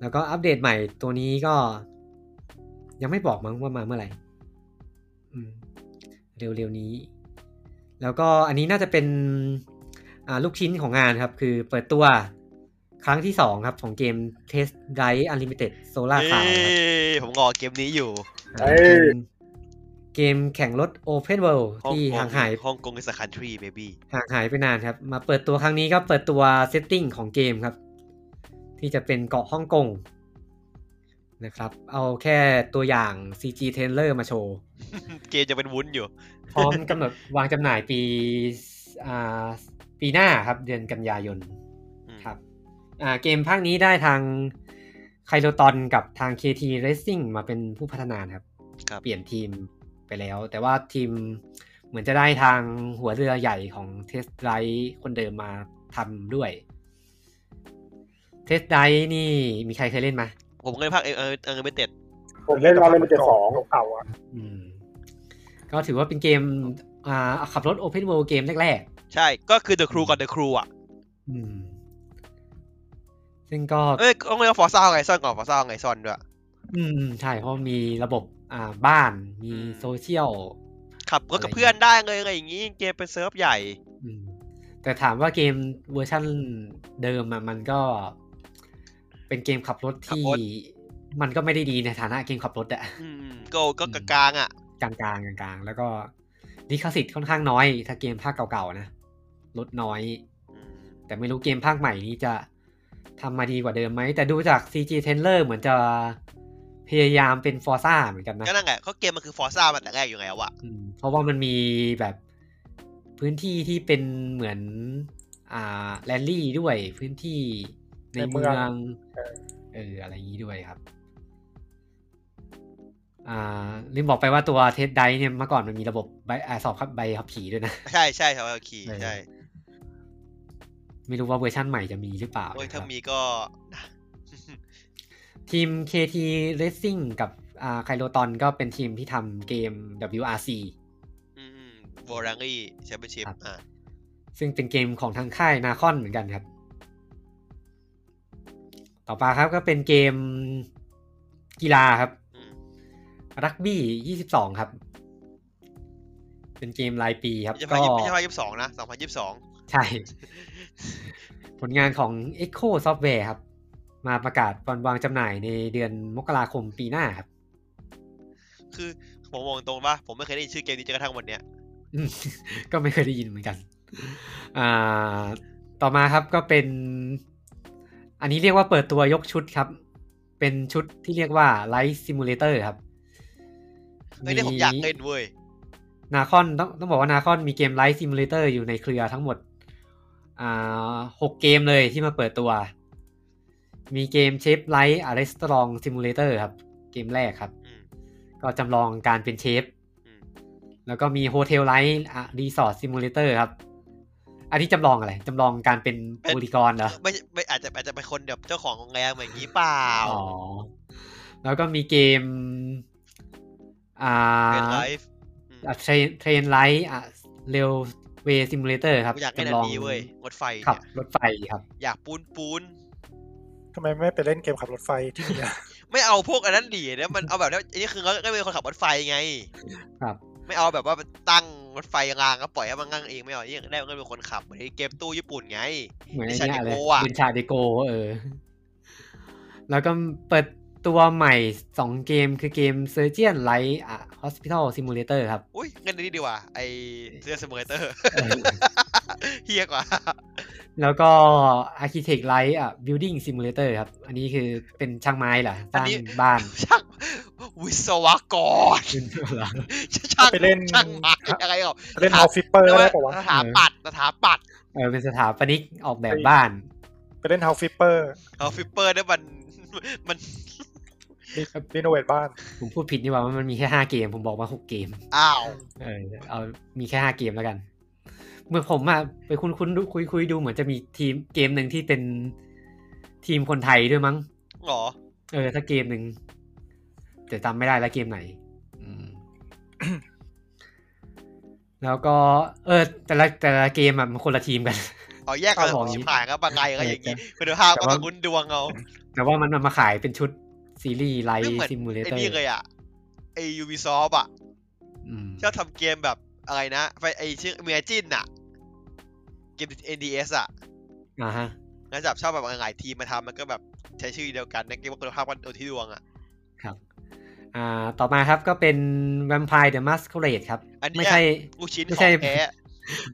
Speaker 2: แล้วก็อัปเดตใหม่ตัวนี้ก็ ยังไม่บอกมั้งว่ามาเมื่อไหร่อืมเร็วๆนี้ แล้วก็อันนี้น่าจะเป็นอ่าลูกชิ้นของงานครับ คือเปิดตัวครั้งที่สองครับ ของเกม Test Drive Unlimited Solar
Speaker 3: เอ้
Speaker 2: Cloud ครับ
Speaker 3: ยผมงอเกมนี้อยู่
Speaker 4: เอ้ย
Speaker 2: เกมแข่งรถ Open World
Speaker 3: ฮ่อง
Speaker 2: ที่
Speaker 3: กง
Speaker 2: ห่างหาย
Speaker 3: ฮ่องกงกับสคันทรีเบบี้
Speaker 2: ห่างหายไปนานครับ มาเปิดตัวครั้งนี้ก็เปิดตัวเซตติ้งของเกมครับ ที่จะเป็นเกาะฮ่องกงนะครับ เอาแค่ตัวอย่าง CG trailer มาโชว์
Speaker 3: เกมจะเป็นวุ้นอยู่
Speaker 2: พร้อมกำหนดวางจำหน่ายปีอ่าปีหน้าครับ เดือนกันยายน
Speaker 3: อืม
Speaker 2: ครับอ่าเกมภาคนี้ได้ทางไคโ o ตอนกับทาง KT Racing มาเป็นผู้พัฒนานะครับ
Speaker 3: ครับ
Speaker 2: เปลี่ยนทีมไปแล้ว แต่ว่าทีมเหมือนจะได้ทางหัวเรือใหญ่ของเทสไ i ์คนเดิมมาทำด้วยเทสไ i ์นี่มีใครเคยเล่นไหม
Speaker 3: ผมเคยภาคเอเอเออไม่เต็ด
Speaker 4: ผมเล่นมาเลยมันจะสอง
Speaker 1: เก่าๆอ่ะ
Speaker 2: อืม ก็ถือว่าเป็นเกมอ่าขับรถ Open World เกมแรก ๆ
Speaker 3: ใช่ก็คือ The Crew ก่อน The Crew อ่ะ
Speaker 2: อืม ซึ่งก็
Speaker 3: เอ้ยต้องเรียกฟอร์ซ่าไงซ่อนก่อนฟอร์ซ่าไงซ่อนด้วย
Speaker 2: อืมใช่เพราะมีระบบอ่าบ้านมี
Speaker 3: อืม
Speaker 2: โซเชียล
Speaker 3: ขับรถกับเพื่อนได้เลยอะไรอย่างงี้เกมเป็นเซิร์ฟใหญ่
Speaker 2: อืม แต่ถามว่าเกมเวอร์ชั่นเดิมอะมันก็เป็นเกมขับรถที่
Speaker 3: ขับรถ
Speaker 2: มันก็ไม่ได้ดีในฐานะเกมขับรถอะ
Speaker 3: อืมก็ก็กลางๆอ่ะ
Speaker 2: กลางๆกลางๆ แล้วก็ลิขสิทธิ์ค่อนข้างน้อย ถ้าเกมภาคเก่าๆนะลดน้อย
Speaker 3: อืม
Speaker 2: แต่ไม่รู้เกมภาคใหม่นี้จะ ทำมาดีกว่าเดิมไหม แต่ดูจาก CG t r a i l e r เหมือนจะพยายามเป็นฟอร์ซ่าเหมือนกันนะ
Speaker 3: ก็นั่นไงเขาเกมมันคือฟอร์ซ่ามาแต่แรกอยู่แล้วอะ
Speaker 2: อืมเพราะว่ามันมีแบบพื้นที่ที่เป็นเหมือน อ่าแลนลี่ด้วยพื้นที่ใน
Speaker 1: ในเมื
Speaker 2: เมื
Speaker 1: อ
Speaker 2: อง ง เออ อะไรอย่างนี้ด้วยครับ อ่าลืมบอกไปว่าตัวเทสไดเนี่ยเมื่อก่อนมันมีระบบใบอ่าสอบขับใบขับขี่ด้วยนะ
Speaker 3: ใช่ใช่ครับขี่ใช่
Speaker 2: ไม่รู้ว่าเวอร์ชั่นใหม่จะมีหรือเปล่า
Speaker 3: โอ้ย
Speaker 2: นะค
Speaker 3: ถ้า
Speaker 2: รับ
Speaker 3: มีก็ นะ
Speaker 2: ทีม KT Racing กับอ่าไคโลตอนก็เป็นทีมที่ทำเกม WRC
Speaker 3: อืมวอรังกี้แชมเปี้ยนชิพ
Speaker 2: ครับ
Speaker 3: อ่ะ
Speaker 2: ซึ่งเป็นเกมของทางค่ายนาคอนเหมือนกันครับ ต่อมาครับก็เป็นเกมกีฬาครับ
Speaker 3: อืม
Speaker 2: รักบี้22 ครับ เป็นเกมรายปีครับ
Speaker 3: ไม่ใช่
Speaker 2: ก็
Speaker 3: ภาคยี่ไม่ใช่ภาคยี่สิบสองนะสองพันยี่สิบสอง
Speaker 2: ใช่ ผลงานของ Echo Software ครับ มาประกาศวันวางจำหน่ายในเดือนมกราคมปีหน้าครับ
Speaker 3: คือผมมองตรงว่าผมไม่เคยได้ยินชื่อเกมนี้จนกระทั่งวันเนี้ย
Speaker 2: อืม ก็ไม่เคยได้ยินเหมือนกัน อ่า ต่อมาครับก็เป็น อันนี้เรียกว่าเปิดตัวยกชุดครับ เป็นชุดที่เรียกว่า Light Simulator ครับ
Speaker 3: เอ้ยเนี่ยผมอยากเล่นเว้ย
Speaker 2: นาคอนต้องต้องบอกว่านาคอนมีเกม Light Simulator อยู่ในเครือทั้งหมด อ่าหกเกมเลยที่มาเปิดตัว มีเกม Shape Light Arrest Strong Simulator ครับ เกมแรกครับ
Speaker 3: อืม
Speaker 2: ก็จำลองการเป็นเชฟ
Speaker 3: อืม
Speaker 2: แล้วก็มีโฮเทลไลท์รีสอร์ทซิมูเลเตอร์ครับ อันนี้จำลองอะไร จำลองการเป็นโพลีกอนเหรอ
Speaker 3: ไม่ไม่อาจจะอาจจะเป็นคนแบบเจ้าของโรงแรมอย่างนี้เปล่า
Speaker 2: อ๋อ แล้วก็มีเกม อ่า
Speaker 3: เป็นไลฟ์อืม
Speaker 2: เทรนเทรนไลท์อ่ะเร็วเวซิมูเลเตอร์ครับ
Speaker 3: ผมอยากเล่นอั
Speaker 2: จำล
Speaker 3: น
Speaker 2: อง
Speaker 3: นี้เว้ยรถไฟ
Speaker 2: ขับ
Speaker 3: เนี่ย
Speaker 2: รถไฟครับ
Speaker 3: อยากปูนปูน
Speaker 1: ทำไมไม่ไปเล่นเกมขับรถไฟที่มี อะ
Speaker 3: ไม่เอาพวกอันนั้นดีนะมันเอาแบบนั้นอันนี้คือเขาก็เป็นคนขับรถไฟไง
Speaker 2: ครับ
Speaker 3: ไม่เอาแบบว่าตั้งรถไฟรางก็ปล่อยให้มันนั่งเองไม่เอานี่ได้มันเป็นคนขับเหมือนไอ้เกมตู้ญี่ปุ่นไง
Speaker 2: เหมือนไอ้เนี่ยอะไร
Speaker 3: เดชาเดโกอะ
Speaker 2: เดชาเดโกเออ แล้วก็เปิดตัวใหม่สองเกมคือเกม Surgeon Light อ่ะ Hospital Simulator ครับ
Speaker 3: อุ้ยเงินนี้ดีกว่าไอเสื้อสมูเตอร์
Speaker 2: เออ
Speaker 3: เฮียกว่า
Speaker 2: แล้วก็ Architect Light อ่ะ Building Simulator ครับ อันนี้คือเป็นช่างไม้เหรอส
Speaker 3: อัน
Speaker 2: ร้าง
Speaker 3: นี้
Speaker 2: บ้าน
Speaker 3: ช่างวิศวกร
Speaker 2: ขึ้นเหรอ
Speaker 3: ช่าง
Speaker 1: ไปเล่น
Speaker 3: ช่างมาอะไรหรอก
Speaker 1: เล่นฮอฟิปเปอร์
Speaker 3: แล้ว
Speaker 1: ได้
Speaker 3: ว่า
Speaker 1: ปะวะ
Speaker 3: สถาปัตย์สถาปัตย์
Speaker 2: เออเป็นสถาปนิกออกแบบบ้าน
Speaker 1: ไปเล่นฮอฟิปเปอร์
Speaker 3: เอาฟิปเปอร์เนี่ยมัน มัน
Speaker 1: รีโนเวทบ้าน
Speaker 2: ผมพูดผิดนี่หว่ามันมีแค่ 5 เกม ผมบอกว่า 6 เกม
Speaker 3: อ้าว
Speaker 2: เออเอามีแค่ห้าเกมแล้วกัน เหมื่อนผมอะไปคุณคุณคุยคุยดูเหมือนจะมีทีมเกมหนึ่งที่เป็นทีมคนไทยด้วยมั้ง
Speaker 3: หรอ
Speaker 2: เออ ถ้าเกมหนึ่งแต่จำไม่ได้แล้วเกมไหน อืม แล้วก็ เออ แต่ละแต่ละเกมอะมันคนละทีมกัน
Speaker 3: เอาแยกกัน
Speaker 2: เอาของ
Speaker 3: ชิบหายก็บางไงก็อย่างนี้คุณภาพ
Speaker 2: แต่
Speaker 3: ก็
Speaker 2: ว่า
Speaker 3: มาคุณดวงเอา
Speaker 2: แต่ว่ามันมันมาขายเป็นชุดซีรีส์ไล
Speaker 3: ไม่
Speaker 2: ท์
Speaker 3: เหมือน
Speaker 2: ซิมูเล
Speaker 3: ไอ้
Speaker 2: เตอ
Speaker 3: นี่เลย
Speaker 2: ร์
Speaker 3: อ่ะ ไอ้ยูบีซอฟอ่ะ
Speaker 2: อืม
Speaker 3: ชอบทำเกมแบบอะไรนะ ไฟไอ้ชื่อเมจินอ่ะ เกม NDS อ่ะ
Speaker 2: อ่าฮะ
Speaker 3: งานจับชอบแบบหลายทีมมาทำมันก็แบบใช้ชื่อเดียวกันนะเกมว่าคุณภาพกันโดนที่ดวงอ่ะ
Speaker 2: ครับ อ่า ต่อมาครับก็เป็น Vampire the Masquerade ครับ
Speaker 3: อันเนี้ย
Speaker 2: ไม่ใช่
Speaker 3: ลูกชิ้น
Speaker 2: ไม่
Speaker 3: ข
Speaker 2: ใช่
Speaker 3: องแท้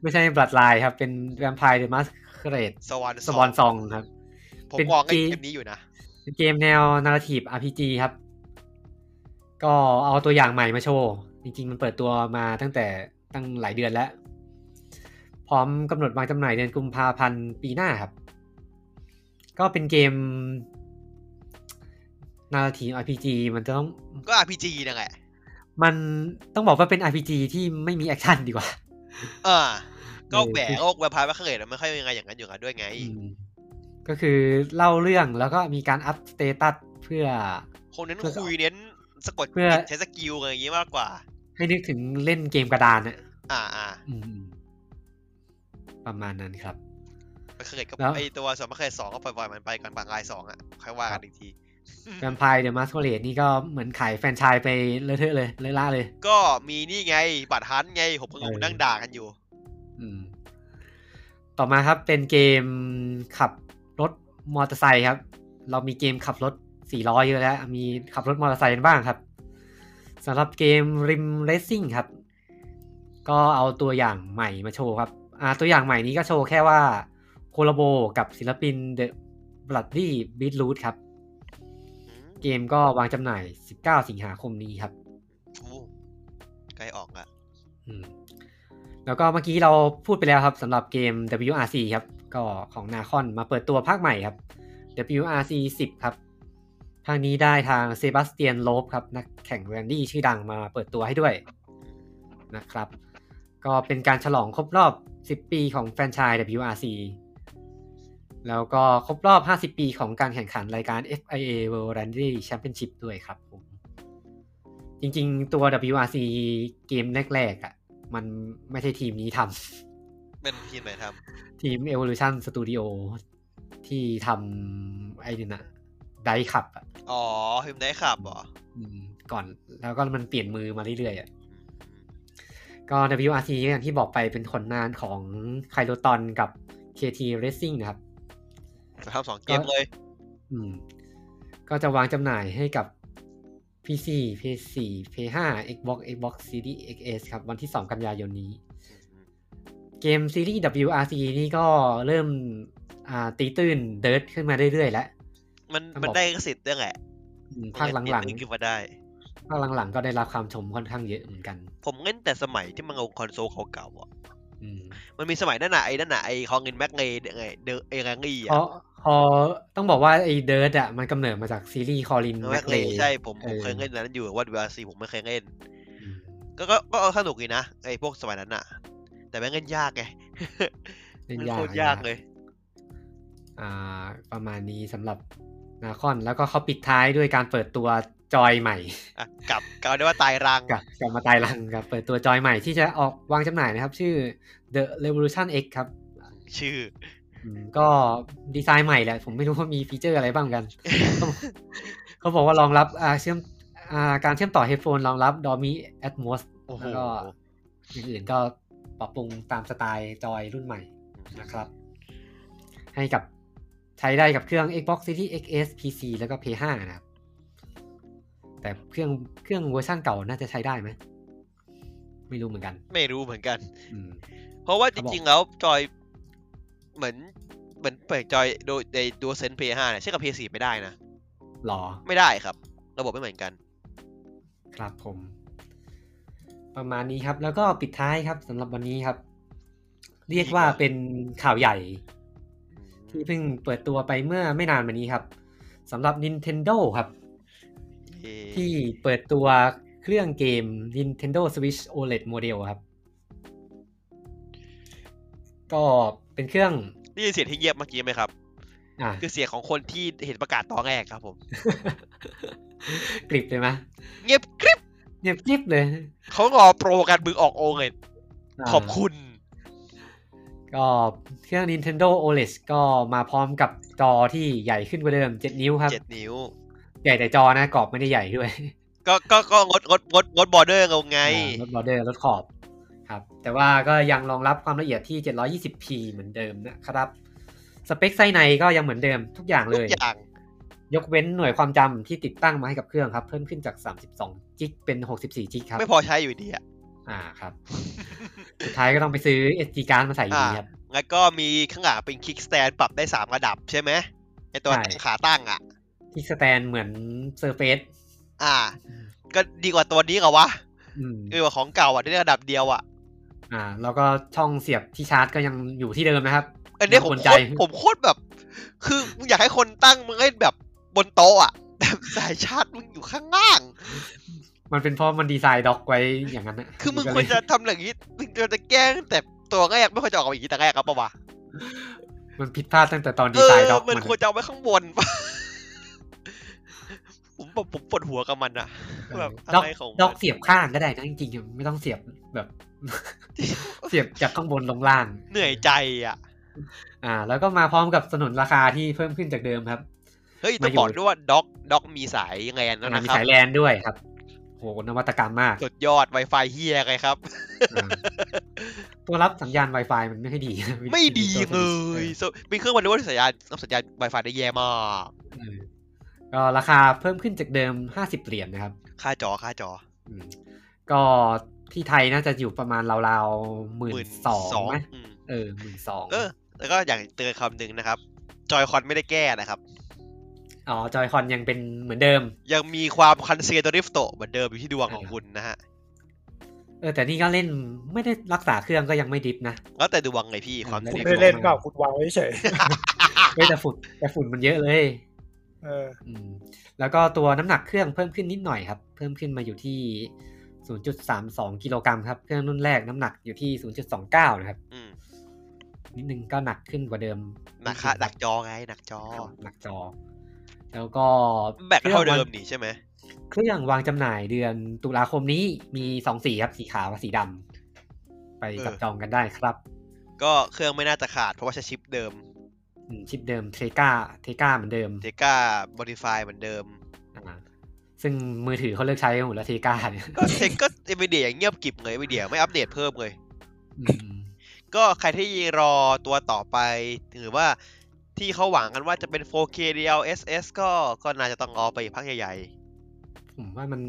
Speaker 2: ไม่ใช่บลัดไลน์ครับ เป็น Vampire the Masquerade
Speaker 3: สวรรค์
Speaker 2: สปอนซองครับ
Speaker 3: ผม
Speaker 2: เป็น
Speaker 3: มองไอ้
Speaker 2: เกม
Speaker 3: เกมนี้อยู่นะ
Speaker 2: เป็นเกมแนว narrative RPG ครับ ก็เอาตัวอย่างใหม่มาโชว์ จริงๆ มันเปิดตัวมาตั้งแต่ตั้งหลายเดือนแล้ว พร้อมกำหนดวางจำหน่ายเดือนกุมภาพันธ์ปีหน้าครับ ก็เป็นเกม narrative RPG มันจะต้อง
Speaker 3: ก็ RPG นั่นแหละ
Speaker 2: มันต้องบอกว่าเป็น RPG ที่ไม่มีแอคชั่นดีกว่า
Speaker 3: อ่าก็
Speaker 2: เออ
Speaker 3: แหว
Speaker 2: คือ
Speaker 3: โลกแวมไพร์มาเขยมันไม่ค่อยมีอะไรอย่างนั้นอยู่แล้วด้วยไง
Speaker 2: อืมก็คือเล่าเรื่องแล้วก็มีการอัพสเตตัสเพื่อ
Speaker 3: คนเน้น
Speaker 2: เพื่อ
Speaker 3: คุยเน้นสะกด
Speaker 2: เพื่อ
Speaker 3: ใช้สกิลอะไรอย่างงี้มากกว่า
Speaker 2: ให้นึกถึงเล่นเกมกระดานอะ
Speaker 3: อ่าอ่า
Speaker 2: อืมประมาณนั้นครับ
Speaker 3: มาเขยก็
Speaker 2: แล้ว
Speaker 3: ไอตัวสวนมาเขยสองก็ปล่อยๆมันไปก่อนบางรายสองอ่ะค่อยว่ากันอีกที
Speaker 2: แวมไพร์เดอะมาสโคเลตนี่ก็เหมือนขายแฟรนไชายไปเลอะเทอะเลยเลอะล่าเลย
Speaker 3: ก็มีนี่ไงบัตรฮันต์ไงผมกับ
Speaker 2: เออ
Speaker 3: ผมนั่งด่ากันอยู่
Speaker 2: อืม ต่อมาครับเป็นเกมขับรถมอเตอร์ไซค์ครับ เรามีเกมขับรถสี่ล้อเยอะแล้ว มีขับรถมอเตอร์ไซค์กันบ้างครับสำหรับเกมริมเรซซิ่งครับ ก็เอาตัวอย่างใหม่มาโชว์ครับ อ่า ตัวอย่างใหม่นี้ก็โชว์แค่ว่าโคลาโบกับศิลปิน The Bloody Beetroot ครับ
Speaker 3: อืม
Speaker 2: เกมก็วางจำหน่าย 19 สิงหาคมนี้ครับ
Speaker 3: อู้ใกล้ออกละ
Speaker 2: อืมแล้วก็เมื่อกี้เราพูดไปแล้วครับสำหรับเกม WRC ครับ ก็ของนาคอนมาเปิดตัวภาคใหม่ครับ WRC 10 ครับ ภาคนี้ได้ทางเซบาสเตียนโลฟครับ นักแข่งแรนดี้ชื่อดังมาเปิดตัวให้ด้วยนะครับ ก็เป็นการฉลองครบรอบ 10 ปีของแฟรนไชส์ WRC แล้วก็ครบรอบ 50 ปีของการแข่งขันรายการ FIA World Rally Championship ด้วยครับผม จริงๆ ตัว WRC เกมแรกๆอะ่ะ มันไม่ใช่ทีมนี้ท
Speaker 3: เป็นทีมไหนท
Speaker 2: ำ ทีม Evolution Studio ที่ทำไอ้นี่นะไดขับอ่ะ
Speaker 3: ำอ๋อทีมได้ขับเหรอ
Speaker 2: อืมก่อนแล้วก็มันเปลี่ยนมือมาเรื่อยๆอ่ะ
Speaker 3: อืม
Speaker 2: ก็ WRC อย่างที่บอกไปเป็นผลงานของไคโ o ตอนกับ KT Racing นะครับ
Speaker 3: จะทำสองเกมเลย
Speaker 2: อืม ก็จะวางจำหน่ายให้กับ PC PS4 PS5 Xbox Xbox Series XS ครับ วันที่ 2 กันยายนนี้ เกมซีรีส์ WRC นี่ก็เริ่มอ่าตีตื้นเดิร์ดขึ้นมาเรื่อยๆ แล้ว
Speaker 3: มัน
Speaker 2: ครับ
Speaker 3: มัน
Speaker 2: ผม
Speaker 3: ได้ลิขสิทธิ์ด้วยแหละ
Speaker 2: อืมภาคหลัง
Speaker 3: ๆคือมาได้
Speaker 2: ๆภาคหลังๆ ก็ได้รับความชมค่อนข้างเยอะเหมือนกัน
Speaker 3: ผมเล่นแต่สมัยที่มันลงคอนโซลเก่าๆอ่ะ
Speaker 2: อืม
Speaker 3: มันมีสมัยนั่นน่ะไอ้นั่นน่ะไอ้คองเงินแม็กเงยไงเดอะเอรังลี่
Speaker 2: พอ
Speaker 3: อ่ะ
Speaker 2: พอต้องบอกว่าไอ้เดิร์ดอ่ะมันกำเนิดมาจากซีรีส์คอลิน
Speaker 3: แม็
Speaker 2: แม็
Speaker 3: ก
Speaker 2: ก
Speaker 3: เง
Speaker 2: เลย ย
Speaker 3: ใช่ผมผม
Speaker 2: เออ
Speaker 3: เคยเล่นอันนั้นอยู่ว่าดีวซีผมไม่เคยเล่น
Speaker 2: อืม
Speaker 3: ก็ก็ก็สนุกดีนะไอ้พวกสมัยนั้นน่ะ แต่แม่งเล่นยากไง
Speaker 2: เล่น
Speaker 3: มัน
Speaker 2: ยาก
Speaker 3: โคตรยากเลย
Speaker 2: อ่า ประมาณนี้สำหรับนาคอนแล้วก็เขาปิดท้ายด้วยการเปิดตัวจอยใหม่
Speaker 3: อ่ะกลับกลับได้ว่าตายรัง
Speaker 2: กลับกลับมาตายรังครับ เปิดตัวจอยใหม่ที่จะออกวางจำหน่ายนะครับ ชื่อ The Revolution X ครับ
Speaker 3: ชื่อ
Speaker 2: อืมก็ดีไซน์ใหม่แหละ ผมไม่รู้ว่ามีฟีเจอร์อะไรบ้างเหมือนกัน เขาเขาบอกว่ารองรับอ่าเชื่อมอ่าการเชื่อมต่อเฮดโฟนรองรับ Dolby Atmos
Speaker 3: โอ้โห
Speaker 2: แล้วก็อย่างอื่นก็ปรับปรุงตามสไตล์จอยรุ่นใหม่นะครับ ให้กับใช้ได้กับเครื่อง Xbox Series XS PC แล้วก็ PS5 นะครับ แต่เครื่องเครื่องเวอร์ชั่นเก่าน่าจะใช้ได้ไหมไม่รู้เหมือนกัน
Speaker 3: ไม่รู้เหมือนกัน
Speaker 2: อืม
Speaker 3: เพราะว่าจ
Speaker 2: ครับผม
Speaker 3: ริงๆแล้วจอยเหมือนเหมือนเปิดจอยโดยในดูเซนเพย์ห้าเนี่ยใช่กับเพย์สี่ไม่ได้นะ
Speaker 2: หรอ
Speaker 3: ไม่ได้ครับ ระบบไม่เหมือนกัน
Speaker 2: ครับผม ประมาณนี้ครับ แล้วก็ปิดท้ายครับสำหรับวันนี้ครับ เรียกว่าเป็นข่าวใหญ่ ที่เพิ่งเปิดตัวไปเมื่อไม่นานมานี้ครับสำหรับ Nintendo ครับ
Speaker 3: เอ่อ
Speaker 2: ที่เปิดตัวเครื่องเกม Nintendo Switch OLED Model ครับ ก็เป็นเครื่อง
Speaker 3: ได้ยินเสียงที่เงียบเมื่อกี้ไหมครับ
Speaker 2: อ่ะ
Speaker 3: คือเสียงของคนที่เห็นประกาศตอนแรกครับผม
Speaker 2: กริบเลยไหม
Speaker 3: เงียบกริบ
Speaker 2: เงียบกริบเลย
Speaker 3: เขารอโปรกันมึงออกโอเงิน
Speaker 2: า
Speaker 3: ขอบคุณ
Speaker 2: ก็เครื่อง Nintendo OLED ก็มาพร้อมกับจอที่ใหญ่ขึ้นกว่าเดิม 7 นิ้วครับ
Speaker 3: เจ็ดนิ้ว
Speaker 2: ใหญ่แต่จอนะกรอบไม่ได้ใหญ่ด้วย
Speaker 3: ก็ก็ก็งดงดงดงดบอร์เดอร์ลงไง
Speaker 2: ลดบอร์เดอร์ลดขอบครับ แต่ว่าก็ยังรองรับความละเอียดที่ 720p เหมือนเดิมนะครับ สเปคไส้ในก็ยังเหมือนเดิมทุกอย่าง
Speaker 3: ทุ
Speaker 2: เล
Speaker 3: ก
Speaker 2: ย
Speaker 3: อย่าง
Speaker 2: ยกเว้นหน่วยความจำที่ติดตั้งมาให้กับเครื่องครับ เพิ่มขึ้นจาก 32 จิกเป็น 64 จิกครับ
Speaker 3: ไม่พอใช้อยู่ดีอ่ะ
Speaker 2: อ่าครับ สุดท้ายก็ต้องไปซื้อ SD card มาใส่อยู่ดีครับ
Speaker 3: แล้วก็มีข้างหลังเป็นคิกสแตนปรับได้สามระดับใช่ไหมไอตัว
Speaker 2: ใช่
Speaker 3: ขาตั้งอ่ะ
Speaker 2: ที่สแตนเหมือน Surface
Speaker 3: อ่า ก็ดีกว่าตัวนี้เหรอวะ
Speaker 2: อืม
Speaker 3: ดีกว่าของเก่าอ่ะได้ระดับเดียวอ่ะ
Speaker 2: อ่าแล้วก็ช่องเสียบที่ชาร์จก็ยังอยู่ที่เดิมนะครับ
Speaker 3: อันเนี้ยผม
Speaker 2: น่าสน
Speaker 3: โค
Speaker 2: ใจ
Speaker 3: ตรผมโคตรแบบ คือมึงอยากให้คนตั้งมึงเล่นแบบบนโต๊ะ อ่ะแบบสายชาร์จมึงอยู่ข้างล่าง
Speaker 2: มันเป็นเพราะมันดีไซน์ด็อกไว้อย่างนั้นนะ
Speaker 3: คือมึง
Speaker 2: น
Speaker 3: ค
Speaker 2: ก็
Speaker 3: วร
Speaker 2: เลย
Speaker 3: จะทำอย่างนี้มึงควรจะแกล้งแต่ตัวแรกไม่ควรจะออกมาอย่างนี้แต่แรกครับปะวะ
Speaker 2: มันผิดพลาดตั้งแต่ตอน
Speaker 3: เอ
Speaker 2: ดีไซ
Speaker 3: อ
Speaker 2: น์ด็อก
Speaker 3: มัน
Speaker 2: มัน
Speaker 3: ควรจะเอาไว้ข้างบนปะผมแบบผมปวดหัวกับมันอะแบบอะ
Speaker 2: ด็อก
Speaker 3: ไรของ
Speaker 2: ด็อก
Speaker 3: มัน
Speaker 2: เสียบข้างก็ได้นะจริงๆไม่ต้องเสียบแบบ เสียบจากข้างบนลงล่าง
Speaker 3: เหนื่อยใจอ่ะ
Speaker 2: อ่า แล้วก็มาพร้อมกับสนุนราคาที่เพิ่มขึ้นจากเดิมครับ
Speaker 3: เฮ้ยต้
Speaker 2: มา
Speaker 3: อง
Speaker 2: อยู่
Speaker 3: บอกด้วยว่าด็อกด็อกมีสายยังไงอันนั้น
Speaker 2: อ่า
Speaker 3: นะ
Speaker 2: มี
Speaker 3: ครับ
Speaker 2: สายแลนด้วยครับโหนวัตกรรมมาก
Speaker 3: สุดยอด Wi-Fi เฮียไงครับ
Speaker 2: อ่าตัวรับสัญญาณ Wi-Fi มันไม่ค่อยดี นะ
Speaker 3: ไม่ดี
Speaker 2: ตัว
Speaker 3: เล
Speaker 2: สวิตช์อ
Speaker 3: ย
Speaker 2: อ
Speaker 3: โซเป็นเครื่องวันรู้ว่าสัญญาณรับสัญญาณ Wi-Fi ได้แย่มาก
Speaker 2: เออก็ราคาเพิ่มขึ้นจากเดิม 50 เหรียญนะครับ
Speaker 3: ค่าจอค่าจอ
Speaker 2: อืมก็ที่ไทยน่าจะอยู่ประมาณราวๆหมื่นสอง
Speaker 3: 12,000
Speaker 2: ไหม
Speaker 3: อืม
Speaker 2: เออหมื่นสอง
Speaker 3: เออ แล้วก็อย่างเตือนคำหนึ่งนะครับ จอยคอนไม่ได้แก้นะครับ
Speaker 2: อ๋อจอยคอนยังเป็นเหมือนเดิม
Speaker 3: ยังมีความคันเซียโดริฟโตเหมือนเดิมอยู่ที่ดวงของคุณนะฮะ
Speaker 2: เออแต่นี่ก็เล่นไม่ได้รักษาเครื่องก็ยังไม่ดิฟ นะ
Speaker 3: แล้วแต่ดวงไงพี่ความ
Speaker 2: ไม่
Speaker 3: เสี่ยง
Speaker 1: ไม่ได้เล่นเปล่าคุณวางไว้เฉย
Speaker 2: เว้ยแต่ฝุ่นแต่ฝุ่นมันเยอะเลย
Speaker 1: เออ
Speaker 2: อืมแล้วก็ตัวน้ำหนักเครื่องเพิ่มขึ้นนิดหน่อยครับ เพิ่มขึ้นมาอยู่ที่ 0.32กิโลกรัมครับ เครื่องรุ่นแรกน้ำหนักอยู่ที่ 0.29นะครับ
Speaker 3: อืม
Speaker 2: นิดนึงก็หนักขึ้นกว่าเดิม
Speaker 3: หนักค่ะหนักจอไงหนักจอ
Speaker 2: ครับหนักจอ แล้วก็
Speaker 3: แบกเท่าเดิมนี่ใช่ไหม
Speaker 2: เครื่องวางจำหน่ายเดือนตุลาคมนี้มีสองสีครับสีขาวกับสีดำไปจับจองกันได้ครับ
Speaker 3: ก็เครื่องไม่น่าจะขาดเพราะว่าใช้ชิปเดิม
Speaker 2: อืมชิปเดิมเทกาเทกาเหมือนเดิม
Speaker 3: เทก้าบอดิฟายเหมือนเดิม
Speaker 2: อ่าซึ่งมือถือเขาเลิกใช้กันหมดแล้วเทกาเนี่ย
Speaker 3: ก็เทคก็เอเมเดียอย่างเงียบกริบเลยเอเมเดียไม่อัปเดตเพิ่มเลย
Speaker 2: อืม
Speaker 3: ก็ใครที่รอตัวต่อไปหรือว่าที่เขาหวังกันว่าจะเป็น 4K DLSS ก็ก็น่าจะต้องรอไปอีกพักใหญ่
Speaker 2: ผมว่ามัน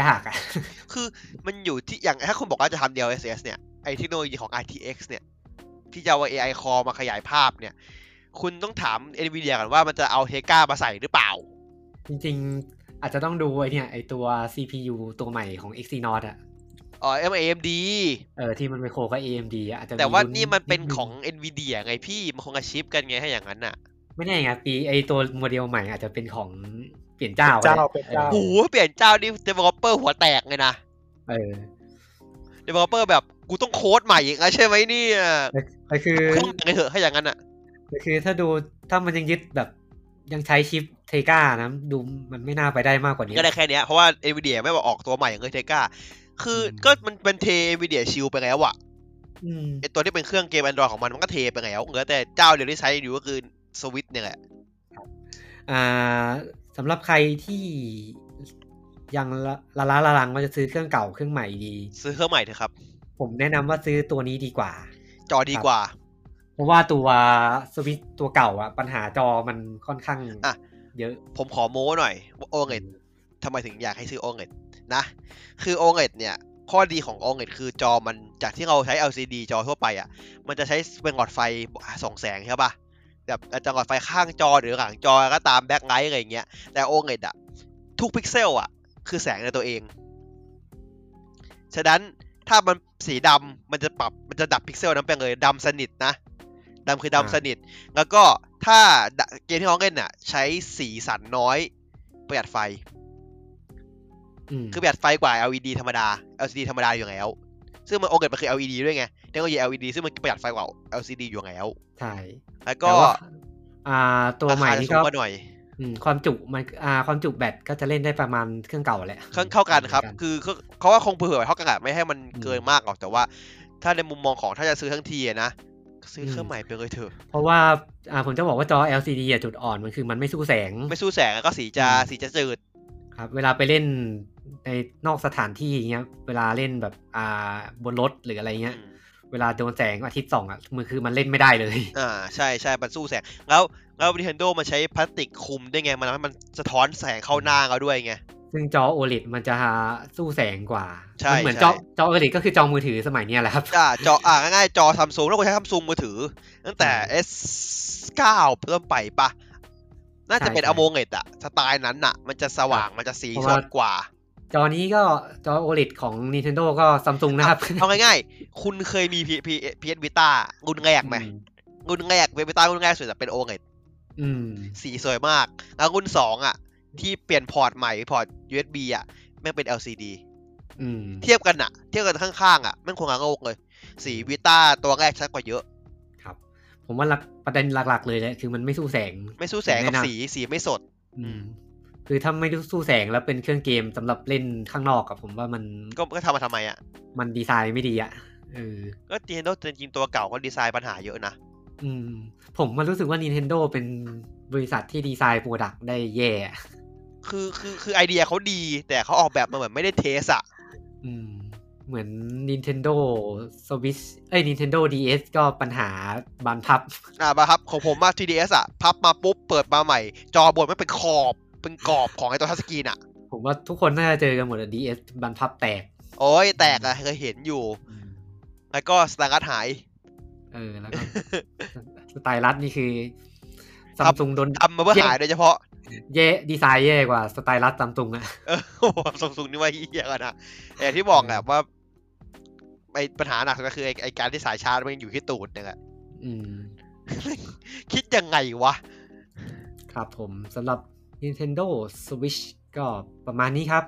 Speaker 2: ยากอะ
Speaker 3: ๆ คือมันอยู่ที่อย่างถ้าคุณบอกว่าจะทำ DLSS เนี่ย ไอเทคโนโลยีของ RTX เนี่ย ที่จะเอา AI Core มาขยายภาพเนี่ย คุณต้องถาม NVIDIA กันว่ามันจะเอาเทก้ามาใส่หรือเปล่า
Speaker 2: จริงๆ อาจจะต้องดูไอเนี่ยไอตัว CPU ตัวใหม่ของ Exynos อะ
Speaker 3: อ๋อ AMD
Speaker 2: เออที่มันไปโคกับ AMD อะอาจจะ
Speaker 3: แต่ว่า
Speaker 2: ลุ้
Speaker 3: นี่มันเป็นของ
Speaker 2: ด
Speaker 3: NVIDIA ไงพี่ มันคงอาชิปกันไงให้อย่างนั้นน่ะ
Speaker 2: งไม่แน่ไงปีไอตัวโมเดลใหม่อาจจะเป็นของเปลี่ยนเจ้า
Speaker 1: เจ้าเป็น
Speaker 2: อ
Speaker 1: เจ้า
Speaker 2: อ
Speaker 3: โอ้โหเปลี่ยนเจ้านี่ developer หัวแตกเลยนะ
Speaker 2: เออ
Speaker 3: developer แบบกูต้องโค้ดใหม่อีกแล้วใช่ไหมเนี่ย
Speaker 2: แต่คือ
Speaker 3: เครื่องไงเถอะให้อย่างนั้นอ่ะ
Speaker 2: แต่คือถ้าดูถ้ามันยังยึดแบบยังใช้ชิปเทกานะดูมันไม่น่าไปได้มากกว่านี้
Speaker 3: ก็ได้แค่เนี้ยเพราะว่า NVIDIA ไม่มาออกตัวใหม่อย่างเงยเทก้าคือ
Speaker 2: ม
Speaker 3: ก็มันเป็นเท NVIDIA ชิลไปแล้วอะ
Speaker 2: อืม
Speaker 3: ไอตัวที่เป็นเครื่องเกม Android ของมันมันก็เทไปแล้วเหลือแต่เจ้าเดียวที่ใช้อยู่ก็คือสวิตเนี่ยแหละ
Speaker 2: อ่าสำหรับใครที่ยังละละล้าละลังว่าจะซื้อเครื่องเก่าเครื่องใหม่ดี
Speaker 3: ซื้อเครื่องใหม่เถอะครับ
Speaker 2: ผมแนะนำว่าซื้อตัวนี้ดีกว่า
Speaker 3: จอดีกว่า
Speaker 2: เพราะว่าตัวสวิตช์ตัวเก่าอะปัญหาจอมันค่อนข้าง
Speaker 3: อ่ะ
Speaker 2: เยอะ
Speaker 3: ผมขอโม้หน่อยว่าโอเงดทำไมถึงอยากให้ซื้อโอเงดนะ คือโอเงดเนี่ย ข้อดีของโอเงดคือจอมันจากที่เราใช้ LCD จอทั่วไปอะมันจะใช้เป็นหลอดไฟส่องแสงใช่ปะแบบอาจจะหลอดไฟข้างจอหรือหลังจอก็ตามแบ็คไลท์อะไรอย่างเงี้ย แต่โอเงดอะทุกพิกเซลอะคือแสงในตัวเอง ฉะนั้นถ้ามันสีดำมันจะปรับมันจะดับพิกเซลนั้นไปเลยดำสนิทนะดำคือดำสนิท แล้วก็ถ้าเกมที่น้องเล่นน่ะ ใช้สีสันน้อยประหยัดไฟ
Speaker 2: ม
Speaker 3: คือประหยัดไฟกว่า LED ธรรมดา LCD ธรรมดาอยู่แล้ว ซึ่งมันโอเกิดมันคือ LED ด้วยไงเทคโนโลยี LED ซึ่งมันประหยัดไฟกว่า LCD อยู่แล้ว
Speaker 2: ใช่
Speaker 3: แล้วก็
Speaker 2: แต่ว่าอ่าตัวใหม่
Speaker 3: ราคาจะ
Speaker 2: นี่
Speaker 3: สูง
Speaker 2: ก็
Speaker 3: กว่าหน่อย
Speaker 2: อืมความจุมันอ่าความจุแบตก็จะเล่นได้ประมาณเครื่องเก่าแหละ
Speaker 3: เครื่องเข้ากันครับ
Speaker 2: หมือ
Speaker 3: คือเขาเขาว่าคงเผื่อไว้เท่ากันอะไม่ให้มัน
Speaker 2: อืม
Speaker 3: เกินมากหรอกแต่ว่า ถ้าในมุมมองของถ้าจะซื้อทั้งทีอะนะซื้ออ
Speaker 2: ม
Speaker 3: เครื่องใหม่ไปเลยเถอะ
Speaker 2: เพราะว่าอ่าผมจะบอกว่าจอ LCD อะจุดอ่อนมันคือมันไม่สู้แสง
Speaker 3: ไม่สู้แสงแล้วก็สีจะ
Speaker 2: อืม
Speaker 3: สีจะจืด
Speaker 2: ครับเวลาไปเล่นในนอกสถานที่อย่างเงี้ย เวลาเล่นแบบอ่าบนรถหรืออะไรเงี้ย เวลาโดนแสงอาทิตย์ส่องอ่ะมือคือมันเล่นไม่ได้เลย
Speaker 3: อ่าใช่ใช่มันสู้แสง แล้วแล้ว Nintendo มันใช้พลาสติกคุมด้วยไง มันทำให้มันสะท้อนแสงเข้าหน้าเราด้วยไง
Speaker 2: ซึ่งจอ OLED มันจะสู้แสงกว่า
Speaker 3: ใช่
Speaker 2: มัเหมือน
Speaker 3: ใช่
Speaker 2: จอจอ OLED ก็คือจอมือถือสมัยเนี้ยแหละครับ
Speaker 3: อ่าจออ่าง่ายๆจอซัมซุงแล้วก็ใช้ซัมซุงมือถือ ตั้งแต่ S9 เริ่มไปปะน่าจะเป็น
Speaker 2: ใช่
Speaker 3: อ
Speaker 2: ใช่
Speaker 3: โมเงตอะสไตล์นั้นอะมันจะสว่างมันจะสี
Speaker 2: เพ
Speaker 3: ส
Speaker 2: ราะว่า
Speaker 3: ดกว่า
Speaker 2: จอนี้ก็จอ OLED ของ Nintendo ก็ Samsung นะครับ
Speaker 3: เอาง่ายๆ คุณเคยมี P P P S Vita รุ่นแรกไหม
Speaker 2: อื
Speaker 3: รุ่นแรกเวบิต้ารุ่นแรกสุดจะเป็นโอเงต
Speaker 2: อืม
Speaker 3: สีสวยมาก แล้วรุ่นสองอะที่เปลี่ยนพอร์ตใหม่พอร์ต USB อะแม่งเป็น LCD
Speaker 2: อืม
Speaker 3: เทียบกันอะเทียบกันข้างๆอะแม่งคงละโงกเลย สีวิต้าตัวแรกชัดกว่าเยอะ
Speaker 2: ครับ ผมว่าหลักประเด็นหลัก ๆ เลยแหละคือมันไม่สู้แสง
Speaker 3: ไม่สู้แสงกับสีสีไม่สด
Speaker 2: อืม คือถ้าไม่สู้แสงแล้วเป็นเครื่องเกมสำหรับเล่นข้างนอกกับผมว่ามัน
Speaker 3: ก็ก็ทำมาทำไมอะ
Speaker 2: มันดีไซน์ไม่ดีอะ่ะเออ
Speaker 3: ก็ Nintendo จริงๆตัวเก่าก็ดีไซน์ปัญหาเยอะนะ
Speaker 2: อืม ผมมันรู้สึกว่า Nintendo เป็นบริษัทที่ดีไซน์โปรดักต์ได้แย่อะ
Speaker 3: คือคือคือไอเดียเขาดี แต่เขาออกแบบมาเหมือนไม่ได้เทสอะ
Speaker 2: อืม เหมือน Nintendo Switch เอ้ย Nintendo DS ก็ปัญหาบานพับ
Speaker 3: อ่ามาครับของผมมา 3DS อะพับมาปุ๊บเปิดมาใหม่ จอบนไม่เป็นขอบเป็นกรอบของไอตัวทัชสกรีนอะ
Speaker 2: ผมว่าทุกคนน่าจะเจอกันหมดอะ DS บานพับแตก
Speaker 3: โอ้ยแตกอะเคยเห็นอยู่ แล้วก็สตาร์กัดหาย
Speaker 2: เออแล้วก็ ไตรัสนี่คือซัม
Speaker 3: ครับ
Speaker 2: ซุงโดน
Speaker 3: ทำมาเพื่อหายโดยเฉพาะ
Speaker 2: เย่ดีไซน์แย่กว่าสไตรัสซัมซุงอะ
Speaker 3: เออโอ้โหซัมซุงนี่ว่าเหี้ยกันนะแต่อย่างที่บอกแหละว่าไอปัญหาหนักสุดก็คือไอ้ไอการที่สายชาร์จมันอยู่ที่ตูดเนี่ยแหละ
Speaker 2: อืม
Speaker 3: คิดยังไงวะ
Speaker 2: ครับผมสำหรับ Nintendo Switch ก็ประมาณนี้ครับ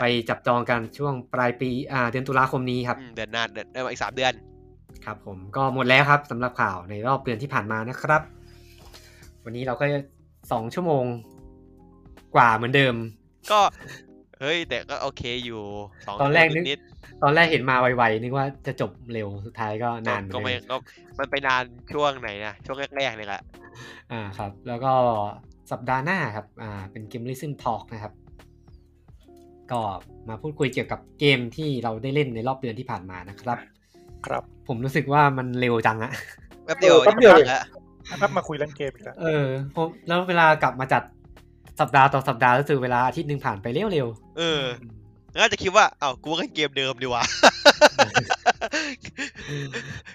Speaker 2: ไปจับจองกันช่วงปลายปีอ่าเดือนตุลาคมนี้ครับ
Speaker 3: อืมเดือนหน้าเดือนเอ้ยอีกสามเดือน
Speaker 2: ครับผมก็หมดแล้วครับสำหรับข่าวในรอบเดือนที่ผ่านมานะครับ วันนี้เราก็สองชั่วโมงกว่าเหมือนเดิม
Speaker 3: ก็ เฮ้ย แต่ก็โอเคอยู่สอง
Speaker 2: ตอนแรกนึก
Speaker 3: นิด
Speaker 2: ตอนแรกเห็นมาไวๆนึกว่าจะจบเร็วสุดท้ายก็
Speaker 3: ๆ
Speaker 2: นานเห
Speaker 3: ก็
Speaker 2: อน
Speaker 3: ไม่
Speaker 2: เดิม
Speaker 3: ก็มันไปนานช่วงไหนนะช่วงแรกๆเลยแหละ
Speaker 2: อ่าครับ แล้วก็สัปดาห์หน้าครับอ่าเป็นเกมลิซึมทอล์กนะครับ ก็มาพูดคุยเกี่ยวกับเกมที่เราได้เล่นในรอบเดือนที่ผ่านมานะครับ
Speaker 1: ครับ
Speaker 2: ผมรู้สึกว่ามันเร็วจังอะ
Speaker 3: แป๊บเดียว
Speaker 4: เออแป๊บเดียว
Speaker 3: จะถึงละ
Speaker 1: กลับมาคุยเรื่องเกมอีกแล้ว
Speaker 2: เออผมแล้วเวลากลับมาจัดสัปดาห์ต่อสัปดาห์รู้สึกเวลาอาทิตย์หนึ่งผ่านไปเร็ว
Speaker 3: เออ
Speaker 2: ๆ
Speaker 3: งั้นจะคิดว่าเอ้ากูก็เล่นเกมเดิมดีวะ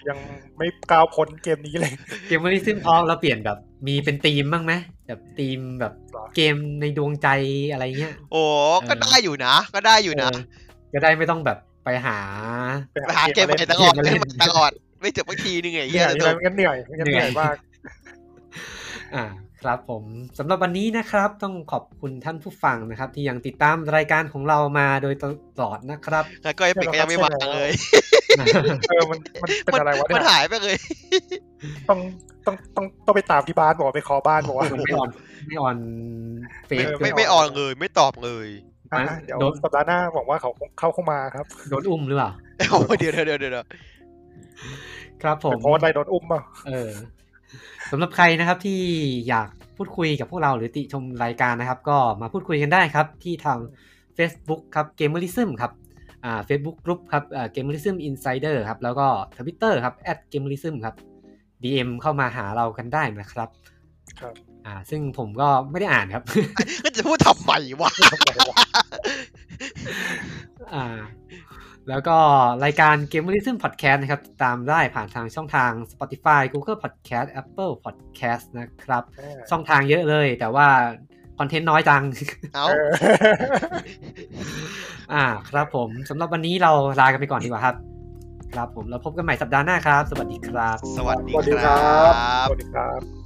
Speaker 1: ยังไม่ก้าวพ้นเกมนี้เลย
Speaker 2: เกมเมอรี่ซึ่งพอเราเปลี่ยนแบบมีเป็นธีมบ้างไหมแบบธีมแบบเกมในดวงใจอะไรเงี้ย
Speaker 3: โอ้ก็
Speaker 2: เออ
Speaker 3: ได้อยู่นะ ก็ได้อยู่นะ
Speaker 2: เออจะได้ไม่ต้องแบบไปหา
Speaker 3: ไปหาเกมใหม่ตลอด
Speaker 2: เกมมาเล่
Speaker 3: เล่
Speaker 2: น
Speaker 3: นใหม่ตลอดไม่จบสักทีนึงไง
Speaker 1: เห
Speaker 3: เฮี
Speaker 1: นื่
Speaker 3: ย
Speaker 1: อย
Speaker 3: ส
Speaker 1: ใช่
Speaker 3: นุ
Speaker 1: ไหม
Speaker 3: ก
Speaker 1: มันก็เหนื่อยมันก็เหนื่อยมาก
Speaker 2: อ่าครับผมสำหรับวันนี้นะครับต้องขอบคุณท่านผู้ฟังนะครับ ที่ยังติดตามรายการของเรามาโดยตลอดนะครับ
Speaker 3: แล้วก็ไอ้เป็ดก็ยังไม่มาเลย
Speaker 1: เออมันมันเป็น
Speaker 3: มัน
Speaker 1: อะไรวะ
Speaker 3: มัน
Speaker 1: เนี่ย
Speaker 3: หายไปเลย
Speaker 1: ต้องต้องต้องต้องไปตามที่บ้านบอกไปขอบ้านบอกว่า
Speaker 2: ไม่ออนไม่ออนเฟ
Speaker 3: ไม่
Speaker 2: ซ
Speaker 1: เออ
Speaker 3: ไม่ไม่ออนเลยไม่ตอบเลย
Speaker 1: อ่ะเดี๋ยวสัปดาห์หน้าหวังว่าเขาคงเข้าเข้ามาครับ
Speaker 2: โดนอุ้มหรือเปล่า
Speaker 3: เอ้ยเดี๋ยวเดี๋ยวเดี๋ยวเดี๋ยว
Speaker 2: ครับผม
Speaker 1: เป็นเพราะอะไรโดนอุ้มอ่ะ
Speaker 2: เออสำหรับใครนะครับที่อยากพูดคุยกับพวกเราหรือติชมรายการนะครับ ก็มาพูดคุยกันได้ครับ ที่ทาง Facebook ครับ Gamerism ครับอ่า Facebook Group ครับอ่า Gamerism Insider ครับแล้วก็ Twitter ครับ @gamerism ครับ DM เข้ามาหาเรากันได้นะครับ
Speaker 1: ครับ
Speaker 2: อ่าซึ่งผมก็ไม่ได้อ่านครับ
Speaker 3: ก็จะพูดทำไมวะ
Speaker 2: อ่าแล้วก็รายการ Gamerism Podcast นะครับติดตามได้ผ่านทางช่องทาง Spotify Google Podcast Apple Podcast นะครับ
Speaker 1: เออ
Speaker 2: ช่องทางเยอะเลย แต่ว่าคอนเทนต์น้อยจัง
Speaker 3: เอา
Speaker 1: เออ
Speaker 2: อ่า ครับผมสำหรับวันนี้เราลากันไปก่อนดีกว่าครับ ครับผมแล้วพบกันใหม่สัปดาห์หน้าครับ สวัสดีครับ
Speaker 3: สวัสดี
Speaker 4: สวัสดี
Speaker 3: ค
Speaker 4: ครั
Speaker 3: รับ
Speaker 1: สวัสดีครับ